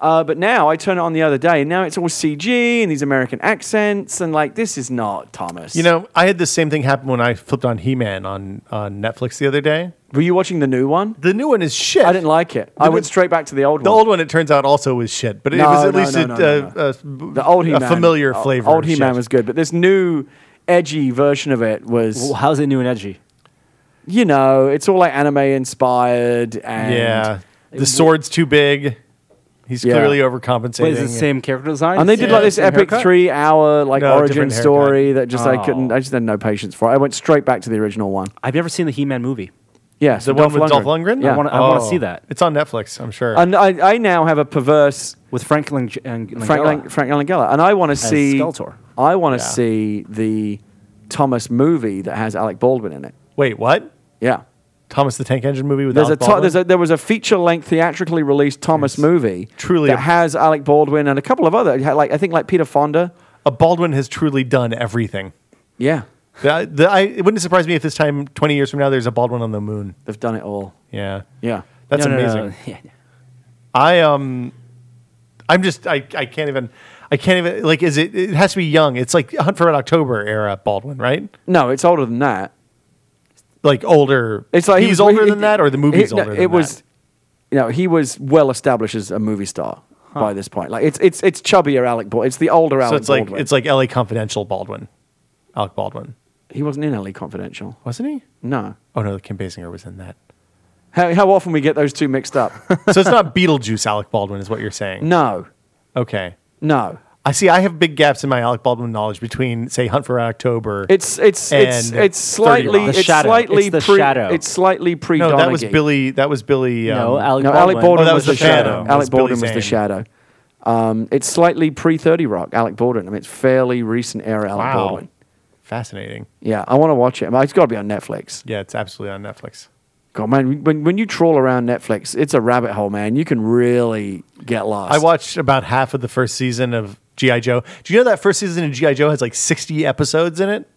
Speaker 4: Uh, but now I turn it on the other day, and now it's all CG and these American accents, and like this is not Thomas.
Speaker 2: You know, I had the same thing happen when I flipped on He Man on, on Netflix the other day.
Speaker 4: were you watching the new one?
Speaker 2: The new one is shit.
Speaker 4: I didn't like it. I
Speaker 2: The-
Speaker 4: went straight back to the old
Speaker 2: the
Speaker 4: one.
Speaker 2: old one. It turns out also was shit, but it
Speaker 4: No,
Speaker 2: was at
Speaker 4: no,
Speaker 2: least
Speaker 4: no,
Speaker 2: a,
Speaker 4: no, no,
Speaker 2: a- a-
Speaker 4: The old
Speaker 2: a
Speaker 4: He-Man,
Speaker 2: familiar
Speaker 4: o-
Speaker 2: flavor.
Speaker 4: Old
Speaker 2: of
Speaker 4: He-Man
Speaker 2: shit.
Speaker 4: was good, but this new edgy version of it was,
Speaker 3: Well, how's it new and edgy?
Speaker 4: you know, it's all like anime inspired and
Speaker 2: Yeah, the sword's too big. He's
Speaker 4: Yeah.
Speaker 2: clearly
Speaker 3: But
Speaker 2: overcompensating.
Speaker 3: is it the same character design?
Speaker 4: And they did
Speaker 2: Yeah,
Speaker 4: like this
Speaker 2: same
Speaker 4: epic
Speaker 2: haircut.
Speaker 4: three-hour like
Speaker 2: No,
Speaker 4: origin
Speaker 2: different haircut.
Speaker 4: story that just I
Speaker 3: Oh.
Speaker 4: couldn't. I just had no patience for. it. I went straight back to the original one.
Speaker 3: I've never seen the He-Man movie.
Speaker 4: Yes,
Speaker 2: The one with Dolph Lundgren. Oh.
Speaker 4: Yeah.
Speaker 3: I wanna- wanna see that.
Speaker 2: It's on Netflix. I'm sure.
Speaker 4: and I, I now have a perverse
Speaker 3: with Frank Lang- and
Speaker 4: Frank,
Speaker 3: Langella.
Speaker 4: Lang- Frank Langella, and I want to see
Speaker 3: Skeletor.
Speaker 4: I want to
Speaker 2: Yeah.
Speaker 4: see the Thomas movie that has Alec Baldwin in it.
Speaker 2: Wait, what?
Speaker 4: Yeah.
Speaker 2: Thomas the Tank Engine movie with
Speaker 4: There's a,
Speaker 2: Alec
Speaker 4: to-
Speaker 2: Baldwin?
Speaker 4: there's a there was a feature length theatrically released Thomas movie
Speaker 2: truly
Speaker 4: that
Speaker 2: a-
Speaker 4: has Alec Baldwin and a couple of other it had, like I think like Peter Fonda.
Speaker 2: a Baldwin has truly done everything.
Speaker 4: Yeah,
Speaker 2: The, the, I, it wouldn't surprise me if this time, 20 years from now, there's a Baldwin on the moon.
Speaker 4: they've done it all.
Speaker 2: Yeah,
Speaker 4: Yeah,
Speaker 2: that's
Speaker 3: No, no, no,
Speaker 2: amazing.
Speaker 3: no. Yeah, yeah.
Speaker 2: I um, I'm just I I can't even I can't even like is it it has to be young. It's like Hunt for Red October era Baldwin, right?
Speaker 4: no, it's older than that.
Speaker 2: Like older.
Speaker 4: It's like he
Speaker 2: he's
Speaker 4: was-
Speaker 2: older
Speaker 4: he-
Speaker 2: than that, or the movie's
Speaker 4: he- no,
Speaker 2: older.
Speaker 4: It
Speaker 2: than
Speaker 4: was,
Speaker 2: that?
Speaker 4: you know, he was well established as a movie star by this point. Like it's it's it's chubbier Alec Baldwin. It's the older
Speaker 2: So
Speaker 4: Alec
Speaker 2: it's like
Speaker 4: Baldwin.
Speaker 2: it's like L.A. Confidential Baldwin, Alec Baldwin,
Speaker 4: he wasn't in LA Confidential.
Speaker 2: wasn't he?
Speaker 4: No,
Speaker 2: Oh no, Kim Basinger was in that.
Speaker 4: how how often we get those two mixed up?
Speaker 2: So it's not Beetlejuice Alec Baldwin, is what you're saying?
Speaker 4: no,
Speaker 2: Okay.
Speaker 4: no.
Speaker 2: I see. I have big gaps in my Alec Baldwin knowledge between, say, Hunt for Red October.
Speaker 4: It's it's it's
Speaker 2: And
Speaker 4: it's
Speaker 2: 30
Speaker 4: slightly
Speaker 2: Rock.
Speaker 3: The
Speaker 4: it's
Speaker 3: Shadow.
Speaker 4: slightly
Speaker 3: It's the
Speaker 4: pre
Speaker 3: Shadow.
Speaker 4: it's slightly pre
Speaker 2: no, that was
Speaker 4: Donaghy.
Speaker 2: Billy. That was Billy. Um,
Speaker 3: no, Alec
Speaker 4: No,
Speaker 3: Baldwin.
Speaker 4: Alec Baldwin
Speaker 2: Oh, that
Speaker 4: was,
Speaker 2: was
Speaker 4: the
Speaker 2: the
Speaker 4: shadow.
Speaker 2: Shadow.
Speaker 4: Alec
Speaker 2: That's Billy
Speaker 4: Baldwin was
Speaker 2: Zane.
Speaker 4: the shadow. Um, it's slightly pre Thirty Rock. Alec Baldwin. I mean, it's fairly recent era. Alec
Speaker 2: Wow.
Speaker 4: Baldwin.
Speaker 2: Fascinating.
Speaker 4: Yeah, I want to watch it. I mean, it's got to be on Netflix.
Speaker 2: Yeah, it's absolutely on Netflix.
Speaker 4: God, man, when, when you trawl around Netflix, it's a rabbit hole, man. You can really get lost.
Speaker 2: I watched about half of the first season of GI Joe. Do you know that first season of GI Joe has like sixty episodes in it?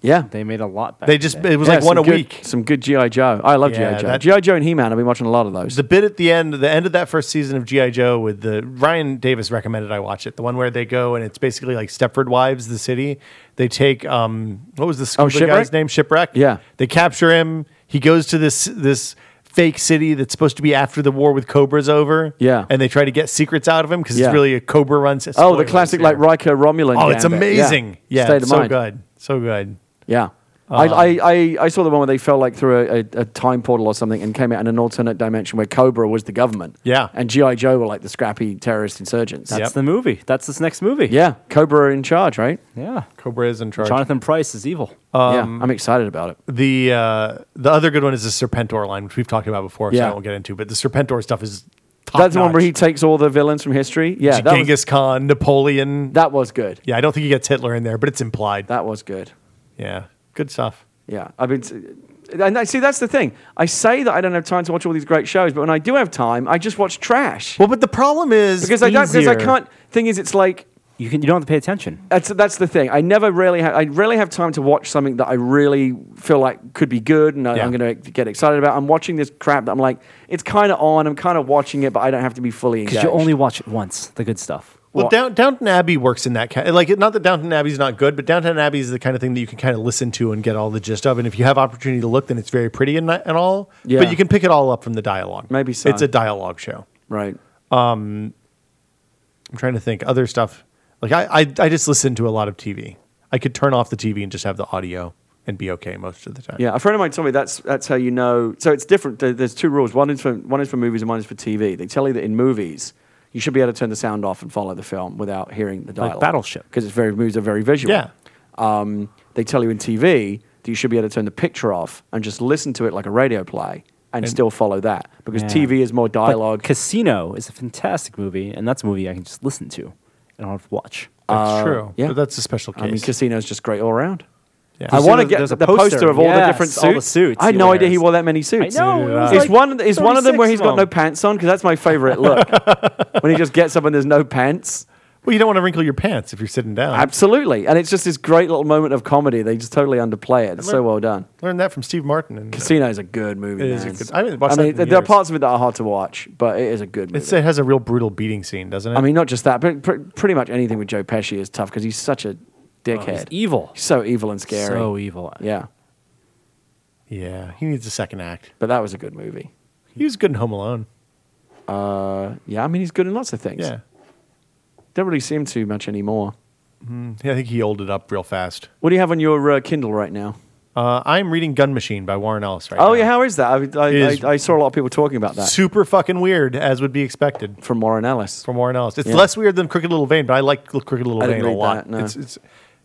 Speaker 4: yeah.
Speaker 3: They made a lot. Back
Speaker 2: They just
Speaker 3: then.
Speaker 2: it was
Speaker 4: Yeah,
Speaker 2: like one
Speaker 4: some
Speaker 2: a
Speaker 4: good-
Speaker 2: week.
Speaker 4: Some good G.I. Joe. I love
Speaker 2: Yeah,
Speaker 4: G.I. Joe.
Speaker 2: that-
Speaker 4: G.I. Joe and He Man, I've been watching a lot of those.
Speaker 2: The bit at the end, the end of that first season of GI Joe with the Ryan Davis recommended I watch it. The one where they go and it's basically like Stepford Wives, the city. They take um, what was the scuba
Speaker 4: Oh, Shipwreck?
Speaker 2: guy's name? Shipwreck.
Speaker 4: Yeah.
Speaker 2: They capture him. He goes to this this fake city that's supposed to be after the war with Cobra's over.
Speaker 4: Yeah.
Speaker 2: And they try to get secrets out of him because
Speaker 4: Yeah.
Speaker 2: it's really a Cobra run.
Speaker 4: oh, the classic, like Riker Romulan.
Speaker 2: Oh, it's
Speaker 4: gambit.
Speaker 2: amazing. Yeah,
Speaker 4: State
Speaker 2: it's
Speaker 4: of
Speaker 2: so Um,
Speaker 4: mind.
Speaker 2: good, so good.
Speaker 4: Yeah. I, I, I, I saw the one where they fell like through a, a, a time portal or something and came out in an alternate dimension where Cobra was the government.
Speaker 2: Yeah.
Speaker 4: And G.I. Joe were like the scrappy terrorist insurgents.
Speaker 3: That's
Speaker 2: Yep.
Speaker 3: the movie. That's this next movie.
Speaker 4: Yeah. Cobra in charge, right?
Speaker 3: Yeah.
Speaker 2: Cobra is in charge.
Speaker 3: Jonathan Price is evil. Uh,
Speaker 2: Um,
Speaker 4: yeah. I'm excited about it.
Speaker 2: the uh, the other good one is the Serpentor line, which we've talked about before, so
Speaker 4: Yeah.
Speaker 2: I won't get into. But the Serpentor stuff is top
Speaker 4: That's the one where he
Speaker 2: notch.
Speaker 4: takes all the villains from history. Yeah. That
Speaker 2: Genghis
Speaker 4: was,
Speaker 2: Khan, Napoleon.
Speaker 4: that was good.
Speaker 2: yeah, I don't think he gets Hitler in there, but it's implied.
Speaker 4: That was good.
Speaker 2: yeah, good stuff.
Speaker 4: Yeah, I mean, and I, see, that's the thing. I say that I don't have time to watch all these great shows, but when I do have time, I just watch trash
Speaker 2: Well, but the problem is
Speaker 4: because I don't because I
Speaker 2: easier.
Speaker 4: can't. Thing is, it's like
Speaker 3: You can you don't have to pay attention.
Speaker 4: that's that's the thing. I never really ha- I rarely have time to watch something that I really feel like could be good and I,
Speaker 2: Yeah.
Speaker 4: I'm going to get excited about. I'm watching this crap that I'm like, it's kind of on. I'm kind of watching it, but I don't have to be fully engaged.
Speaker 3: Because you only watch it once, the good stuff.
Speaker 2: Well,
Speaker 4: What?
Speaker 2: Down, Downton Abbey works in that kind. Like, not that Downton Abbey's not good, but Downton Abbey is the kind of thing that you can kind of listen to and get all the gist of. And if you have opportunity to look, then it's very pretty and, and all.
Speaker 4: Yeah.
Speaker 2: But you can pick it all up from the dialogue.
Speaker 4: Maybe so.
Speaker 2: It's a dialogue show.
Speaker 4: right.
Speaker 2: I'm trying to think other stuff. Like I, I, I just listen to a lot of TV. I could turn off the TV and just have the audio and be okay most of the time.
Speaker 4: Yeah, a friend of mine told me that's that's how you know. So it's different. There- There's two rules. One is for one is for movies, and one is for TV. They tell you that in movies, you should be able to turn the sound off and follow the film without hearing the dialogue.
Speaker 3: Battleship.
Speaker 4: because it's very movies are very visual.
Speaker 2: Yeah.
Speaker 4: Um, they tell you in TV that you should be able to turn the picture off and just listen to it like a radio play and, still follow that because
Speaker 3: Yeah.
Speaker 4: TV is more
Speaker 3: But
Speaker 4: dialogue.
Speaker 3: Casino is a fantastic movie, and that's a movie I can just listen to and I don't have to watch.
Speaker 2: that's
Speaker 4: Uh,
Speaker 2: true.
Speaker 4: yeah.
Speaker 2: But that's a special case.
Speaker 4: I mean, Casino's just great all around.
Speaker 2: Yeah.
Speaker 4: I
Speaker 2: You
Speaker 3: see
Speaker 4: want to
Speaker 3: there's-
Speaker 4: get
Speaker 3: there's
Speaker 4: the
Speaker 3: a
Speaker 4: poster
Speaker 3: poster.
Speaker 4: of all the
Speaker 3: Yes,
Speaker 4: different suits.
Speaker 3: all the suits
Speaker 4: I had
Speaker 3: he
Speaker 4: no idea he
Speaker 3: wears.
Speaker 4: wore that many suits.
Speaker 3: I know, it was
Speaker 4: Is
Speaker 3: like
Speaker 4: one is one of them where he's
Speaker 3: 36
Speaker 4: got
Speaker 3: of
Speaker 4: no
Speaker 3: them.
Speaker 4: pants on? Because that's my favorite look. when he just gets up and there's no pants.
Speaker 2: well, you don't want to wrinkle your pants if you're sitting down.
Speaker 4: Absolutely, and it's just this great little moment of comedy. They just totally underplay it. It's so well done.
Speaker 2: Learned that from Steve Martin. And
Speaker 4: Casino is a good movie.
Speaker 2: It
Speaker 4: man.
Speaker 2: is a good- I haven't watched that
Speaker 4: mean,
Speaker 2: in
Speaker 4: there are
Speaker 2: years.
Speaker 4: parts of it that are hard to watch, but it is a good movie.
Speaker 2: uh, it's, it has a real brutal beating scene, doesn't it?
Speaker 4: I mean, not just that, but pr- pretty much anything with Joe Pesci is tough because he's such a
Speaker 3: Oh, he's
Speaker 4: dickhead.
Speaker 3: evil.
Speaker 4: He's so evil and scary.
Speaker 3: So evil.
Speaker 4: yeah,
Speaker 2: yeah, he needs a second act.
Speaker 4: but that was a good movie.
Speaker 2: He was good in Home Alone.
Speaker 4: Uh, yeah, I mean, he's good in lots of things.
Speaker 2: Yeah.
Speaker 4: Don't really see him too much anymore.
Speaker 2: Mm. Yeah, I think he olded up real fast.
Speaker 4: What do you have on your uh, Kindle right now?
Speaker 2: Uh, I'm reading Gun Machine by Warren Ellis right now.
Speaker 4: Oh, yeah, how is that? I, I,
Speaker 2: It is-
Speaker 4: I, I saw a lot of people talking about that
Speaker 2: Super fucking weird, as would be expected.
Speaker 4: from Warren Ellis.
Speaker 2: from Warren Ellis. It's
Speaker 4: Yeah.
Speaker 2: less weird than Crooked Little Vein, but I like Cl- Crooked Little
Speaker 4: I
Speaker 2: Vein
Speaker 4: didn't
Speaker 2: a
Speaker 4: read
Speaker 2: lot.
Speaker 4: that, no.
Speaker 2: It's, it's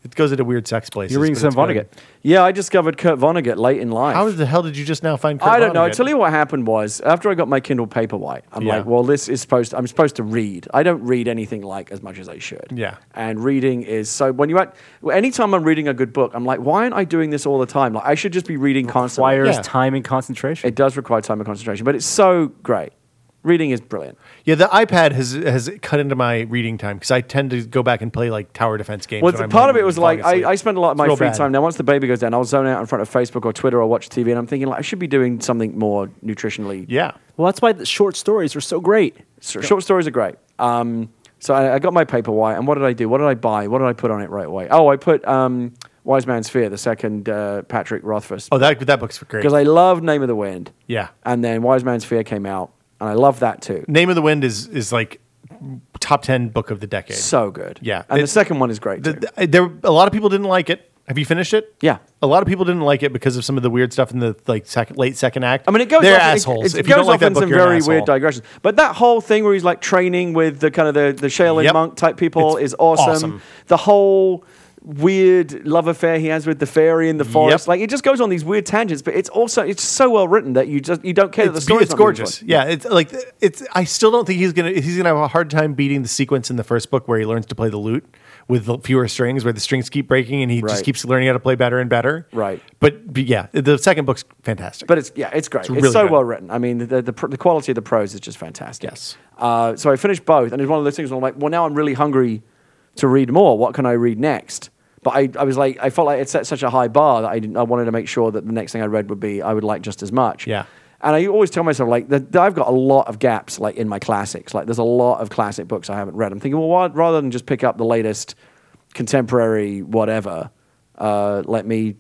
Speaker 2: it goes into weird sex places.
Speaker 3: You're reading
Speaker 2: but
Speaker 3: some
Speaker 2: it's good.
Speaker 3: Vonnegut.
Speaker 4: Yeah, I discovered Kurt Vonnegut late in life.
Speaker 2: How the hell did you just now find? Kurt
Speaker 4: I don't know. I
Speaker 2: Vonnegut?
Speaker 4: tell you what happened was after I got my Kindle Paperwhite, I'm
Speaker 2: Yeah.
Speaker 4: like, well, this is supposed. I'm supposed to read. I don't read anything like as much as I should.
Speaker 2: Yeah.
Speaker 4: And reading is so. When you at anytime I'm reading a good book, I'm like, why aren't I doing this all the time? Like I should just be reading constantly.
Speaker 3: Requires
Speaker 2: Yeah.
Speaker 3: time and concentration.
Speaker 4: It does require time and concentration, but it's so great. Reading is brilliant.
Speaker 2: Yeah, the iPad has has cut into my reading time because I tend to go back and play like tower defense games.
Speaker 4: Well,
Speaker 2: when I'm
Speaker 4: part of
Speaker 2: laying
Speaker 4: it was
Speaker 2: and falling
Speaker 4: like I, I
Speaker 2: asleep.
Speaker 4: spend a lot of
Speaker 2: It's
Speaker 4: my
Speaker 2: real
Speaker 4: free
Speaker 2: bad.
Speaker 4: time now. Once the baby goes down, I'll zone out in front of Facebook or Twitter or watch TV, and I'm thinking like I should be doing something more nutritionally
Speaker 2: Yeah,
Speaker 3: well, that's why the short stories are so great.
Speaker 4: So Short stories are great. Um, so I, I got my paper white, and what did I do? What did I buy? What did I put on it right away? Oh, I put um, Wise Man's Fear, the second uh, Patrick Rothfuss,
Speaker 2: oh that that book's great.
Speaker 4: because I love Name of the Wind.
Speaker 2: yeah,
Speaker 4: And then Wise Man's Fear came out, and I love that too.
Speaker 2: Name of the Wind is is like top ten book of the decade.
Speaker 4: So good.
Speaker 2: Yeah.
Speaker 4: And
Speaker 2: It-
Speaker 4: the second one is great.
Speaker 2: The-
Speaker 4: too.
Speaker 2: the- there a lot of people didn't like it. Have you finished it?
Speaker 4: Yeah.
Speaker 2: A lot of people didn't like it because of some of the weird stuff in the like second, late second act.
Speaker 4: I mean, it goes.
Speaker 2: They're
Speaker 4: off,
Speaker 2: assholes.
Speaker 4: It, it
Speaker 2: if you
Speaker 4: goes
Speaker 2: don't like
Speaker 4: off
Speaker 2: that
Speaker 4: in
Speaker 2: book,
Speaker 4: some
Speaker 2: you're an
Speaker 4: very weird
Speaker 2: asshole.
Speaker 4: digressions. But that whole thing where he's like training with the kind of the the Shaolin
Speaker 2: Yep.
Speaker 4: monk type people
Speaker 2: It's
Speaker 4: is awesome.
Speaker 2: awesome.
Speaker 4: The whole weird love affair he has with the fairy in the forest, like it just goes on these weird tangents. But it's also it's so well written that you just you don't care that the
Speaker 2: it's, be-
Speaker 4: story's
Speaker 2: it's
Speaker 4: not being
Speaker 2: gorgeous.
Speaker 4: fun.
Speaker 2: Yeah, it's like it's. I still don't think he's gonna. He's gonna have a hard time beating the sequence in the first book where he learns to play the lute with the fewer strings, where the strings keep breaking, and he
Speaker 4: Right.
Speaker 2: just keeps learning how to play better and better.
Speaker 4: Right.
Speaker 2: But, but yeah, the second book's fantastic.
Speaker 4: But it's yeah, it's great. It's,
Speaker 2: It's really
Speaker 4: so
Speaker 2: good.
Speaker 4: well written. I mean, the, the pr- the quality of the prose is just fantastic.
Speaker 2: Yes.
Speaker 4: Uh, so I finished both, and it's one of those things where I'm like, well, now I'm really hungry to read more. What can I read next? But I, I was like, I felt like it set such a high bar that I didn't. I wanted to make sure that the next thing I read would be I would like just as much.
Speaker 2: Yeah.
Speaker 4: And I always tell myself like that that I've got a lot of gaps like in my classics. Like there's a lot of classic books I haven't read. I'm thinking, well, why, rather than just pick up the latest contemporary whatever, uh, let me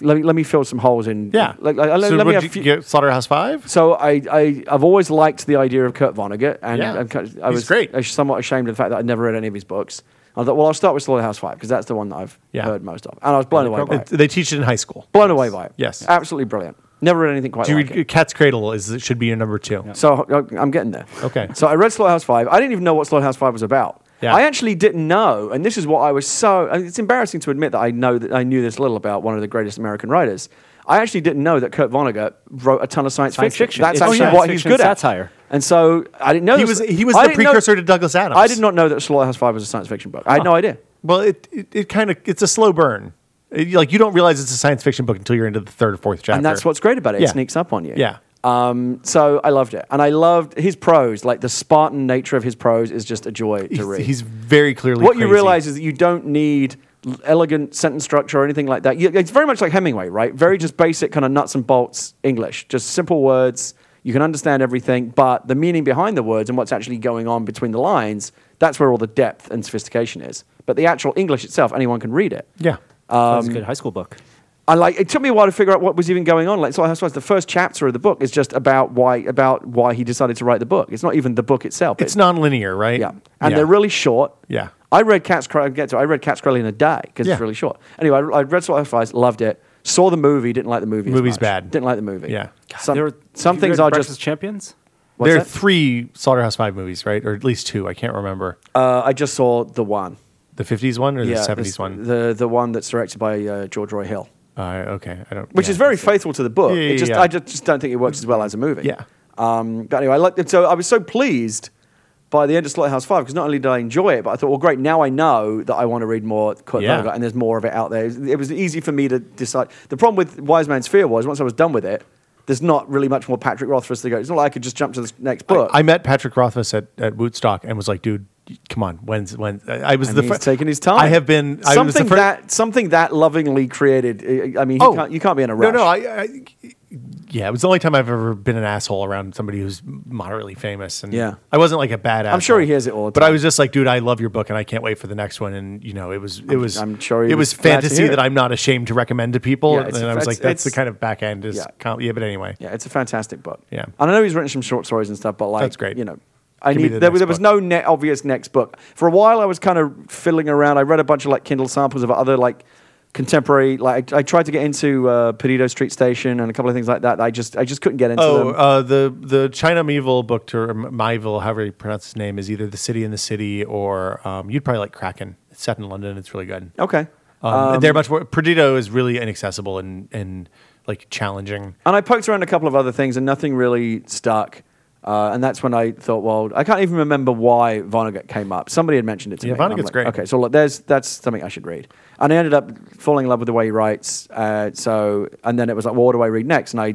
Speaker 4: let me let me fill some holes in.
Speaker 2: yeah,
Speaker 4: Like, I- I- let,
Speaker 2: so
Speaker 4: let me
Speaker 2: would
Speaker 4: have
Speaker 2: you
Speaker 4: few-
Speaker 2: get Slaughterhouse Five.
Speaker 4: so I, I I've always liked the idea of Kurt Vonnegut, and
Speaker 2: Yeah.
Speaker 4: I'm kind of-
Speaker 2: He's
Speaker 4: was
Speaker 2: great.
Speaker 4: I was somewhat ashamed of the fact that I'd never read any of his books. I thought, well, I'll start with Slaughterhouse Five because that's the one that I've
Speaker 2: Yeah.
Speaker 4: heard most of, and I was blown away by
Speaker 2: It-
Speaker 4: it.
Speaker 2: they teach it in high school.
Speaker 4: Blown away by it.
Speaker 2: Yes.
Speaker 4: absolutely brilliant. Never read anything quite
Speaker 2: Do you
Speaker 4: like
Speaker 2: read
Speaker 4: it.
Speaker 2: Cat's Cradle? Is it should be your number two?
Speaker 4: So I- I'm getting there.
Speaker 2: Okay.
Speaker 4: So I read Slaughterhouse Five. I didn't even know what Slaughterhouse Five was about.
Speaker 2: Yeah.
Speaker 4: I actually didn't know, and this is what I was so. and It's embarrassing to admit that I know that I knew this little about one of the greatest American writers. I actually didn't know that Kurt Vonnegut wrote a ton of science,
Speaker 3: Science fiction.
Speaker 4: That's
Speaker 3: It's
Speaker 4: actually
Speaker 3: science
Speaker 4: what he's
Speaker 3: fiction
Speaker 4: good at.
Speaker 3: satire.
Speaker 4: And so I didn't know
Speaker 2: He
Speaker 4: this-
Speaker 2: was he was
Speaker 4: I
Speaker 2: the
Speaker 4: didn't know-
Speaker 2: precursor to Ah. Douglas Adams.
Speaker 4: I did not know that Slaughterhouse Five was a science fiction book. I had no idea.
Speaker 2: Well, it it, it kind of it's a slow burn. It- like you don't realize it's a science fiction book until you're into the third or fourth chapter.
Speaker 4: And that's what's great about it.
Speaker 2: Yeah.
Speaker 4: It sneaks up on you.
Speaker 2: Yeah.
Speaker 4: Um, so I loved it. And I loved his prose. Like the Spartan nature of his prose is just a joy
Speaker 2: he's,
Speaker 4: to read.
Speaker 2: he's very clearly.
Speaker 4: what you
Speaker 2: crazy.
Speaker 4: realize is that you don't need l- elegant sentence structure or anything like that. You- it's very much like Hemingway, right? Very just basic kind of nuts and bolts English, just simple words. You can understand everything, but the meaning behind the words and what's actually going on between the lines, that's where all the depth and sophistication is. But the actual English itself, anyone can read it.
Speaker 2: Yeah.
Speaker 3: a
Speaker 4: Um,
Speaker 3: good high school book.
Speaker 4: I like it took me a while to figure out what was even going on. Like so I suppose the first chapter of the book is just about why about why he decided to write the book. It's not even the book itself.
Speaker 2: It's non-linear, right?
Speaker 4: yeah. And they're really short.
Speaker 2: Yeah.
Speaker 4: I read Cat's Cry get to it, I read Cat's Cry in a day because
Speaker 2: Yeah.
Speaker 4: it's really short. Anyway, I, I read Sort of Flies, loved it. Saw the movie, didn't like the movie. as
Speaker 2: Movie's
Speaker 4: much.
Speaker 2: bad.
Speaker 4: Didn't like the movie.
Speaker 2: Yeah.
Speaker 4: Some,
Speaker 3: There-
Speaker 4: some
Speaker 3: you
Speaker 4: things
Speaker 3: read
Speaker 4: are
Speaker 3: Breakfast
Speaker 4: just
Speaker 3: Champions.
Speaker 4: what's
Speaker 2: there are
Speaker 4: that?
Speaker 2: three Slaughterhouse Five movies, right? Or at least two. I can't remember
Speaker 4: uh, I just saw the one.
Speaker 2: the '50s one or the
Speaker 4: this-
Speaker 2: '70s one.
Speaker 4: The the one that's directed by uh, George Roy Hill.
Speaker 2: Uh, okay, I don't.
Speaker 4: which
Speaker 2: yeah.
Speaker 4: is very faithful to the book.
Speaker 2: Yeah, yeah,
Speaker 4: it just,
Speaker 2: yeah.
Speaker 4: I just, just don't think it works as well as a movie.
Speaker 2: Yeah.
Speaker 4: Um, but anyway, I liked it. So I was so pleased by the end of Slaughterhouse Five because not only did I enjoy it, but I thought, well, great, now I know that I want to read more Kurt
Speaker 2: Yeah.
Speaker 4: Vonnegut, and there's more of it out there. It was easy for me to decide. The problem with Wise Man's Fear was once I was done with it, there's not really much more Patrick Rothfuss to go. It's not like I could just jump to the next book.
Speaker 2: I met Patrick Rothfuss at, at Woodstock and was like, dude, come on, when's when? I I was
Speaker 4: And
Speaker 2: the
Speaker 4: he's
Speaker 2: fir-
Speaker 4: taking his time.
Speaker 2: I have been I was the
Speaker 4: something
Speaker 2: fir- Oh.
Speaker 4: that something that lovingly created. I I mean, he can't, you can't be in a rush.
Speaker 2: No, no. I, I, yeah, it was the only time I've ever been an asshole around somebody who's moderately famous, and
Speaker 4: Yeah.
Speaker 2: I wasn't like a bad. Asshole,
Speaker 4: sure he hears it all the
Speaker 2: but I
Speaker 4: time.
Speaker 2: was just like, dude, I love your book, and I can't wait for the next one. And you know, it was it was
Speaker 4: I'm sure he
Speaker 2: it was,
Speaker 4: was glad to
Speaker 2: fantasy
Speaker 4: hear it.
Speaker 2: that I'm not ashamed to recommend to people.
Speaker 4: Yeah,
Speaker 2: and
Speaker 4: it's-
Speaker 2: I was
Speaker 4: it's-
Speaker 2: like, that's the
Speaker 4: it's-
Speaker 2: kind of back end is
Speaker 4: Yeah.
Speaker 2: com- yeah. But anyway,
Speaker 4: Yeah, it's a fantastic book.
Speaker 2: Yeah.
Speaker 4: and I know he's written some short stories and stuff, but like
Speaker 2: That's great.
Speaker 4: You know, I
Speaker 2: Give me
Speaker 4: need
Speaker 2: the
Speaker 4: there,
Speaker 2: next
Speaker 4: there was
Speaker 2: book.
Speaker 4: no net obvious next book. For a while, I was kind of fiddling around. I read a bunch of like Kindle samples of other like contemporary. Like I, I tried to get into uh, Perdido Street Station and a couple of things like that. I just I just couldn't get into
Speaker 2: Oh,
Speaker 4: them.
Speaker 2: uh, the the China Meevil book to or Myvil, however you pronounce his name, is either the city in the city or um, you'd probably like Kraken. It's set in London. It's really good.
Speaker 4: okay.
Speaker 2: Um, they're much more. Perdido is really inaccessible and and like challenging.
Speaker 4: And I poked around a couple of other things, and nothing really stuck. Uh, and that's when I thought, well, I can't even remember why Vonnegut came up. Somebody had mentioned it to
Speaker 2: Yeah,
Speaker 4: me. and I'm
Speaker 2: Vonnegut's
Speaker 4: like,
Speaker 2: great.
Speaker 4: Okay, so look, there's that's something I should read. And I ended up falling in love with the way he writes. Uh, so, and then it was like, well, what do I read next? And I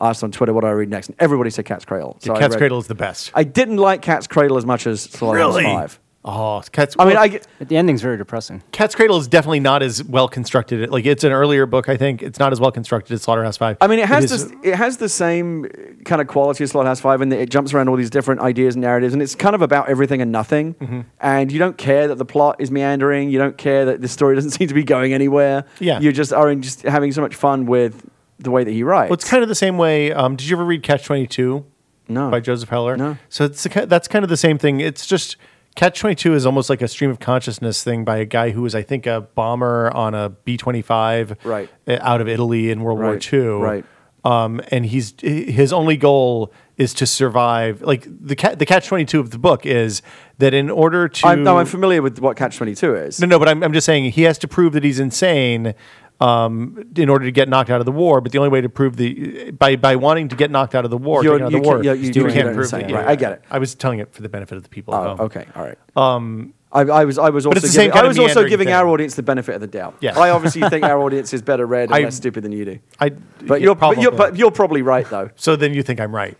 Speaker 4: asked on Twitter, what do I read next? And everybody said Cat's Cradle. So I
Speaker 2: Cat's
Speaker 4: read-
Speaker 2: Cradle is the best.
Speaker 4: I didn't like Cat's Cradle as much as Slaughterhouse Five.
Speaker 2: Oh, Cat's.
Speaker 4: I mean,
Speaker 2: well,
Speaker 4: I get-
Speaker 3: The ending's very depressing.
Speaker 2: Cat's Cradle is definitely not as well constructed. Like it's an earlier book, I think. It's not as well constructed as Slaughterhouse Five.
Speaker 4: I mean, it has
Speaker 2: is-
Speaker 4: this, it has the same kind of quality as Slaughterhouse Five, in that it jumps around all these different ideas and narratives, and it's kind of about everything and nothing.
Speaker 2: Mm-hmm.
Speaker 4: And you don't care that the plot is meandering. You don't care that the story doesn't seem to be going anywhere.
Speaker 2: Yeah.
Speaker 4: you just are in just having so much fun with the way that he writes.
Speaker 2: Well, it's kind of the same way. Um, did you ever read Catch Twenty Two?
Speaker 4: No.
Speaker 2: By Joseph Heller.
Speaker 4: No.
Speaker 2: So it's the, ki- that's kind of the same thing. It's just Catch Twenty Two is almost like a stream of consciousness thing by a guy who was, I think, a bomber on a B twenty five,
Speaker 4: Right.
Speaker 2: out of Italy in World
Speaker 4: Right,
Speaker 2: War II,
Speaker 4: right.
Speaker 2: Um, and he's his only goal is to survive. Like the ca- the Catch Twenty Two of the book is that in order to
Speaker 4: I'm, no, I'm familiar with what Catch Twenty Two is.
Speaker 2: no, no, but I'm, I'm just saying he has to prove that he's insane um, in order to get knocked out of the war. But the only way to prove the by by wanting to get knocked out of the war,
Speaker 4: You're-
Speaker 2: taken out of
Speaker 4: you
Speaker 2: the
Speaker 4: can-
Speaker 2: war,
Speaker 4: yeah, you- you can't prove
Speaker 2: that.
Speaker 4: it. Right, I get it.
Speaker 2: I was telling it for the benefit of the people. at
Speaker 4: Oh,
Speaker 2: home.
Speaker 4: okay, all right. Um, I, I was I was also
Speaker 2: it's the same
Speaker 4: giving,
Speaker 2: kind
Speaker 4: I
Speaker 2: of
Speaker 4: was also
Speaker 2: meandering
Speaker 4: giving
Speaker 2: thing.
Speaker 4: our audience the benefit of the doubt.
Speaker 2: Yeah.
Speaker 4: I obviously think our audience is better read and
Speaker 2: I-
Speaker 4: less stupid than you do.
Speaker 2: I yeah,
Speaker 4: But you're, but you're Uh,
Speaker 2: probably.
Speaker 4: but you're probably right though.
Speaker 2: so then you think I'm right.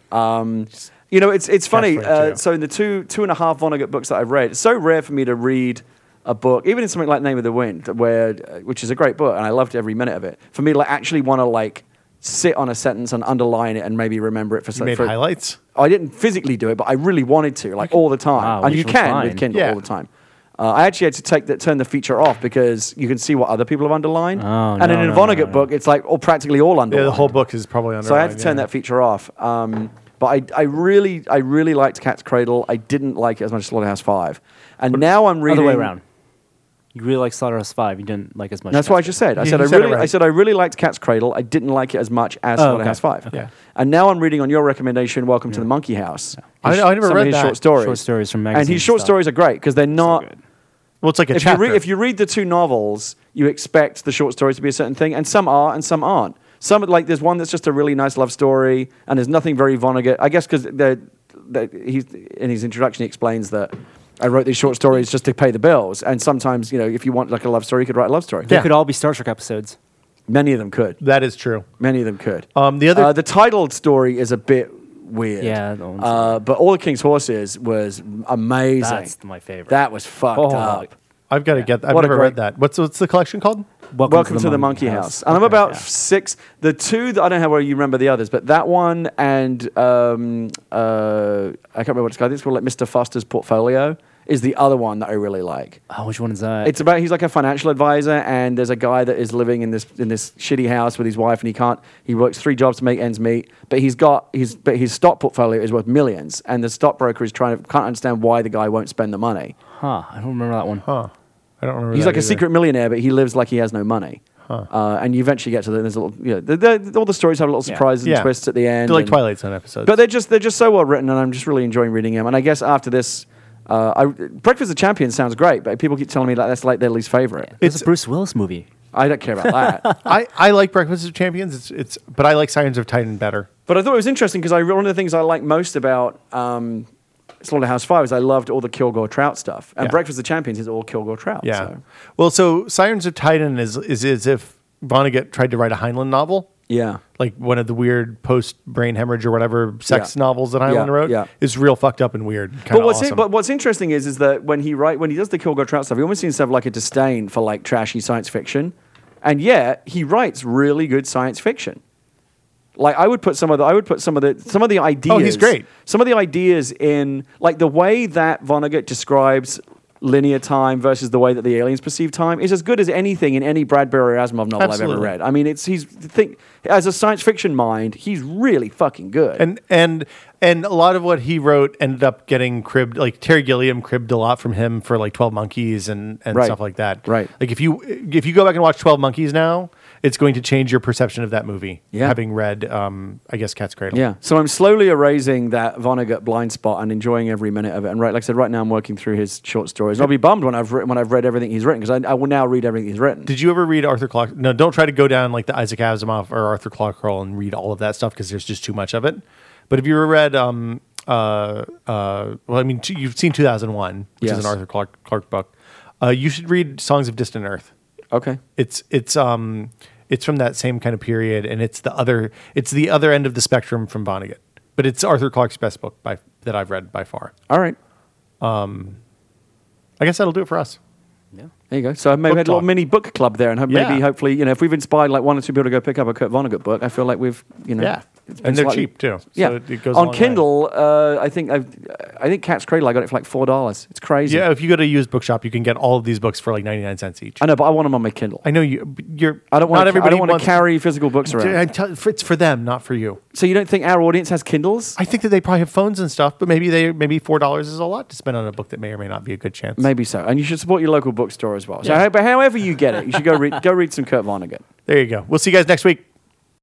Speaker 4: You know, it's it's funny.
Speaker 2: Catchphrase, yeah.
Speaker 4: Uh, so in the two two and a half Vonnegut books that I've read, it's so rare for me to read a book, even in something like Name of the Wind, where uh, which is a great book and I loved every minute of it. For me, like actually want to like sit on a sentence and underline it and maybe remember it for
Speaker 2: you
Speaker 4: some.
Speaker 2: made
Speaker 4: for,
Speaker 2: highlights.
Speaker 4: I didn't physically do it, but I really wanted to, like all the time.
Speaker 3: Wow,
Speaker 4: and
Speaker 3: which
Speaker 4: you
Speaker 3: was
Speaker 4: can
Speaker 3: fine.
Speaker 4: with Kindle
Speaker 2: Yeah.
Speaker 4: all the time. Uh, I actually had to take that, turn the feature off because you can see what other people have underlined.
Speaker 3: Oh,
Speaker 4: and
Speaker 3: no,
Speaker 4: in a
Speaker 3: no,
Speaker 4: Vonnegut
Speaker 3: no, no.
Speaker 4: book, it's like all practically all underlined.
Speaker 2: Yeah, the whole book is probably on.
Speaker 4: So I had to turn that feature off. Um, but I, I really, I really liked Cat's Cradle. I didn't like it as much as Slaughterhouse Five. And now I'm reading.
Speaker 3: Other way around. You really like Slaughterhouse Five. You didn't like as much.
Speaker 4: That's what I
Speaker 3: Casper.
Speaker 4: just said. I
Speaker 2: You-
Speaker 4: said
Speaker 2: you
Speaker 4: I
Speaker 2: said it
Speaker 4: really, I
Speaker 2: right.
Speaker 4: said I really liked Cat's Cradle. I didn't like it as much as
Speaker 3: Oh, okay.
Speaker 4: Slaughterhouse Five.
Speaker 3: Okay.
Speaker 4: And now I'm reading on your recommendation, Welcome to the Monkey House.
Speaker 2: I-
Speaker 4: His-
Speaker 2: I never
Speaker 4: some of
Speaker 2: read
Speaker 4: his
Speaker 2: that.
Speaker 4: short stories.
Speaker 3: Short stories from
Speaker 4: And his
Speaker 3: magazines
Speaker 4: short
Speaker 3: and stuff.
Speaker 4: stories are great because they're not.
Speaker 3: good.
Speaker 2: Well, it's like a
Speaker 4: if you
Speaker 2: chapter.
Speaker 4: read if you read the two novels, you expect the short stories to be a certain thing, and some are, and some aren't. Some like there's one that's just a really nice love story, and there's nothing very Vonnegut. I guess because he's in his introduction he explains that I wrote these short stories just to pay the bills, and sometimes you know if you want like a love story, you could write a love story.
Speaker 3: They
Speaker 2: Yeah.
Speaker 3: could all be Star Trek episodes.
Speaker 4: Many of them could.
Speaker 2: that is true.
Speaker 4: Many of them could.
Speaker 2: Um, the other-
Speaker 4: uh, the titled story is a bit weird.
Speaker 3: Yeah, that one's-
Speaker 4: uh, but all the King's horses was amazing.
Speaker 3: That's my favorite.
Speaker 4: That was fucked
Speaker 3: Oh,
Speaker 4: up.
Speaker 2: I've got to get. I've
Speaker 4: What a
Speaker 2: never
Speaker 4: great-
Speaker 2: read that. What's what's the collection called?
Speaker 4: Welcome, to, the, Monkey, House. And I'm about six. The two that I don't know whether you remember the others, but that one and um, uh, I can't remember what it's called. I think it's called like Mr. Foster's Portfolio is the other one that I really like.
Speaker 3: Oh, which one is that?
Speaker 4: It's about he's like a financial advisor, and there's a guy that is living in this in this shitty house with his wife, and he can't. He works three jobs to make ends meet, but he's got his but his stock portfolio is worth millions, and the stockbroker is trying to can't understand why the guy won't spend the money.
Speaker 3: huh. I don't remember that one.
Speaker 2: Huh. I don't remember.
Speaker 4: He's
Speaker 2: that
Speaker 4: like a
Speaker 2: either.
Speaker 4: secret millionaire, but he lives like he has no money. Uh, and you eventually get to the, there's a little, you know, the, the, all the stories have a little
Speaker 3: Yeah.
Speaker 4: surprises and twists at the end.
Speaker 2: They're like
Speaker 4: and-
Speaker 2: Twilight Zone episodes.
Speaker 4: But they're just they're just so well written, and I'm just really enjoying reading them. And I guess after this, uh, I, Breakfast of Champions sounds great, but people keep telling me like that's like their least favorite.
Speaker 3: It's
Speaker 2: It's-
Speaker 3: a Bruce Willis movie.
Speaker 4: I don't care about that.
Speaker 2: I, I like Breakfast of Champions. It's it's but I like Sirens of Titan better.
Speaker 4: But I thought it was interesting because one of the things I like most about um, Slaughterhouse Five is I loved all the Kilgore Trout stuff, and
Speaker 2: Yeah.
Speaker 4: Breakfast of Champions is all Kilgore Trout.
Speaker 2: Yeah.
Speaker 4: so.
Speaker 2: Well, so Sirens of Titan is is as if Vonnegut tried to write a Heinlein novel,
Speaker 4: yeah.
Speaker 2: like one of the weird post brain hemorrhage or whatever sex
Speaker 4: Yeah.
Speaker 2: novels that Heinlein
Speaker 4: Yeah,
Speaker 2: wrote.
Speaker 4: yeah.
Speaker 2: It's real fucked up and weird. Kind
Speaker 4: But
Speaker 2: of
Speaker 4: what's
Speaker 2: awesome.
Speaker 4: it, but what's interesting is is that when he write when he does the Kilgore Trout stuff, he almost seems to have like a disdain for like trashy science fiction, and yet he writes really good science fiction. Like I would put some of the I would put some of the some of the ideas.
Speaker 2: Oh, he's great.
Speaker 4: Some of the ideas in like the way that Vonnegut describes linear time versus the way that the aliens perceive time is as good as anything in any Bradbury or Asimov novel I've ever
Speaker 2: Absolutely.
Speaker 4: read. I mean, it's he's think as a science fiction mind, he's really fucking good.
Speaker 2: and and and a lot of what he wrote ended up getting cribbed. Like Terry Gilliam cribbed a lot from him for like Twelve Monkeys and and
Speaker 4: Right.
Speaker 2: stuff like that.
Speaker 4: Right.
Speaker 2: Like if you if you go back and watch Twelve Monkeys now, it's going to change your perception of that movie.
Speaker 4: Yeah.
Speaker 2: Having read, um, I guess Cat's Cradle.
Speaker 4: Yeah. So I'm slowly erasing that Vonnegut blind spot and enjoying every minute of it. And right, like I said, right now I'm working through his short stories. And I'll be bummed when I've written, when I've read everything he's written because I, I will now read everything he's written.
Speaker 2: Did you ever read Arthur Clarke? No, don't try to go down like the Isaac Asimov or Arthur Clarke Curl and read all of that stuff because there's just too much of it. But have you ever read? Um, uh, uh, well, I mean, t- you've seen 2001, which
Speaker 4: Yes.
Speaker 2: is an Arthur Clarke Clarke book. Uh, you should read Songs of Distant Earth.
Speaker 4: okay.
Speaker 2: It's it's um it's from that same kind of period, and it's the other it's the other end of the spectrum from Vonnegut. But it's Arthur Clarke's best book by that I've read by far.
Speaker 4: All right.
Speaker 2: I guess that'll do it for us.
Speaker 3: Yeah.
Speaker 4: There you go. So I maybe
Speaker 2: Book
Speaker 4: had a little
Speaker 2: talk.
Speaker 4: mini book club there, and hope
Speaker 2: Yeah.
Speaker 4: maybe hopefully you know if we've inspired like one or two people to go pick up a Kurt Vonnegut book, I feel like we've you know
Speaker 2: Yeah.
Speaker 4: it's been
Speaker 2: And they're
Speaker 4: slightly-
Speaker 2: cheap too. So
Speaker 4: Yeah,
Speaker 2: it- it goes a
Speaker 4: on
Speaker 2: long way.
Speaker 4: Kindle, uh, I think I've, I think Cat's Cradle I got it for like four dollars. It's crazy.
Speaker 2: Yeah, if you go to a used bookshop, you can get all of these books for like ninety nine cents each.
Speaker 4: I know, but I want them on my Kindle.
Speaker 2: I know you. You're.
Speaker 4: I don't want.
Speaker 2: Not
Speaker 4: to, I
Speaker 2: everybody
Speaker 4: don't want
Speaker 2: wants-
Speaker 4: to carry physical books
Speaker 2: Dude,
Speaker 4: around.
Speaker 2: I'm tell- for- it's for them, not for you.
Speaker 4: So you don't think our audience has Kindles?
Speaker 2: I think that they probably have phones and stuff, but maybe they maybe four dollars is a lot to spend on a book that may or may not be a good chance.
Speaker 4: Maybe so, and you should support your local bookstore as well. So, but however you get it, you should go read go read some Kurt Vonnegut.
Speaker 2: There you go. We'll see you guys next week.